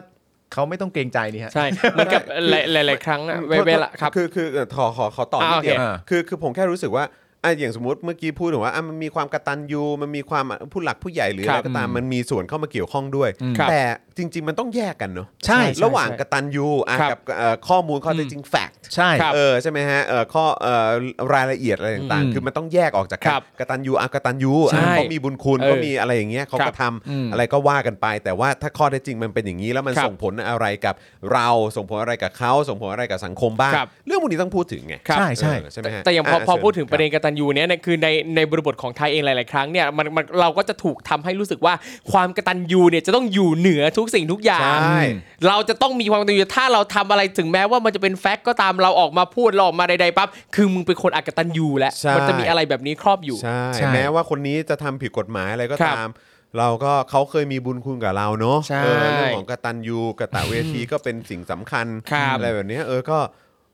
S2: เขาไม่ต้องเกรงใจนี่ฮะ
S3: ใช่เหมือนกับหลายหลายๆครั้งอะเวเวลาครับ
S1: คือคือเอ่อขอขอขอต่อนิ
S3: อ่า
S1: ดเดียว
S2: โอเค
S1: คือคือผมแค่รู้สึกว่าอ่ะอย่างสมมติเมื่อกี้พูดถึงว่าอ่ะมันมีความกระตันยูมันมีความผู้หลักผู้ใหญ่หรือ
S3: ครั
S1: อะไร
S3: บ
S1: ก็ตามมันมีส่วนเข้ามาเกี่ยวข้องด้วย
S2: อืม
S3: ครับ
S1: แต่จริง ๆ มันต้องแยกกันเนาะ
S2: ใช่ใช่
S1: ระหว่างกระตันยูอ่ะ
S3: ครับ
S1: กับเอ่อข้อมูลข้อเท็จจริงแฟกต์
S2: ใช่
S3: ครับ
S1: เออใช่ไหมฮะเอ่อข้อเอ่อรายละเอียดอะไรต่าง
S2: อืม
S1: ๆ คือมันต้องแยกออกจากกัน
S3: ครับ
S1: กระตันยูอ่ะกระตันยูอ่ะ
S3: ใช่
S1: เขามีบุญคุณ
S3: เออ
S1: เขามีอะไรอย่างเงี้ยเขา
S3: ครั
S1: ก็
S3: บ
S1: ทำ
S2: อืม
S1: อะไรก็ว่ากันไป แต่ว่าถ้าข้อเท็จจริงมันเป็นอย่างนี้แล้วมัน
S3: ครับ
S1: ส่งผลอะไรกับเราส่งผลอะไรกับเขาส่งผลอะไรกับสังคมบ้าง
S3: ครับ
S1: เรื่องพวกนี้ต้องพูดถึงไง
S3: ครับ
S2: ใช่ใช่
S1: เออใช่ไหมฮะ
S3: แต่อย่างพอพอ
S1: เชิญ
S3: พูดถึงประเด็
S1: คน
S3: กตัญญูเนี่ยนะคือในในบริบทของไทยเองหลาย ๆ ครั้งเนี่ยมันมันเราก็จะถูกทำให้รู้สึกว่าความกตัญญูเนี่ยจะต้องอยู่เหนือทุกสิ่งทุกอย่า
S1: บ
S3: ง
S1: ใช่
S3: เราจะต้องมีความกตัญญูถ้าเราทำอะไรถึงแม้ว่ามันจะเป็นแฟกต์ก็ตามเราออกมาพูดเราออกมาใด ๆ ปั๊บคือมึงเป็นคนอกตัญญูแล้วมันจะมีอะไรแบบนี้ครอบอยู่
S1: ใช่
S2: ใช่
S1: แม้ว่าคนนี้จะทำผิดกฎหมายอะไรก็
S3: ครับ
S1: ตาม เราก็เขาเคยมีบุญคุณกับเราเนาะ
S3: ใช่
S1: เออเรื่องของกตัญญูกตเวทีก็เป็นสิ่งสำคัญ
S3: ครับ
S1: อะไรแบบเนี้ยเออก็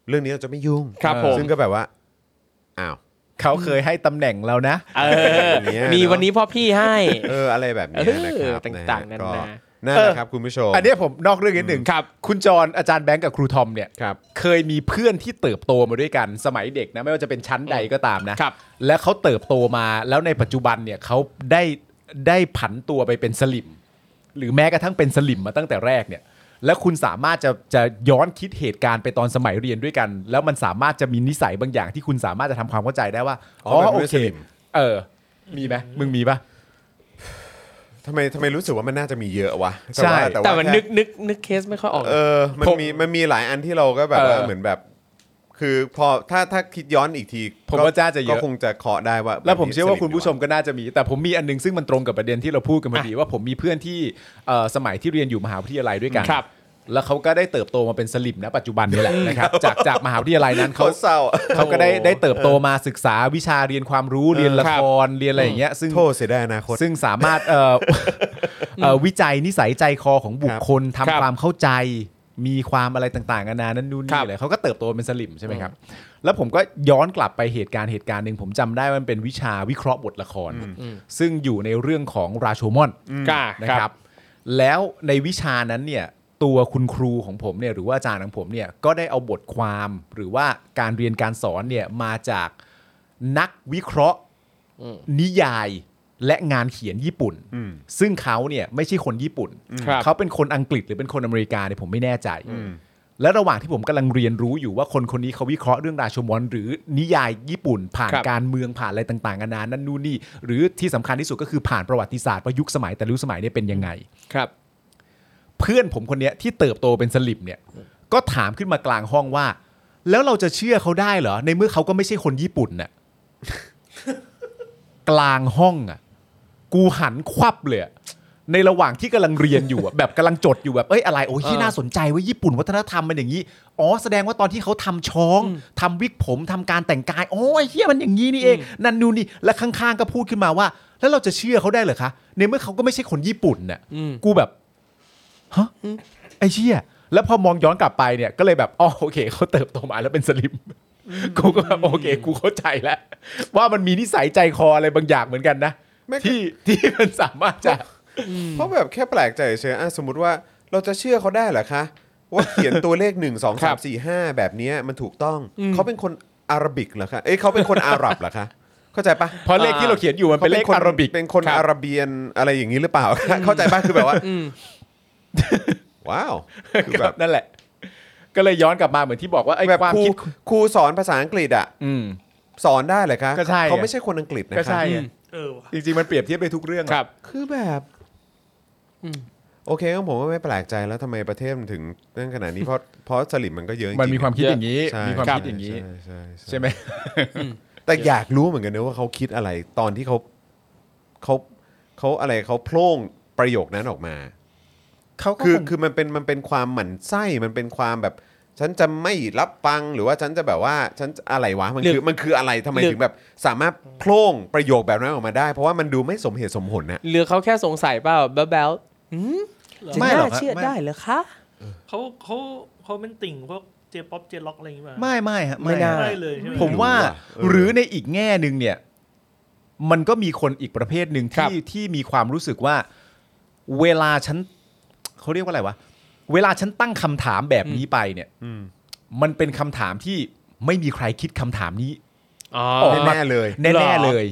S1: เรื่องนี้เราจะไม่ยุ่ง
S3: ครับผม
S1: ซึ่งก็แบบว่าอ้าว
S2: เขาเคยให้ตำแหน่งเรานะ
S3: เออ
S1: แบบเย
S3: มีวันนี้
S1: เอะ
S3: พ่อพี่ให้
S1: เอออะไรแบบเนี้ยนะค
S3: เอ
S1: รั
S3: อบ ต่างๆ
S1: ะ
S3: นา
S1: ฮะก็
S3: นา
S1: นั่นแหละครับคุณผู้ชม
S2: อันเนี้ยผมนอกเรื่องนิดหนึ่ง
S3: ครับ
S2: คุณจรอาจารย์แบงค์กับครูทอมเนี่ย
S1: ครับ
S2: เคยมีเพื่อนที่เติบโตมาด้วยกันสมัยเด็กนะ ไม่ว่าจะเป็นชั้นใดก็ตามนะ
S3: ครับ
S2: และเขาเติบโตมาแล้วในปัจจุบันเนี่ยเขาได้ได้ผันตัวไปเป็นสลิม หรือแม้กระทั่งเป็นสลิมมาตั้งแต่แรกเนี่ย แล้วคุณสามารถจะจะย้อนคิดเหตุการณ์ไปตอนสมัยเรียนด้วยกัน แล้วมันสามารถจะมีนิสัยบางอย่างที่คุณสามารถจะทำความเข้าใจได้ว่าอ๋อโอเคเออ มีไหมมึงมีปะ
S1: ทำไมทำไมรู้สึกว่ามันน่าจะมีเยอะวะ
S2: ใช่
S1: ว่า
S3: แต่
S1: ว่า
S3: มัน
S1: ค่
S3: นึกนึกนึกเคสไม่ค่อยออกนะ
S1: เออ มัน
S2: ผม
S1: มี มันมีหลายอันที่เราก็แบบว่า
S2: เออ
S1: เหมือนแบบ คือพอถ้าถ้าคิดย้อนอีกที
S2: ผม
S1: ก็
S2: ว่าจ้าจะเยอะ
S1: ก็คงจะเคาะได้ว่า
S2: แล้วผมเชื่อ
S1: ส
S2: ว่า
S1: นิท
S2: คุณผู้ชมก็น่าจะมี แต่ผมมีอันนึงซึ่งมันตรงกับประเด็นที่เราพูดกันพอดีว่าผมมีเพื่อนที่เอ่อสมัยที่เรียนอยู่มหาวิทยาลัยด้วยกัน
S3: ครับ
S2: แล้วเขาก็ได้เติบโตมาเป็นสลิมนะปัจจุบันนี่แหละนะครับจากจากมหาวิทยาลัยนั้น
S1: เขา
S2: [laughs] เขา
S1: เศร้า
S2: เขาก็ได้ได้เติบโตมาศึกษาวิชาเรียนความรู้เรียนละครเรียนอะไรอย่างเงี้ยซึ่ง
S1: โทษเสียดายอนาคต
S2: ซึ่งสามารถเอ่อเอ่อวิจัยนิสัยใจคอของบุคคลทำ
S3: ครับ
S2: ความเข้าใจ มีความอะไรต่างๆนานานั่นนู่น
S3: ครั
S2: นี่
S3: บ
S2: อะไรเขาก็เติบโตเป็นสลิมใช่ไหมครับ แล้วผมก็ย้อนกลับไปเหตุการณ์เหตุการณ์หนึ่งผมจำได้ว่ามันเป็นวิชาวิเคราะห์บทละคร ซึ่งอยู่ในเรื่องของราโชมอน
S3: อ่า
S2: นะ
S3: ครั
S2: ค
S3: บ
S2: รับ แล้วในวิชานั้นเนี่ยตัวคุณครูของผมเนี่ยหรือว่าอาจารย์ของผมเนี่ยก็ได้เอาบทความหรือว่าการเรียนการสอนเนี่ยมาจากนักวิเคราะห์นิยายและงานเขียนญี่ปุ่น ซึ่งเขาเนี่ยไม่ใช่คนญี่ปุ่น
S3: ครับ
S2: เขาเป็นคนอังกฤษหรือเป็นคนอเมริกาเนี่ยผมไม่แน่ใจ และระหว่างที่ผมกำลังเรียนรู้อยู่ว่าคนคนนี้เขาวิเคราะห์เรื่องราชมอนหรือนิยายญี่ปุ่น ผ่าน
S3: ครับ
S2: การเมืองผ่านอะไรต่างๆนานานั่นนู่นนี่ หรือที่สำคัญที่สุดก็คือผ่านประวัติศาสตร์ว่ายุคสมัยแต่ละยุคสมัยเนี่ยเป็นยังไง
S3: ครับ
S2: เพื่อนผมคนเนี้ยที่เติบโตเป็นสลิมเนี่ยก็ถามขึ้นมากลางห้องว่า แล้วเราจะเชื่อเขาได้เหรอ ในเมื่อเขาก็ไม่ใช่คนญี่ปุ่นน่ะ กลางห้องอ่ะ กูหันควับเลยอะในระหว่างที่กำลังเรียนอยู่อะ แบบกำลังจดอยู่แบบเอ้ยอะไรโอ้ยที่
S3: เออ
S2: น่าสนใจเว่าญี่ปุ่นวัฒนธรรมมันอย่างนี้ อ๋อแสดงว่าตอนที่เขาทำช้องทำวิกผมทำการแต่งกายโอ้ยเฮียมันอย่างนี้นี่เองนั่นนู่นนี่และข้างๆก็พูดขึ้นมาว่า แล้วเราจะเชื่อเขาได้เหรอคะในเมื่อเขาก็ไม่ใช่คนญี่ปุ่นน่ะ
S3: อืม
S2: กูแบบ ฮะไอ้เชี่ยแล้วพอมองย้อนกลับไปเนี่ยก็เลยแบบอ๋อโอเคเขาเติบโตมาแล้วเป็นสลิม กูก็แบบโอเค กูเข้าใจแล้ว ว่ามันมีนิสัยใจคออะไรบางอย่างเหมือนกันนะ
S1: ไม่
S2: ที่ที่มันสามารถจะ
S1: เพราะแบบแค่แปลกใจเฉยๆอ่ะสมมติว่าเราจะเชื่อเขาได้เหรอคะ ว่าเขียนตัวเลข 1 2
S3: ครั
S1: 3
S3: บ
S1: 4 5 แบบเนี้ยมันถูกต้อง เขาเป็นคนอาหรับิกเหรอคะ เอ้ยเขาเป็นคนอาหรับเหรอคะ [laughs] เข้าใจปะ
S2: เพราะเลขที่เราเขียนอยู่มันเป็นเลข
S1: ขา
S2: อาราบิก
S1: เป็นคน
S3: ครับ
S1: อาหระเบียนอะไรอย่างนี้หรือเปล่า เข้าใจป่ะคือแบบว่า
S2: [laughs]
S1: ว้าวคือแบบ
S2: นั่นแหละ ก็เลยย้อนกลับมาเหมือนที่บอกว่าไอ้
S1: แบบ
S2: ความ
S1: ครู
S2: คิด
S1: ครูสอนภาษาอังกฤษอ่ะ
S2: อืม
S1: สอนได้เลยคะ
S2: ก็ใช่
S1: เขาไม่ใช่คนอังกฤษนะ
S2: ก็
S1: ครั
S2: ใช่
S1: บ
S2: อะ
S4: เออว่ะ
S2: จริงๆ มันเปรียบเทียบไปทุกเรื่องอะ
S3: ครับ
S1: คือแบบ
S3: อืม
S1: โอเคงั้นผมก็ไม่แปลกใจแล้วทำไมประเทศมันถึงเรื่องขนาดนี้เพราะเพราะสลิมมันก็เยอะจริงๆ
S2: มันมีความคิดอย่างนี้
S1: ใช่
S2: มีความคิดอย่างนี้
S1: ใช่ใช่ใช่
S2: ใช่ไหม
S1: แต่อยากรู้เหมือนกันนะว่าเขาคิดอะไรตอนที่เขาเขาเขาอะไรเขาโพล่ง ประโยคนั้นออกมา
S2: เขาก็
S1: คือ
S2: คง
S1: คือมันเป็นมันเป็นความหมั่นไส้มันเป็นความแบบ ฉันจะไม่รับฟังหรือว่าฉันจะแบบว่าฉันจะอะไรวะมัน
S3: หรื
S1: คือ
S3: อ
S1: มันคืออะไรทำไม
S3: หรือ
S1: ถึงแบบ สามารถโพล่งประโยคแบบนั้นออกมาได้ เพราะว่ามันดูไม่สมเหตุสมผลนะ
S3: หรือเขาแค่สงสัยเปล่าแบ๊วแบ๊วอืมจะ
S2: ไม่หรอกค
S3: น่า
S2: รับ
S3: เชื่อ
S2: ไม่
S3: ได้เหรอคะ
S4: เขาเขาเขาเป็นติ่งพวกเจป๊อปเจล็อกอะไรอย่างเงี้ย
S2: ไม่ไม่ฮะ
S3: ไม่ได้
S2: ฮะ
S4: ไม่เลยใช่ไหม
S2: ผมว่า
S1: ไม่รู้อะเออ
S2: หรือในอีกแง่หนึ่งเนี่ย มันก็มีคนอีกประเภทหนึ่ง
S3: ครับ
S2: ที่ที่มีความรู้สึกว่า เวลาฉันเขาเรียกว่าอะไรวะเวลาฉันตั้งคำถามแบบนี้ไปเนี่ยมันเป็นคำถามที่ไม่มีใครคิดคำถามนี้
S3: อ๋อ
S2: ไม่ได้
S1: แน่ๆเลย
S2: แน่ๆ
S3: หรอ
S2: เลย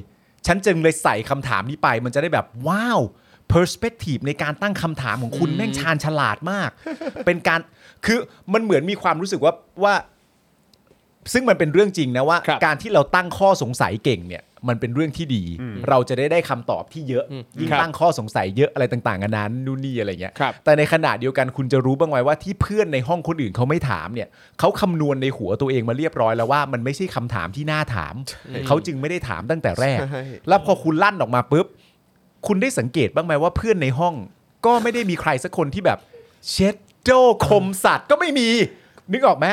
S2: ฉันจึงเลยใส่คำถามนี้ไป มันจะได้แบบว้าวเพอร์สเปกทีฟในการตั้งคำถามของคุณแม่งชาญฉลาดมาก เป็นการคือมันเหมือนมีความรู้สึกว่าว่า ซึ่งมันเป็นเรื่องจริงนะว่า
S3: ครับ
S2: การที่เราตั้งข้อสงสัยเก่งเนี่ย มันเป็นเรื่องที่ดี เราจะได้ได้คำตอบที่เยอะ
S3: อืม
S2: ยิ่ง
S3: ครับ
S2: ตั้งข้อสงสัยเยอะอะไรต่างๆนานานู่นนี่อะไรเงี้ย
S3: ครับ
S2: แต่ในขณะเดียวกันคุณจะรู้บ้างไหมว่าที่เพื่อนในห้องคนอื่นเขาไม่ถามเนี่ยเขาคำนวณในหัวตัวเองมาเรียบร้อยแล้วว่ามันไม่ใช่คำถามที่น่าถาม เขาจึงไม่ได้ถามตั้งแต่แรก
S1: ใช่
S2: แล้วพอคุณลั่นออกมาปุ๊บ คุณได้สังเกตบ้างไหมว่าเพื่อนในห้อง ก็ไม่ได้มีใครสักคนที่แบบ เช็ดโจคมสัตว์ก็ไม่มี นึกออกไหม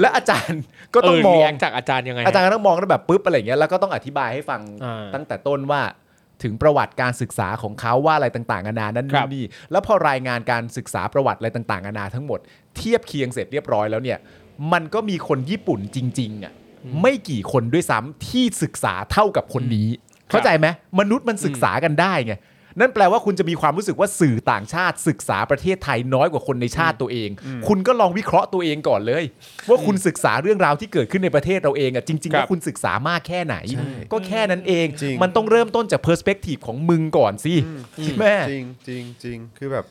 S2: และอาจารย์ก็ต้องมอ
S3: เรี
S2: ง
S3: ยกจากอาจารย์ยังไงฮะ
S2: อาจารย์ก็ต้องมองแล้วแบบปุ๊บอะไรอย่างเงี้ยแล้วก็ต้องอธิบายให้ฟัง
S3: อ่า
S2: ตั้งแต่ต้นว่าถึงประวัติการศึกษาของเขาว่าอะไรต่างๆนานานั้น
S3: ครั
S2: นู่
S3: บ
S2: นนี่แล้วพอรายงานการศึกษาประวัติอะไรต่างๆนานาทั้งหมด เทียบเคียงเสร็จเรียบร้อยแล้วเนี่ย มันก็มีคนญี่ปุ่นจริงๆอ่ะไม่กี่คนด้วยซ้ำที่ศึกษาเท่ากับคนนี้ เข้าใจไหมมนุษย์มันศึกษากันได้ไงนั่นแปลว่าคุณจะมีความรู้สึกว่าสื่อต่างชาติศึกษาประเทศไทยน้อยกว่าคนในชาติตัวเอง คุณก็ลองวิเคราะห์ตัวเองก่อนเลย ว่าคุณศึกษาเรื่องราวที่เกิดขึ้นในประเทศเราเองอ่ะจริงๆ
S3: ครับ
S2: ว่าคุณศึกษามากแค่ไหน
S1: ใช่
S2: ก็แค่นั้นเอง
S1: จริง
S2: มันต้องเริ่มต้นจากเพอร์สเปกทีฟของมึงก่อนสิใช่ไหม
S1: จริงจริงจริงคือแบบ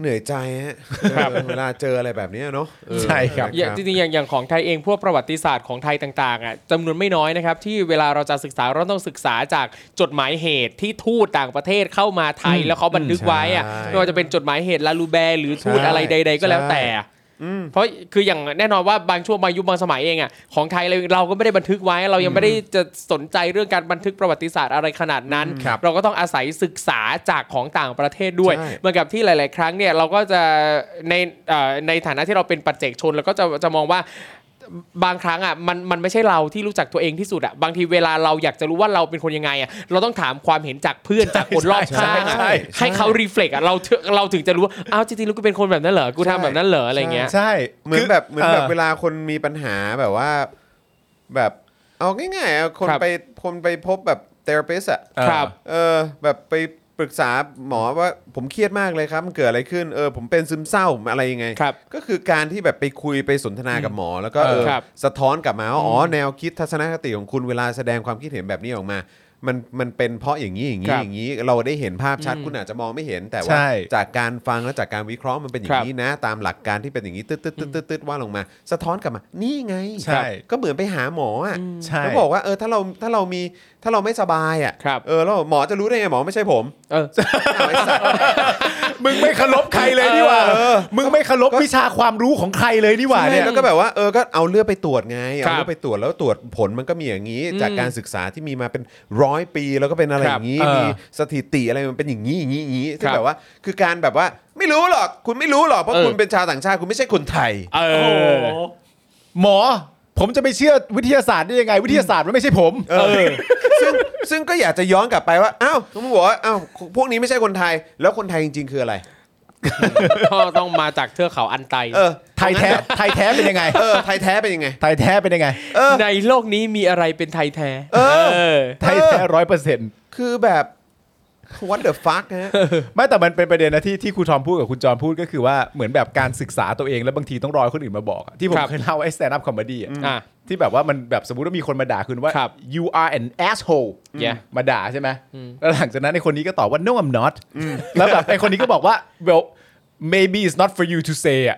S1: เหนื่อยใจฮะเออเวลาเจออะไรแบบเนี้ยเนาะเออ
S2: ใช่ครับ
S3: อย่างจริงๆอย่างอย่างของไทยเองพวกประวัติศาสตร์ของไทยต่างๆอ่ะจำนวนไม่น้อยนะครับที่เวลาเราจะศึกษาเราต้องศึกษาจากจดหมายเหตุที่ทูตต่างประเทศเข้ามาไทยแล้วเขาบันทึกไว้อ่ะ
S1: ใช่
S3: ไม่ว่าจะเป็นจดหมายเหตุลาลูแบร์หรือทูต
S1: ใช่
S3: อะไรใด ๆ ก็แล้วแต่
S1: อืม
S3: เพราะคืออย่างแน่นอนว่าบางช่วงบางยุคบางสมัยเองอ่ะของไทยเราเราก็ไม่ได้บันทึกไว้เรายังไม่ได้จะสนใจเรื่องการบันทึกประวัติศาสตร์อะไรขนาดนั้น
S1: อืมครับ
S3: เราก็ต้องอาศัยศึกษาจากของต่างประเทศด้วย
S1: ใช่
S3: เหมือนกับที่หลาย ๆ ครั้งเนี่ยเราก็จะในเอ่อในฐานะที่เราเป็นปัจเจกชนเราก็จะจะมองว่าบางครั้งอ่ะมันมันไม่ใช่เราที่รู้จักตัวเองที่สุดอ่ะบางทีเวลาเราอยากจะรู้ว่าเราเป็นคนยังไงอ่ะเราต้องถามความเห็นจากเพื่อนจากคนรอบข้างอะ
S1: ใช่ใช่ใช่
S3: ให้เขารีเฟล็กอ่ะเราถึงเราถึงจะรู้ว่าอ้าวจริงๆแล้วกูเป็นคนแบบนั้นเหรอกูทำแบบนั้นเหรออะไรเงี้ย
S2: ใช่
S1: เหมือนแบบเหมือนแบบ
S2: เ
S1: เวลาคนมีปัญหาแบบว่าแบบเอาง่ายๆอะคน
S3: ครับ
S1: ไปคนไปพบแบบเทอราปิสอะ
S2: เออ
S3: ครับ
S1: เออแบบไปปรึกษาหมอว่าผมเครียดมากเลยครับมันเกิดอะไรขึ้นเออผมเป็นซึมเศร้าผมอะไรยังไง
S3: ครับ
S1: ก็คือการที่แบบไปคุยไปสนทนากับหมอ แล้วก็เออ
S3: ครับ
S1: สะท้อนกลับมาว่าอ๋อแนวคิดทัศนคติของคุณเวลาแสดงความคิดเห็นแบบนี้ออกมา มันมันเป็นเพราะอย่างนี้อย่าง
S3: ครั
S1: นี้
S3: บ
S1: อย่างนี้เราได้เห็นภาพชัดคุณอาจจะมองไม่เห็นแต่ว่า
S2: ใช่
S1: จากการฟังและจากการวิเคราะห์มันเป็นอย่างนี้นะ ตามหลักการที่เป็นอย่างนี้ตึ๊ดตึ๊ดตึ๊ดตึ๊ดตึ๊ดว่าลงมา สะท้อนกลับมา นี่ไง
S2: ใช่
S1: ก็เหมือนไปหาหมออ่ะ
S2: ใช่
S1: เขาบอกว่าเออถ้าเราถ้าเรามีถ้าเราไม่สบายอ่ะ
S3: ครับ
S1: เออแล้วหมอจะรู้ได้ไงหมอไม่ใช่ผม
S3: เออ
S1: อ้าวไอ้สัตว์
S2: มึงไม่เคารพใครเลยนี่หว่า
S1: เออ
S2: มึงไม่เคารพวิชาความรู้ของใครเลยนี่หว่า
S1: ใช่
S2: เนี่ย
S1: แล้วก็แบบว่าเออก็เอาเลือดไปตรวจไง
S3: ครั
S1: เอา
S3: บ
S1: เลือดไปตรวจแล้วตรวจผลมันก็มีอย่างนี้
S3: อืม
S1: จากการศึกษาที่มีมาเป็นร้อยปีแล้วก็เป็นอะไร
S3: ค
S1: อบ
S3: รั
S1: ย่างนี้
S2: เออ
S1: มีสถิติอะไรมันเป็นอย่างนี้อย่างนี้อย่างนี้
S3: ค
S1: ที่
S3: รับ
S1: แบบว่าคือการแบบว่าไม่รู้หรอกคุณไม่รู้หรอกเพราะ
S3: เออ
S1: คุณเป็นชาวต่างชาติคุณไม่ใช่คนไทย
S3: เอ
S4: โอ้โห
S3: อ
S2: หมอ ผมจะไปเชื่อวิทยาศาสตร์ได้ยังไง วิทยาศาสตร์มันไม่ใช่ผม
S1: เออซึ่งซึ่งก็อยากจะย้อนกลับไปว่าอ้าวคุณบอกว่าอ้าวพวกนี้ไม่ใช่คนไทย แล้วคนไทยจริงๆคืออะไร
S3: [laughs] ก็ต้องมาจากเทือกเขาอันไต
S1: เออ
S2: ไทยแท้ไทยแท้เป็นยังไง
S1: เออไทยแท้เป็นยังไง
S2: ไทยแท้เป็นยังไง
S1: เออ
S3: ในโลกนี้มีอะไรเป็นไทยแท้
S1: เออ
S3: เออ
S2: ไทยแท้ร้อยเปอร์เซ็นต์
S1: คือแบบ what the fuck ฮะ
S2: [laughs] ไม่แต่มันเป็นประเด็นนะที่ที่ครูทอมพูดกับคุณจอมพูดก็คือว่าเหมือนแบบการศึกษาตัวเองแล้วบางทีต้องรอให้คนอื่นมาบอกอะที่ผม
S3: ครับ
S2: เคยเล่าไอ้ stand up comedy อะ
S3: อ่ะ
S2: ที่แบบว่ามันแบบสมมติว่ามีคนมาด่าคุณว่า
S3: ครับ
S2: you are an asshole
S3: Yeah
S2: มาด่าใช่ไหมแล้วหลังจากนั้นไอ้คนนี้ก็ตอบว่า no I'm
S3: [laughs]
S2: not แล้วแบบไอ้คนนี้ก็บอกว่า well maybe it's not for you to say อะ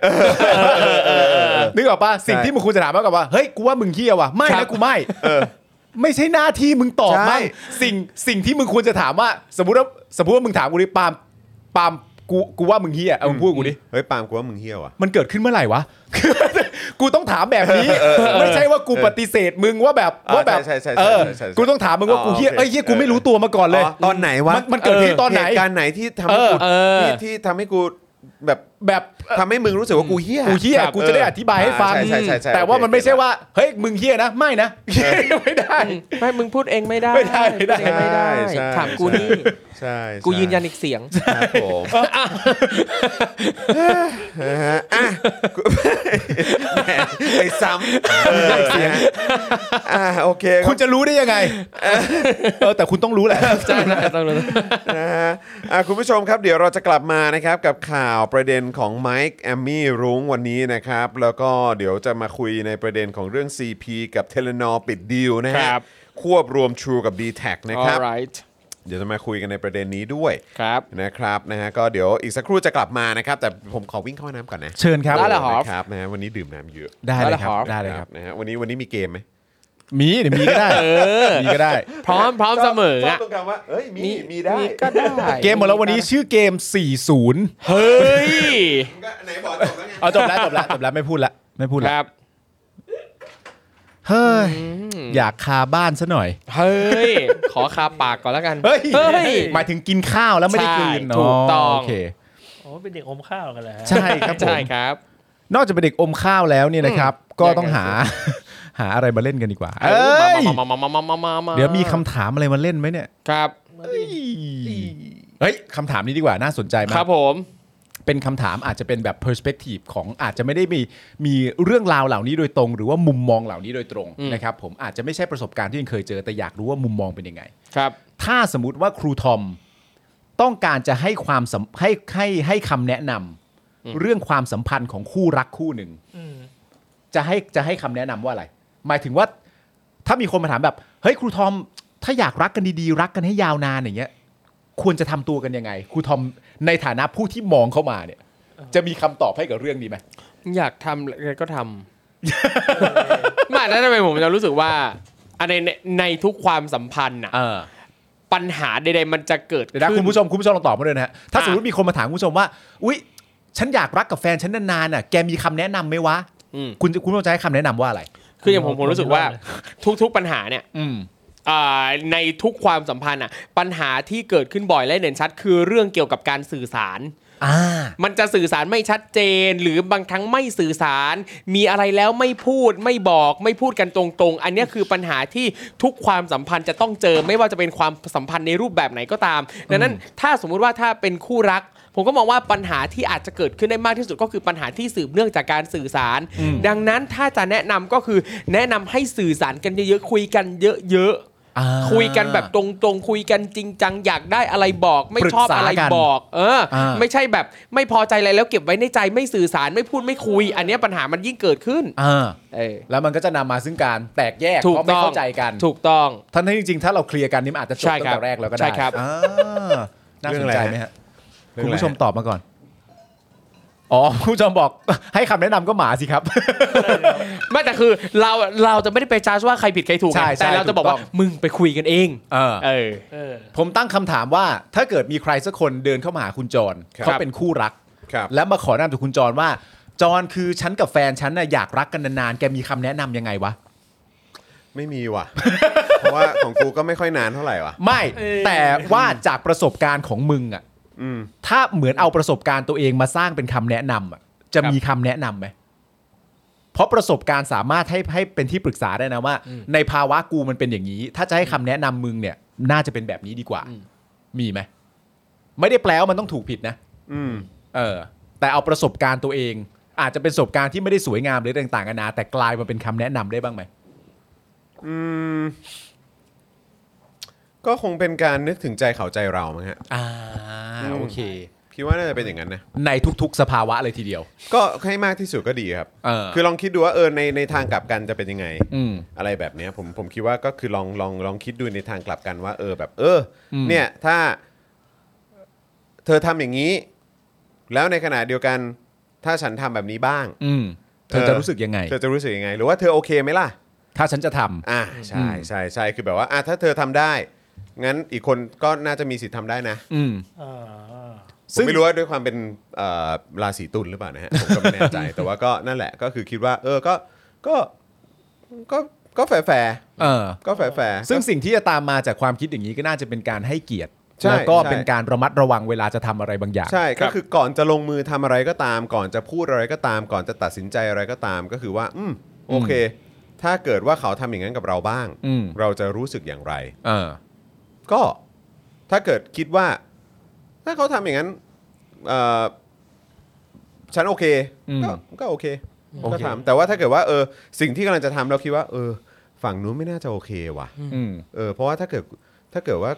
S2: นึกออกปะสิ่งที่มึงควรจะถามมากกว่าว่าเฮ้ยกูว่ามึงเฮี้ยว่ะไม่
S3: ครั
S2: นะ
S3: บ
S2: กูไม่ไม่ใช่หน้าที่มึงตอบ
S1: ใช่
S2: มั้งสิ่งสิ่งที่มึงควรจะถามว่า สมมติว่าสมมติว่ามึงถามกูดิปาล์มปาล์มกูกูว่ามึงเฮี้ยเอามึงพูดกูดิ
S1: เฮ้ยปาล์มกูว่ามึงเฮี้ยวอ่ะ
S2: มันเกิดขึ้นเมื่อไหร่วะ กูต้องถามแบบนี้ ไม่ใช่ว่ากูปฏิเสธมึงว่าแบบ
S1: อ่า
S2: ว่าแบบ
S1: ใช่ใช่ใช่
S2: เออ
S1: ใช่ใช่ใช่
S2: กูต้องถามมึงว่า
S1: อ๋อ
S2: กูเฮีย
S1: โอเค
S2: เอ้ยเฮียกู
S1: เออ
S2: ไม่รู้ตัวมาก่อนเลย
S1: อ๋อตอนไหนวะ
S2: มันมันเกิดขึ้นตอนไหน
S1: เหตุการณ์ไหนที่ทำให้กู
S3: เออ
S1: ที่ที่ทำให้กูแบบ
S2: แบบ
S1: ทำให้มึงรู้สึกว่ากูเฮี้ย
S2: กูเฮีย
S1: ครับ
S2: กูจะได้อธิบายให้ฟัง
S1: อ่ใช่ใช่ใช่ใช่
S2: แต่ว่า
S1: โอเค
S2: มันไม่ใช่ว่าเฮ้ยมึงเฮียนะไม่นะ [laughs] ไม่ได้
S3: ไม่มึงพูดเองไม่ได้
S2: ไม่ได้ไม่ได้
S3: พูเองไม่ได้
S1: ใช่
S3: ถามกูนี่
S1: ใช่ใช่
S3: กูยืนยันอีกเสียง
S1: ครับผมนะฮะอ่ะกูแหมไปซ้ำเออเสียงอ่าโอเคครับ
S2: คุณจะรู้ได้ยังไงเออแต่คุณต้องรู้แหละ
S3: ใช่ใช่ต้องรู้
S1: นะฮะอ่ะคุณผู้ชมครับเดี๋ยวเราจะกลับมานะครับกับข่าวประเด็นของไมค์แอมมี่รุ้งวันนี้นะครับ แล้วก็เดี๋ยวจะมาคุยในประเด็นของเรื่อง CP กับเทเลนอปิดดีลนะฮะ
S3: ครับ
S1: ควบรวม True กับ d t แทนะครับ
S3: alright
S1: เดี๋ยวจะมาคุยกันในประเด็นนี้ด้วย
S3: ครับ
S1: นะครับนะฮะก็เดี๋ยวอีกสักครู่จะกลับมานะครับ แต่ผมขอวิ่งเข้าห้องน้ำก่อนนะ
S2: เชิญครับ
S3: ได้เหรอ Hoff
S1: นะครับนะฮะวันนี้ดื่มน้ำเยอะ
S2: ได้เลยครับ
S3: ได้เหรอ
S2: ได้เลยครับ
S1: นะฮะวันนี้วันนี้มีเกมไหม
S2: มีเดี๋ยวมีก็ได้มีก็ได้
S3: พร้อมพร้อมเสมอ
S1: ชอบ
S3: อะ
S1: ตรงกันว่าเอ้ยมีมีได้
S3: มีก็ได้
S2: เกมหมดแล้ววันนี้ชื่อเกม 40
S3: เฮ้ย
S1: ก็ไหนบอกจบแล้วไง
S2: เอาจบแล้วจบแล้วจบแล้วไม่พูดละไม่พูด
S3: ค
S2: ละ
S3: รับ
S2: เฮ้ยอยากคาบ้านซะหน่อย
S3: เฮ้ยขอคาปากก่อนแล้วกัน
S2: เฮ้ย
S3: เฮ้ย
S2: หมายถึงกินข้าวแล้วไม่ได้กิน
S3: ใช่ถูกต้อง
S2: โอเค
S4: โอ้เป็นเด็กอมข้าวกันเลยฮะ
S2: ใช่ครับผม
S3: ใช่ครับ
S2: นอกจากเป็นเด็กอมข้าวแล้วเนี่ยนะครับ ก็ต้องหา หาอะไรมาเล่นกันดีกว่า เอ้ย
S3: มามามามามามามา
S2: เดี๋ยวมีคำถามอะไรมาเล่นไหมเนี่ย
S3: ครับ
S2: เฮ้ยคำถามนี้ดีกว่าน่าสนใจมา
S3: ครั
S2: ก
S3: บผม
S2: เป็นคำถามอาจจะเป็นแบบ perspective ของอาจจะไม่ได้มีมีเรื่องราวเหล่านี้โดยตรง หรือว่ามุมมองเหล่านี้โดยตรง
S3: อืม
S2: นะครับผมอาจจะไม่ใช่ประสบการณ์ที่ยังเคยเจอแต่อยากรู้ว่ามุมมองเป็นยังไง
S3: ครับ
S2: ถ้าสมมติว่าครูทอมต้องการจะให้ความสัมให้ให้ให้คำแนะนำเรื่องความสัมพันธ์ของคู่รักคู่หนึ่ง
S4: อืม
S2: จะให้จะให้คำแนะนำว่าอะไร หมายถึงว่าถ้ามีคนมาถามแบบเฮ้ยครูทอม ถ้าอยากรักกันดีๆ รักกันให้ยาวนานอย่างเงี้ย ควรจะทำตัวกันยังไง ครูทอมในฐานะผู้ที่มองเข้ามาเนี่ย จะมีคำตอบให้กับเรื่องนี้ไหม
S3: อยากทำอะไรก็ทำไม่แล้วทำไมผมจะรู้สึกว่าอันในในในทุกความสัมพันธ์น่ะ
S2: เออ
S3: ปัญหาใดๆมันจะเกิด
S2: เดี๋ยวนะ
S3: ขึ้น
S2: คุณผู้ชมคุณผู้ชมลองตอบมาด้วยนะฮะถ้าส
S3: อ่ะ
S2: มมติมีคนมาถามคุณผู้ชมว่า อุ๊ย ฉันอยากรักกับแฟนฉันนานๆน่ะแกมีคำแนะนำไหมวะ
S3: อืม
S2: คุณคุณต้องจะให้คำแนะนำว่าอะไร
S3: คืออย่างผมผมรู้สึกว่าทุกๆปัญหาเนี่ย
S2: อืม
S3: อ่าในทุกความสัมพันธ์อ่ะปัญหาที่เกิดขึ้นบ่อยและเด่นชัด คือเรื่องเกี่ยวกับการสื่อสาร
S2: อ่า
S3: มันจะสื่อสารไม่ชัดเจน หรือบางครั้งไม่สื่อสาร มีอะไรแล้วไม่พูดไม่บอกไม่พูดกันตรงๆ อันเนี้ยคือปัญหาที่ทุกความสัมพันธ์จะต้องเจอไม่ว่าจะเป็นความสัมพันธ์ในรูปแบบไหนก็ตาม ดังนั้นถ้าสมมุติว่าถ้าเป็นคู่รัก ผมก็มองว่าปัญหาที่อาจจะเกิดขึ้นได้มากที่สุดก็คือปัญหาที่สืบเนื่องจากการสื่อสาร ดังนั้นถ้าจะแนะนำก็คือแนะนำให้สื่อสารกันเยอะๆคุยกันเยอะๆ
S2: อ่า
S3: คุยกันแบบตรงๆ คุยกันจริงจังอยากได้อะไรบอก ไม่
S2: ปรึก
S3: ช
S2: ษา
S3: อบอะไร
S2: กัน
S3: บอก เออ
S2: อ่า
S3: ไม่ใช่แบบไม่พอใจอะไรแล้วเก็บไว้ในใจไม่สื่อสารไม่พูดไม่คุย อันเนี้ยปัญหามันยิ่งเกิดขึ้น
S2: อ่า
S3: เออ
S2: แล้วมันก็จะนำมาซึ่งการแตกแยก
S3: ถู
S2: เพ
S3: ก
S2: ราะไม่
S3: ต้อง
S2: เข้าใจกัน
S3: ถูกต้อง
S2: ทั้งที่จริงๆ ถ้าเราเคลียร์กันนี่มันอาจจะจบ
S3: ใช่
S2: ตั้ง
S3: ครับ
S2: แต่แรกแล้วก็ได้
S3: ใช่ครับ
S2: อ่าน่า
S1: เรื่
S2: ส
S1: องอะ
S2: น
S1: ไร
S2: ใจ
S1: ฮะ
S2: ไหมฮะ คุณผู้ชมตอบมาก่อน อ๋อคุณผู้ชมบอก [laughs] ให้คำแนะนำก็หมาสิครับ
S3: ไม่แต่คือเราเราจะไม่ได้ไปจ้าว่าใครผิดใครถูก
S2: ใช่
S3: นะ
S2: ใช่
S3: แต่เราจะบอก
S2: ถูกต้
S3: ว่า
S2: อง
S3: มึงไปคุยกันเอง
S2: เออ
S3: เออ
S4: เออ
S2: [laughs] ผมตั้งคำถามว่า ถ้าเกิดมีใครสักคนเดินเข้ามาหาคุณจร
S1: ครับ
S2: เขาเป็นคู่รัก
S1: ครับ
S2: แล้วมาขอแนะนำจากคุณจรว่า จรคือฉันกับแฟนฉันน่ะอยากรักกันนานๆแกมีคำแนะนำยังไงวะ
S1: ไม่มีว่ะ [laughs] เพราะว่าของกูก็ไม่ค่อยนานเท่าไหร่ว่ะ
S2: ไม่
S4: เอ้ย
S2: แต่ว่าจากประสบการณ์ของมึงอ่ะ
S1: อืม
S2: ถ้าเหมือนเอาประสบการณ์ตัวเองมาสร้างเป็นคำแนะนำอะจะมีคำแนะนำไหมเพราะประสบการณ์สามารถให้ให้เป็นที่ปรึกษาได้นะว่า ในภาวะกูมันเป็นอย่างนี้ ถ้าจะให้คำแนะนำมึงเนี่ย น่าจะเป็นแบบนี้ดีกว่า มีไหมไม่ได้แปลว่ามันต้องถูกผิดนะ
S1: อืม
S2: เออแต่เอาประสบการณ์ตัวเอง อาจจะเป็นประสบการณ์ที่ไม่ได้สวยงามหรือต่างๆนานาแต่กลายมาเป็นคำแนะนำได้บ้างไหม
S1: อืม ก็คงเป็นการนึกถึงใจเขาใจเรามั้งฮะ
S2: อ่า
S1: โอเค คิดว่าน่าจะเป็นอย่างนั้นนะ
S2: ในทุกๆสภาวะเลยทีเดียว
S1: ก็ให้มากที่สุดก็ดีครับ
S2: เออ
S1: คือลองคิดดูว่าเออในในทางกลับกันจะเป็นยังไง
S2: อืม
S1: อะไรแบบเนี้ยผมผมคิดว่าก็คือลองลองลองคิดดูในทางกลับกันว่า เออแบบ เอออ
S2: ม
S1: เนี่ยถ้า เธอทำอย่างนี้ แล้วในขณะเดียวกัน ถ้าฉันทำแบบนี้บ้าง
S2: อืมเธอจะรู้สึกยังไง
S1: เธอจะรู้สึกยังไง หรือว่าเธอโอเคไหมล่ะ
S2: ถ้าฉันจะทำ
S1: อ่าใช่
S2: อืม
S1: ใช่ใช่คือแบบว่าอ่ะถ้าเธอทำได้ งั้นอีกคนก็น่าจะมีสิทธิ์ทำได้นะ
S2: อืม
S4: อ่า
S1: ผมไม่รู้ว่าด้วยความเป็นเอ่อราศีตุลหรือเปล่านะฮะผมก็ไม่แน่ใจ แต่ว่าก็นั่นแหละก็คือคิดว่า เออก็ก็ก็ก็แฝง
S2: เออ
S1: ก็แฝง
S2: ซึ่งสิ่งที่จะตามมาจากความคิดอย่างนี้ก็น่าจะเป็นการให้เกียรติ
S1: ใช่
S2: แล้วก็
S1: ใช่
S2: เป็นการระมัดระวังเวลาจะทำอะไรบางอย่าง
S1: ใช่
S3: ครั
S1: ก็
S3: บ
S1: คือก่อนจะลงมือทำอะไรก็ตาม ก่อนจะพูดอะไรก็ตาม ก่อนจะตัดสินใจอะไรก็ตาม ก็คือว่า อืมโอเค ถ้าเกิดว่าเขาทำอย่างนั้นกับเราบ้าง
S2: อืม
S1: เราจะรู้สึกอย่างไร
S2: เออ
S1: ก็ถ้าเกิดคิดว่า ถ้าเขาทำอย่างนั้นเอ่อฉันโอเค
S2: อืม
S1: ก็ก็โอเค
S2: โอเค
S1: ก็ทำแต่ว่าถ้าเกิดว่าเออสิ่งที่กำลังจะทำเราคิดว่า เออ ฝั่งนู้นไม่น่าจะโอเคว่ะ
S2: อืม
S1: เออเพราะว่าถ้าเกิดถ้าเกิดว่า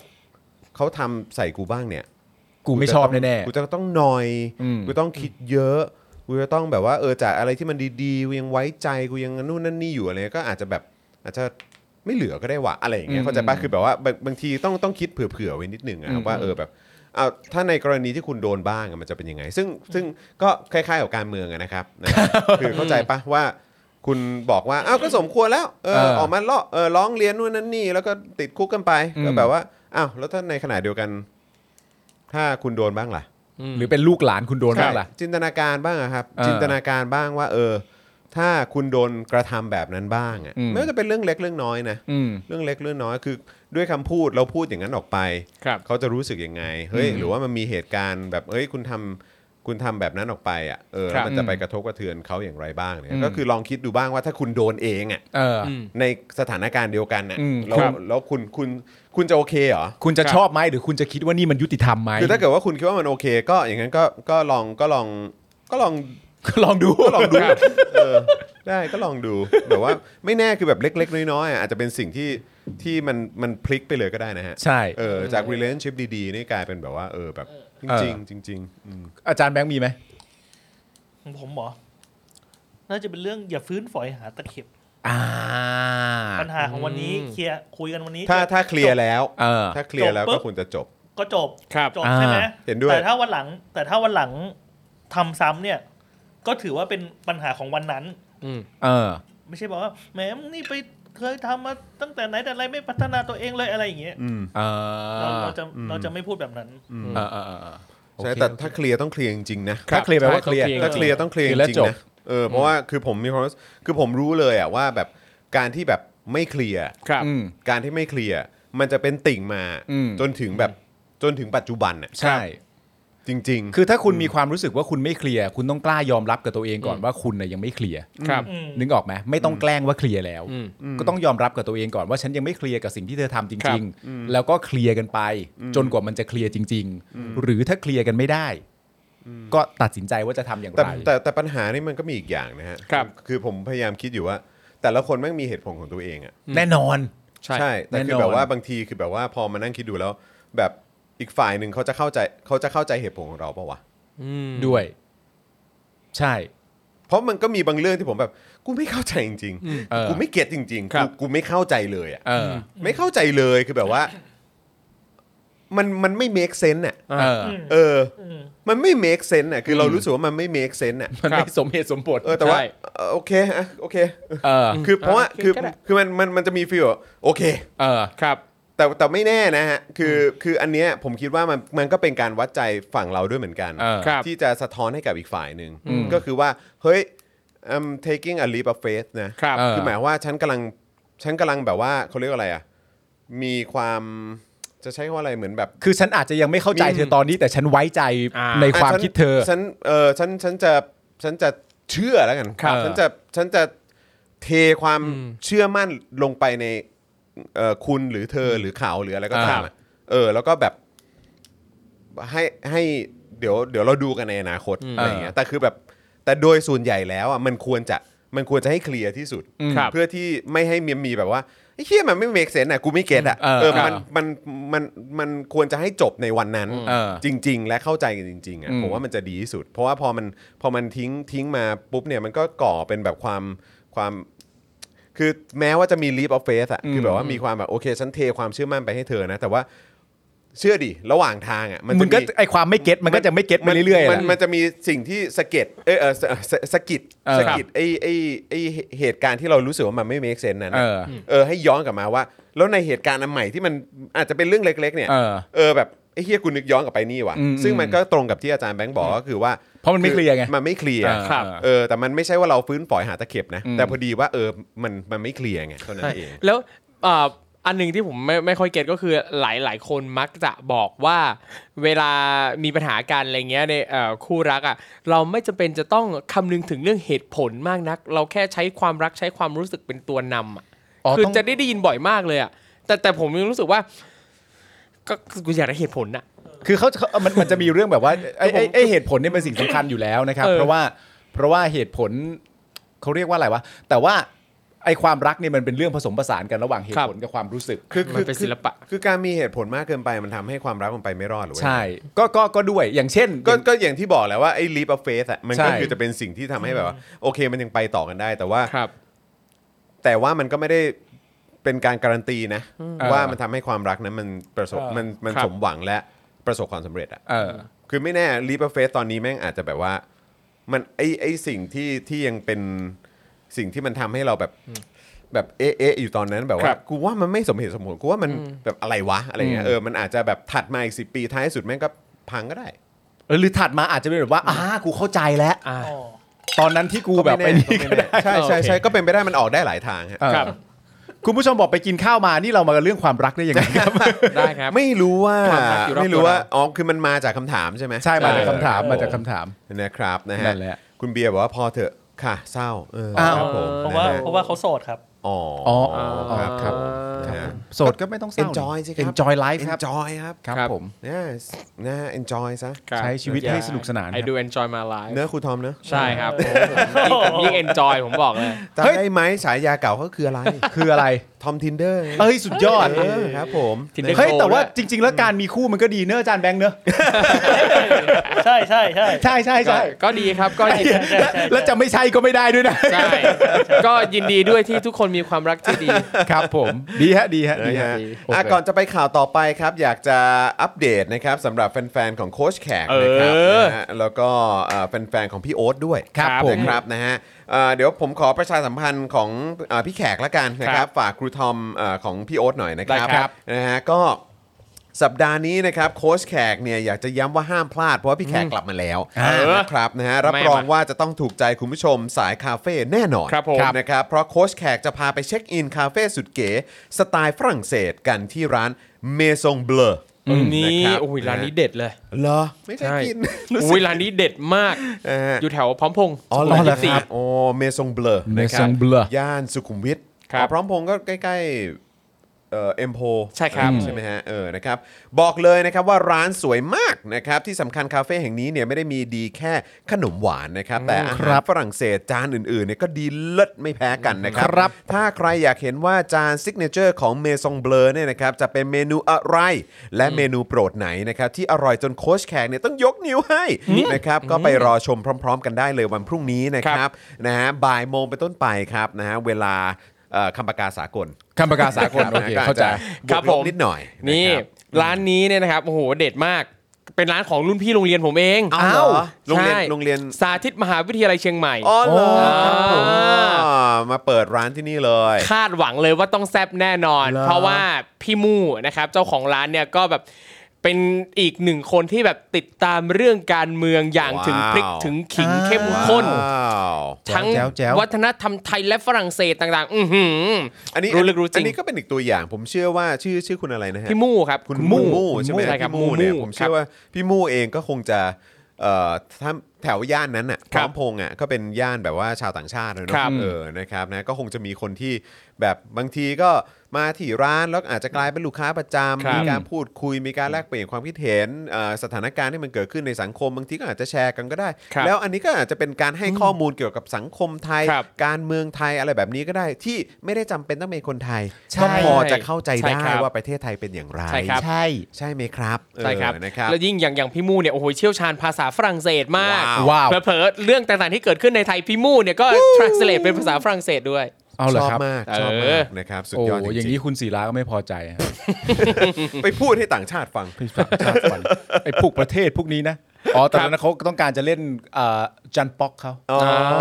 S1: เขาทำใส่กูบ้างเนี่ย
S2: กูไม่ชอบแน่
S1: กูจะต้องหนอย
S2: อืม
S1: กูต้องคิดเยอะ กูจะต้องแบบว่าเออจากอะไรที่มันดีๆ กูยังไว้ใจ กูยังนู่นนั่นนี่อยู่อะไรก็อาจจะแบบอาจจะไม่เหลือก็ได้วะอะไรอย่างเงี้ย เข้าใจปะคือแบบว่าบางบางทีต้องต้องคิดเผื่อๆไว้นิดนึงอะว่าเออแบบเอาถ้าในกรณีที่คุณโดนบ้างอะมันจะเป็นยังไง ซึ่งซึ่งก็คล้ายๆกับการเมืองอะนะครับ [laughs] นะครับ คือเข้าใจปะว่า คุณบอกว่าอ้าวก็สมควรแล้วเอ
S2: เอ
S1: อ
S2: อ
S1: ออกมาเลาะเออร้องเรียนนู่นนั่นนี่ แล้วก็ติดคุกกันไป
S2: อืม
S1: ก็แบบว่าอ้าวแล้วถ้าในขณะเดียวกัน ถ้าคุณโดนบ้างล่ะ
S2: ๆ หรือเป็นลูกหลานคุณโดนบ้างล่ะ
S1: ใช่จินตนาการบ้างอะครับ
S2: เออ
S1: จินตนาการบ้างว่า เออ ถ้าคุณโดนกระทำแบบนั้นบ้างอะ
S2: อืม
S1: ไม่ว่าจะเป็นเรื่องเล็กเรื่องน้อยนะ
S2: อืม
S1: เรื่องเล็กเรื่องน้อยคือ ด้วยคำพูดเราพูดอย่างนั้นออกไป
S3: ครับ
S1: เขาจะรู้สึกยังไงเฮ้ย
S2: อืม
S1: หรือว่ามันมีเหตุการณ์แบบเฮ้ยคุณทำคุณทำแบบนั้นออกไปอ่ะเออ
S3: ค
S1: แล้ว
S3: รับ
S1: มันจะไปกระทบกระเทือนเขาอย่างไรบ้างเนี่
S2: อื
S1: ย
S2: ม
S1: ก็คือลองคิดดูบ้างว่าถ้าคุณโดนเองอ่ะ
S2: เออ
S3: อืม
S1: ในสถานการณ์เดียวกันอ่ะ
S2: อืม
S1: แล้ว
S2: ครับ
S1: แล้วคุณคุณคุณจะโอเคเหรอ
S2: คุณจะ
S3: ครับ
S2: ชอบไหมหรือคุณจะคิดว่านี่มันยุติธรรมไหม
S1: คือถ้าเกิดว่าคุณคิดว่ามันโอเค ก็อย่างนั้นก็ก็ลองก็ลองก็ลอง
S2: ก็ลองดู
S1: ก็ลองดูเออได้ก็ลองดูแบบว่าไม่แน่คือแบบเล็ก ๆ น้อยๆอ่ะอาจจะเป็นสิ่งที่ที่มันมันพลิกไปเลยก็ได้นะฮะ
S2: ใช่
S1: เออจาก relationship ดีๆนี่กลายเป็นแบบว่าเออแบบจ
S2: เออ
S1: ริงๆจริงๆอืม
S2: อาจารย์แบงค์มีไหม
S4: ของผมเหรอน่าจะเป็นเรื่องอย่าฟื้นฝอยหาตะเข็บ
S2: อ่า
S4: ปัญหาของวันนี้
S3: อืม
S4: เคลียร์คุยกันวันนี้
S1: ถ้าถ้าเคลียร์แล้ว
S2: เออ
S1: ถ้าเคลียร์แล้ว
S4: จบปุ๊
S1: ก็
S4: บ
S1: ควรจะจบ
S4: ก็จบ
S3: ครับ
S4: จบใช่ไหม
S2: อ่า
S1: เห็นด้วย
S4: แต่ถ้าวันหลัง แต่ถ้าวันหลังทำซ้ำเนี่ย ก็ถือว่าเป็นปัญหาของวันนั้น
S3: อืม
S2: เออ
S4: ไม่ใช่บอกว่าแหมมึงนี่ไปเคยทำมาตั้งแต่ไหนแต่ไรไม่พัฒนาตัวเองเลยอะไรอย่างเงี้ย
S1: อืม
S2: เอ
S4: เรา
S2: อ
S4: เราจะเราจะไม่พูดแบบนั้น
S2: เออเออเออโอเค
S1: ใช่แต่ถ้าเคลียร์ต้องเคลียร์จริงๆนะ
S3: ครั
S2: ถ้า
S3: บ
S2: เคลียร์แปลว่า
S3: ใช่
S2: เคลียร์
S3: ต้องเคลียร์
S1: ถ้าเคลียร์ต้องเคลียร์
S2: เคลียร์
S1: จริง
S2: แล้วจบ
S1: ๆนะเออเพราะว่าคือผมมีความรู้สึกคือผมรู้เลยอ่ะว่าแบบการที่แบบไม่เคลียร์
S3: ครับ
S2: อืม
S1: การที่ไม่เคลียร์มันจะเป็นติ่งมา
S2: อืม
S1: จนถึงแบบจนถึงปัจจุบันอ่ะ
S2: ใช่
S1: จริง ๆ
S2: คือถ้าคุณมีความรู้สึกว่าคุณไม่เคลียร์คุณต้องกล้ายอมรับกับตัวเองก่อนว่าคุณน่ยยังไม่เคลียร์
S3: ครับ
S4: อืม
S2: นึกออกไหมไม่ต้องแกล้งว่าเคลียร์แล้ว
S3: อืม
S2: ก็ต้องยอมรับกับตัวเองก่อนว่าฉันยังไม่เคลียร์กับสิ่งที่เธอทำจ
S3: ครั
S2: ริ
S3: บ
S2: ง ๆ แล้วก็เคลียร์กันไป จนกว่ามันจะเคลียร์จริง ๆ หรือถ้าเคลียร์กันไม่ได้ ก็ตัดสินใจว่าจะทำอย่าง
S1: แต่
S2: ไร
S1: แต่แต่ปัญหานี่มันก็มีอีกอย่างนะฮะ
S3: ครับ
S1: คือผมพยายามคิดอยู่ว่า แต่ละคนแม่งมีเหตุผลของตัวเองอะ
S2: แน่นอน
S3: ใช่
S1: แต่คือ
S2: แน่นอน
S1: แบบว่าบางทีคือแบบว่าพอมานั่งคิดดูแล้ว แบบอีกฝ่ายหนึ่งเขาจะเข้าใจเขาจะเข้าใจเหตุผลของเราปะวะ
S3: อืม
S2: ด้วย ใช่
S1: เพราะมันก็มีบางเรื่องที่ผมแบบกูไม่เข้าใจจริง
S2: เออ
S1: ๆกูไม่เก็ตจริงๆ
S3: ครั
S1: กู
S3: บ
S1: กูไม่เข้าใจเลยอะ
S2: เออ
S1: ไม่เข้าใจเลยคือแบบว่า มันมันไม่ make sense อ่ะ
S2: เออ
S4: อืม
S1: เออ
S4: อืม
S1: มันไม่ make sense อ่ะคือเรารู้สึกว่ามันไม่ make sense อ่ะ
S2: มัน
S3: ครับ
S2: ไม่สมเหตุสมผล
S1: เออแต่ว่า
S3: ใช่
S1: เออโอเคอะโอเค
S2: เออ
S1: คือเพราะว่า
S3: โอเค
S1: คือ
S3: ก็ได้
S1: คือมันมันมันจะมีฟีลแบบโอเค
S2: เออ
S3: ครับ
S1: แต่แต่ไม่แน่นะฮะคือคืออันเนี้ยผมคิดว่ามันมันก็เป็นการวัดใจฝั่งเราด้วยเหมือนกัน
S2: เออ
S3: ครับ
S1: ที่จะสะท้อนให้กับอีกฝ่ายหนึ่งก็คือว่า เฮ้ย I'm taking a leap of faith นะครับ
S2: เออ
S1: คือหมายว่าฉันกำลังฉันกำลังแบบว่าเขาเรียกว่าอะไรอ่ะ มีความจะใช้คำว่าอะไรเหมือนแบบ
S2: คือฉันอาจจะยังไม่เข้าใจ
S1: มี
S2: เธอตอนนี้ แต่ฉันไว้ใจ
S3: อ่า
S2: ในความ
S1: อ่ะฉัน
S2: คิดเธอ
S1: ฉันเออฉันฉันจะฉันจะเชื่อแล้วกัน
S2: ครับ
S1: ฉันจะฉันจะเทความเชื่อมั่นลงไปในเอ่อคุณหรือเธอหรือเขาหรืออะไรก็ตามอะเออ แล้วก็แบบให้ให้เดี๋ยวเดี๋ยวเราดูกันในอนาคตอะไรอย่างเงี้ยแต่คือแบบแต่โดยส่วนใหญ่แล้วอ่ะมันควรจะมันควรจะให้เคลียร์ที่สุด
S2: อืม
S1: เพื่อที่ไม่ให้มีมีแบบว่าไอ้เฮียมันไม่เมกเซนอ่ะกูไม่เก็ตอ่ะ
S2: เออ
S1: เออมัน
S2: ครับ
S1: มันมันมันควรจะให้จบในวันนั้น
S2: เออ
S1: จริง ๆ และเข้าใจกันจริงๆอ่ะ
S2: อืม
S1: ผมว่ามันจะดีที่สุด เพราะว่าพอมันพอมันทิ้งทิ้งมาปุ๊บเนี่ยมันก็ก่อเป็นแบบความความ คือแม้ว่าจะมี leap of faith อะ
S2: อืม
S1: คือแบบว่ามีความแบบโอเค ฉันเทความเชื่อมั่นไปให้เธอนะ แต่ว่าเชื่อดิ ระหว่างทางอ่ะมัน
S2: มึ
S1: จะ
S2: งก็ไอความไม่เก็ตมันก็จะไม่เก็ตไปเรื่อยๆ
S1: มัน
S2: แหละ
S1: มันจะมีสิ่งที่สะเก็ดเออเออสะสะสะกิด
S2: เออ
S1: สะกิดไอไอไอเหตุการณ์ที่เรารู้สึกว่ามันไม่ make sense นั้นอะ
S2: เออ
S1: เออให้ย้อนกลับมาว่า แล้วในเหตุการณ์อันใหม่ที่มันอาจจะเป็นเรื่องเล็ก ๆ เนี่ย
S2: เออ
S1: เออแบบ ไอ้เฮียกูนึกย้อนกลับไปนี่ว่ะ
S2: อืม
S1: ซึ่งมัน
S2: อืม
S1: ก็ตรงกับที่อาจารย์แบงค์บอกก็คือว่า
S2: เพราะมันไม่เคลียร์ไง
S1: มันไม่เคลียร์
S2: อ่าครับ
S1: เออแต่มันไม่ใช่ว่าเราฟื้นฝอยหาตะเข็บนะ
S2: อืม
S1: แต่พอดีว่าเออมันมันไม่เคลียร์ไงเท่านั้
S3: ใช่
S1: นเอง
S3: แล้วเอ่ออันหนึ่งที่ผมไม่ไม่ค่อยเก็ตก็คือหลายหลายคนมักจะบอกว่าเวลามีปัญหากันอะไรเงี้ยในเอ่อคู่รักอ่ะเราไม่จำเป็นจะต้องคำนึงถึงเรื่องเหตุผลมากนัก เราแค่ใช้ความรักใช้ความรู้สึกเป็นตัวนำอ่ะคือจะได้ได้ยินบ่อยมากเลยอ่ะแต่แต่ผมยังรู้สึกว่า ก็กูอยากได้เหตุผลน่ะ
S2: คือเขาเขามันมันจะมีเรื่องแบบว่าไอ้ไอ้ไอ้เหตุผลเนี่ยเป็นสิ่งสำคัญอยู่แล้วนะครับ
S3: เออ
S2: เพราะว่าเพราะว่าเหตุผลเขาเรียกว่าอะไรวะแต่ว่าไอ้ความรักเนี่ยมันเป็นเรื่องผสมผสานกันระหว่างเหตุผลกับความรู้สึก
S1: คือ
S3: มันเป็นศิลปะ
S1: คือคือการมีเหตุผลมากเกินไปมันทำให้ความรักมันไปไม่รอดหรือเปล่า
S2: ใช่ ก็ก็ก็ด้วยอย่างเช่น
S1: ก็ก็อย่างที่บอกแหล้วว่าไอ้ leap of faith อะมันก็
S2: ใช่
S1: คือจะเป็นสิ่งที่ทำให้แบบว่า โอเคมันยังไปต่อกันได้ แต่ว่า
S3: ครับ
S1: แต่ว่ามันก็ไม่ได้เป็นการการันตีนะ
S2: เออ
S1: ว่ามันทำให้ความรักนั้นมันประสบ
S4: เออ
S1: มันมัน
S3: ครับ
S1: สมหวังและประสบความสำเร็จอะ
S2: เออ
S1: คือไม่แน่ leap of faith ตอนนี้แม่งอาจจะแบบว่า มันไอไอสิ่งที่ที่ยังเป็นสิ่งที่มันทำให้เราแบบแบบเอ๊ะเอ๊ะอยู่ตอนนั้นแบบ
S3: ครั
S1: ว่า
S3: บ
S1: กูว่ามันไม่สมเหตุสมผลกูว่ามันแบบอะไรวะอะไรเงี้ย
S2: อืม
S1: เออมันอาจจะแบบถัดมาอีกสิปีท้ายสุดแม่งก็พังก็ได้
S2: เออหรือถัดมาอาจจะเป็นแบบว่าอ่ากูเข้าใจแล้ว
S3: อ่า
S4: อ๋อ
S2: ตอนนั้นที่กู
S1: กู
S2: แบบไปนี่ก็ได้
S1: ใช่ใช่ใช่ก็เป็นไปได้มันออกได้หลายทางฮะ
S2: เออ
S3: ครับ
S2: คุณผู้ชมบอกไปกินข้าวมานี่เรามาเรื่องความรักได้ยัง [laughs] ไงครับ
S3: ได้ครับ
S1: ไม่รู้ว่า
S3: ความรักอยู่รอบตัว
S1: ไม่รู้ว่าอ๋อคือมันมาจากคำถามใช่ไหม
S2: ใช่มาจากคำถาม
S4: เออ
S2: มาจากคำถาม
S1: นะครับนะ
S2: นั่
S1: ฮะ
S2: นแหละ
S1: คุณเบียร์บอกว่าพอเถอะค่ะ เศร้าเออ
S2: อ้าว
S1: ครับผม
S4: เพราะว่า
S1: นะฮะ
S4: เพราะว่าเขาโสดครับ
S1: อ๋อ
S2: อ๋อ
S1: อ๋
S2: อ๋
S1: อ
S2: อ
S1: อ๋อ
S2: ครับครับผม
S1: นะฮะ
S2: โสดก็ไม่ต้องเศร้า
S1: Enjoy สิครับ
S2: enjoy life ครับ
S1: enjoy ครับ
S2: ครับ
S3: ครับ
S2: ผม
S1: yes นะฮะ enjoy ซะ
S3: ครับ
S2: ใช้ชีวิตให้สนุกสนาน
S3: I do enjoy my life
S1: เนื้อะครูทอมเนอะ
S3: ใช่ครับผมยิ่ง enjoy ผมบอกเลย
S1: จำได้ไหมฉายาเก่าเขาคืออะไร
S2: คืออะไร
S1: ทอมทินเดอร์
S2: เอ้ยสุดยอด
S1: ครับผม
S3: ทินเดอ
S1: นะ
S3: ร์
S2: เฮ้ยแต่ว่าจริง ๆ แล้วการมีคู่มันก็ดีเนอะอาจานแบงค์เนอะ
S4: ใช่ใช่ใช่
S2: ใช่ใช่
S3: ก็
S2: ใช่
S3: ก็ดีครับก็ยิน
S4: ใช่ใช่
S2: แล้วจะไม่ใช่ก็ไม่ได้ด้วยนะ
S3: ใช่
S2: [laughs]
S3: ก็ยินดีด้วยที่ทุกคนมีความรักที่ดี
S2: ครับผมดีฮะดีฮะดี
S1: นะ
S2: ฮะ
S1: ฮะ
S2: โอเค
S1: อ่ะก่อนจะไปข่าวต่อไปครับ อยากจะอัปเดตนะครับสำหรับแฟนๆของโค้ชแขกนะครับ
S3: เออ
S1: นะฮะแล้วก็เอ่อแฟนๆของพี่โอ๊ตด้วย
S2: ครับผม
S1: นะครับนะฮะเอ่อเดี๋ยวผมขอประชาสัมพันธ์ของเออพี่แขกละกันนะครับฝากครูทอมเออของพี่โอ๊ตหน่อยนะครับ
S3: ได้ครับ
S1: นะฮะก็สัปดาห์นี้นะครับโค้ชแขกเนี่ยอยากจะย้ำว่าห้ามพลาดเพราะว่าพี่แขกกลับมาแล้วนะครับนะฮะรับรองว่าจะต้องถูกใจคุณผู้ชมสายคาเฟ่แน่นอน
S3: ครับผม
S1: นะครับเพราะโค้ชแขกจะพาไปเช็คอินคาเฟ่สุดเก๋สไตล์ฝรั่งเศสกันที่ร้านเมซงเบลอ
S3: นี่
S1: นะครับ
S3: โอ้ยร้านนี้เด็ดเลย
S1: เหรอไม่ใช่กิน [laughs] รู้สึ
S3: โอ้ย
S1: ก
S3: ร้านนี้เด็ดมาก
S1: นะฮะ
S3: อยู่แถวพร้อมพงษ์
S1: อ๋อ
S3: สุ
S1: เห
S3: ขุมวิท
S1: รอ
S3: สี่
S1: ครับโอ้เมซงเบลอ
S2: Maison Bleu
S1: ย่านสุขุมวิท
S3: ครับ
S1: อ๋อพร้อมพงษ์ก็ใกล้ๆเอ่อ็มโพ
S3: ใช่ครับ
S1: ใช่ไหมฮะเออนะครับบอกเลยนะครับว่าร้านสวยมากนะครับที่สำคัญคาเฟ่แห่งนี้เนี่ยไม่ได้มีดีแค่ขนมหวานนะครับ แต่อา
S2: ค
S1: หา
S2: รั
S1: ร
S2: บ
S1: ฝรั่งเศสจานอื่นๆเนี่ยก็ดีเลิศไม่แพ้กันนะครับ
S2: ครับ
S1: ถ้าใครอยากเห็นว่าจานซิกเนเจอร์ของเมซองเบลอเนี่ยนะครับจะเป็นเมนูอะไร และเมนูโปรดไหนนะครับที่อร่อยจนโค้ชแขกเนี่ยต้องยกนิ้วให้นะครับก็ไปรอชมพร้อม ๆ กันได้เลยวันพรุ่งนี้นะครับนะฮะบ่ายโมงเป็นต้นไปครับนะฮะเวลาเอ่อคำประกาสากล
S2: คำประกาศสากลโอเค
S1: นะรับ
S2: เข้าใจ
S1: ก็อาจจะบวกล
S3: ครับผ
S1: บ
S3: ม
S1: นิดหน่อย
S3: นี่
S1: ะครับ
S3: ร้านนี้เนี่ยนะครับโอ้โหเด็ดมาก เป็นร้านของรุ่นพี่โรงเรียนผมเอง
S1: เอาเหรอโรงเรียน
S3: ใช่
S1: โรงเรียน
S3: สาธิตมหาวิทยาลัยเชียงใหม่
S1: อ๋อเหรอ
S3: ครับผม
S1: อ๋อมาเปิดร้านที่นี่เลย
S3: คาดหวังเลยว่าต้องแซบแน่นอน
S1: เหรอ
S3: เพราะว่าพี่มู่นะครับเจ้าของร้านเนี่ยก็แบบเป็นอีกหนึ่งคนที่แบบติดตามเรื่องการเมืองอย่างถึงพริกถึงขิง
S2: ว้าว
S3: เข้มข้น
S1: ว้าว
S3: ทั้ง
S2: แจ๋วแจ๋ว
S3: วัฒนธรรมไทยและฝรั่งเศสต่างๆ อือหือ
S1: อันนี้
S3: รู้ลึกรู้จริง
S1: อันนี้ก็เป็นอีกตัวอย่างผมเชื่อว่าชื่อชื่อคุณอะไรนะฮะ
S3: พี่มู่ครับ
S1: คุณมู่ใช่ไหม
S3: ใช่ครับ
S1: พี่มู่เนี่ย
S3: มู่
S1: ผมเชื่อว่าพี่มู่เองก็คงจะเอ่อถ้าแถวย่านนั้นอ่ะพ
S3: ครั
S1: ร้อบ มพงษ์อ่ะก็เป็นย่านแบบว่าชาวต่างชาติเลย
S3: ครั
S1: เนาะ
S3: บ
S1: เออนะครับนะก็คงจะมีคนที่แบบบางทีก็มาที่ร้านแล้วอาจจะกลายเป็นลูกค้าประ
S3: ครั
S1: จำ
S3: บ
S1: มีการพูดคุยมีการแลกเปลี่ยนความคิดเห็นเอ่อสถานการณ์ที่มันเกิดขึ้นในสังคมบางทีก็อาจจะแชร์กันก็ได้
S3: ครับ
S1: แล้วอันนี้ก็อาจจะเป็นการให้ข้อมูลเกี่ยวกับสังคมไทย
S3: ครับ
S1: การเมืองไทยอะไรแบบนี้ก็ได้ที่ไม่ได้จำเป็นต้องเป็นคนไทย
S2: ใช่
S1: ก็พอจะเข้าใจ
S3: ใช่
S1: ได้
S3: ครับ
S1: ว่าประเทศไทยเป็นอย่างไร
S3: ใช่ครับ
S2: ใช่
S1: ใช่ไหมครับเออ
S3: ใช่ครับ
S1: นะครับ
S3: แล้วยิ่งอย่างอย่างพี่มู่เนี่ยโอ้โหเชี่ยวชาญภาษาฝรั่งเศสมาก
S2: ว้าว
S3: เผลอๆเรื่องต่างๆที่เกิดขึ้นในไทยพี่มู่เนี่ยก็ translate เป็นภาษาฝรั่งเศสด้วย
S2: เอาเหร
S1: ช
S2: อ
S1: อบ
S2: ครับ
S1: มาก
S3: เออ
S1: ชอบมากนะครับสุด
S2: โอ้
S1: ยอดจ
S2: อย่าง
S1: ริ
S2: นี้
S1: ง
S2: คุณศิลาก็ไม่พอใจฮะ
S1: ๆไปพูดให้ต่างชาติฟัง
S2: ไอ้ฝั่งชาติฟันไอ้พวกประเทศพวกนี้นะ อ๋อ แต่นั้นเขาต้องการจะเล่นเอ่อ จันป๊อกเขา
S1: อ๋อ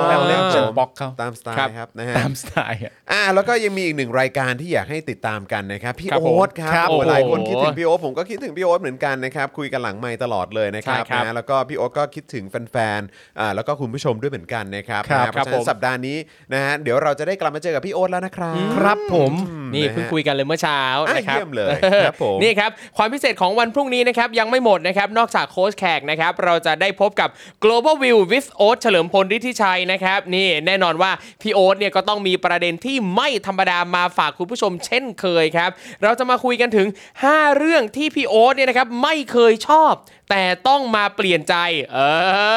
S2: แรมเล่นจันป๊อกเขา
S1: ตามสไตล์ครับนะฮะ
S2: ตามสไตล์อ่ะ
S1: อ่าแล้วก็ยังมีอีกหนึ่งรายการที่อยากให้ติดตามกันนะครับพี่
S3: ครับผม
S1: โอ๊ตครั
S2: ครับ
S1: โอ้
S2: ผม
S1: หลายคนคิดถึงพี่โอ๊ตผมก็คิดถึงพี่โอ๊ตเหมือนกันนะครับคุยกันหลังไมค์ตลอดเลยนะครับ
S3: ใช่ครับ
S1: นะฮะแล้วก็พี่โอ๊ตก็คิดถึงแฟนๆอ่าแล้วก็คุณผู้ชมด้วยเหมือนกันนะครับ
S2: ครับ
S1: นะฮะเพ
S3: ครั
S1: ราะ
S3: บ
S1: ฉะนั้
S3: ผม
S1: นสัปดาห์นี้นะฮะเดี๋ยวเราจะได้กลับมาเจอกับพี่โอ๊ตแล้วนะครับ
S2: ครับผม
S3: นี่เพิ่งคุยกันเลยเมื่อเช้า
S1: อ่ะ
S3: นะครับ
S1: เยี่ยมเลยครับผม
S3: นี่ครับ ความพิเศษของวันพรุ่งนี้นะครับ ยังไม่หมดนะครับ นอกจากโค้ชแขกนะครับ เราจะได้พบกับ global view with o a t เฉลิมพลฤทธิชัยนะครับ นี่แน่นอนว่า พี่โอ๊ตเนี่ยก็ต้องมีประเด็นที่ไม่ธรรมดามาฝากคุณผู้ชมเช่นเคยครับ เราจะมาคุยกันถึง 5 เรื่องที่พี่โอ๊ตเนี่ยนะครับไม่เคยชอบ แต่ต้องมาเปลี่ยนใจ เออ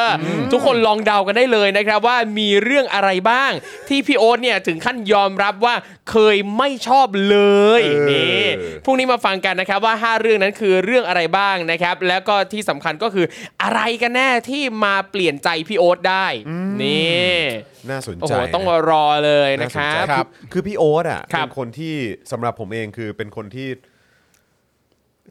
S3: อทุกคนลองเดากันได้เลยนะครับว่ามีเรื่องอะไรบ้าง ที่พี่โอ๊ตเนี่ยถึงขั้นยอมรับว่าเคยไม่ชอบเลย
S1: เออ
S3: นี่ พรุ่งนี้มาฟังกันนะครับว่าห้า5 เรื่องนั้นคือเรื่องอะไรบ้างนะครับ แล้วก็ที่สำคัญก็คืออะไรกันแน่ที่มาเปลี่ยนใจพี่โอ๊ตได้นี่
S1: น่าสน
S3: โอ้
S1: ใจ
S3: โหต้อง
S1: นะ
S3: รอเลยนะ
S1: น่าส
S3: คนรั
S1: ใจ
S3: บ
S1: คือคือพี่โอ๊ตอ่ะ
S3: ครับ
S1: เป็นคนที่สำหรับผมเองคือเป็นคนที่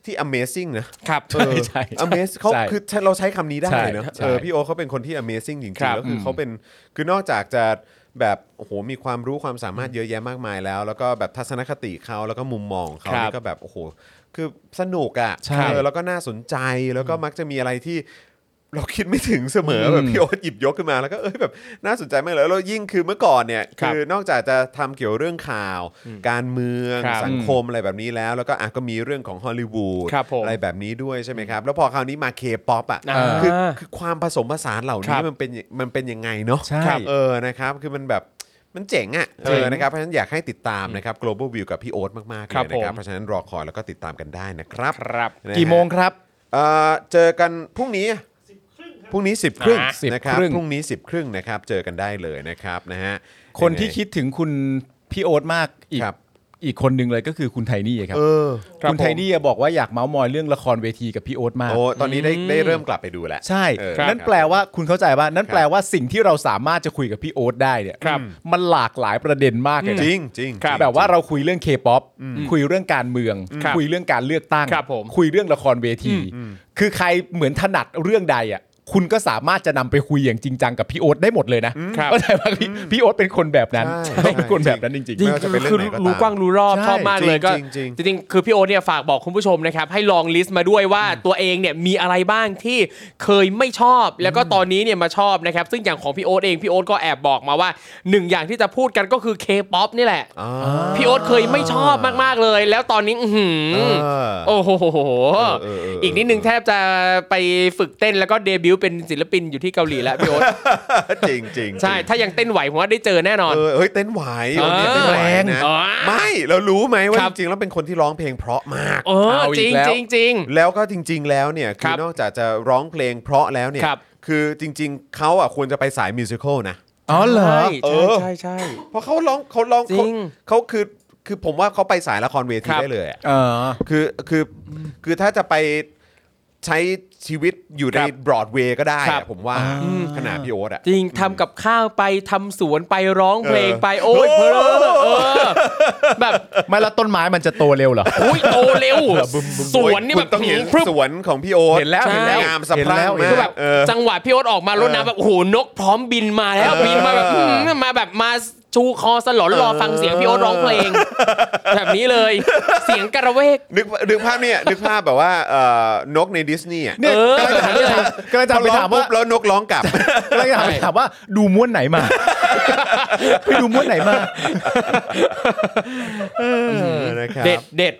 S1: ที่ amazing นะครับ เออ
S2: ใช่
S1: amazing เขา
S2: ใช่
S1: คือเราใช้คำนี้ได้
S2: ใช่
S1: เนอะ
S2: ใช่
S1: เออพี่โอ๊ตเขาเป็นคนที่ amazing จริง
S3: ค
S1: ๆ
S3: รับ
S1: แล้วคือเขาเป็นคือนอกจากจะแบบโอ้โหมีความรู้ความสามารถเยอะแยะมากมายแล้ว แล้วก็แบบทัศนคติเขาแล้วก็มุมมองของเขา
S3: ครับ
S1: นี่ก็แบบโอ้โห คือสนุกอ่ะ
S2: ใช่
S1: เออแล้วก็น่าสนใจแล้วก็มักจะมีอะไรที่ เราคิดไม่ถึงเสมอแบบพี่โอ๊ตหยิบยกขึ้นมาแล้วก็เอ้ยแบบน่าสนใจมากเลยแล้วยิ่งคือเมื่อก่อนเนี่ย
S3: ครับ
S1: คือนอกจากจะทำเกี่ยวเรื่องข่าว การเมือง
S3: ครับ
S1: สังคมอะไรแบบนี้แล้ว แล้วก็อ่ะก็มีเรื่องของฮอลลีวูด
S3: ครับผม
S1: อะไรแบบนี้ด้วยใช่ไหมครับ แล้วพอคราวนี้มาเคป๊อปอ่ะ
S3: อ่า
S1: คือคือความผสมผสานเหล่า
S3: ครั
S1: นี้
S3: บ
S1: มันเป็นมันเป็นยังไงเนาะ
S2: ใช่
S1: เออ นะครับ คือมันแบบ มันเจ๋งอะ่ะ เอ
S2: เจ๋
S1: อ
S2: ง
S1: นะครับ เพราะฉะนั้นอยากให้ติดตามนะครับ global view กับพี่โอ๊ตมาก ๆ เลย
S3: ครับ
S1: นะครับ
S3: ผม
S1: เพราะฉะนั้นรอคอยแล้วก็ติดตามกันได้นะครับ
S3: ครับ
S1: นะฮะ
S2: กี่โมงครับ
S1: เอ่อเจอกันพรุ่งนี้ พรุ่งนี้สิบครึ่ง
S3: อ่ะ
S2: 10
S1: นะครับ
S2: ครึ่ง
S1: พรุ่งนี้สิบครึ่งนะครับ เจอกันได้เลยนะครับ นะฮะ
S2: คนที่
S1: ยังไง
S2: คิดถึงคุณพี่โอ๊ตมากอีก
S1: ครับ
S2: อีกคนหนึ่งเลยก็คือคุณไทนี่ครับ
S1: เออ
S2: คุณไทนี่บอกว่าอยากเมาส์มอยเรื่องละครเวทีกับพี่โอ๊ตมาก
S1: โอ้ ตอนนี้ได้ได้เริ่มกลับไปดูแล้ว
S2: ใช่
S1: เออ
S2: นั่น
S1: ครับ
S2: แปลว่าคุณเข้าใจว่านั่น
S1: ครับ
S2: แปลว่าสิ่งที่เราสามารถจะคุยกับพี่โอ๊ตได้เนี่ย
S3: ครับ
S2: มันหลากหลายประเด็นมากเลยนะ
S1: จริงจริงจง
S2: แบบว่าเราคุยเรื่องเคป๊อปคุยเรื่องการเมือง
S3: ครับ
S2: คุยเรื่องการเลือกตั้ง
S3: ครับผม
S2: คุยเรื่องละครเวที คือใครเหมือนถนัดเรื่องใดอ่ะคุณก็สามารถจะนำไปคุยอย่างจริงจังกับพี่โอ๊ตได้หมดเลยนะครับ เข้าใจว่าพี่พี่โอ๊ตเป็นคนแบบนั้น
S1: ใช่
S2: เขาเป็นคน
S1: ใช่
S2: แบบนั้นจริง
S1: ไม่ว่าจะเป็นเรื่องไหนก็ตาม
S3: รู้กว้างรู้รอบ
S2: ใช่
S3: ชอบมากเลยก็
S1: จริงๆจริง
S3: จริงๆคือพี่โอ๊ตเนี่ยฝากบอกคุณผู้ชมนะครับ ให้ลองลิสต์มาด้วยว่าตัวเองเนี่ยมีอะไรบ้างที่เคยไม่ชอบ แล้วก็ตอนนี้เนี่ยมาชอบนะครับ ซึ่งอย่างของพี่โอ๊ตเองพี่โอ๊ตก็แอบบอกมาว่าหนึ่งอย่างที่จะพูดกันก็คือเคป๊อปนี่แหละ
S1: อ่า
S3: พี่โอ๊ตเคยไม่ชอบมาก ๆ เลย แล้วตอนนี้ อื้อหื
S1: เอ
S3: อ
S1: อ
S3: โอ้โห
S1: เออเออเอออี
S3: อีกนิดนึงแทบจะไปฝึกเต้นแล้วก็เดบิวต์เป็นศิลปินอยู่ที่เกาหลีแล้วพี่โอ๊ต
S1: จริงจริง
S3: ใช่ ถ้ายังเต้นไหวผมว่าได้เจอแน่นอน
S1: เออเฮ้ย เต้นไหววันนี้เต้นไหวนะ
S3: เออ
S1: ไม่ เรารู้ไหมว่า
S3: ครั
S1: จ
S3: บ
S1: ริงๆแล้วเป็นคนที่ร้องเพลงเพราะมาก
S3: เออ
S2: เอาอี
S3: จริ
S2: ก
S3: ง
S2: แล้ว
S3: จริงจริง
S1: แล้วก็จริง ๆ แล้วเนี่ยคื
S3: ครั
S1: อบ นอกจากจะร้องเพลงเพราะแล้วเนี่ย
S3: ครับ
S1: คือจริง ๆเขาอ่ะควรจะไปสายมิวสิควลนะ
S2: ๆอ๋อเหรอ
S3: ใช่
S1: เออ
S3: ใช่ใช่ใช่
S1: เพราะเขาร้องเขาร้อง
S3: จริ
S1: เขา
S3: ง
S1: เขาคือคือผมว่าเขาไปสายละครเวที
S3: ครับ
S1: ได้เลยอะ
S2: เออ
S1: คือคือคือถ้าจะไปใช้ชีวิตอยู่ใน
S3: ครับ
S1: บรอดเวย์ก็ได้อะ
S3: ครับ
S1: ผมว่า
S2: อืม
S1: ขนาดพี่โอ๊ตอ่ะ
S3: จริงทำกับข้าวไปทำสวนไปร้องเพลงไป
S1: เออ
S3: โอ้ยเพลอเออแบบ
S2: ไม่และต้นไม้มันจะโตเร็วเหรอ
S3: อุ้ยโตเร็ว สวนนี่แบบ
S1: คุณต้องเห็น
S3: พรึบ
S1: สวนของพี่โอ๊ต
S2: เห็นแล้วเห็นแล้ว
S1: งามสะพรั่ง
S2: เห็นแล้ว
S1: มา
S3: คือแบ
S1: ก
S3: บ
S1: เออ
S3: จังหวะพี่โอ๊ตออกมารถน้ำแบบโอ้โหนกพร้อมบินมาแล้ว
S1: เออ
S3: บินมาแบบ [laughs] อื้อหือมาแบบมาชูคอสลอนรอฟังเสียงพี่โอ๊ตร้องเพลง แบบนี้เลย เสียงกระเวก
S1: นึกนึกภาพเนี่ยนึกภาพแบบว่าเอ่อนกในดิสนีย์อ่ะ
S2: เนี่ย
S3: เออ
S2: กำลังจะหันไปถามกำลังจะ
S1: พ
S2: หั
S1: อนร้อง
S2: ไปถาม
S1: ปุ๊
S2: ว่า
S1: บแล้วนกร้องกลับ
S2: กำลังจะหันไปถามว่าดูม้วนไหนมา ไปดูม้วนไหนมา
S1: เออนะครับ
S3: เด็ดเด็ด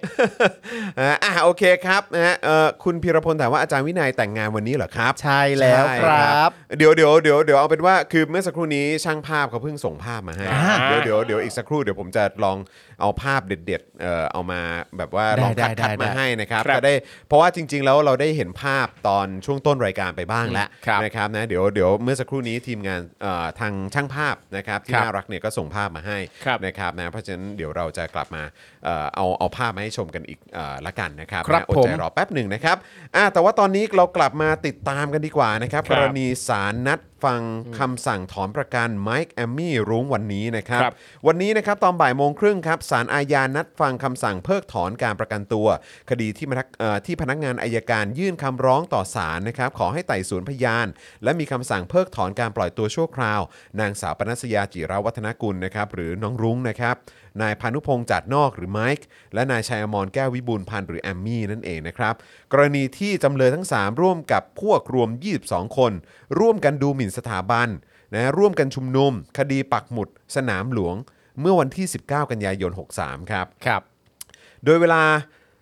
S1: อ่าอ่ะโอเคครับนะฮะเอ่อคุณพีรพลถามว่าอาจารย์วินัยแต่งงานวันนี้เหรอครับ
S2: ใช่แล้วครับ
S1: เดี๋ยวเดี๋ยวเดี๋ยวเดี๋ยวเอาเป็นว่าคือเมื่อสักครู่นี้ช่างภาพเขาเพิ่งส่งภาพมาให้
S2: อ่า
S1: เดี๋ยวเดี๋ยวเดี๋ยวอีกสักครู่เดี๋ยวผมจะลองเอาภาพเด็ดๆเอ่อเอามาแบบว่า
S2: ได้
S1: ลองคัด
S2: ได้
S1: คัด
S2: ได้
S1: มาให้นะครับ
S2: ครับ
S1: จะได้เพราะว่าจริง ๆ แล้วเราได้เห็นภาพตอนช่วงต้นรายการไปบ้างแล้ว
S2: ครับ
S1: นะครับนะเดี๋ยวเดี๋ยวเมื่อสักครู่นี้ทีมงานเอ่อทางช่างภาพนะครับที่
S2: ครับ
S1: น่ารักเนี่ยก็ส่งภาพมาให้
S3: ครับ
S1: นะครับนะเพราะฉะนั้นเดี๋ยวเราจะกลับมาเอ่อเอาเอาภาพมาให้ชมกันอีกเออละกันนะครับ
S2: ครับ
S1: นะอดใจ
S2: ผม
S1: รอแป๊บหนึ่งนะครับอ่ะแต่ว่าตอนนี้เรากลับมาติดตามกันดีกว่านะครับ
S2: ค
S1: ก
S2: รับ
S1: รณีสารนัด ฟังคำสั่งถอนประกันไมค์แอมมี่รุ้งวันนี้นะครับ
S3: ครับ
S1: วันนี้นะครับตอนบ่ายโมงครึ่งครับสารอาญานัดฟังคำสั่งเพิกถอนการประกันตัว คดีที่พนักเอ่อที่พนักงานอายการยื่นคำร้องต่อศาลนะครับขอให้ไต่สวนพยาน และมีคำสั่งเพิกถอนการปล่อยตัวชั่วคราว นางสาวปนัสยาจิราวัฒนกุลนะครับหรือน้องรุ้งนะครับนายพานุพงษ์จัดนอกหรือไมค์และนายชัยอมรแก้ววิบูลย์พันธ์หรือแอมมี่นั่นเองนะครับกรณีที่จำเลยทั้งสามร่วมกับพวกรวม 22 คน ร่วมกันดูหมิ่นสถาบัน นะร่วมกันชุมนุม คดีปักหมุด สนามหลวง เมื่อวันที่ 19 กันยายน 63 ครับ
S2: ครับ
S1: โดยเวลา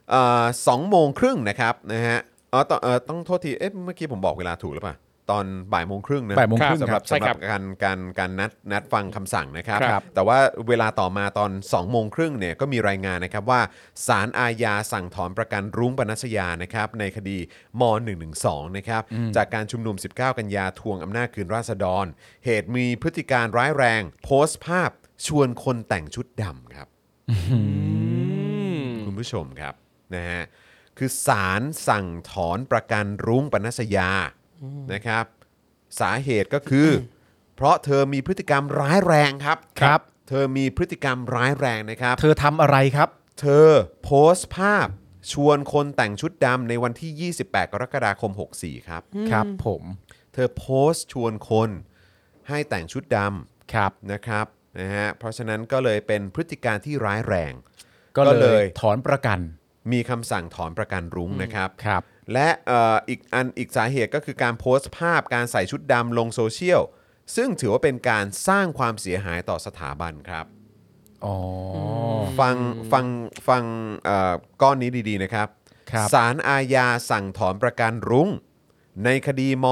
S1: เอ่อสองโมงครึ่งนะครับนะฮะเออตอนเอ่อต้องโทษทีเอ๊ะเมื่อกี้ผมบอกเวลาถูกหรือเปล่า ตอนบ่ายโมงครึ่งนะ
S2: บ่ายโมงครึ่ง
S1: สำหรับ
S3: ครับ
S1: สำห
S3: ใช่ครั
S1: รับบ การการการนัดนัดฟังคำสั่งนะครับ
S3: ครับ
S1: แต่ว่าเวลาต่อมาตอน2องโมงครึ่งเนี่ยก็มีรายงานนะครับว่าสารอาญาสั่งถอนประกันรุ้งปนัสยานะครับในคดีม .112 นะครับจากการชุมนุม 19 กันยาทวงอำนาจคืนราษฎร เหตุมีพฤติการร้ายแรง โพสต์ภาพชวนคนแต่งชุดดำครับ คุณผู้ชมครับนะฮะคือศาลสั่งถอนประกันรุ้งปนัสยานะครับ สาเหตุก็คือ เพราะเธอมีพฤติกรรมร้ายแรงครับ
S2: ครับ
S1: เธอมีพฤติกรรมร้ายแรงนะครับ
S2: เธอทำอะไรครับ
S1: เธอโพสต์ภาพชวนคนแต่งชุดดำในวันที่ 28 กรกฎาคม 64 ครับ
S2: ครับ ผม
S1: เธอโพสต์ชวนคนให้แต่งชุดด
S2: ครับ
S1: ำนะครับนะฮะเพราะฉะนั้นก็เลยเป็นพฤติการที่ร้ายแรง
S2: ก็
S1: ก็
S2: เล
S1: เลย
S2: ยถอนประกัน
S1: มีคำสั่งถอนประกันรุ้งนะครับ
S2: ครับ
S1: และเอออีกอันอีกสาเหตุก็คือการโพสต์ภาพการใส่ชุดดำลงโซเชียล ซึ่งถือว่าเป็นการสร้างความเสียหายต่อสถาบันครับ
S2: อ๋อ
S1: ฟังฟังฟังเอ่อก้อนนี้ดีๆนะครับ
S2: ครับ
S1: ศาลอาญาสั่งถอนประกันรุ้ง ในคดีม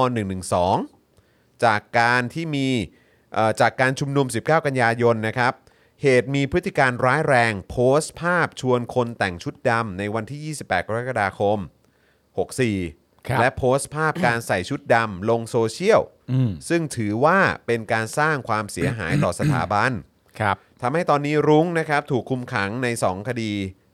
S1: .112 จากการที่มีเอ่อจากการชุมนุม 19 กันยายนนะครับ เหตุมีพฤติการร้ายแรง โพสต์ภาพชวนคนแต่งชุดดำในวันที่ 28 กรกฎาคม
S2: ครับ
S1: 64 และโพสต์ภาพการใส่ชุดดำลงโซเชียล
S2: อืม
S1: ซึ่งถือว่าเป็นการสร้างความเสียหายต่อสถาบัน
S2: ครับ
S1: ทำให้ตอนนี้รุ้งนะครับถูกคุมขังใน 2 คดี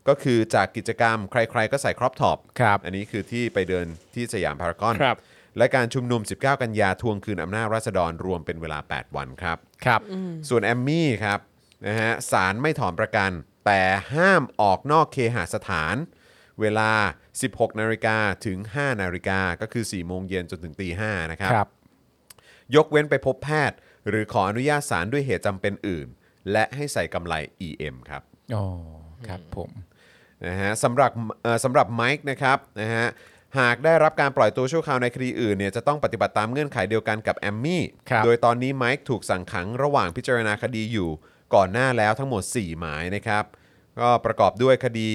S1: ก็คือจากกิจกรรมใครๆก็ใส่ครอปท็อป
S2: ครับ
S1: อันนี้คือที่ไปเดินที่สยามพารากอน
S3: ครับ
S1: และการชุมนุม 19 กันยาทวงคืนอำนาจราษฎรรวมเป็นเวลา 8 วันครับ
S2: ครับ
S1: ส่วนแอมมี่ครับนะฮะศาลไม่ถอนประกัน แต่ห้ามออกนอกเคหสถาน เวลา 16 นาฬิกาถึง 5 นาฬิกาก็คือ 4 โมงเย็นจนถึงตี5นะครับ
S2: ครับ
S1: ยกเว้นไปพบแพทย์ หรือขออนุญาตศาลด้วยเหตุจำเป็นอื่น และให้ใส่กำไร EM ครับ
S2: อ๋อ ครับผม
S1: นะฮะสำหรับเอ่อสำหรับไมค์นะครับนะฮะหากได้รับการปล่อยตัวชั่วคราวในคดีอื่นเนี่ยจะต้องปฏิบัติตามเงื่อนไขเดียวกันกับแอมมี่
S2: ครับ
S1: โดยตอนนี้ไมค์ถูกสั่งขังระหว่างพิจารณาคดีอยู่ก่อนหน้าแล้วทั้งหมด 4 หมายนะครับ ก็ประกอบด้วยคดี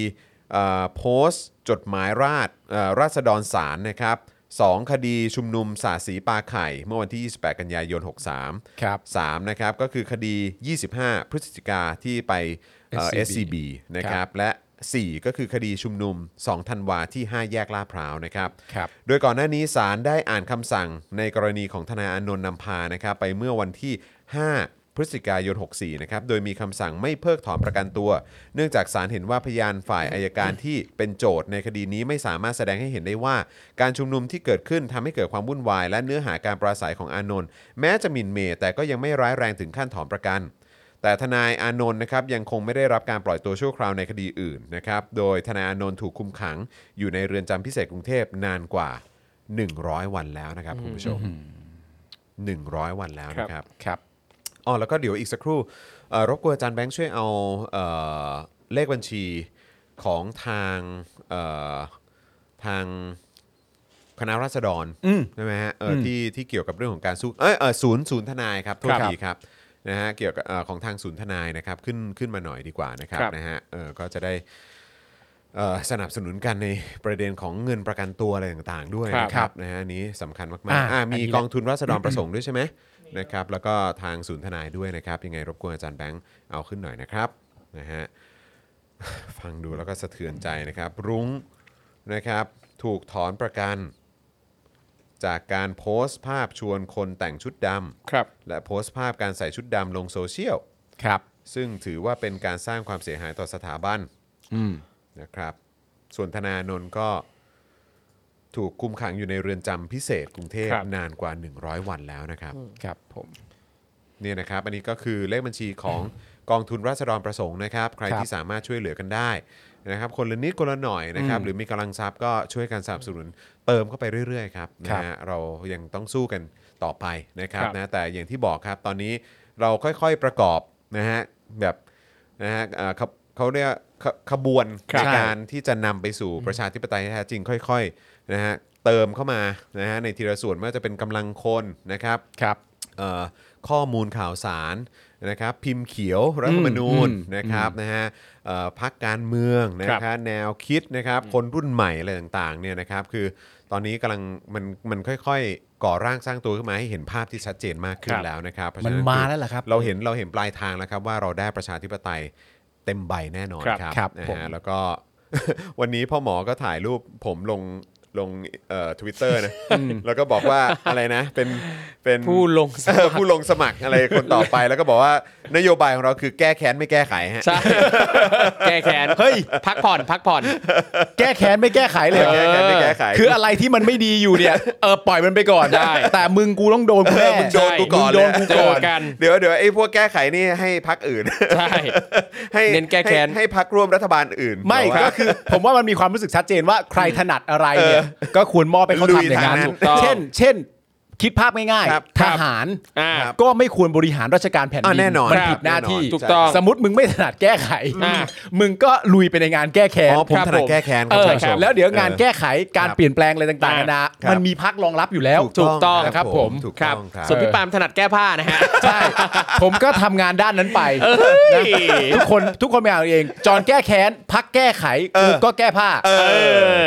S1: เอ่อโพสต์จดหมายราษเอ่อราษฎรศาลนะครับสองคดีชุมนุมสาดสีปลาไข่ เมื่อวันที่ 28 กันยายน 63
S2: ครับ
S1: 3นะครับก็คือคดี 25 พฤศจิกาที่ไปเอ่อ
S2: SCB
S1: SCB นะครับและ 4 ก็คือคดีชุมนุม 2 ธันวาที่ 5 แยกลาดพร้าวนะครับ
S2: ครับ
S1: โดยก่อนหน้านี้ศาลได้อ่านคำสั่งในกรณีของธนายอานนท์นำพานะครับไปเมื่อวันที่ 5 พฤศจิกายน 64 นะครับ โดยมีคำสั่งไม่เพิกถอนประกันตัว เนื่องจากศาลเห็นว่าพยานฝ่ายอายการที่เป็นโจทย์ในคดีนี้ไม่สามารถแสดงให้เห็นได้ว่า การชุมนุมที่เกิดขึ้นทำให้เกิดความวุ่นวาย และเนื้อหาการปราศัยของอานนท์แม้จะหมิ่นเหมแต่ก็ยังไม่ร้ายแรงถึงขั้นถอนประกัน แต่ทนายอานนท์นะครับยังคงไม่ได้รับการปล่อยตัวชั่วคราวในคดีอื่นนะครับโดยทนายอานนท์ถูกคุมขังอยู่ในเรือนจำพิเศษกรุงเทพนานกว่า 100 วันแล้วนะครับคุณผู้ชม 100 วันแล้วนะครับ
S2: ครับ
S1: อ๋อแล้วก็เดี๋ยวอีกสักครู่เอ่อรบกวนอาจารย์แบงค์ช่วยเอาเอ่อเลขบัญชีของทางเอ่อทางคณะราษฎร
S2: อืม
S1: ใช่ไหมฮะเอออ
S2: ม
S1: ที่ที่เกี่ยวกับเรื่องของการสู้เอยเออศูนย์ศูนย์ทนายครับโทษ
S2: ครับ
S1: ทีครับนะฮะเกี่ยวกับเอ่อของทางศูนย์ทนายนะครับขึ้นขึ้นมาหน่อยดีกว่านะครับ
S3: ครับ
S1: นะฮะเออก็จะได้เอ่อสนับสนุนกันในประเด็นของเงินประกันตัวอะไรต่างๆด้วยนะค
S2: ครั
S1: รับบ นะฮะอันนี้สำคัญมาก
S2: อ่า
S1: ๆอ่ะมี
S2: อันนี้แหละ
S1: กองทุนรัษฎรประสงค์ด้วยใช่ไห
S2: [coughs]
S1: มนะครับแล้วก็ทางศูนย์ทนายด้วยนะครับยังไงรบกวนอาจารย์แบงค์เอาขึ้นหน่อยนะครับนะฮะ [sighs] ฟังดูแล้วก็สะเทือนใจนะครับ รุ้งนะครับ ถูกถอนประกัน จากการโพสต์ภาพชวนคนแต่งชุดด
S3: ครับ
S1: ำและโพสต์ภาพการใส่ชุดดำลงโซเชียล
S2: ครับ
S1: ซึ่งถือว่าเป็นการสร้างความเสียหายต่อสถาบัน
S2: อืม
S1: นะครับ ส่วนธนาโนนท์ก็ ถูกคุมขังอยู่ในเรือนจำพิเศษกรุงเทพ
S2: ครับ
S1: นานกว่า 100 วันแล้วนะครับ
S2: ครับผม
S1: เนี่ยนะครับอันนี้ก็คือเลขบัญชีของกองทุนราษฎรประสงค์นะครับ ใครที่สามารถช่วยเหลือกันได้นะครับคนละนิดคนละหน่อยนะครับหรือมีกำลังทรัพย์ก็ช่วยกันสนับสนุนเติมเข้าไปเรื่อยๆครับนะฮะเรายังต้องสู้กันต่อไปนะครับนะแต่อย่างที่บอกครับตอนนี้เราค่อยๆประกอบนะฮะแบบนะฮะเอ่อเขาเขาเรียกขขบวนในการที่จะนำไปสู่ประชาธิปไตยที่แท้จริงค่อยๆนะฮะเติมเข้ามานะฮะในทีละส่วนไม่ว่าจะเป็นกำลังคนนะครับ
S2: ครับ
S1: เอ่อข้อมูลข่าวสารนะครับพิมพ์เขียวรัฐธรรมนูญ
S2: อืม
S1: นะครับนะฮะเอ่อพักการเมืองนะ
S2: ค
S1: ครั
S2: รั
S1: บบ แนวคิดนะครับคนรุ่นใหม่อะไรต่างๆเนี่ยนะครับคือตอนนี้กำลังมันมันค่อยๆ ก่อร่างสร้างตัวขึ้นมาให้เห็นภาพที่ชัดเจนมากขึ้นแล้วนะครับเพราะ
S2: มั
S1: ฉะ
S2: น
S1: คือ
S2: มาแล้วเหรอครับ
S1: เราเห็นเราเห็นปลายทางแล้วครับว่าเราได้ประชาธิปไตยเต็มใบแน่นอน
S2: ครับ
S1: ครับ
S2: ครับ
S1: นะ
S2: ผม
S1: ฮะแล้วก็ [laughs] วันนี้พ่อหมอก็ถ่ายรูปผมลงลงทวิตเตอร์นะแล้วก็บอกว่าอะไรนะเป็นเป็น
S3: ผู้ลง [laughs] ส
S1: เอ
S3: มั
S1: อ
S3: คร
S1: ผู้ลงสมัครอะไรคนต่อไปแล้วก็บอกว่านโยบายของเราคือแก้แค้นไม่แก้ไขฮะ
S3: ใช่ แก้แค้น
S2: เฮ้ย
S3: พักผ่อนพักผ่อน
S2: แก้แค้นไม่แก้ไขเลยเหรอ
S1: แก้แค้นไม่แก้ไข
S2: คืออะไรที่มันไม่ดีอยู่เนี่ยเออปล่อยมันไปก่อน
S3: ได้
S2: แต่มึงกูต้องโดนกู
S1: เอ
S2: แน่
S1: อมึงโดนกูก่อน
S2: มึง
S1: เลย
S2: โดนกู
S3: เจ
S2: ก่อ
S3: อน กัน
S1: เดี๋ยวเดี๋ยวไอ้พวกแก้ไขนี่ให้พักอื่น [laughs]
S3: ใช่
S1: ให้
S3: เน้นแก้แค้น
S1: ให้ให้พักร่วมรัฐบาลอื่น
S2: ไม่
S1: บอกว่า
S2: ก็คือ [laughs] ผมว่ามันมีความรู้สึกชัดเจนว่าใครถนัดอะไรเนี่ยก็ควรมอบไปเขา
S1: ลุย
S2: ทำอย่างนั้น
S1: ทางนั้น
S3: ถูกต้อง
S2: เช่น เช่น คิดภาพง่าย
S1: ครับ
S2: ๆทหาร
S3: อ่า
S2: ก็ไม่ควรบริหารราชการแผ่น
S1: อ่ะ
S2: ดิน
S1: แน่นอน
S2: มัน
S1: ครับ
S2: ผิดหน้าที่
S1: แน่นอน
S3: ถูกต้อง
S2: สมมติมึงไม่ถนัดแก้ไข
S3: อ่า
S2: มึงก็ลุยไปในงานแก้แค้น
S1: อ๋อผม
S3: ครับ
S1: ถนัด
S3: ผม
S1: แก้แค้นค
S2: เอ
S1: รับ
S2: อ
S1: ท่านผู้ชม
S2: แล้วเดี๋ยวงานแก้ไขการ
S1: ครับ
S2: เปลี่ยนแปลงอะไรต่างๆนานา
S1: ครับ
S2: มันมีพักรองรับอยู่แล้ว
S3: ถูกต้อง
S2: ครับผม
S1: ถูก
S3: ค
S1: ต้
S3: รั
S1: อบ งครับ
S3: ส่วนพี่ปาล์มถนัดแก้ผ้านะฮะ
S2: ใช่ผมก็ทำงานด้านนั้นไป
S3: เอ้ย
S2: นะทุกคนทุกคนไปเอาเองจอนแก้แค้นพักแก้ไข
S1: เออ
S2: กูก็แก้ผ้า
S1: เอ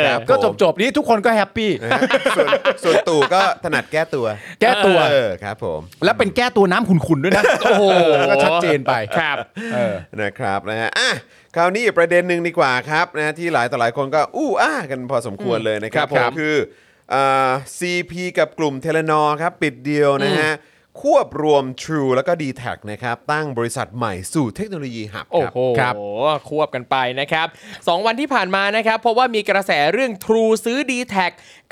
S1: อครับ
S2: ก็จ
S1: ผม
S2: บจบๆนี้ทุกคนก็แฮปปี้
S1: นะฮะส่วนส่วนตู่ก็ถนัดแก้ตัว
S2: แก้ตัว
S1: เออครับผม
S2: แล้วเป็นแก้ตัวน้ำขุนๆด้วยนะ โอ้โหก็ชัดเจนไป
S3: ครับ
S2: เออ
S1: นะครับนะฮะอ่ะคราวนี้อีกประเด็นหนึ่งดีกว่าครับนะที่หลายต่อหลายคนก็อู้อ้ากันพอสมควรเลยนะครับ
S2: ครับ
S1: ผม
S2: ครับ
S1: คืออ่า CP กับกลุ่มเทเลนอครับ ปิดเดียวนะฮะ ควบรวม True แล้วก็ d t แทนะครับ ตั้งบริษัทใหม่สู่เทคโนโลยีหับ
S3: โอ้
S1: ครับ
S3: โห
S2: ครับ
S3: ควบกันไปนะครับสองวันที่ผ่านมานะครับ เพราะว่ามีกระแสเรื่อง True ซื้อ d t แท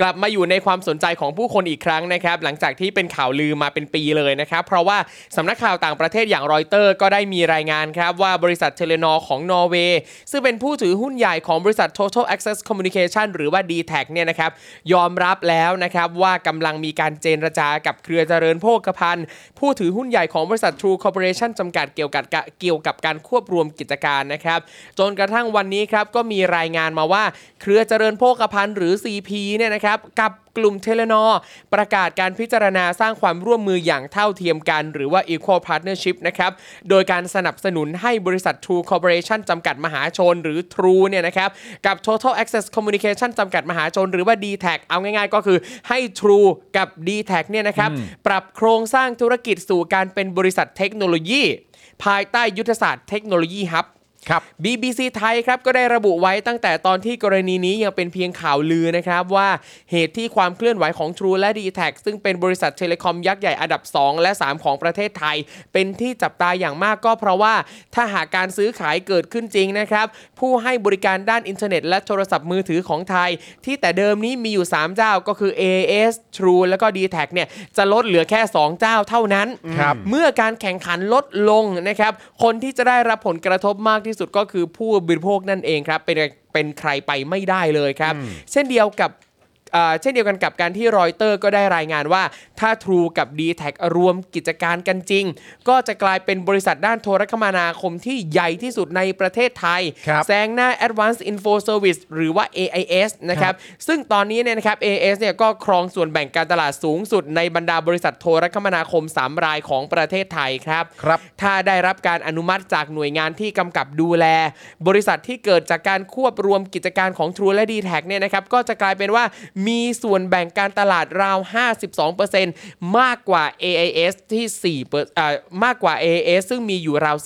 S3: กลับมาอยู่ในความสนใจของผู้คนอีกครั้งนะครับ หลังจากที่เป็นข่าวลือมาเป็นปีเลยนะครับ เพราะว่าสำนักข่าวต่างประเทศอย่างรอยเตอร์ ก็ได้มีรายงานครับ ว่าบริษัทเทเลนอของนอร์เวย์ซึ่งเป็นผู้ถือหุ้นใหญ่ของบริษัท Total Access Communication หรือว่า d t แทเนี่ยนะครับยอมรับแล้วนะครับว่ากำลังมีการเจรจากับเครือเจริญโภคภัณฑ์ ผู้ถือหุ้นใหญ่ของบริษัท True Corporation จำกัดเกี่ยวกับกะเกี่ยวกับการควบรวมกิจการนะครับ จนกระทั่งวันนี้ครับก็มีรายงานมาว่าเครือเจริญโภคภัณฑ์หรือ CP เนี่ยนะครับกับกลุ่มเทเลนอประกาศการพิจารณาสร้างความร่วมมืออย่างเท่าเทียมกัน หรือว่า Equal Partnership นะครับโดยการสนับสนุนให้บริษัท True Corporation จำกัดมหาชนหรือ True เนี่ยนะครับกับ Total Access Communication จำกัดมหาชนหรือว่า d t แทเอาง่ายๆ ก็คือให้ True กับ d t แทเนี่ยนะครับปรับโครงสร้างธุรกิจสู่การเป็นบริษัทเทคโนโลยี ภายใต้ยุทธศาสตร์เทคโนโลยีฮับ
S2: ครับ
S3: BBC ไทยครับก็ได้ระบุไว้ตั้งแต่ตอนที่กรณีนี้ยังเป็นเพียงข่าวลือนะครับว่าเหตุที่ความเคลื่อนไหวของ True และ d t แทซึ่งเป็นบริษัทเทเลคอมยักษ์ใหญ่อันดับ 2 และ 3 ของประเทศไทย เป็นที่จับตาอย่างมากก็เพราะว่าถ้าหากการซื้อขายเกิดขึ้นจริงนะครับ ผู้ให้บริการด้านอินเทอร์เน็ตและโทรศัพท์มือถือของไทย ที่แต่เดิมนี้มีอยู่ 3 เจ้าก็คือ AS True แล้วก็ d t แทเนี่ยจะลดเหลือแค่ 2 เจ้าเท่านั้น
S2: ครับ
S3: เมื่อการแข่งขันลดลงนะครับ คนที่จะได้รับผลกระทบมากที่สุดก็คือผู้บริโภคนั่นเองครับ เป็นเป็นใครไปไม่ได้เลยครับ เช่นเดียวกับเอ่อเช่นเดียวกันกับการที่รอยเตอร์ก็ได้รายงานว่า ถ้า True กับ d t แทรวมกิจการกันจริง ก็จะกลายเป็นบริษัทด้านโทรคมนาคมที่ใหญ่ที่สุดในประเทศไทย
S2: ครับ
S3: แซงหน้า Advanced Info Service หรือว่า AIS นะครับ ซึ่งตอนนี้เนี่ยนะครับ AIS เนี่ยก็ครองส่วนแบ่งการตลาดสูงสุดในบรรดาบริษัทโทรคมนาคม 3 รายของประเทศไทยครับ
S2: ครับ
S3: ถ้าได้รับการอนุมัติจากหน่วยงานที่กำกับดูแล บริษัทที่เกิดจากการควบรวมกิจการของ True และ d t แทเนี่ยนะครับ ก็จะกลายเป็นว่ามีส่วนแบ่งการตลาดราว 52%มากกว่า AIS ที่4เปอร์เอ่อมากกว่า AIS ซึ่งมีอยู่ราว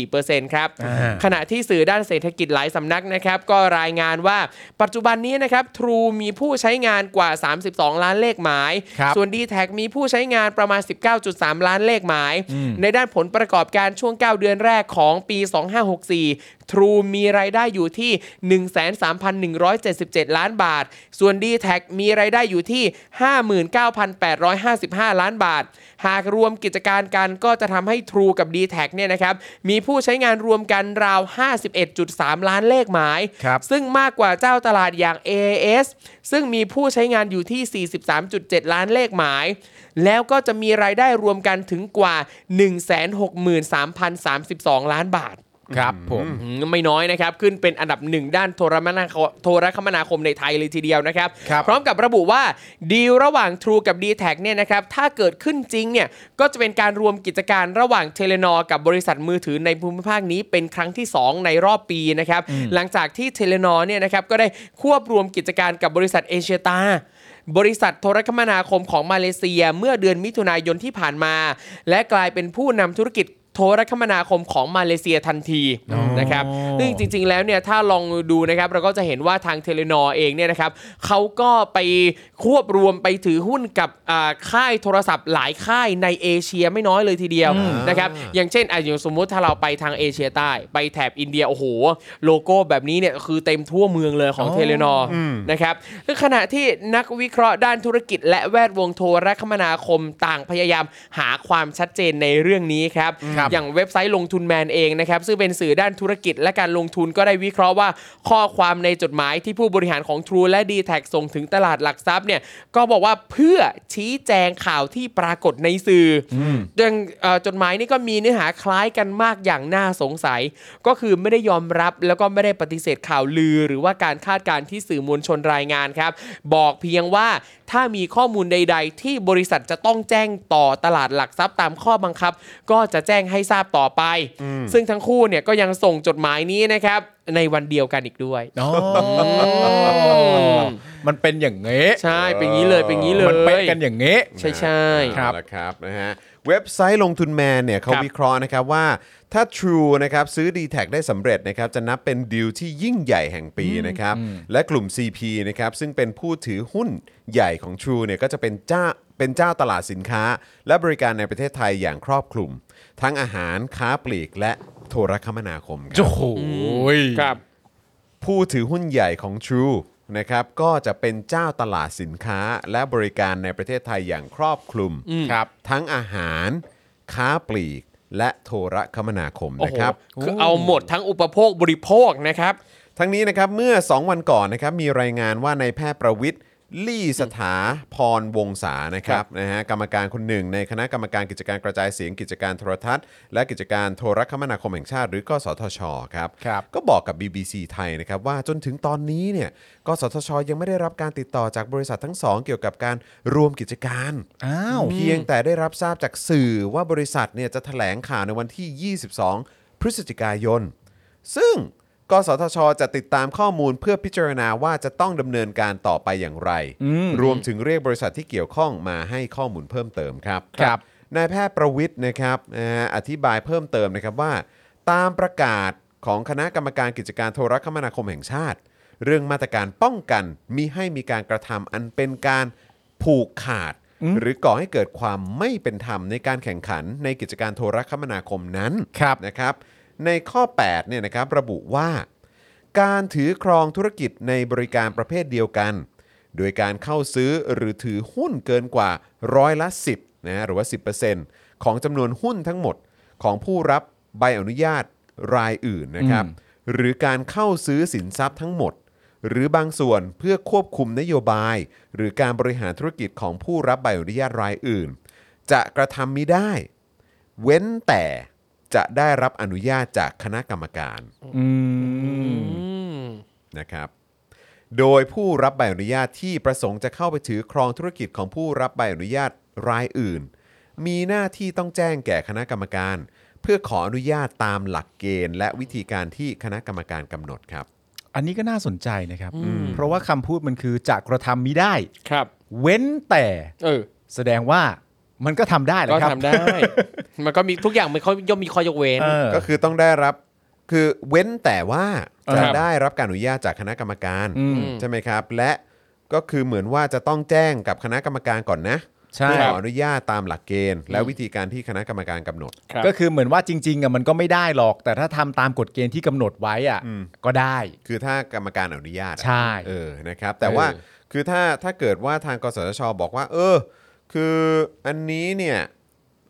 S3: 44%ครับ
S2: อ่า
S3: ขณะที่สื่อด้านเศรษฐกิจหลายสำนักนะครับ ก็รายงานว่าปัจจุบันนี้นะครับ True มีผู้ใช้งานกว่า 32 ล้านเลขหมาย
S2: ครับ
S3: ส่วน d t แทมีผู้ใช้งานประมาณ 19.3 ล้านเลขหมาย ในด้านผลประกอบการช่วง 9 เดือนแรกของปี 2564 ท True มีรายได้อยู่ที่ 13,177 ล้านบาท ส่วน d t แทมีรายได้อยู่ที่ 59,855 ล้านบาท หากรวมกิจการกันก็จะทำให้ True กับ d t แทเนี่ยนะครับมีผู้ใช้งานรวมกันราว 51.3 ล้านเลขหมาย
S2: ครับ
S3: ซึ่งมากกว่าเจ้าตลาดอย่าง AAS ซึ่งมีผู้ใช้งานอยู่ที่ 43.7 ล้านเลขหมาย แล้วก็จะมีรายได้รวมกันถึงกว่า 163,032 ล้านบาท
S2: ครับผม
S3: อืมไม่น้อยนะครับ ขึ้นเป็นอันดับหนึ่งด้านโทรมนาคโทรคมนาคมในไทยเลยทีเดียวนะครับ
S2: ครับ
S3: พร้อมกับระบุว่าดีลระหว่าง True กับ d t แทเนี่ยนะครับถ้าเกิดขึ้นจริงเนี่ยก็จะเป็นการรวมกิจการระหว่างเทเลนอกับบริษัทมือถือในภูมิภาคนี้เป็นครั้งที่ 2 ในรอบปีนะครับ หลังจากที่เทเลนอเนี่ยนะครับก็ได้ควบรวมกิจการกับบริษัทเอเชียตา บริษัทโทรคมนาคมของมาเลเซียเมื่อเดือนมิถุนายนที่ผ่านมา และกลายเป็นผู้นำธุรกิจโทรคมนาคมของมาเลเซียทันทีนะครับซึ่งจริง ๆ แล้วเนี่ยถ้าลองดูนะครับเราก็จะเห็นว่าทางเทเลนอเองเนี่ยนะครับเขาก็ไปควบรวมไปถือหุ้นกับอ่าค่ายโทรศัพท์หลายค่ายในเอเชียไม่น้อยเลยทีเดียวนะครับอย่างเช่นอ่ะอย่างสมมุติถ้าเราไปทางเอเชียใต้ ไปแถบอินเดียโอ้โหโลโก้แบบนี้เนี่ยคือเต็มทั่วเมืองเลยของเทเลนอ นะครับซึ่งขณะที่นักวิเคราะห์ด้านธุรกิจ และแวดวงโทรคมนาคมต่างพยายามหาความชัดเจนในเรื่องนี้ครับ
S2: ครับ
S3: อย่างเว็บไซต์ลงทุนแมนเองนะครับ ซึ่งเป็นสื่อด้านธุรกิจและการลงทุนก็ได้วิเคราะห์ว่า ข้อความในจดหมายที่ผู้บริหารของ True และ d t แทส่งถึงตลาดหลักทรัพย์เนี่ยก็บอกว่าเพื่อชี้แจงข่าวที่ปรากฏในสื่ออดังเอ่อจดหมายนี้ก็มีเนื้อหาคล้ายกันมากอย่างน่าสงสัย ก็คือไม่ได้ยอมรับแล้วก็ไม่ได้ปฏิเสธข่าวลือ หรือว่าการคาดการณ์ที่สื่อมวลชนรายงานครับ บอกเพียงว่าถ้ามีข้อมูลใด ๆ ที่บริษัทจะต้องแจ้งต่อตลาดหลักทรัพย์ตามข้อบังคับ ก็จะแจ้งให้ทราบต่อไป ซึ่งทั้งคู่เนี่ยก็ยังส่งจดหมายนี้นะครับ ในวันเดียวกันอีกด้วย
S2: อ๋อ
S3: ม
S2: มันเป็นอย่างเงี้
S3: ใช่เป็นอย่างนี้เลยเป็นอย่างนี้เลย
S2: มันเป็นกันอย่างเงี้
S3: ใช่ใช่ๆ
S2: ครับ
S1: เอาละครับนะฮะเว็บไซต์ลงทุนแมนเนี่ยเขา
S3: ครับ
S1: วิเคราะห์นะครับว่าถ้า True นะครับซื้อ d t แทได้สำเร็จนะครับจะนับเป็นดีลที่ยิ่งใหญ่แห่งปีนะครับและกลุ่ม CP นะครับซึ่งเป็นผู้ถือหุ้นใหญ่ของ True เนี่ยก็จะเป็นเจ้าเป็นเจ้าตลาดสินค้า และบริการในประเทศไทยอย่างครอบคลุม ทั้งอาหารค้าปลีกและโทรคมนาคมครับ
S2: โอ้โหย
S3: ครับ
S1: ผู้ถือหุ้นใหญ่ของ True นะครับก็จะเป็นเจ้าตลาดสินค้าและบริการในประเทศไทยอย่างครอบคลุม
S2: ครับ
S1: ทั้งอาหาร ค้าปลีก และโทรคมนาคม
S3: โอ้
S1: นะ
S3: โห
S1: ครับ
S3: คือเอาหมดทั้งอุปโภคบริโภคนะครับ
S1: ทั้งนี้นะครับเมื่อ 2 วันก่อนนะครับมีรายงานว่านายแพทย์ประวิทย์ลี่สถาพรวงศานะครับนะฮะกรรมการคนหนึ่ง ในคณะกรรมการกิจการกระจายเสียงกิจการโทรทัศน์ และกิจการโทรคมนาคมแห่งชาติ หรือกสทชครับ
S2: ครับ
S1: ก็บอกกับ BBC ไทยนะครับว่าจนถึงตอนนี้เนี่ยกสทช ยังไม่ได้รับการติดต่อจากบริษัททั้งสองเกี่ยวกับการรวมกิจการ
S2: อ้าว
S1: เพียงแต่ได้รับทราบจากสื่อว่าบริษัทเนี่ยจะแถลงข่าวในวันที่ 22 พฤศจิกายน ซึ่งกสทช จะติดตามข้อมูลเพื่อพิจารณาว่าจะต้องดำเนินการต่อไปอย่างไร รวมถึงเรียกบริษัทที่เกี่ยวข้องมาให้ข้อมูลเพิ่มเติมครับ
S2: ครับ
S1: นายแพทย์ประวิทย์นะครับนะฮะอธิบายเพิ่มเติมนะครับว่า ตามประกาศของคณะกรรมการกิจการโทรคมนาคมแห่งชาติ เรื่องมาตรการป้องกันมิให้มีการกระทำอันเป็นการผูกขาด หรือก่อให้เกิดความไม่เป็นธรรมในการแข่งขันในกิจการโทรคมนาคมนั้น
S2: ครับ
S1: นะครับในข้อ8เนี่ยนะครับระบุว่า การถือครองธุรกิจในบริการประเภทเดียวกัน โดยการเข้าซื้อหรือถือหุ้นเกินกว่าร้อยละ 10นะฮะหรือว่า 10%ของจำนวนหุ้นทั้งหมดของผู้รับใบอนุญาตรายอื่นนะครับ หรือการเข้าซื้อสินทรัพย์ทั้งหมด หรือบางส่วนเพื่อควบคุมนโยบาย หรือการบริหารธุรกิจของผู้รับใบอนุญาตรายอื่น จะกระทำมิได้ เว้นแต่จะได้รับอนุญาตจากคณะกรรมการ
S2: อืม
S3: อืม
S1: นะครับ โดยผู้รับใบอนุญาตที่ประสงค์จะเข้าไปถือครองธุรกิจของผู้รับใบอนุญาตรายอื่น มีหน้าที่ต้องแจ้งแก่คณะกรรมการ เพื่อขออนุญาตตามหลักเกณฑ์ และวิธีการที่คณะกรรมการกำหนดครับ
S2: อันนี้ก็น่าสนใจนะครับ เพราะว่าคำพูดมันคือจะกระทำมิได้
S3: ครับ
S2: เว้นแต่
S3: เออ
S2: แสดงว่ามันก็ทำได้แหละ
S3: ก็
S2: ครับ
S3: ทำได้ มันก็มีทุกอย่างมันก็ย่อมมีข้อยกเว้น
S2: เออ
S1: ก็คือต้องได้รับคือเว้นแต่ว่าจะ
S3: ครับ
S1: ได้รับการอนุญาตจากคณะกรรมการ
S2: อืม
S1: ใช่ไหมครับ และก็คือเหมือนว่าจะต้องแจ้งกับคณะกรรมการก่อนนะ
S2: ใช่
S1: เพื่อขออนุญาตตามหลักเกณฑ์ และวิธีการที่คณะกรรมการกำหนด
S3: ครับ
S2: ก็คือเหมือนว่าจริงๆอ่ะมันก็ไม่ได้หรอก แต่ถ้าทำตามกฎเกณฑ์ที่กำหนดไว้อ่ะ
S1: อืม
S2: ก็ได้
S1: คือถ้ากรรมการอนุญาตอะ
S2: ใช่
S1: เออนะครับแต่ว่า
S2: เออ
S1: คือถ้าถ้าเกิดว่าทางกสทชบอกว่า เออ คืออันนี้เนี่ย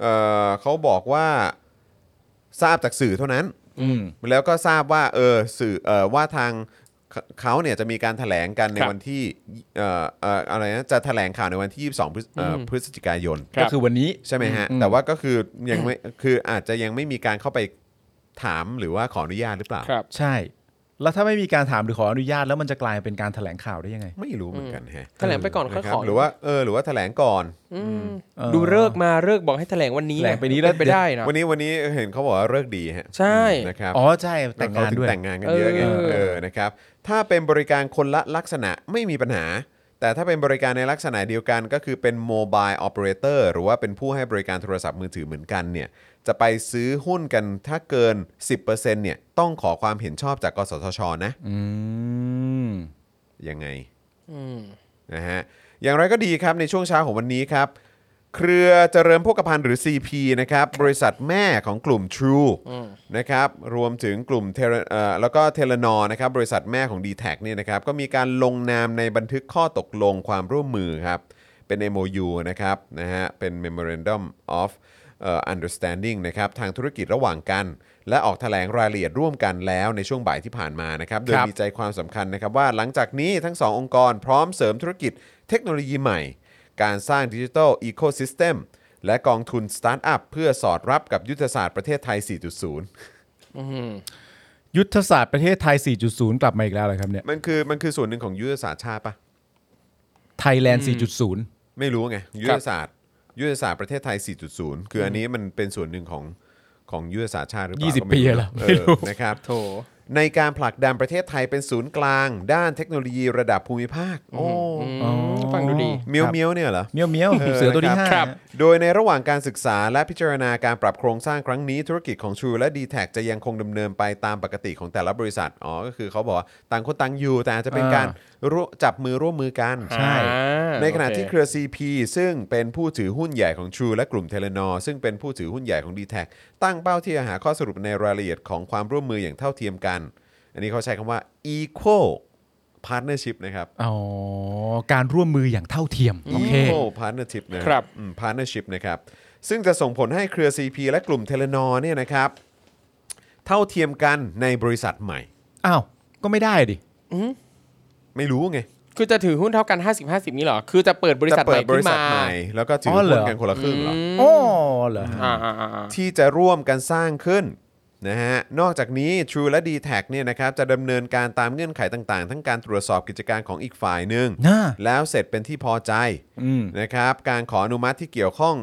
S1: เออเขาบอกว่าทราบจากสื่อเท่านั้น
S2: อืม
S1: แล้วก็ทราบว่าเออสื่อเออว่าทางเขเขาเนี่ยจะมีการถแถลงกันใน
S3: ครับ
S1: วันที่เอ่อเอ่ออะไรนะจะถแถลงข่าวในวันที่ 22 พฤศเอ่ออ
S3: ม
S1: พฤศจิกายน
S3: ครับ
S2: ก็คือวันนี้
S1: ใช่ไหมฮะ
S2: อืม
S1: แต่ว่าก็คือยังไม่คืออาจจะยังไม่มีการเข้าไปถามหรือว่าขออนุญาตหรือเปล่า
S3: ครับ
S2: ใช่ แล้วถ้าไม่มีการถามหรือขออนุญาตแล้วมันจะกลายเป็นการแถลงข่าวได้ยังไง
S1: ไม่รู้เหมือนกันฮะ
S3: แถลงไปก่อนค่อย
S1: ะรั
S3: ข
S1: บ
S3: อ
S1: หรือว่าเออหรือว่าแถลงก่อน
S3: อืม
S2: เออ
S3: ดูเลิกษ์มาเลิกษ์บอกให้แถลงวันนี้
S2: แถลงไปนี้แล้ว
S3: เนไปได้นะ
S1: วันนี้วันนี้เห็นเขาบอกว่าเลิกษ์ดีฮะ
S3: ใช่
S1: นะครับ
S2: อ๋อใช่แต่งงาน
S1: เขถึ
S2: ด้วย
S1: แต่งงานกันเยอะไง
S3: เออ
S1: เออนะครับถ้าเป็นบริการคนละลักษณะไม่มีปัญหา แต่ถ้าเป็นบริการในลักษณะเดียวกันก็คือเป็นโมบายออเปอเรเตอร์หรือว่าเป็นผู้ให้บริการโทรศัพท์มือถือเหมือนกันเนี่ยจะไปซื้อหุ้นกันถ้าเกิน 10%เนี่ยต้องขอความเห็นชอบจากกสทชนะ
S2: อืม
S1: ยังไง
S3: อืม
S1: นะฮะอย่างไรก็ดีครับในช่วงเช้าของวันนี้ครับ เครือเจริญโภคภัณฑ์หรือ CP นะครับบริษัทแม่ของกลุ่ม True นะครับรวมถึงกลุ่ม Tele- เอ่อแล้วก็เทเลนอนะครับบริษัทแม่ของ d t แทเนี่ยนะครับก็มีการลงนามในบันทึกข้อตกลงความร่วมมือครับ เป็น MOU นะครับนะฮะเป็น Memorandum of เอ่อ Understanding นะครับทางธุรกิจระหว่างกัน และออกแถลงรายละเอียดร่วมกันแล้วในช่วงบ่ายที่ผ่านมานะครับโดย
S2: ครับ
S1: มีใจความสำคัญนะครับว่าหลังจากนี้ทั้งสององค์กรพร้อมเสริมธุรกิจเทคโนโลยีใหม่ การสร้างดิจิทัลอีโคซิสเต็มและกองทุนสตาร์ทอัพเพื่อสอดรับกับยุทธศาสตร์ประเทศไทย 4.0
S2: ยุทธศาสตร์ประเทศไทย 4.0 กลับมาอีกแล้วเลยครับเนี่ย
S1: มันคือมันคือส่วนหนึ่งของยุทธศาสตร์ชาติปะ
S2: ไทยแลนด์ 4.0
S1: ไม่รู้ไงยุทธศาสตร์ยุทธศาสตร์ประเทศไทย 4.0 คืออันนี้มันเป็นส่วนหนึ่งของของยุทธศาสตร์ชาติหรือเปล่า
S2: ยี่สิบ
S1: ก็ไม่
S2: ปี
S1: รู้
S2: แล้ว
S1: เอ
S2: ไม่
S1: อ
S2: รู้
S1: นะครับ
S3: โถ
S1: ในการผลักดันประเทศไทยเป็นศูนย์กลาง ด้านเทคโนโลยีระดับภูมิภาค โอ้
S3: อืมฟังดูดี
S1: เมียวเมียวเนี่ยเหรอ
S2: เมียวเมียว
S1: เออ
S2: เสือตัวที่
S1: นะครับ
S2: ห้า
S3: ครับ
S1: โดยในระหว่างการศึกษาและพิจารณาการปรับโครงสร้างครั้งนี้ธุรกิจของ True และ d t แทจะยังคงดำเนินไปตามปกติของแต่ละบริษัท อ๋อ ก็คือเขาบอกว่าต่างคนต่างอยู่ แต่อาจจะเป็น
S2: อ่า
S1: การร่วมจับมือร่วมมือกัน
S2: ใช่
S3: อ่า
S1: ในขณะ
S3: โอ
S1: ที่เครือ CP ซึ่งเป็นผู้ถือหุ้นใหญ่ของ True และกลุ่มเทเลนอซึ่งเป็นผู้ถือหุ้นใหญ่ของ d t แทตั้งเป้าที่จะหาข้อสรุปในรายละเอียดของความร่วมมืออย่างเท่าเทียมกัน อันนี้เขาใช้คำว่า equal partnership นะครับ
S2: อ๋อ การร่วมมืออย่างเท่าเทียม โอเค
S1: Equal Partnership นะครับ อืม Partnership นะครับ ซึ่งจะส่งผลให้เครือ CP และกลุ่มเทเลนอเนี่ยนะครับ เท่าเทียมกันในบริษัทใหม่
S2: อ้าว ก็ไม่ได้ดิ
S1: ไม่รู้ไง
S3: คือจะถือหุ้นเท่ากัน 50 50 นี้เหรอ คือจะเปิดบริษัท
S1: จะ
S3: ให
S1: เปิดบ
S3: ม่ขึ้
S1: ริ
S3: น
S1: ษัท
S3: มา
S1: ใหม่ แล้วก็ถือ
S2: อ๋อเหร
S1: หุ้น
S2: อ
S1: กันคนละครึ่งเหรอ
S2: อ๋อเหรอฮะ
S3: อ่าอ่าอ่า
S1: ที่จะร่วมกันสร้างขึ้นนะฮะ นอกจากนี้ True และ d t แทเนี่ยนะครับจะดำเนินการตามเงื่อนไขต่างๆ ทั้งการตรวจสอบกิจการของอีกฝ่ายหนึ่ง
S2: น่า
S1: แล้วเสร็จเป็นที่พอใจ
S2: อืม
S1: นะครับการขออนุมัติที่เกี่ยวข้อง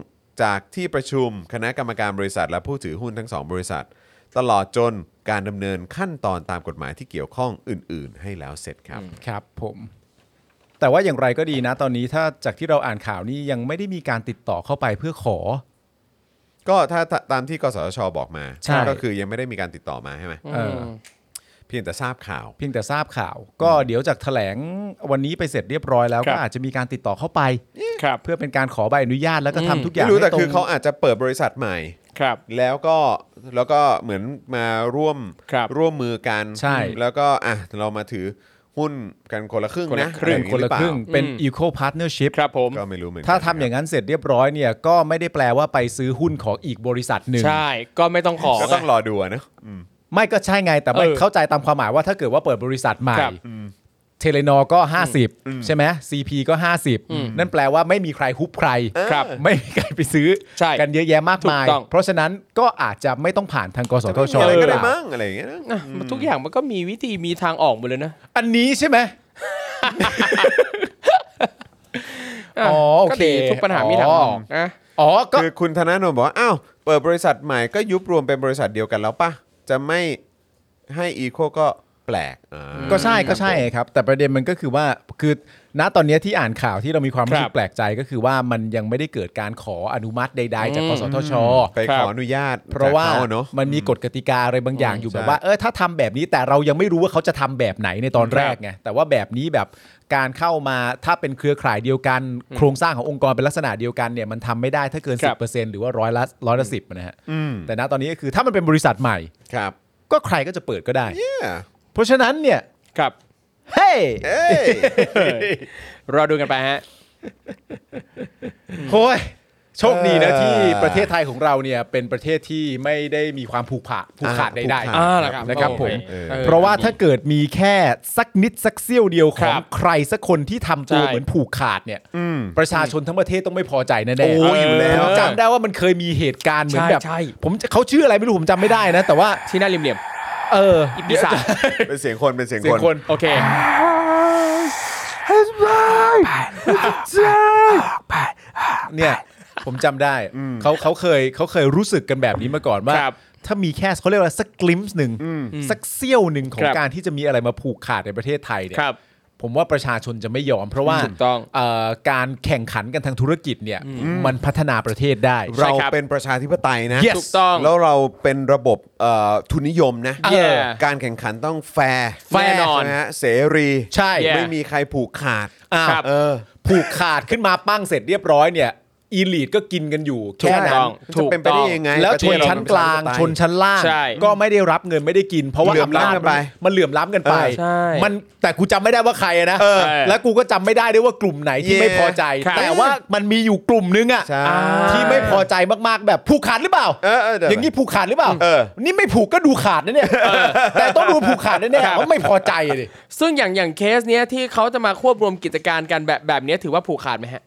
S1: จากที่ประชุมคณะกรรมการบริษัท และผู้ถือหุ้นทั้งสองบริษัท ตลอดจนการดำเนินขั้นตอนตามกฎหมายที่เกี่ยวข้องอื่น ๆ ให้แล้วเสร็จครับ
S2: ครับผม แต่ว่าอย่างไรก็ดีนะ ตอนนี้ถ้าจากที่เราอ่านข่าวนี่ยังไม่ได้มีการติดต่อเข้าไปเพื่อขอ
S1: ก็ถ้าถ้าตามที่กสทชบอกมา
S2: ใช่
S1: ก็คือยังไม่ได้มีการติดต่อมาใช่ไหม
S2: เออ
S1: เพียงแต่ทราบข่าว
S2: เพียงแต่ทราบข่าว ก็เดี๋ยวจากแถลงวันนี้ไปเสร็จเรียบร้อยแล้ว
S3: ครั
S2: ก็
S3: บ
S2: อาจจะมีการติดต่อเข้าไป
S3: ครับ
S2: เพื่อเป็นการขอใบอนุญาตแล้วก็ทำทุกอย่า
S1: ไม่
S2: ง
S1: รู้แต่
S2: ให้ตร
S1: คือง เขาอาจจะเปิดบริษัทใหม่
S3: ครับ
S1: แล้วก็แล้วก็เหมือนมาร่วม
S3: ครับ
S1: ร่วมมือกัน
S2: ใช่
S1: แล้วก็อ่ะเรามาถือหุ้นกันคนละครึ่ง
S3: คน
S1: นะ
S3: ละครึ่ง
S1: อไอย่า
S2: คน
S1: ห
S2: ละ
S1: อเปา
S2: ครึ่ง เป็น
S3: อืม
S2: equal partnership
S3: ครับผม
S1: ก็ไม่รู้เหมือนกัน
S2: ถ้าทำ
S1: ครับ
S2: อย่างนั้นเสร็จเรียบร้อยเนี่ย ก็ไม่ได้แปลว่าไปซื้อหุ้นของอีกบริษัทหนึ่ง
S3: ใช่ ก็ไม่ต้องขอ
S1: ก็ต้อง
S3: ไง
S1: รอดูอะนะ
S2: ไม่ก็ใช่ไง แต่ไม่
S3: เออ
S2: เข้าใจตามความหมายว่าถ้าเกิดว่าเปิดบริษัทใหม่
S3: ครับ
S2: เทเลนอก็ 50 ใช่ไหม CP ก็ 50 นั่นแปลว่าไม่มีใครฮุบใคร
S3: ครับ
S2: ไม่มีใครไปซื้อ
S3: ใช่
S2: กันเยอะแยะมากมาย
S3: ถูกต้อง
S2: เพราะฉะนั้นก็อาจจะไม่ต้องผ่านทางกสทช
S1: อะไรก็
S2: หรื
S1: ได้
S2: อเปล่า
S1: มั้งอะไรอย่างเงี้ยนะ
S3: อ่ะมันทุกอย่างมันก็มีวิธีมีทางออกหมดเลยนะ
S2: อันนี้ใช่ไหม
S3: อ่ะ
S2: อ๋อโอ
S3: ก็
S2: เค
S3: ดีทุกปัญหามีทางออกนะ
S2: อ๋อก็
S1: คือคุณธนาโนมบอกว่า อ้าว เปิดบริษัทใหม่ก็ยุบรวมเป็นบริษัทเดียวกันแล้วป่ะ จะไม่ให้อีโคก็แป ปลกอ่า
S2: ก็ใช่ก็ใช่ครับ แต่ประเด็นมันก็คือว่าคือณตอนเนี้ยที่อ่านข่าวที่เรามีความรู้สึ
S3: ครั
S2: ก
S3: บ
S2: แปลกใจก็คือว่ามันยังไม่ได้เกิดการขออนุมัติใด ๆ จาก
S3: อืม
S2: กสทช
S1: ไป
S3: ครั
S1: ข
S3: บ
S1: ออนุญาต
S2: เพราะว่า
S1: จกขอเนอะ
S2: มันมีกฎกติกาอะไรบางอย่าง
S1: อืม
S2: อยู่
S1: ใช่
S2: แบบว่าเออถ้าทำแบบนี้แต่เรายังไม่รู้ว่าเขาจะทำแบบไหนในตอนแรกไงแต่ว่าแบบนี้แบบการเข้ามาถ้าเป็นเครือข่ายเดียวกัน โครงสร้างขององค์กรเป็นลักษณะเดียวกันเนี่ยมันทำไม่ได้ถ้าเกิน
S3: ครับ
S2: 10%หรือว่าร้อยละร้อยละสิบนะฮะ
S1: อืม
S2: แต่ณตอนนี้ก็คือถ้ามันเป็นบริษัทใหม่
S1: ครับ
S2: ก็ใครก็จะเปิดก็ได้
S1: เนี่ย
S2: เพราะฉะนั้นเนี่ย
S3: ครับ
S2: เฮ้ย
S1: เอ้ย
S3: รอดูกันไปฮะ
S2: โอ้ยโชคดีนะ
S1: เออ
S2: ที่ประเทศไทยของเราเนี่ยเป็นประเทศที่ไม่ได้มีความผูกขาดผูกขาดใดๆ
S3: อ่าล่ะครับ
S2: นะครับผม
S3: เออ
S2: เพราะว่าถ้าเกิดมีแค่สักนิดสักเสี้ยวเดียวข
S3: ครั
S2: อง
S3: บ
S2: ใครสักคนที่ทำตัว
S3: ใช่
S2: เหมือนผูกขาดเนี่ย
S1: อืม
S2: ประชาชนทั้งประเทศต้องไม่พอใจแน่ๆ
S1: โอ้ยอยู่แล้ว
S2: ผมจำได้ว่ามันเคยมีเหตุการณ์เหมือนแบบ
S3: ใช่ใช่
S2: ผมจะเขาชื่ออะไรไม่รู้ผมจำไม่ได้นะ แต่ว่า
S3: ที่หน้าเหลี่ยม
S2: เออ
S3: ๆอีปีศาจ
S1: เป็นเสียงคนเป็นเสียง
S2: เสีย
S1: ค
S2: ง
S1: น
S2: คน
S3: โอเค
S2: เนี่ยผมจำได้เขาเขาเคยเขาเคยรู้สึกกันแบบนี้มาก่อนว่า
S3: ครับ
S2: ถ้ามีแค่เขาเรียกว่าสักกลิมส์หนึ่งสักเสี้ยวหนึ่งของ
S3: ครับ
S2: การที่จะมีอะไรมาผูกขาดในประเทศไทยเนี่ย
S3: ครับ
S2: ผมว่าประชาชนจะไม่ยอม เพราะว่า
S3: ถูกต้อง
S2: เอ่อการแข่งขันกันทางธุรกิจเนี่ยมันพัฒนาประเทศได้
S3: ใช่
S1: เรา
S3: ครับ
S1: เป็นประชาธิปไตยนะ
S2: Yes
S3: ถูกต้อง
S1: แล้วเราเป็นระบบเอ่อทุนนิยมนะ
S3: เออ
S1: การแข่งขันต้องแฟร์
S3: แฟร์นอน
S1: ใช่ไหมฮะเสรี
S2: ใช่
S3: Yeah
S1: ไม่มีใครผูกขาด
S2: อ้าว
S3: ครับ
S1: เออ
S2: ผูกขาดขึ้นมาปั้งเสร็จเรียบร้อยเนี่ยอีลีดก็กินกันอยู่แค่
S1: แค่
S2: นั้
S1: นั้น น
S3: ถู
S1: จะ
S3: กต้อง
S1: เป็นไปได้ยังไง
S2: แล้ว
S1: ประเท
S2: ชน
S1: ศเร
S2: ชั้น
S1: เป็
S2: กลาง
S1: ประชธิปไตย
S2: ชนชั้นล่าง
S3: ใช่
S2: ก็ไม่ได้รับเงินไม่ได้กิน เพราะว่า
S1: เหลื่อมล้ำ
S2: อำ
S1: กัน
S2: นาจ
S1: ไป
S2: มันเหลื่อมล้ำกันไป
S1: เออ
S3: ใช่
S2: มันแต่กูจำไม่ได้ว่าใครอะนะ
S1: เออ
S2: แล้วกูก็จำไม่ได้ด้วยว่ากลุ่มไหนที่
S1: Yeah
S2: ไม่พอใจ
S3: ครับ
S2: แต่ว่ามันมีอยู่กลุ่มนึงอะ
S1: ใช่
S2: ที่ไม่พอใจมากๆแบบผูกขาดหรือเปล่า
S1: เออเออเดี๋ยว
S2: อย่างนี้ผูกขาดหรือเปล่า
S1: เออ
S2: นี่ไม่ผูกก็ดูขาดนะเนี่ย แต่ต้องดูผูกขาดแน่
S3: ครั
S2: ๆ
S3: บ
S2: ว่าไม่พอใจอะดิ
S3: ซึ่งอย่างอย่างเคสเนี้ยที่เขาจะมาควบรวมกิจการกันแบบแบบเนี้ยถือว่าผูกขาดไหมฮะ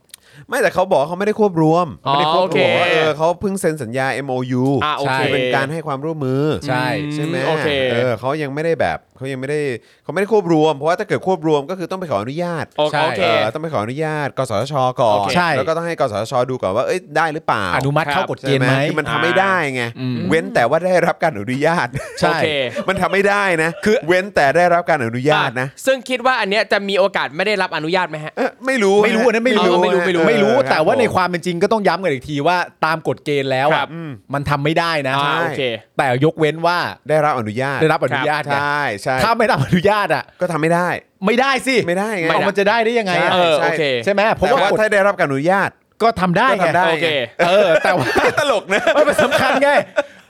S1: ไม่แต่เขาบอกว่าเขาไม่ได้ควบรวม
S3: อ๋อ
S1: ไม่ได้ควบรวม
S3: โอเค
S1: ว่าเออเขาเพิ่งเซ็นสัญญา MOU
S3: อ่าโอเค
S2: ใช่
S1: คือเป็นการให้ความร่วมมือ
S2: ใช่
S1: ใช่ไหม
S3: โอเค
S1: เออเขายังไม่ได้แบบเขายังไม่ได้เขาไม่ได้ควบรวม เพราะว่าถ้าเกิดควบรวมก็คือต้องไปขออนุญาต
S3: โอเค
S2: ใช่
S3: โอเค
S1: เออต้องไปขออนุญาต กสทชก่อน
S3: โอเค
S2: ใช่
S1: แล้วก็ต้องให้กสทชดูก่อนว่าเอ้ยได้หรือเปล่า
S2: อนุมัติเข้ากฎเก
S1: ใช่
S2: ณฑ์
S1: ไหม
S2: ไหม
S1: คือมันทำไม่ได้ไงเว้นแต่ว่าได้รับการอนุญาต [laughs]
S2: ใช่
S3: โอเค
S1: มันทำไม่ได้นะ
S2: คือ
S1: เว้นแต่ได้รับการอนุญาตนะ
S3: อ่ซึ่งคิดว่าอันเนี้ยจะมีโอกาสไม่ได้รับอนุญาตไหมฮะ
S1: เอ้อไม่รู้
S2: ไม่รู้อันนั้นไม่
S3: เอ
S2: รู้
S3: อไม่รู้ไม่รู้
S2: ไม่รู้
S1: เออ
S2: แต่ว่า
S1: รับผม
S2: ในความเป็นจริงก็ต้องย้ำกันอีกทีว่าตามกฎเกณฑ์แล้ว
S3: ครั
S2: อะ
S3: บ
S2: มันทำไม่ได้นะ
S3: อ่า
S1: ใช่
S3: โอเค
S2: แต่ยกเว้นว่า
S1: ได้รับอนุญาต
S2: ได้รับอนุญาตไง
S1: ใช่ใช่
S2: ถ้าไม่รับอนุญาตอ่ะ
S1: ก็ทำไม่ได้
S2: ไม่ได้สิ
S1: ไม่ได้ไง
S2: เอามันจะได้ได้ยังไงอะ
S3: เออ
S1: ใช่
S3: โอเค
S2: ใช่ไหมเพราะ
S1: แต่
S2: ว่า
S1: ว่าก
S2: ฎ
S1: ถ้าได้รับการอนุญาต
S2: ก็ทำได้
S1: ก็
S2: ไง
S1: ทำได้
S3: โอเค
S2: เออ แต่ว่า [laughs]
S1: ตลกนะ
S2: มันเป็นสำคัญไง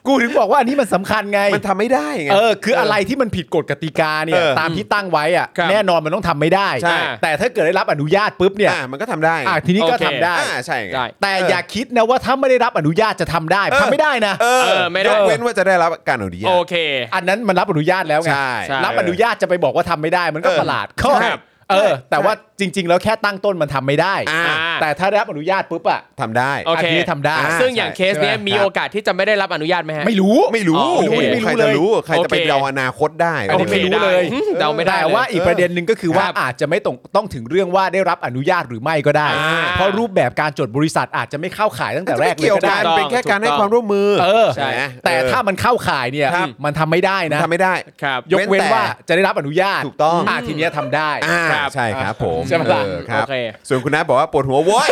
S2: กูถึงบอกว่าอันนี้มันสำคัญไง
S1: มันทำไม่ได้ไง
S2: เออคืออะไรที่มันผิดกฎกติกาเนี่ย
S1: เออ
S2: ตามที่ตั้งไว้อะ
S3: ครับ
S2: แน่นอนมันต้องทำไม่ได้
S1: ใช่
S2: แต่ถ้าเกิดได้รับอนุญาตปุ๊บเนี่ย
S1: อ่ะมันก็ทำได้ไง
S2: อ่ะทีนี้ก็
S3: โอเค
S2: ทำได้
S1: อ่าใช่ไง
S3: ได้
S2: แต่อย่าคิดนะว่าถ้าไม่ได้รับอนุญาตจะทำได้ทำไม่ได้นะ
S1: เอ
S3: เออไม่ได้
S1: ยกเว้นว่าจะได้รับการอนุญา
S3: โอ
S1: ต
S3: เค
S2: อันนั้นมันรับอนุญาตแล้วไง
S1: ใช่
S3: ใช่
S2: รับอนุญาตจะไปบอกว่าทำไม่ได้มันก็
S1: เออ
S2: ประหลาดข้อ
S1: ใช่
S2: เออ
S1: ใช่
S2: แต่ว่าจริง ๆ แล้วแค่ตั้งต้นมันทำไม่ได้
S1: อ่า
S3: อ่า
S2: แต่ถ้าได้รับอนุญาตปุ๊บอะ
S1: ทำได้
S3: โอเค
S2: อันนี้ทำได้
S1: อ่า
S3: ซึ่งอย่างเคสเนี้ย
S2: ใช่ไหม
S3: มีโอกาสที่จะไม่ได้รับอนุญาตไหมฮะ
S2: ไม่รู้
S1: ไม่รู้
S3: อ๋อโอเค
S1: ใครจะรู้ใครจะไป
S3: โอเค
S1: เดาอนาคตได้
S2: อันนี้
S1: โอเค
S2: ไม่รู้เลย
S3: โอคได้เดาไม่ได้
S2: แต่
S3: เลย
S2: ว่าอีกประเด็นหนึ่งก็คือว่า
S3: ครับ
S2: อาจจะไม่ต้องต้องถึงเรื่องว่าได้รับอนุญาตหรือไม่ก็ได้
S1: อ่า
S2: เพราะรูปแบบการจดบริษัทอาจจะไม่เข้าขายตั้งแต่
S1: จะ
S2: แร
S1: ไม่
S2: กเลย
S1: เกี่ยว
S2: ก็
S1: กั
S2: ได้
S1: น
S3: ถูกต้อง
S1: เป็นแค่การให้ความร่วมมือ
S2: เออ
S1: ใช่ไหม
S2: แต่
S1: เออ
S2: ถ้ามันเข้าขายเนี่ย
S1: ครับ
S2: มันทำไม่ได้นะ
S1: ทำไม่ได้
S3: ครับ
S2: ยกเว้นว่าจะได้รับอนุญาต
S1: ถูกต้อง
S2: ทีเนี้ยทำได้
S1: อ่า
S3: ครับ
S1: ใช่ครับผม
S2: ใช่ไหมล่ะ
S1: เออครับ
S3: โอเค
S1: ส่วนคุณนัทบอกว่าปวดหัวโว้
S2: [laughs]
S1: ย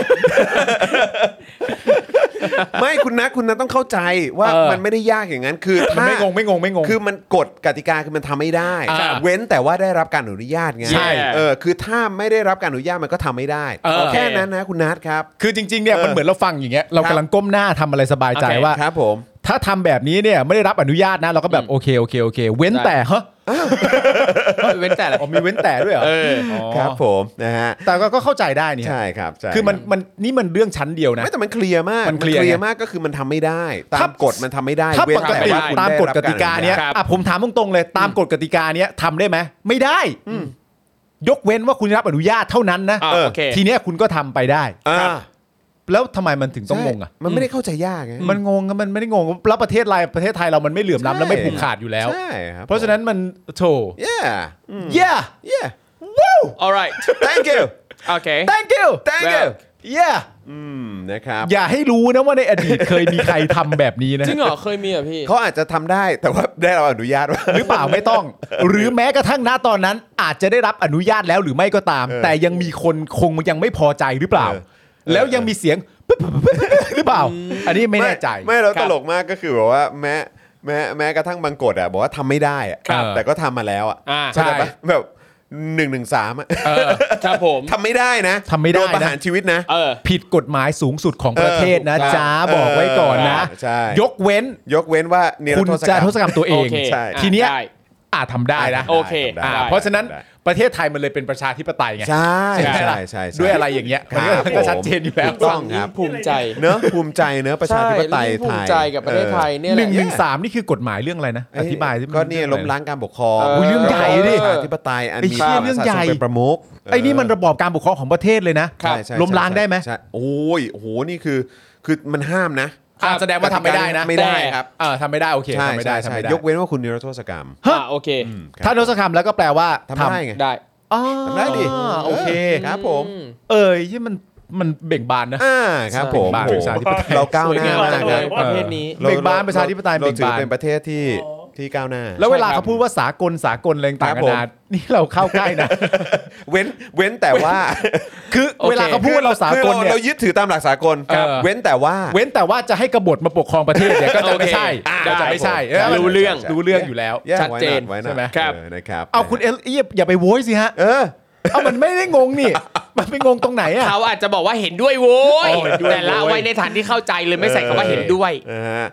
S1: ไม่คุณนัทคุณนัทต้องเข้าใจว่า
S2: เออ
S1: มันไม่ได้ยากอย่างนั้นคือ
S2: มัน
S1: ถ้า
S2: ไม่งงไม่งงไม่งง
S1: คือมันกฎกติกาคือมันทำไม่ได้
S2: ครับ
S1: เว้นแต่ว่าได้รับการอนุญาตไง
S2: ใช่
S1: เออคือถ้าไม่ได้รับการอนุญาตมันก็ทำไม่ได้
S2: เออ
S1: แค่นั้นนะคุณนัทครับ
S2: คือจริงๆเนี่ย
S1: เออ
S2: มันเหมือนเราฟังอย่างเงี้ยเรา
S1: ครับ
S2: กำลังก้มหน้าทำอะไรสบายใจ
S3: โอเค
S2: ว่า
S1: ครับผม
S2: ถ้าทำแบบนี้เนี่ยไม่ได้รับอนุญาตนะเราก็แบบโอเคโอเคโอเค เว้นแต่ฮะ
S3: เว้นแต่ละ
S2: อ๋อมีเว้นแต่ด้วยเหรอ
S3: เออ
S2: อ
S1: ครับผมนะฮะ
S2: แต่ก็ก็เข้าใจได้นี่
S1: ใช่ครับใช่
S2: คือมันมันนี่มันเรื่องชั้นเดียวนะ
S1: ไม่แต่มันเคลียร์มาก
S2: มันเคลีย
S1: ย
S2: ร์
S1: ร์
S2: ไง
S1: มากก็คือมันทำไม่ได้ตาม
S2: ถ้าก
S1: กฎมันทำไม่ได้
S2: ถ้า
S1: เว้น
S2: ปกติ
S1: แว่คุณ
S2: ตาม
S1: ได้
S2: ก
S1: รับ
S2: ฎกติกาเนี้ย
S3: ครับ
S2: อ่ะผมถามตรงๆเลยตามกฎกติกาเนี้ยทำได้ไหมไม่ได้ยกเว้นว่าคุณได้รับอนุญาตเท่านั้นนะ
S3: อ่ะโอเค
S2: ทีเนี้ยคุณก็ทำไปได้
S1: อ่า
S2: แล้วทำไมมันถึงต้องงงอ่ะ
S1: ใช่มันไม่ได้เข้าใจยากไง
S2: มันงงอะมันไม่ได้งงแล้วประเทศไทยประเทศไทยเรามันไม่เหลื่อมล้ำและไม่ผูกขาดอยู่แล้ว
S1: ใช่ครับ
S2: เพราะฉะนั้นมันโถ
S1: ผม yeah อืม
S2: เย่
S1: yeah
S3: alright
S1: thank you
S3: okay
S2: thank you
S1: thank you
S3: Well
S2: เย้
S1: อืมนะครับ
S2: อย่าให้รู้นะว่าในอดีตเคยมีใครทำแบบนี้นะ
S3: จริงเหรอเคยมีเหรอพี่
S1: เขาอาจจะทำได้แต่ว่าได้เราอนุญาตว่า
S2: หรือเปล่าไม่ต้อง หรือแม้กระทั่งณตอนนั้นอาจจะได้รับอนุญาตแล้วหรือไม่ก็ตาม
S1: เออ
S2: แต่ยังมีคนคงยังไม่พอใจหรือเปล่า
S1: เออเออ
S2: แล้วยังมีเสียงปึ๊บปึ๊บปึ๊บหรือเปล่า อันนี้ไม่แน่ใจ
S1: ไม่เรา
S3: ครั
S1: ต
S3: บ
S1: ลกมากก็คือแบบว่าแม้แม้แม้กระทั่งบางกฎอ่ะบอกว่าทำไม่ได้อ่ะ
S2: ครับ
S1: แต่ก็ทำมาแล้วอ่ะ
S3: อ่า
S1: เข้าจปะ
S2: ใช่
S1: แบบหนึ่งหนึ่งสามอ่ะ
S3: เออครับผม
S1: ทำไม่ได้นะ
S2: ทำไม่ได้
S1: โด
S2: นะ
S1: นประหารชีวิตนะ
S3: เออ
S2: ผิดกฎหมายสูงสุดของประเทศนะ
S1: เออถูกต้อง
S2: จ้าบอกไว้ก่อนนะ
S1: เออใช่
S2: ยกเว้น
S1: ยกเว้นว่าเนร
S2: คุณ
S1: โทษกร
S2: จะ
S1: รม
S2: ทศกรรมตัวเอง
S3: โอเค
S1: ใช่
S2: ทีเนี้ย
S3: ได้
S2: อาจทำได้นะ
S3: โอเค
S1: ได้
S2: อ่า
S1: ได้
S2: เพราะฉะนั้น
S1: ได้
S2: ประเทศไทยมันเลยเป็นประชาธิปไตยไง
S1: ใช่
S2: ไหม
S1: ใช่
S2: ล่ะ
S1: ใช่ใช่
S2: ด้วยอะไรอย่างเงี้ยมัน
S1: ครับผ
S2: ก็
S1: ม
S2: ชัดเจนอยู่แล้ว
S1: ถูกต้องครับ
S3: ภูมิใจ
S1: เนอะภูมิใจเนอะประชาธิปไตย
S3: ใช่
S1: ไทย
S3: ภูมิใจกับประเทศไทย
S1: ออ
S3: เนี่ย
S2: ห
S3: แห
S2: นึ่
S3: ละ
S2: งหนึ่งสามนี่คือกฎหมายเรื่องอะไรนะ
S1: เอ้
S2: อธิบายสิมั
S1: ก็เนี่ย
S2: รื่อ
S1: ล้ม
S2: งอะไร
S1: ล้างการปกครอง
S3: เออ
S2: อุ้ยเรื่องใหญ่ดิ
S1: ประชาธิปไตยอันมี
S2: ไอ้เหี้ยเรื่องให
S1: ป
S2: ญ่
S1: ระชาชนเป็นประมุข
S2: ไอ้นี่มัน
S1: เออ
S2: ระบอบการปกครองของประเทศเลยนะ
S3: ครับ
S1: ใช่ใช่
S2: ล้มล้าง
S1: ใช่
S2: ได้ไหม
S1: ใช่โอ้ยโอ้โหนี่คือคือมันห้ามนะ
S2: อ่าแสดงว่าทำไม่ได้นะ
S1: ไม่ได้ครับ
S2: เออทำไม่ได้โอเค
S1: ใช่
S2: ทำไม่ได้
S1: ใช่
S2: ทำ
S1: ใช่
S2: ไม่ได้
S1: ยกเว้นว่าคุณนิรโทษกรรม
S3: อ่ะโอเค
S1: อืมครับ
S2: ถ้าทศกรรมแล้วก็แปลว่า
S1: ทำได้ไง
S3: ได้
S2: อ๋อ
S1: ทำได้ดิ
S2: โอเค
S1: ครับผม
S3: อื
S2: เอ้ยที่มันมันเบ่งบานนะ
S1: อ่าครับผม
S2: บ้านประชาธิปไตย
S1: เราก้าว
S3: สว
S1: หน้าง
S3: ยาม
S1: มาก
S3: จังเล
S1: นะ
S3: ย
S4: เออ
S3: ประเทศนี้
S1: ร
S2: เบ่งบานประชาธิปไตย
S1: เราถือ
S2: เบ่งบาน
S1: เป็นประเทศที่ที่ก้าวหน้า
S2: แล้วเวลา
S3: ใช่ครับ
S2: เขาพูดว่าสากลสากลอะไรต่าง
S1: ครั
S2: ๆ
S1: บผม
S2: นานานี่เราเข้าใกล้นะ
S1: เว้นเว้นแต่ว่า
S2: คือ
S3: โอเค
S2: เวลาเขาพูดว่าเราสากล
S1: คือ
S2: เนี่ย
S1: เรายึดถือตามหลักสากล
S2: ครับ
S1: เว้นแต่ว่า
S2: เว้นแต่ว่าจะให้กบฏมาปกครองประเทศเนี่ยก็จะ
S3: โอเค
S2: ไม่ใช่
S3: อ่า
S2: ก็จะไม่ใช่
S1: ได้ครับผม
S2: เออ
S3: รู้เรื่อง
S2: รู้เรื่องอยู่แล้ว
S1: แยก
S3: ชัดเจน
S1: ไว้หอย
S2: ใช่ไหม
S1: ไว้หอย
S3: ครับ
S1: เออนะครับ
S2: เอาคุณเอลอย่าอย่าไปโวยสิฮะ
S1: เออ
S2: เอามันไม่ได้งงนี่ มันไปงงตรงไหนอ่ะ
S3: เขาอาจจะบอกว่าเห็นด้วยโว้ย
S2: อ๋อเห็นด้วย
S3: แต่ละ
S2: โว้ย
S3: ไว้ในฐานที่เข้าใจเลยไม่ใส่คำว่าเห็นด้วย
S1: นะฮะ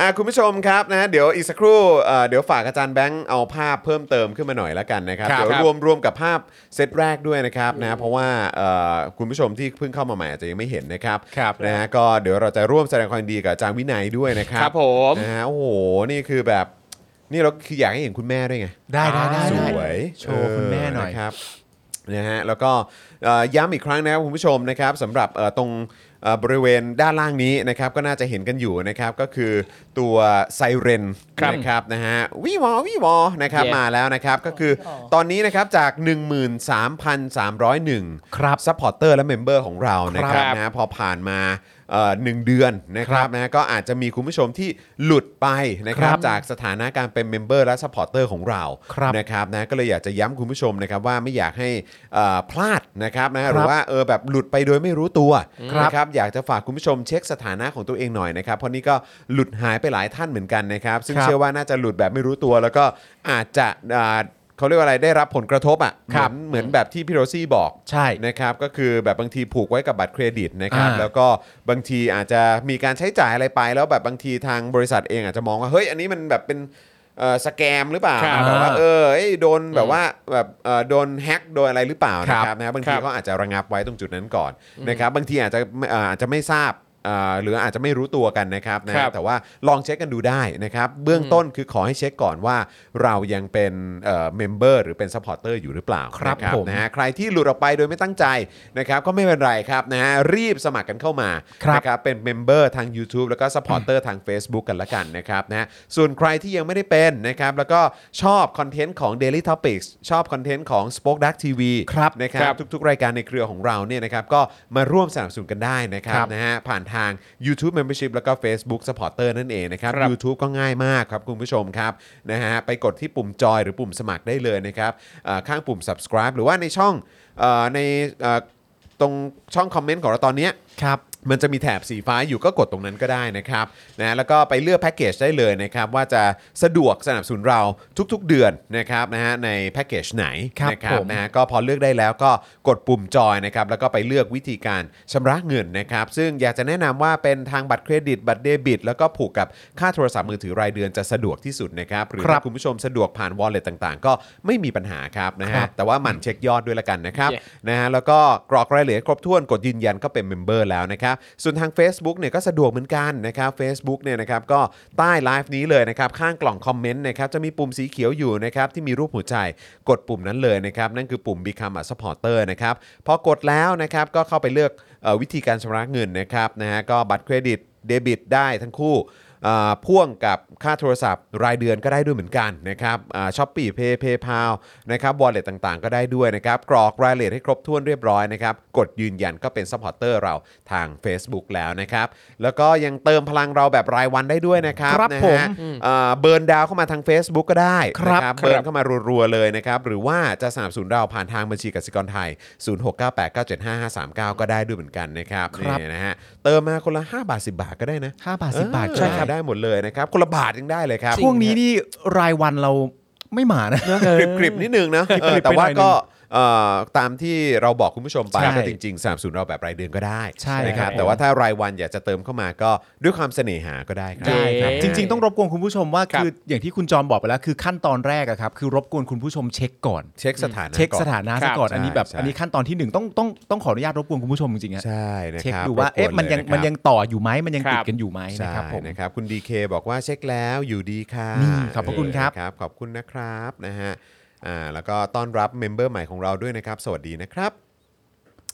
S1: อ่ะคุณผู้ชมครับนะเดี๋ยวอีกสักครู่เอ่อเดี๋ยวฝากอาจารย์แบงค์เอาภาพเพิ่มเติมขึ้นมาหน่อยละกันนะครับ
S2: ครับ
S1: เดี๋ยว
S2: ครับ
S1: รวมรวมกับภาพเซตแรกด้วยนะครับนะเพราะว่าเอ่อคุณผู้ชมที่เพิ่งเข้ามาใหม่อาจจะยังไม่เห็นนะครับ
S2: ครับ
S1: นะฮะก็เดี๋ยวเราจะร่วมแสดงความยินดีกับอาจารย์วินัยด้วยนะครับ
S3: ครับผม
S1: นะฮะโอ้โหนี่คือแบบนี่เราคืออยากให้เห็นคุณแม่ด้วยไง
S2: ได้ได้ได้
S1: ส
S2: ได้
S1: วย
S2: โชว์คุณแม่หน่อย
S1: เะครับ นะฮะแล้วก็เอ่อย้ำอีกครั้งนะครับคุณผู้ชมนะครับสำหรับเอ่อตรงเอ่อบริเวณด้านล่างนี้นะครับก็น่าจะเห็นกันอยู่นะครับก็คือตัวไซเรน
S2: ครับ
S1: นะครับนะฮะวิวอวิวอนะครับ
S3: Yeah
S1: มาแล้วนะครับก็คือตอนนี้นะครับจาก 13,301
S2: ครับ
S1: ซัพพอร์เตอร์และเมมเบอร์ของเรานะครับ
S3: ครับ
S1: นะพอผ่านมาเอ่อหนึ่งเดือนนะครับนะก็อาจจะมีคุณผู้ชมที่หลุดไปนะครับ
S2: ครับ
S1: จากสถานะการเป็นเมมเบอร์และซัพพอร์เตอร์ของเรา
S2: ครับ
S1: นะครับนะก็เลยอยากจะย้ำคุณผู้ชมนะครับว่าไม่อยากให้เอ่อพลาดนะครับนะหรือว่าเออแบบหลุดไปโดยไม่รู้ตัว
S2: ครับ
S1: นะครับอยากจะฝากคุณผู้ชมเช็คสถานะของตัวเองหน่อยนะครับเพราะนี่ก็หลุดหายไปหลายท่านเหมือนกันนะครับซึ่ง
S2: ครับ
S1: เชื่อว่าน่าจะหลุดแบบไม่รู้ตัว แล้วก็อาจจะอ่าเขาเรียกว่าอะไรได้รับผลกระทบอ่ะเห
S2: ครั
S1: มือบ นเหมือนแบบที่พี่โรซี่บอก
S2: ใช่
S1: นะครับก็คือแบบบางทีผูกไว้กับบัตรเครดิตนะครับ
S2: อ่า
S1: แล้วก็บางทีอาจจะมีการใช้จ่ายอะไรไป แล้วแบบบางทีทางบริษัทเองอาจจะมองว่าเฮ้ยอันนี้มันแบบเป็นเอ่อสแกมหรือเปล่า
S3: ครับ
S1: แบบว่า
S2: อ่า
S1: เออเอ้ยโดนแบบว่าแบบเอ่อโดนแฮ็กโดนอะไรหรือเปล่า
S2: ครั
S1: นะ
S2: บ
S1: ครับนะบาง
S3: ค
S1: ที
S3: รับ
S1: เขาอาจจะระงับไว้ตรงจุดนั้นก่อนนะครับบางทีอาจจะเอ่ออาจจะไม่ทราบเอ่อหรืออาจจะไม่รู้ตัวกันนะครับนะครับ แต่ว่าลองเช็คกันดูได้นะครับเบื้องต้นคือขอให้เช็คก่อนว่าเรายังเป็นเมมเบอร์หรือเป็นซัพพอร์เตอร์อยู่หรือเปล่า
S2: ครับ
S1: นะ
S2: ผม
S1: นะ นะฮะใครที่หลุดออกไปโดยไม่ตั้งใจนะครับก็ไม่เป็นไรครับนะฮะรีบสมัครกันเข้ามา
S2: ครับ
S1: นะครับเป็นเมมเบอร์ทาง YouTube แล้วก็สปอร์เตอร์ทาง Facebook กันละกันนะครับนะฮะส่วนใครที่ยังไม่ได้เป็นนะครับแล้วก็ชอบคอนเทนต์ของ Daily Topics ชอบคอนเทนต์ของ Spoke Dark TV
S2: ครับ
S1: นะค
S3: ค
S1: รั
S3: รั
S1: บบ ทุกๆ รายการในเครือของเราเนี่ยนะครับก็มาร่วมสนับสนุนกันได้นะครั
S2: ครับ บ
S1: นะฮะผ่านทาง YouTube Membership แล้วก็ Facebook Supporter นั่นเองนะครับ
S3: ครับ
S1: YouTube ก็ง่ายมากครับคุณผู้ชมครับนะฮะไปกดที่ปุ่มจอยหรือปุ่มสมัครได้เลยนะครับเอ่อข้างปุ่ม subscribe หรือว่าในช่องเออในเอ่อตรงช่องคอมเมนต์ของเราตอนเนี้ย
S2: ครับ
S1: มันจะมีแถบสีฟ้าอยู่ก็กดตรงนั้นก็ได้นะครับนะแล้วก็ไปเลือกแพ็กเกจได้เลยนะครับ ว่าจะสะดวกสนับสนุนเราทุกๆเดือนนะครับนะฮะในแพ็กเกจไหน
S2: ครับ
S1: นะ
S2: ผม
S1: นะฮะก็พอเลือกได้แล้วก็กดปุ่มจอยนะครับแล้วก็ไปเลือกวิธีการชำระเงินนะครับ ซึ่งอยากจะแนะนำว่าเป็นทางบัตรเครดิต บัตรเดบิต แล้วก็ผูกกับค่าโทรศัพท์มือถือรายเดือนจะสะดวกที่สุดนะครับหรือ
S2: ครับ
S1: ถ้าคุณผู้ชมสะดวกผ่านวอลเล็ตต่างๆ ก็ไม่มีปัญหาครับนะ
S2: ครั
S1: ฮะ
S2: บ
S1: แต่ว่าหมั่นเช็คยอดด้วยละกันนะครับ
S3: Yeah.
S1: นะฮะแล้วก็กรอกรายละเอียดครบถ้วนกดยืนยันก็เป็นเมมเบอร์แล้วนะครับ ส่วนทาง Facebook เนี่ยก็สะดวกเหมือนกันนะครับ Facebook เนี่ยนะครับก็ใต้ไลฟ์นี้เลยนะครับ ข้างกล่องคอมเมนต์นะครับ จะมีปุ่มสีเขียวอยู่นะครับ ที่มีรูปหัวใจกดปุ่มนั้นเลยนะครับ นั่นคือปุ่ม Become a supporter นะครับ พอกดแล้วนะครับ ก็เข้าไปเลือกเออวิธีการชำระเงินนะครับนะฮะก็บัตรเครดิตเดบิตได้ทั้งคู่ อ่าพ่วงกับค่าโทรศัพท์รายเดือนก็ได้ด้วยเหมือนกันนะครับช้อปปี้เพย์เพย์พาวนะครับวอลเล็ตต่างๆ ก็ได้ด้วยนะครับ กรอกรายละเอียดให้ครบถ้วนเรียบร้อยนะครับ กดยืนยันก็เป็นซัพพอร์ตเตอร์เราทาง Facebook แล้วนะครับ แล้วก็ยังเติมพลังเราแบบรายวันได้ด้วยนะครับ
S2: ครับ
S1: นะ
S2: ผม
S1: ฮะ อ่าเบิร์นดาวเข้ามาทาง Facebook ก็ได้
S2: ครับ
S1: นะ
S2: ครับ
S1: เบิร์นเข้ามารัวๆเลยนะครับ หรือว่าจะสนับสนุนเราผ่านทางบัญชีกสิกรไทย 0698975539 ก็ได้ด้วยเหมือนกันนะครับนี่นะฮะเติมมาคนละ 5 บาท 10 บาทก็ได้นะ
S2: ห้าบาทสิบบาท
S1: ใช่ครับได้หมดเลยนะครับ คนละบาทยังได้เลยครับ
S2: ช่วงนี้นี่รายวันเราไม่หมานะ
S1: เออกริบๆนิดนึงนะเออก
S2: ริบๆ
S1: แต่ว่า
S2: ไปหน่อยนึง
S1: ก็เอ่อตามที่เราบอกคุณผู้ชมไป
S2: ใช่
S1: ก็จริงๆสนับสนุนเราแบบรายเดือนก็ได้
S2: ใช่
S1: นะครับ
S2: ครับ
S1: แต่ว่าถ้ารายวันอยากจะเติมเข้ามาก็ด้วยความเสน่หาก็ได้ครับ
S3: ได้
S2: ได้ครับ
S3: เย้
S2: จริง ๆ ต้องรบกวนคุณผู้ชมว่า
S3: ครับ
S2: คืออย่างที่คุณจอมบอกไปแล้วคือขั้นตอนแรกอะครับคือรบกวนคุณผู้ชมเช็คก่อน
S1: เช็คสถานะ
S2: เช็ค
S1: ก่อน
S2: สถานะซะก่อน
S1: ครับ
S2: อันนี้แบบ
S1: ใช่
S2: อันนี้ขั้นตอนที่หนึ่งต้องต้องต้องขออนุญาตรบกวนคุณผู้ชมจริงๆฮะ
S1: ใช่นะ
S2: เช็ค
S1: ครับ
S2: ดูว่าร
S1: บก
S2: เอ๊ะมันยัง
S1: ละครับ
S2: มันยังต่ออยู่ไหมมันยังติดกันอยู่ไหม
S1: ใช่
S2: นะครับผม
S1: นะครับคุณดีเคบอกว่าเช็คแล้วอยู่ดีค่ะ
S2: นี่ขอบพระคุณครับ
S1: เออนะครับ ขอบคุณนะครับนะฮะอ่าแล้วก็ต้อนรับเมมเบอร์ใหม่ของเราด้วยนะครับ สวัสดีนะครับ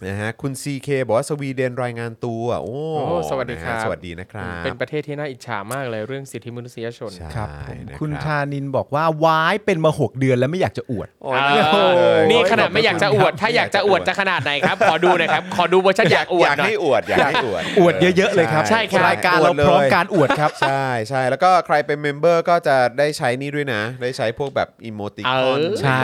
S1: นะฮะคุณ CK บอกว่าสวีเดนรายงานตัวโอ้
S3: โอ้สวัสดี
S1: นะ
S3: ครั
S1: ฮะ
S3: บ
S1: สวัสดีนะครับ
S3: เป็นประเทศที่น่าอิจฉามากเลยเรื่องสิทธิมนุษยชน
S1: ใช่
S2: ครับผม
S1: นะ
S2: คุณ
S1: รับ
S2: ธานินบอกว่าวายเป็นมาหกเดือนแล้วไม่อยากจะอวด
S1: โอ้ย
S3: อ่า
S1: เย
S3: นี่
S1: โอ้
S3: ขนาดไม่อยากจะอวด ถ้าอยากจะอวดจะขนาดไหนครับ ขอดูหน่อยครับ ขอดูเวอร์ชันอยากอว
S1: อ
S3: ด
S1: ยาก
S3: หน่อย
S1: ให้อวดอยากให้อวด
S2: อวดเยอะๆเลยครับ
S3: ใช่ครับ
S2: รายการเรา
S1: วดลย
S2: พร้อมการอวดครับ
S1: ใช่ใช่แล้วก็ใครเป็นเมมเบอร์ก็จะได้ใช้นี่ด้วยนะ ได้ใช้พวกแบบอิโมติคอน
S3: เออ
S2: ใช่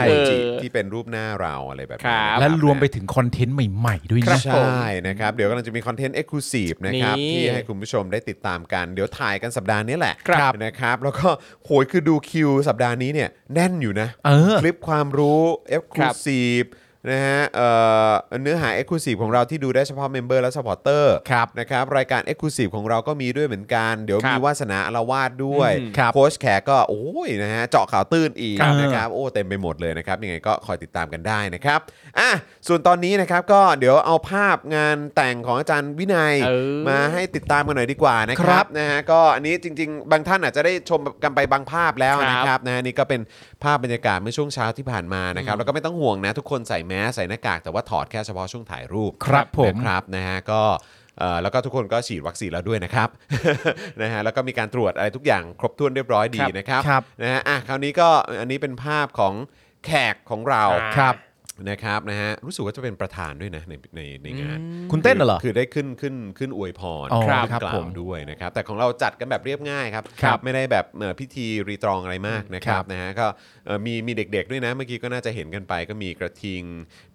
S1: ที่เป็นรูปหน้าเราอะไรแบบ
S3: ครั
S1: นี้
S3: บ
S2: และรวมไปถึงคอนเทนต์ใหม่ๆด้วย
S1: ครั
S2: นะ
S1: บใช่นะครับ เดี๋ยวกำลังจะมีคอนเทนต์เอ็กซ์คลูซีฟนะครับ
S3: นี่
S1: ที่ให้คุณผู้ชมได้ติดตามกัน เดี๋ยวถ่ายกันสัปดาห์นี้แหละ
S3: ครับ
S1: นะครับ แล้วก็โหยคือดูคิวสัปดาห์นี้เนี่ยแน่นอยู่นะ
S2: เออ
S1: คลิปความรู้เอ็กซ์ค
S3: ค
S1: ลู
S3: รับ
S1: ซีฟนะฮะเอ่อเนื้อหา e x c l u s i v e ของเราที่ดูได้เฉพาะเมมเบอร์และสปอร์เตอร์
S2: ครับ
S1: นะครับรายการ e x c l u s i v e ของเราก็มีด้วยเหมือนกัน เดี๋ยว
S3: ครั
S1: มี
S3: บ
S1: วาสนาอารวาสด้วย
S2: อืมครับ
S1: โค้ชแขกก็โอ้ยนะฮะเจาะข่าวตื้นอีก
S2: ครับ
S1: นะครับโอ้เต็มไปหมดเลยนะครับยังไงก็คอยติดตามกันได้นะครับอ่ะส่วนตอนนี้นะครับก็เดี๋ยวเอาภาพงานแต่งของอาจารย์วินัย
S3: เออ
S1: มาให้ติดตามกันหน่อยดีกว่านะค
S2: ครั
S1: รับบ นะฮะก็อันนี้จริง ๆ บางท่านอาจจะได้ชมกันไปบางภาพแล้ว แล้วนะค
S3: ครั
S1: รับบ นะฮะนี่ก็เป็นภาพบรรยากาศเมื่อช่วงเช้าที่ผ่านมานะครับแล้วก็ไม่ต้องห่วงนะ ทุกคนใส่แมสใส่หน้ากากแต่ว่าถอดแค่เฉพาะช่วงถ่ายรูป
S2: ครับผม
S1: นะครับนะฮะก็เอ่อแล้วก็ทุกคนก็ฉีดวัคซีนแล้วด้วยนะครับ [laughs] นะฮะแล้วก็มีการตรวจอะไรทุกอย่างครบถ้วนเรียบร้อยดี
S3: ครับ
S1: นะครับ
S2: ครับ
S1: นะฮะอ่ะคราวนี้ก็อันนี้เป็นภาพของแขกของเรา
S2: ครับ
S1: นะครับนะฮะรู้สึกว่าจะเป็นประธานด้วยนะในในในงาน
S2: คุณเต้นเหรอ
S1: คือได้ขึ้นขึ้นขึ้นอวยพร
S2: อ๋อ
S1: ขึ้น
S2: ครับ
S1: กล่า
S2: ผ
S1: ว
S2: ม
S1: ด้วยนะครับ แต่ของเราจัดกันแบบเรียบง่ายครับ
S2: ครับ
S1: ไม่ได้แบบเอ่อพิธีรีตรองอะไรมากนะครับ
S2: ครับ
S1: นะฮะก็เอ่อมีมีเด็กๆด้วยนะ เมื่อกี้ก็น่าจะเห็นกันไป ก็มีกระทิง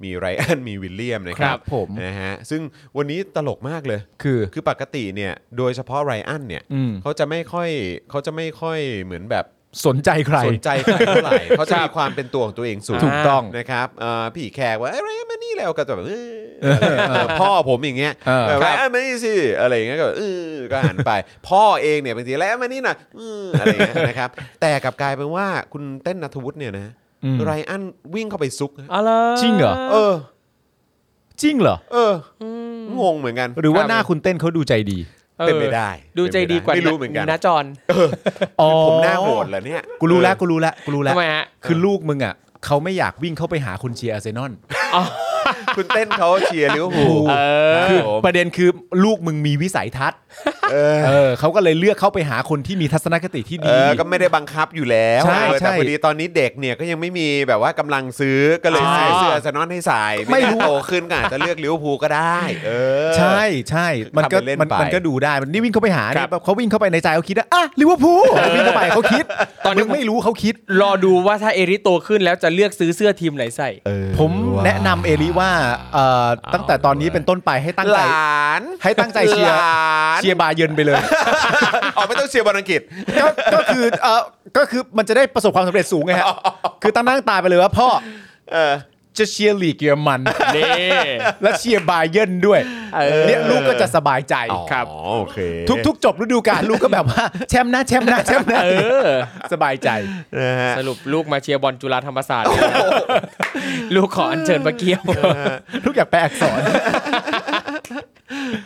S1: มีไรอัน [laughs] มีวิลเลียมนะครั
S2: ครับ บผม
S1: นะฮะซึ่งวันนี้ตลกมากเลย
S2: คือ
S1: คือปกติเนี่ยโดยเฉพาะไรอันเนี่ย
S2: อืม
S1: เขาจะไม่ค่อยเขาจะไม่ค่อยเหมือนแบบ
S2: สนใจใคร
S1: สนใจใครเท่าไห
S2: [laughs]
S1: ร่เขาจะมีความเป็นตัวของตัวเองสูง
S2: ถูกต้อง
S1: นะครับเอ่อพี่แขกว่าเอ้ยไรอันมานี่แล้วก็จะแบบเอ้ยเออพ่อผมอย่างเงี้ย
S2: เอ
S1: แบ
S2: อ
S1: บไรอันมานี่สิอะไรอย่างเงี้ยก็แบบเออก็หันไป พ่อเองเนี่ยบางทีไรอันมานี่หน่อยอืออะไรอย่างเงี้ยนะครับ แต่กลับกลายเป็นว่าคุณเต้นนัทวุฒิเนี่ยนะ
S2: อืม
S1: ไรอันวิ่งเข้าไปซุกนะ
S3: อะไร
S2: จริงเหรอ
S1: เออ
S2: จริงเหรอ
S1: เอองงเหมือนกัน
S2: หรือว่า
S3: ครับ
S2: หน้าคุณเต้นเขาดูใจดี
S1: เป็นไปได้
S3: ดูใจดีกว่า
S1: ไม่รู้เหมือนกัน
S3: นะจอน
S2: อ๋อ
S1: ผมหน้าโหดเหรอเนี่ย
S2: กูรู้แล้วกูรู้แล้วกูรู้แล้ว
S3: ทำไมฮะ
S2: คือลูกมึงอ่ะเขาไม่อยากวิ่งเข้าไปหาคุณเชียร์อาร์เซนอล
S1: คุณเต้นเขาเชียร์ลิเวอร์พูล
S2: เอ
S1: ครับ
S2: คือ
S1: ผม
S2: ประเด็นคือลูกมึงมีวิสัยทัศน์
S1: เออ
S2: เออเขาก็เลยเลือกเข้าไปหาคนที่มีทัศนคติที่
S1: เอ
S2: ดี
S1: อ ก็ไม่ได้บังคับอยู่แล้ว
S2: ใช่
S1: เออ
S2: ใช่
S1: แต่พอดีตอนนี้เด็กเนี่ยก็ยังไม่มีแบบว่ากำลังซื้อ ก็เลยซื้อ
S2: ใช่
S1: เสื้ออาร์เซนอนให้ใส่
S2: ไม่รู้
S1: โตขึ้นก็อาจจะเลือกลิเวอร์พูลก็ได้ เออ
S2: ใช่ใช่มันก็
S1: ทำเป็นเล่น
S2: มัน
S1: ไป
S2: มันก็ดูได้มันนี่วิ่งเข้าไปหา
S3: ครั
S2: เนี่ย
S3: บ
S2: แบบเขาวิ่งเข้าไปในใจเขาคิดว่าอ่ะลิเวอร์พูลวิ่งเข้าไปเขาคิด
S3: ตอนนี้
S2: มึงไม่รู้เขาคิด
S3: รอดูว่าถ้าเอริโตขึ้นแล้วจะเลือกซื้อเสื้อทีมไหนใส่
S1: เออ
S2: ผม
S1: ว่า
S2: แนะนำเอริว่าเอ่อตั้งแต่ตอนนี้เป็นต้นไปให้ตั้ง
S1: ห
S2: ใจ
S1: ลาน
S2: ให้ตั้งใจเชีย
S1: ห
S2: ร์
S1: ลาน
S2: เชียร์บาเยิร์นไปเลย
S1: ออกไม่ต้องเชียร์บอลอังกฤษ
S2: ก็ก็คือเออก็คือมันจะได้ประสบความสำเร็จสูงไงฮะ คือตั้งหนั่งตายไปเลยว่าพ่อ
S1: เออ
S2: จะเชียร์ลีกเยอรมัน
S3: นี่
S2: และเชียร์บาเยิร์นด้วย
S3: เออ
S2: เนี่ยลูกก็จะสบายใจ
S3: ครับ
S1: อ๋อโอเค
S2: ทุกๆ จบฤดูกาลลูกก็แบบว่าแชมป์นะแชมป์นะแชมป์นะ
S3: เออ
S2: สบายใจ
S1: นะฮะ
S3: สรุปลูกมาเชียร์บอลจุฬาธรรมศา [laughs] สตร์ ลูกขออัญเชิญพระเกี้ยว
S2: ลูกอยากแปลอักษร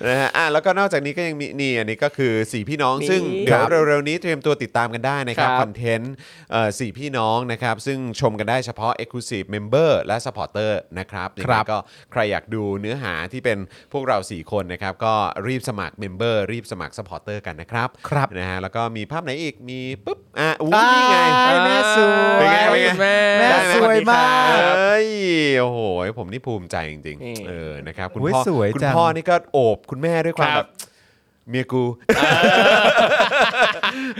S1: นะฮะอ่ะแล้วก็นอกจากนี้ก็ยังมีนี่อันนี้ก็คือสี่พี่น้อง
S3: นี่
S1: ซึ่งเดี๋ยว
S2: ครับ
S1: เร็วๆนี้เตรียมตัวติดตามกันได้นะครับ
S3: ครับ
S1: คอนเทนต์เอ่อสี่พี่น้องนะครับ ซึ่งชมกันได้เฉพาะ Exclusive Member และ Supporter นะครับยังไง
S2: ครับ
S1: ก็ใครอยากดูเนื้อหาที่เป็นพวกเรา 4 คนนะครับ ก็รีบสมัคร Member รีบสมัคร Supporter กันนะครับ
S2: ครับ
S1: นะฮะแล้วก็มีภาพไหนอีกมีปุ๊บอ่ะอู้
S2: อ่านี่
S1: นี่ไง
S2: ใช่แม่สวย
S1: เป็นไงเป็นไง
S3: คุณแม่
S2: แม่สวยมาก
S1: เอ้ยโอ้โห ผมนี่ภูมิใจจริง
S3: นี่
S1: ๆเออนะครับคุณ
S2: โอ้ย
S1: พ่อ
S2: สวย
S1: คุณ
S2: จัง
S1: พ่อนี่ก็โอบคุณแม่ด้วยความ
S3: ค
S1: แบ
S3: รั
S1: บบ เมียกู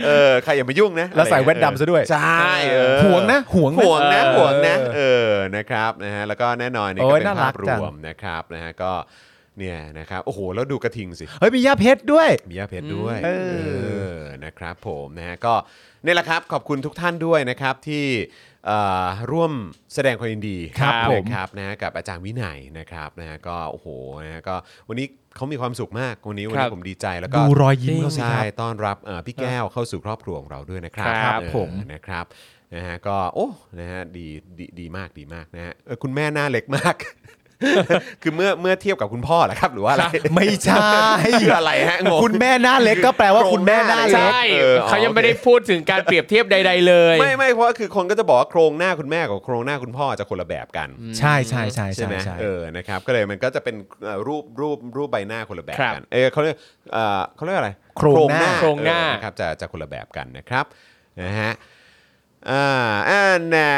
S1: เออใครอย่ามายุ่งนะ
S2: แล้วใส่แว่นดำซะด้วย
S1: ใช่เออ
S2: ห่วงนะห่วงนะ
S1: ห่วงนะ
S2: เออ
S1: ห่วงนะเออนะครับนะฮะแล้วก็แน่นอนนี่
S2: โอ้
S1: ก็
S2: ย
S1: เป็น
S2: น่ารั
S1: ภาก พร
S2: จัง
S1: วมนะครับนะฮะก็เนี่ยนะครับโอ้โหแล้วดูกระทิงสิ
S2: เฮ้ยมีย่าเพชรด้วย
S1: มียาเพชรด้วย
S2: เอ
S1: อ
S2: อ
S1: นะครับผมนะฮะก็นี่แหละครับขอบคุณทุกท่านด้วยนะครับที่เอ่อร่วมแสดงความยินดี
S2: ครับผม
S1: นะครับนะฮะกับอาจารย์วินัยนะครับนะฮะก็โอ้โหนะฮะก็วันนี้เขามีความสุขมากวันนี้วัน
S3: ครั
S1: นี้
S3: บ
S1: ผมดีใจแล้วก็
S2: ดูรอยยิ้มเขาสิค
S1: ใช่
S2: รับ
S1: ต้อนรับเอ่อพี่แก้วเข้าสู่ครอบครัวของเราด้วยนะครับ
S2: ครับ
S1: เออ
S2: ผม
S1: นะครับนะฮะก็โอ้นะฮะดีดีดีมากดีมากนะฮะเออคุณแม่หน้าเล็กมาก [laughs] คือเมื่อเมื่อเทียบกับคุณพ่อเหรอครับหรือว่าอะไร
S2: ไม่ใช่
S1: คืออะไรฮะงง
S2: คุณแม่หน้าเล็กก็แปลว่าคุณแม่หน้า
S1: ใช่
S2: เล็ก
S1: เออ
S3: เขายังไม่ได้พูดถึงการเปรียบเทียบใด ๆ เลย
S1: ไม่ไม่เพราะว่าคือคนก็จะบอกว่าโครงหน้าคุณแม่กับโครงหน้าคุณพ่อจะคนละแบบกัน
S2: ใช่ใช่ใช่
S1: ใช่
S2: ใช่
S1: ไหม
S2: ใช่
S1: เออนะครับก็เลยมันก็จะเป็นเอ่อรูปรูปรูปใบหน้าคนละแบบ
S3: ครับ
S1: กันเออเขาเรียกเอ่อเขาเรียกอะไร
S2: โครงหน้า
S1: เออ
S3: โครงหน้า
S1: นะครับจะจะคนละแบบกันนะครับนะฮะอ่าอ่าน่ะ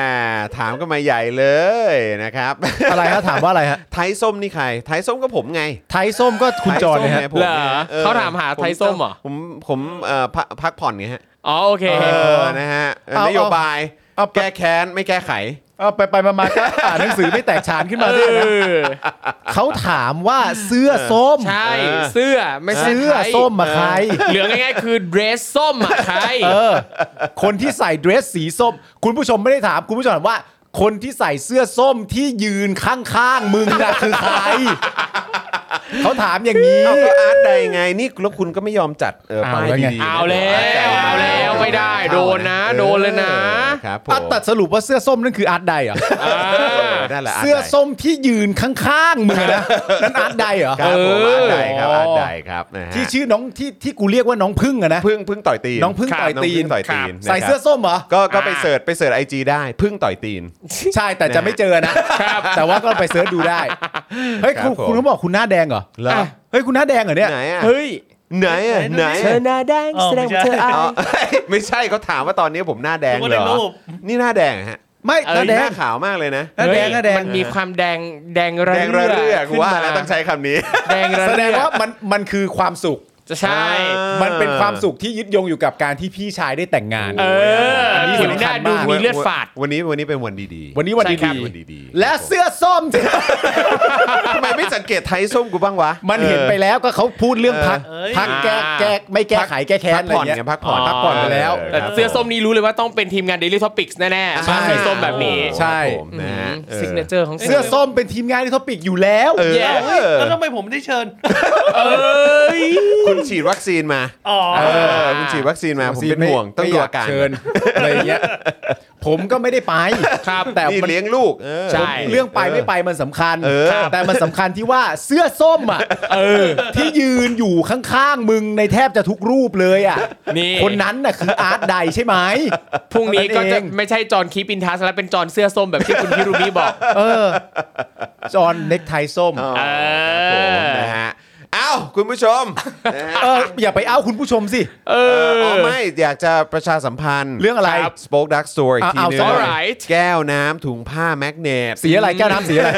S1: ถามกันมาใหญ่เลยนะครับ [laughs]
S2: อะไรฮะถามว่าอะไรฮะ
S1: ไทยส้มนี่ใคร ไทยส้มก็ผมไง
S2: ไทยส้มก็คุณจอยเลยฮะ
S1: ไทส้มไงผม
S3: เหรอ
S1: นี่ยออ
S3: เขาถามหาไทยส้มเหรอ
S1: ผมผมเอ่อพักพักผ่อนไงฮะ
S3: อ๋อโอเค
S1: เออนะฮะเออ
S2: เอาเอา
S1: นโยบาย
S2: เอาไป
S1: แก้แค้นไม่แก้ไข
S2: เอาไปไปมามาก็อ่านหนังสือไม่แตกฉานขึ้นมาด้วยนะ
S3: เออ
S2: เขาถามว่าเสื้อส้ม
S3: ใช่เสื้อไม่ใช่
S2: เสื้อ
S3: ไทย
S2: ส้มมาใคร
S3: เหลืองง่ายๆคือเดรสส้มอะใคร
S2: เออ คนที่ใส่เดรสสีส้ม คุณผู้ชมไม่ได้ถาม คุณผู้ชมถามว่า คนที่ใส่เสื้อส้มที่ยืนข้างๆมึงน่ะคือใคร เขาถามอย่างนี้
S1: เอาก็อาร์ตใดไงนี่แล้วคุณก็ไม่ยอมจัดเออ
S2: เอา
S1: ป้าย
S2: แล้วไง
S1: ดีๆนะ
S3: เอาแล้ว
S1: ร์ตใด
S3: เอาแล้วไม่ได้
S1: เข้า
S3: โดนนะโดนเลยนะ
S1: ออครับผม
S2: อ่ะแต่สรุปว่าเสื้อส้มนั่นคืออาร์ตใดเหรอ
S3: อ่า
S1: เออนั่นแหละาร์ตใด
S2: เสื้อส้มที่ยืนข้างๆมึงนะนั่นอาร์ตใดเหรอ
S1: ครับผมอาร์ตใดครับ
S2: เออ
S1: อาร์ตใดครับนะฮะ
S2: ที่ชื่อน้องที่ที่กูเรียกว่าน้องพึ่งอะนะ
S1: พึ่งพึ่งต่อยตีน
S2: น้องพึ่ง
S1: ครับ
S2: ต่อยตีน
S1: น้งพึ่งต่อยตีน
S2: ใส่เสื้อ
S1: นะครับ
S2: ส้มเหรอ
S1: ก็ก็ไปเสิร์ชไปเสิร์ชไอจีได้พึ่งต่อยตีน
S2: ใช่แต่จะไม่เจอนะแต่ว่าก็ไปเสิร์ชดูได้ เฮ้ยคุณ
S1: ครับผม
S2: คุณเขาบอกคุณหน้าแดงเหรอ
S1: เหรอ
S3: อ่ะ
S2: เฮ้ยคุณหน้าแดงเหรอเนี่ย
S1: ไหนอ่ะ
S3: เฮ้ย
S1: ไหนอ่ะไหน
S3: เธอ
S1: อ่ะ
S3: หน้าแดง
S4: อ๋อ
S3: แสดง
S4: ไม่
S3: ว่า
S4: ใช่
S3: เธออา
S1: อ๋อย [laughs] ไม่ใช่เขาถามว่าตอนนี้ผมหน้าแดง
S4: นึกว่า
S1: เหร
S4: ในรู
S1: อ
S4: ป
S1: นี่หน้าแดงเหรอฮะ
S2: ไม่ห
S3: เอ้ย
S2: น้าแด
S1: ห
S2: ง
S1: น้าขาวมากเลยนะ
S2: หน้าแดง
S3: เฮ้ย
S2: หน้าแดง
S3: มันมีความแดงแดงระ
S1: แดงระเรื่อกู
S3: ขึ้น
S1: ว่า
S3: มา
S1: แล้วต้องใช้คำนี้
S3: แดงระ
S2: แสด
S3: เรื่
S2: ง
S3: อ
S2: ว่ามันมันคือความสุข
S3: จะใช่
S1: อ่า
S2: มันเป็นความสุขที่ยึดโยงอยู่กับการที่พี่ชายได้แต่งงาน
S3: เออ
S2: อันนี้
S3: คุ
S2: สำคัญ
S3: ณหน้า
S2: มา
S3: ดู
S2: ก
S3: มีเลือดฝาด
S1: วันนี้วันนี้เป็นวันดีๆ
S2: วันนี้วัน
S3: ใช่ครับ
S2: ดี
S1: วันดีๆ
S2: และเสื้อส้ม [laughs]
S1: ทำไมไม่สังเกตไทยส้มกูบ้างวะ
S2: มันเห็นไปแล้วก็เขาพูดเรื่องพัก
S4: เออ
S2: พักแก้แก้ไม่แก้ไขแก้แค้นอะไรเงี้ย
S1: พักผ่อน
S2: พักผ่อนไปแล้ว
S3: แต่เสื้อส้มนี่รู้เลยว่าต้องเป็นทีมงาน Daily Topics แน่ๆ
S2: ใช่
S3: มาสีส้มแบบนี้
S2: ใช่
S1: ผมนะฮะเออ
S3: ซิกเนเจอร์ของ
S2: เสื้อส้มเป็นทีมงานที่ท็อปิกอยู่แล้ว
S1: เออ
S4: เอ้าเฮ้ยแล้วทำไมผมไม่ได้เชิญ
S3: เอ้ย
S1: คุณฉีดวัคซีนมา
S4: อ๋อ
S1: เออคุณฉีดวัคซีนมาผมเป็นห่วงต้องดูอาการ
S2: ไม่ยเชิญอะไรเงี้ย ผมก็ไม่ได้ไป
S3: ครับ
S2: แต่
S1: นี่
S2: มัน
S1: เลี้ยงลูกเออ
S3: ใช่
S2: เรื่องไปไม่ไปมันสำคัญ
S1: เออ
S2: แต่มันสำคัญที่ว่าเสื้อส้มอ่ะที่ยืนอยู่ข้างๆมึงในแทบจะทุกรูปเลยอ่ะ
S3: นี่
S2: คนนั้นน่ะคืออาร์ตใดใช่ไหม
S3: พรุ่งนี้ก็
S2: เท่า
S3: จะ
S2: เอง
S3: ไม่ใช่จอห์นคีปินทัสแล้วเป็นจอห์นเสื้อส้มแบบที่คุณพิรุมีบอก
S2: เออ จอห์นเน็กไทส้ม
S1: อ๋อ
S3: เอ
S1: ครั
S3: อ
S1: บผมนะฮะเอ้าคุณผู้ชมนะฮะ
S2: เออ อย่าไปเอ้าคุณผู้ชมสิ
S3: เอ
S1: เออ
S3: อ
S1: อ๋อไม่อยากจะประชาสัมพันธ์
S2: เรื่องอะไร
S1: สป็อคดักสโตร์
S2: เอา
S1: ทีนึง
S2: เอา
S3: alright
S1: แก้วน้ำถุงผ้าแมกเนต
S2: สีอะไรแก้วน้ำสีอะไร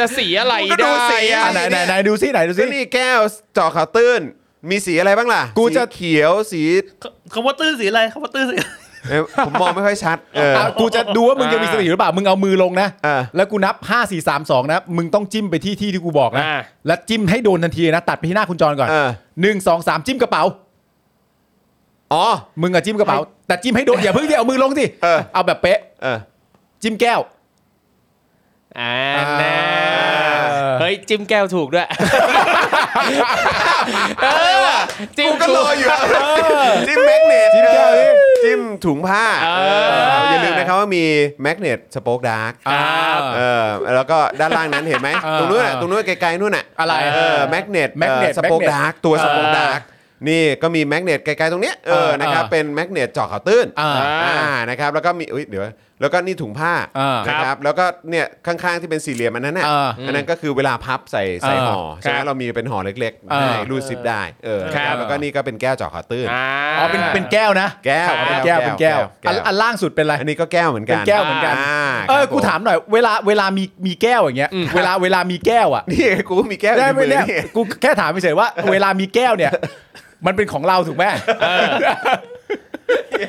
S3: จะสีอะไร
S1: มึงก็ดู
S3: ได้
S1: สีอะ
S2: อ่ะไหนไหนไหนดูสิไหนดูสิ
S1: ก็นี่แก้วเจอข่าวตื้น มีสีอะไรบ้างล่ะ
S2: กูจะ
S1: สีเขียวสี
S4: เขาคำว่าตื้นสีอะไรคำว่าตื้นสีอะไร
S1: เอ้ยผมมองไม่ค่อยชัดเออ
S2: อ่ะกูจะดูว่ามึงยังมีสติหรือเปล่า มึงเอามือลงนะ
S1: อ่ะ
S2: แล้วกูนับ 5 4 3 2 นะ มึงต้องจิ้มไปที่ที่ที่กูบอกนะ
S3: อ่า
S2: แล้วจิ้มให้โดนทันทีนะ ตัดไปที่หน้าคุณจรก่อน
S1: เออ
S2: หนึ่งสองสามจิ้มกระเป๋า
S1: อ๋อ
S2: มึงอะจิ้มกระเป๋า แต่จิ้มให้โดน อย่าเพิ่งที่เอามือลงสิ
S1: เออ
S2: เอาแบบเป๊ะ
S1: เออ
S2: จิ้มแก้ว
S3: อ่าแน่
S2: เออ
S3: เฮ้ย จิ้มแก้วถูกด้วย เออจิ้ม
S1: ก็ร
S3: ถูก
S1: ออยู่ จิ้มแมกเนต
S2: จิ้มแก้วดิ
S1: จิ้มถุงผ้า
S3: เออ
S1: อ
S3: อ
S1: ย่าลืมนะครับว่ามีแมกเนตสป็อกดาร์ก
S3: ครับ
S1: เออแล้วก็ด้านล่างนั้นเห็นไหม
S2: เออ
S1: ตรงนู้นน่ะตรงนู้นไกลๆนู่นน่ะ
S2: อะไร
S1: เออแมกเนต
S2: Magnet
S1: สป็อกดาร์
S2: Magnet
S1: กตัว
S2: เออ
S1: สป็อกดาร์กนี่ก็มีแมกเนตไกลๆตรงเนี้ยเอ
S2: เอ
S1: อ
S2: อ
S1: นะครับ
S2: เออ
S1: เป็นแมกเนตเจาะข่าวตื้น
S2: อ่า
S1: นะครับแล้วก็มีอุ๊ยเดี๋ยวแล้วก็นี่ถุงผ้า
S2: เออ
S1: นะครับแล้วก็เนี่ยข้างๆที่เป็นสี่เหลี่ยมอันนั้นน่ะ
S2: เอออั
S1: อันนั้นก็คือเวลาพับใส่ใส่
S2: เออ
S1: ห่อใช่ไหม
S3: ครับ
S1: เรามีเป็นห่อเล็ก
S2: เอ
S1: ๆ
S2: อ
S1: ให้รูดซิปได้เออนะค
S3: ครั
S1: รับบ แล้วก็นี่ก็เป็นแก้วเจาะข่าวตื้น
S3: อ๋
S2: อ๋อเป็นเป็นแก้วนะ
S1: แก้ว
S2: เป็นแก้วเป็นแก้วอันอันล่างสุดเป็นอะไร
S1: อันนี้ก็แก้วเหมือนกัน
S2: เป็นแก้วเหมือนกัน
S1: า
S2: เอ
S1: ค
S2: อ
S1: รับ
S2: กูถามหน่อยเวลาเวลามีมีแก้วอย่างเงี้ยเวลาเวลามีแก้วอ่ะ
S1: นี่ไงกูมีแก้ว
S2: ได้
S1: อยู่ใน
S2: ไหม
S1: มือ
S2: เนี่ย
S1: นี่
S2: กูแค่ถามเฉยๆว่า เวลามีแก้วเนี่ย มันเป็นของเราถูกไหม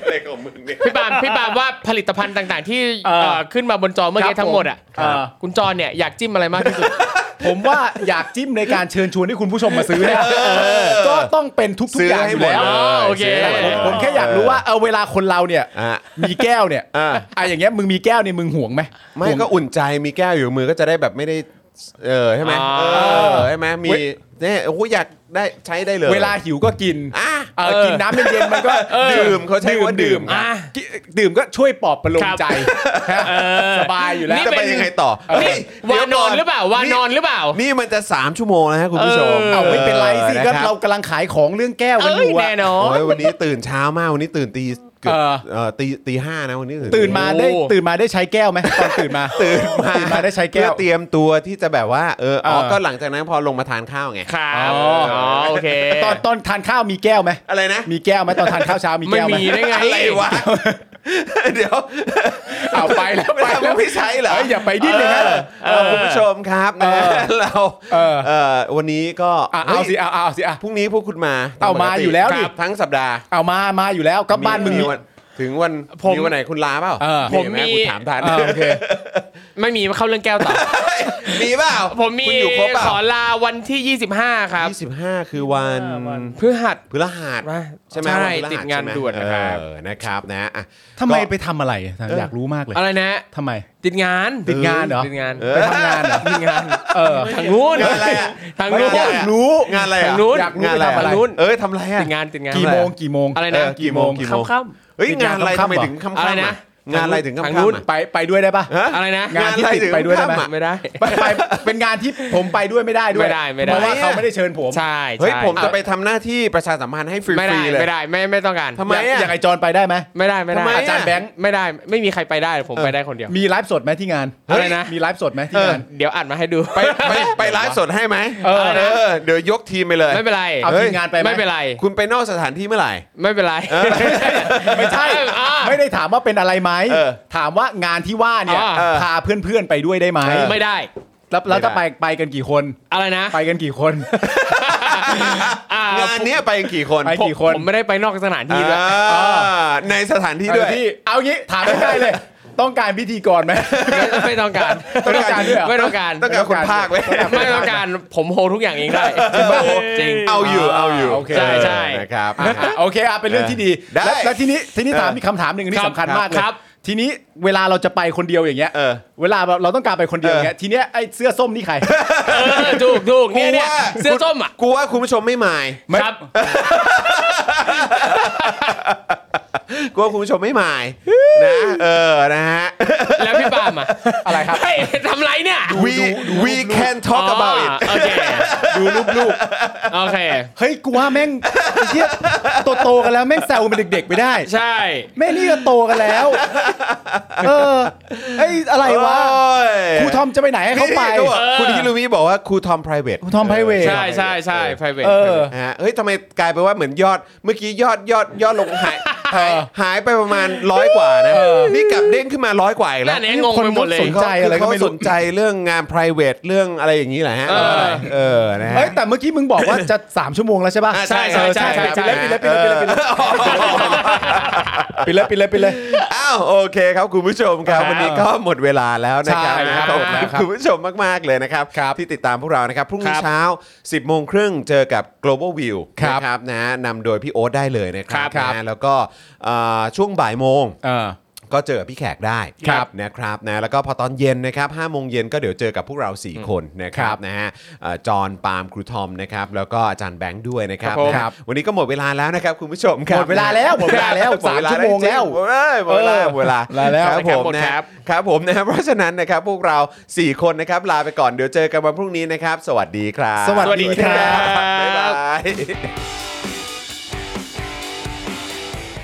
S1: อะไรของมึงเนี่ย
S3: พี่ปาล์มพี่ปาล์มว่าผลิตภัณฑ์ต่างๆ ที่
S2: เออ
S3: เอ่อขึ้นมาบนจอเมื่อกี้
S2: ครับ
S3: ทั้งหมดอ่ะ
S2: ผมครับ
S3: คุณจอเนี่ยอยากจิ้มอะไรมากที่สุด
S2: ผมว่าอยากจิ้มในการเชิญชวนให้คุณผู้ชมมาซื้อเนี่ยก็ต้องเป็นทุก
S1: ซื้อ
S2: ๆอย่าง
S1: ให้
S2: อยู่
S1: หมด
S2: แล้ว
S1: เลย
S3: อ๋อโอเค
S1: ซื้ให้หมดเลย
S2: ผมแค่อยากรู้ว่าเออเวลาคนเราเนี่ย
S1: อ่ะ
S2: มีแก้วเนี่ย
S1: อ่า
S2: อ่ะอย่างเงี้ยมึงมีแก้วเนี่ยมึงห่วงไหม
S1: ไม่
S2: ห่วง
S1: ก็อุ่นใจมีแก้วอยู่มือก็จะได้แบบไม่ได้เออใช่ไหม
S3: อ่า
S1: เออใช่ไหมมี
S2: เว้ย
S1: เนี่ยโอ้โหอยากได้ใช้ได้เลย
S2: เวลาหิวก็กิน
S1: อ่ะ
S2: เออกินน้ำเย็นๆมันก็
S1: ดื่มเขาใช้คำว่าดื่ม
S2: อ่ะกิดื่มก็ช่วยปลอบประโลม
S3: ครับ
S2: ใจสบายอยู่แล้ว
S3: นี่
S1: จะไป
S3: เป็น
S1: ยังไงต่อ
S3: นี่วานอนหรือเปล่าวานอนหรือเปล่า
S1: นี่มันจะ 3 ชั่วโมงแล้วฮะคุณผู้ชม
S3: เออ
S2: เอาไม่เป็นไรสิก็
S1: นะคบ
S2: เรากำลังขายของเรื่องแก้วกัน
S3: เอ้
S2: อย ยู่อะ
S3: แน่นอน
S1: โอ้ยวันนี้ตื่นเช้ามาก วันนี้ตื่นตีเกือบ
S2: เออ
S1: เอ่อตีตีห้านะวันนี้
S2: ตื่นมาได้
S3: โอ้
S2: ตื่นมาได้ใช้แก้วไหมตอนตื่นมา
S1: ตื่นมา
S2: ตื่นมาได้ใช้แก้ว
S1: เพื่อเตรียมตัวที่จะแบบว่าเอออ๋อ
S2: เออ
S1: ก็หลังจากนั้นพอลงมาทานข้าวไง
S3: ครับ
S2: อ๋
S3: อ๋
S2: ออ๋
S3: อโอเค
S2: ตอนตอนทานข้าวมีแก้วไหม
S1: อะไรนะ
S2: มีแก้วไหมตอนทานข้าวเช้ามี
S3: ไม่
S2: แก้วไหม
S3: มีได้ไง
S1: อะไรวะ เดี๋ยว
S2: เอาไปแล้ว
S1: ไม่
S2: ไป
S1: ทำ
S2: แล้ว
S1: ไม่ใช้เหรอ
S2: เฮ้ยอย่าไปดิ้นเลยนะ
S1: เออคุณผู้ชมครับนะ
S2: เออ
S1: เรา
S2: เออ
S1: เออวันนี้ก็
S2: อ่ะเอาสิเอาเอาสิอ่ะ
S1: พรุ่งนี้พวกคุณมา
S2: เอามาอยู่แล้วดิ
S1: ครับทั้งสัปดาห์
S2: เอามามาอยู่แล้วก็บ้านมึงมี
S1: วัถึงวัน
S3: ผม
S1: มีวันไหนคุณลาเปล่า
S2: เออ
S1: เห็นไห
S3: ผมมี
S1: คุณถามทัน
S2: อ่าโอเค
S3: ไม่มีเข้าเรื่องแก้วต่อ
S1: มีเปล่า
S3: ผมมี
S1: คุณอยู่ครบเปล่า
S3: ขอลาวันที่ 25 ครับ
S1: ยี่สิบห้าคือวัน
S4: อ่าวัน
S3: พฤหัส
S1: พฤหัสใช่ไหม
S3: ใช่
S1: วันพฤหัส
S3: ติดงาน
S1: ใช่ไหม
S3: ด่วนนะครับ
S1: เออนะครับนะอ่ะ
S2: ทำไม
S1: ก็
S2: ไปทำอะไรอ่ะอยากรู้มากเลย
S3: อะไรนะ
S2: ทำไม
S3: ติดงาน
S2: ติดงานเหรอ
S3: ติดงาน
S2: ไปทำงานเหรอ
S3: ติดงาน
S2: เออ
S3: ทางนู้น
S1: งานอะไรอะ
S3: ทางนู้น
S1: ไม่
S2: อยากรู้
S1: งานอะไร
S3: ทา
S1: อ่ะ
S3: งนู้น
S1: อยากรู้ไป
S2: ทำ
S1: ทำ
S2: อะ
S1: อะไร ไรนู้นเอ้ยทำอะไรอ่ะ
S3: ติดงานติดงาน
S2: กี่โมงกี่โมง
S3: อะไร
S1: เอ
S3: นะ
S1: อกี่โมงกี่โมง
S3: ค่ำ
S1: เฮ้ยงานอะไร
S2: งาน
S1: ทำไม
S2: ค่ำๆ
S1: ถึงค่ำๆ
S3: อะไรนะ
S1: งานอะไรถึงค่ำ
S3: ทาง
S1: ๆ
S3: นู้น
S1: อ่ะ
S2: ไปไปด้วยได้ปะ
S1: ฮะ
S3: ๆอะไรนะ
S2: งาน
S1: อะไรถึง
S2: ไปด้วยได้ไหม
S1: ค่ำๆอ่ะ
S3: ไม่ได้
S2: ไปไปเป็นงานที่ผมไปด้วยไม่ได้ด้วย
S3: ไม่ได้ไม่ได้
S2: เพราะว่าเขาไม่ได้เชิญผม
S3: ใช่
S1: เฮ้ย
S3: ใช่
S1: ผมจะไปทำหน้าที่ประชาสัมพันธ์ให้ฟ
S3: ไม่ได้
S1: รีๆเลย
S3: ไม่ได้ไม่ไม่ต้องการ
S1: ทำไมอะ
S2: อยากอยากไอจอนไปได้ไหม
S3: ไม่ได้ไม่ได้
S1: ทำไมอะ
S3: อาจารย์แบงค์ไม่ได้ไม่มีใครไปได้ผมไปได้คนเดียว
S2: มีไลฟ์สดไหมที่งาน
S3: เฮ้ยอะไรนะ
S2: มีไลฟ์สดไหม
S1: เอ
S2: ที่
S1: อ
S2: งาน
S3: เดี๋ยวอัดมาให้ดู
S1: ไปไปไปไลฟ์สดให้ไหม
S2: เออ
S1: เออเดี๋ยวยกทีมไปเลย
S3: ไม่เป็นไร
S2: เอา
S1: เฮ้ย
S2: ทีมงานไปห
S3: ไม่เป็นไร
S1: คุณไปนอกสถานที่เมื่อไหร่
S3: ไม่เป็นไร
S2: ไม่ใช่
S3: อ่า
S2: ไม่ได้ถามว่าเป็นอะไรไหม
S1: เออ
S2: ถามว่างานที่ว่าเนี่ย
S3: อ่า
S2: เออพาเพื่อนๆไปด้วยได้ไหม
S1: เออ
S3: ไม่ได้
S2: แล้วแล้วจะไปไปกันกี่คน
S3: อะไรนะ
S2: ไปกันกี่คน
S3: อ่าง
S1: านเนี้ยไปกันกี่คน
S2: ไปกี่คน
S3: ผมไม่ได้ไปนอกสถานที่ด้วย
S1: อ่าในสถานที่
S2: เอ
S1: ด้ว
S2: อย ที่เอางี้ถามง่ายๆเลย ต้องการพิธีก
S3: [laughs]
S2: รไหม
S3: ไม่ต้องการ
S2: ต้องการด้วยเหรอ
S3: ไม่ต้องการ
S1: ต้องการคนภาคไหม
S3: ไม่ต้องการผมโฮทุกอย่างเองได้จริง
S1: เอาอยู่เอาอยู่
S2: โอเค
S3: ใช่ใช่
S1: นะครับ
S2: อ่ะโอเคอ่ะเป็นเรื่องที่ดี
S1: ได้
S2: แล้วแล้วทีนี้ทีนี้
S1: เออ
S2: ถามมีกคำถามหนึ่งอัน
S3: ครั
S2: ที่
S3: บ
S2: สำคัญมากเล
S3: ค
S2: ย
S3: รับ
S2: ทีนี้เวลาเราจะไปคนเดียวอย่างเงี้ย
S1: เออ
S2: เวลาเราต้องการไปคนเดียวอย่างเงี้ยทีเนี้ยไอ้เสื้อส้มนี่ใคร [laughs]
S3: เออถูกถูกเนี่ยเนี่ย
S1: กูว่า
S3: เสื้อส้มอ่ะ
S1: กูว่าคุณผู้ชมไม่มาย
S2: ไม่
S3: ครับ
S1: กูว่าคุณผู้ชมไม่มายนะเออนะฮะ
S3: แล้วพี่ปาล์มอ่ะ
S2: อะไรครับ
S3: เฮ้ยทำไรเนี่ย
S1: we we can talk about it
S3: อ๋อโอเค
S2: ดูรูปลูก
S3: โอเค
S2: เฮ้ยกูว่าแม่งไอ้เชี่ยโตโตๆกันแล้วแม่งแซวเป็นเด็กๆไม่ได้
S3: ใช่
S2: แม่นี่ก็โตกันแล้ว เออไอ้ยอะไรวะ
S1: โอ้ย
S2: ครูทอมจะไปไหนให้เขาไป
S1: นี่บอก
S3: เออ
S1: คุณฮิรุมิบอกว่าครูทอม private
S2: ครูทอม private
S3: ใช่ใช่ใช่ private
S2: เออ
S1: นะฮะเฮ้ยทำไมกลายไปนว่าเหมือนยอด เมื่อกี้ยอดยอดยอดลงหายหายหายไปประมาณร้อยกว่านะ นี่กลับเด้งขึ้นมาร้อยกว่าอีกแล้ว
S3: นั่นเองงงไปหมดเลย
S2: สนใจอะไรก็ไม่
S1: เขา
S2: รู้
S1: สนใจเรื่องงาน private เรื่องอะไรอย่างนี้แหละฮะ
S3: เออ
S1: เออนะฮะ
S2: เฮ้ยแต่เมื่อกี้มึงบอกว่าจะ 3 ชั่วโมงแล้วใช่ป่ะ
S1: อ่ะ
S3: ใช่ใช่ใช่
S2: เออ
S3: ใช่
S2: ปิดเลยปิดเลยปิดเลยปิดเลยปิดเลยปิดเลยปิดเลยปิดเลย
S1: อ้าวโอเคครับคุณผู้ชมครับ
S2: ครับ
S1: วันนี้ก็หมดเวลาแล้วนะครับ
S2: ใช่ครับ
S1: ขอบคุณ
S2: ครับ
S1: คุณผู้ชมมาก ๆ เลยนะครับ
S2: ครับ
S1: ที่ติดตามพวกเรานะครับ พรุ่งนี้
S3: ครับ
S1: เช้า 10 โมงครึ่งเจอกับ global view
S2: ครับ
S1: นะครับนะนำโดยพี่โอ๊ตได้เลยนะครับ
S2: ครับ
S1: นะแล้วก็เอ่อช่วงบ่ายโมง
S2: เออ
S1: ก็เจอกับพี่แขกได้
S2: ครับ
S1: นะครับนะแล้วก็พอตอนเย็นนะครับห้าโมงเย็นก็เดี๋ยวเจอกับพวกเรา 4 คนนะค
S2: ค
S1: รั
S2: รั
S1: บบ นะฮะเอ่อจอห์นปาล์มครูทอมนะครับแล้วก็อาจารย์แบงค์ด้วยนะครับ
S2: ครับผม
S1: นะวันนี้ก็หมดเวลาแล้วนะครับคุณผู้ชมครับ
S2: หมดเวลาแล้วหมดเวลาแล้วสามชั่วโมงแล้ว
S1: หมดเวลาหมดเวลาหมดเวลา
S2: เออแล้ว
S1: ครับผมนะ
S3: ค
S1: ค
S3: รั
S1: รับบ ครับผมนะเพราะฉะนั้นนะครับพวกเรา 4 คนนะครับลาไปก่อนเดี๋ยวเจอกันวันพรุ่งนี้นะครับ สวัสดีครับ
S2: สวัสดีครับ
S1: บ๊ายบาย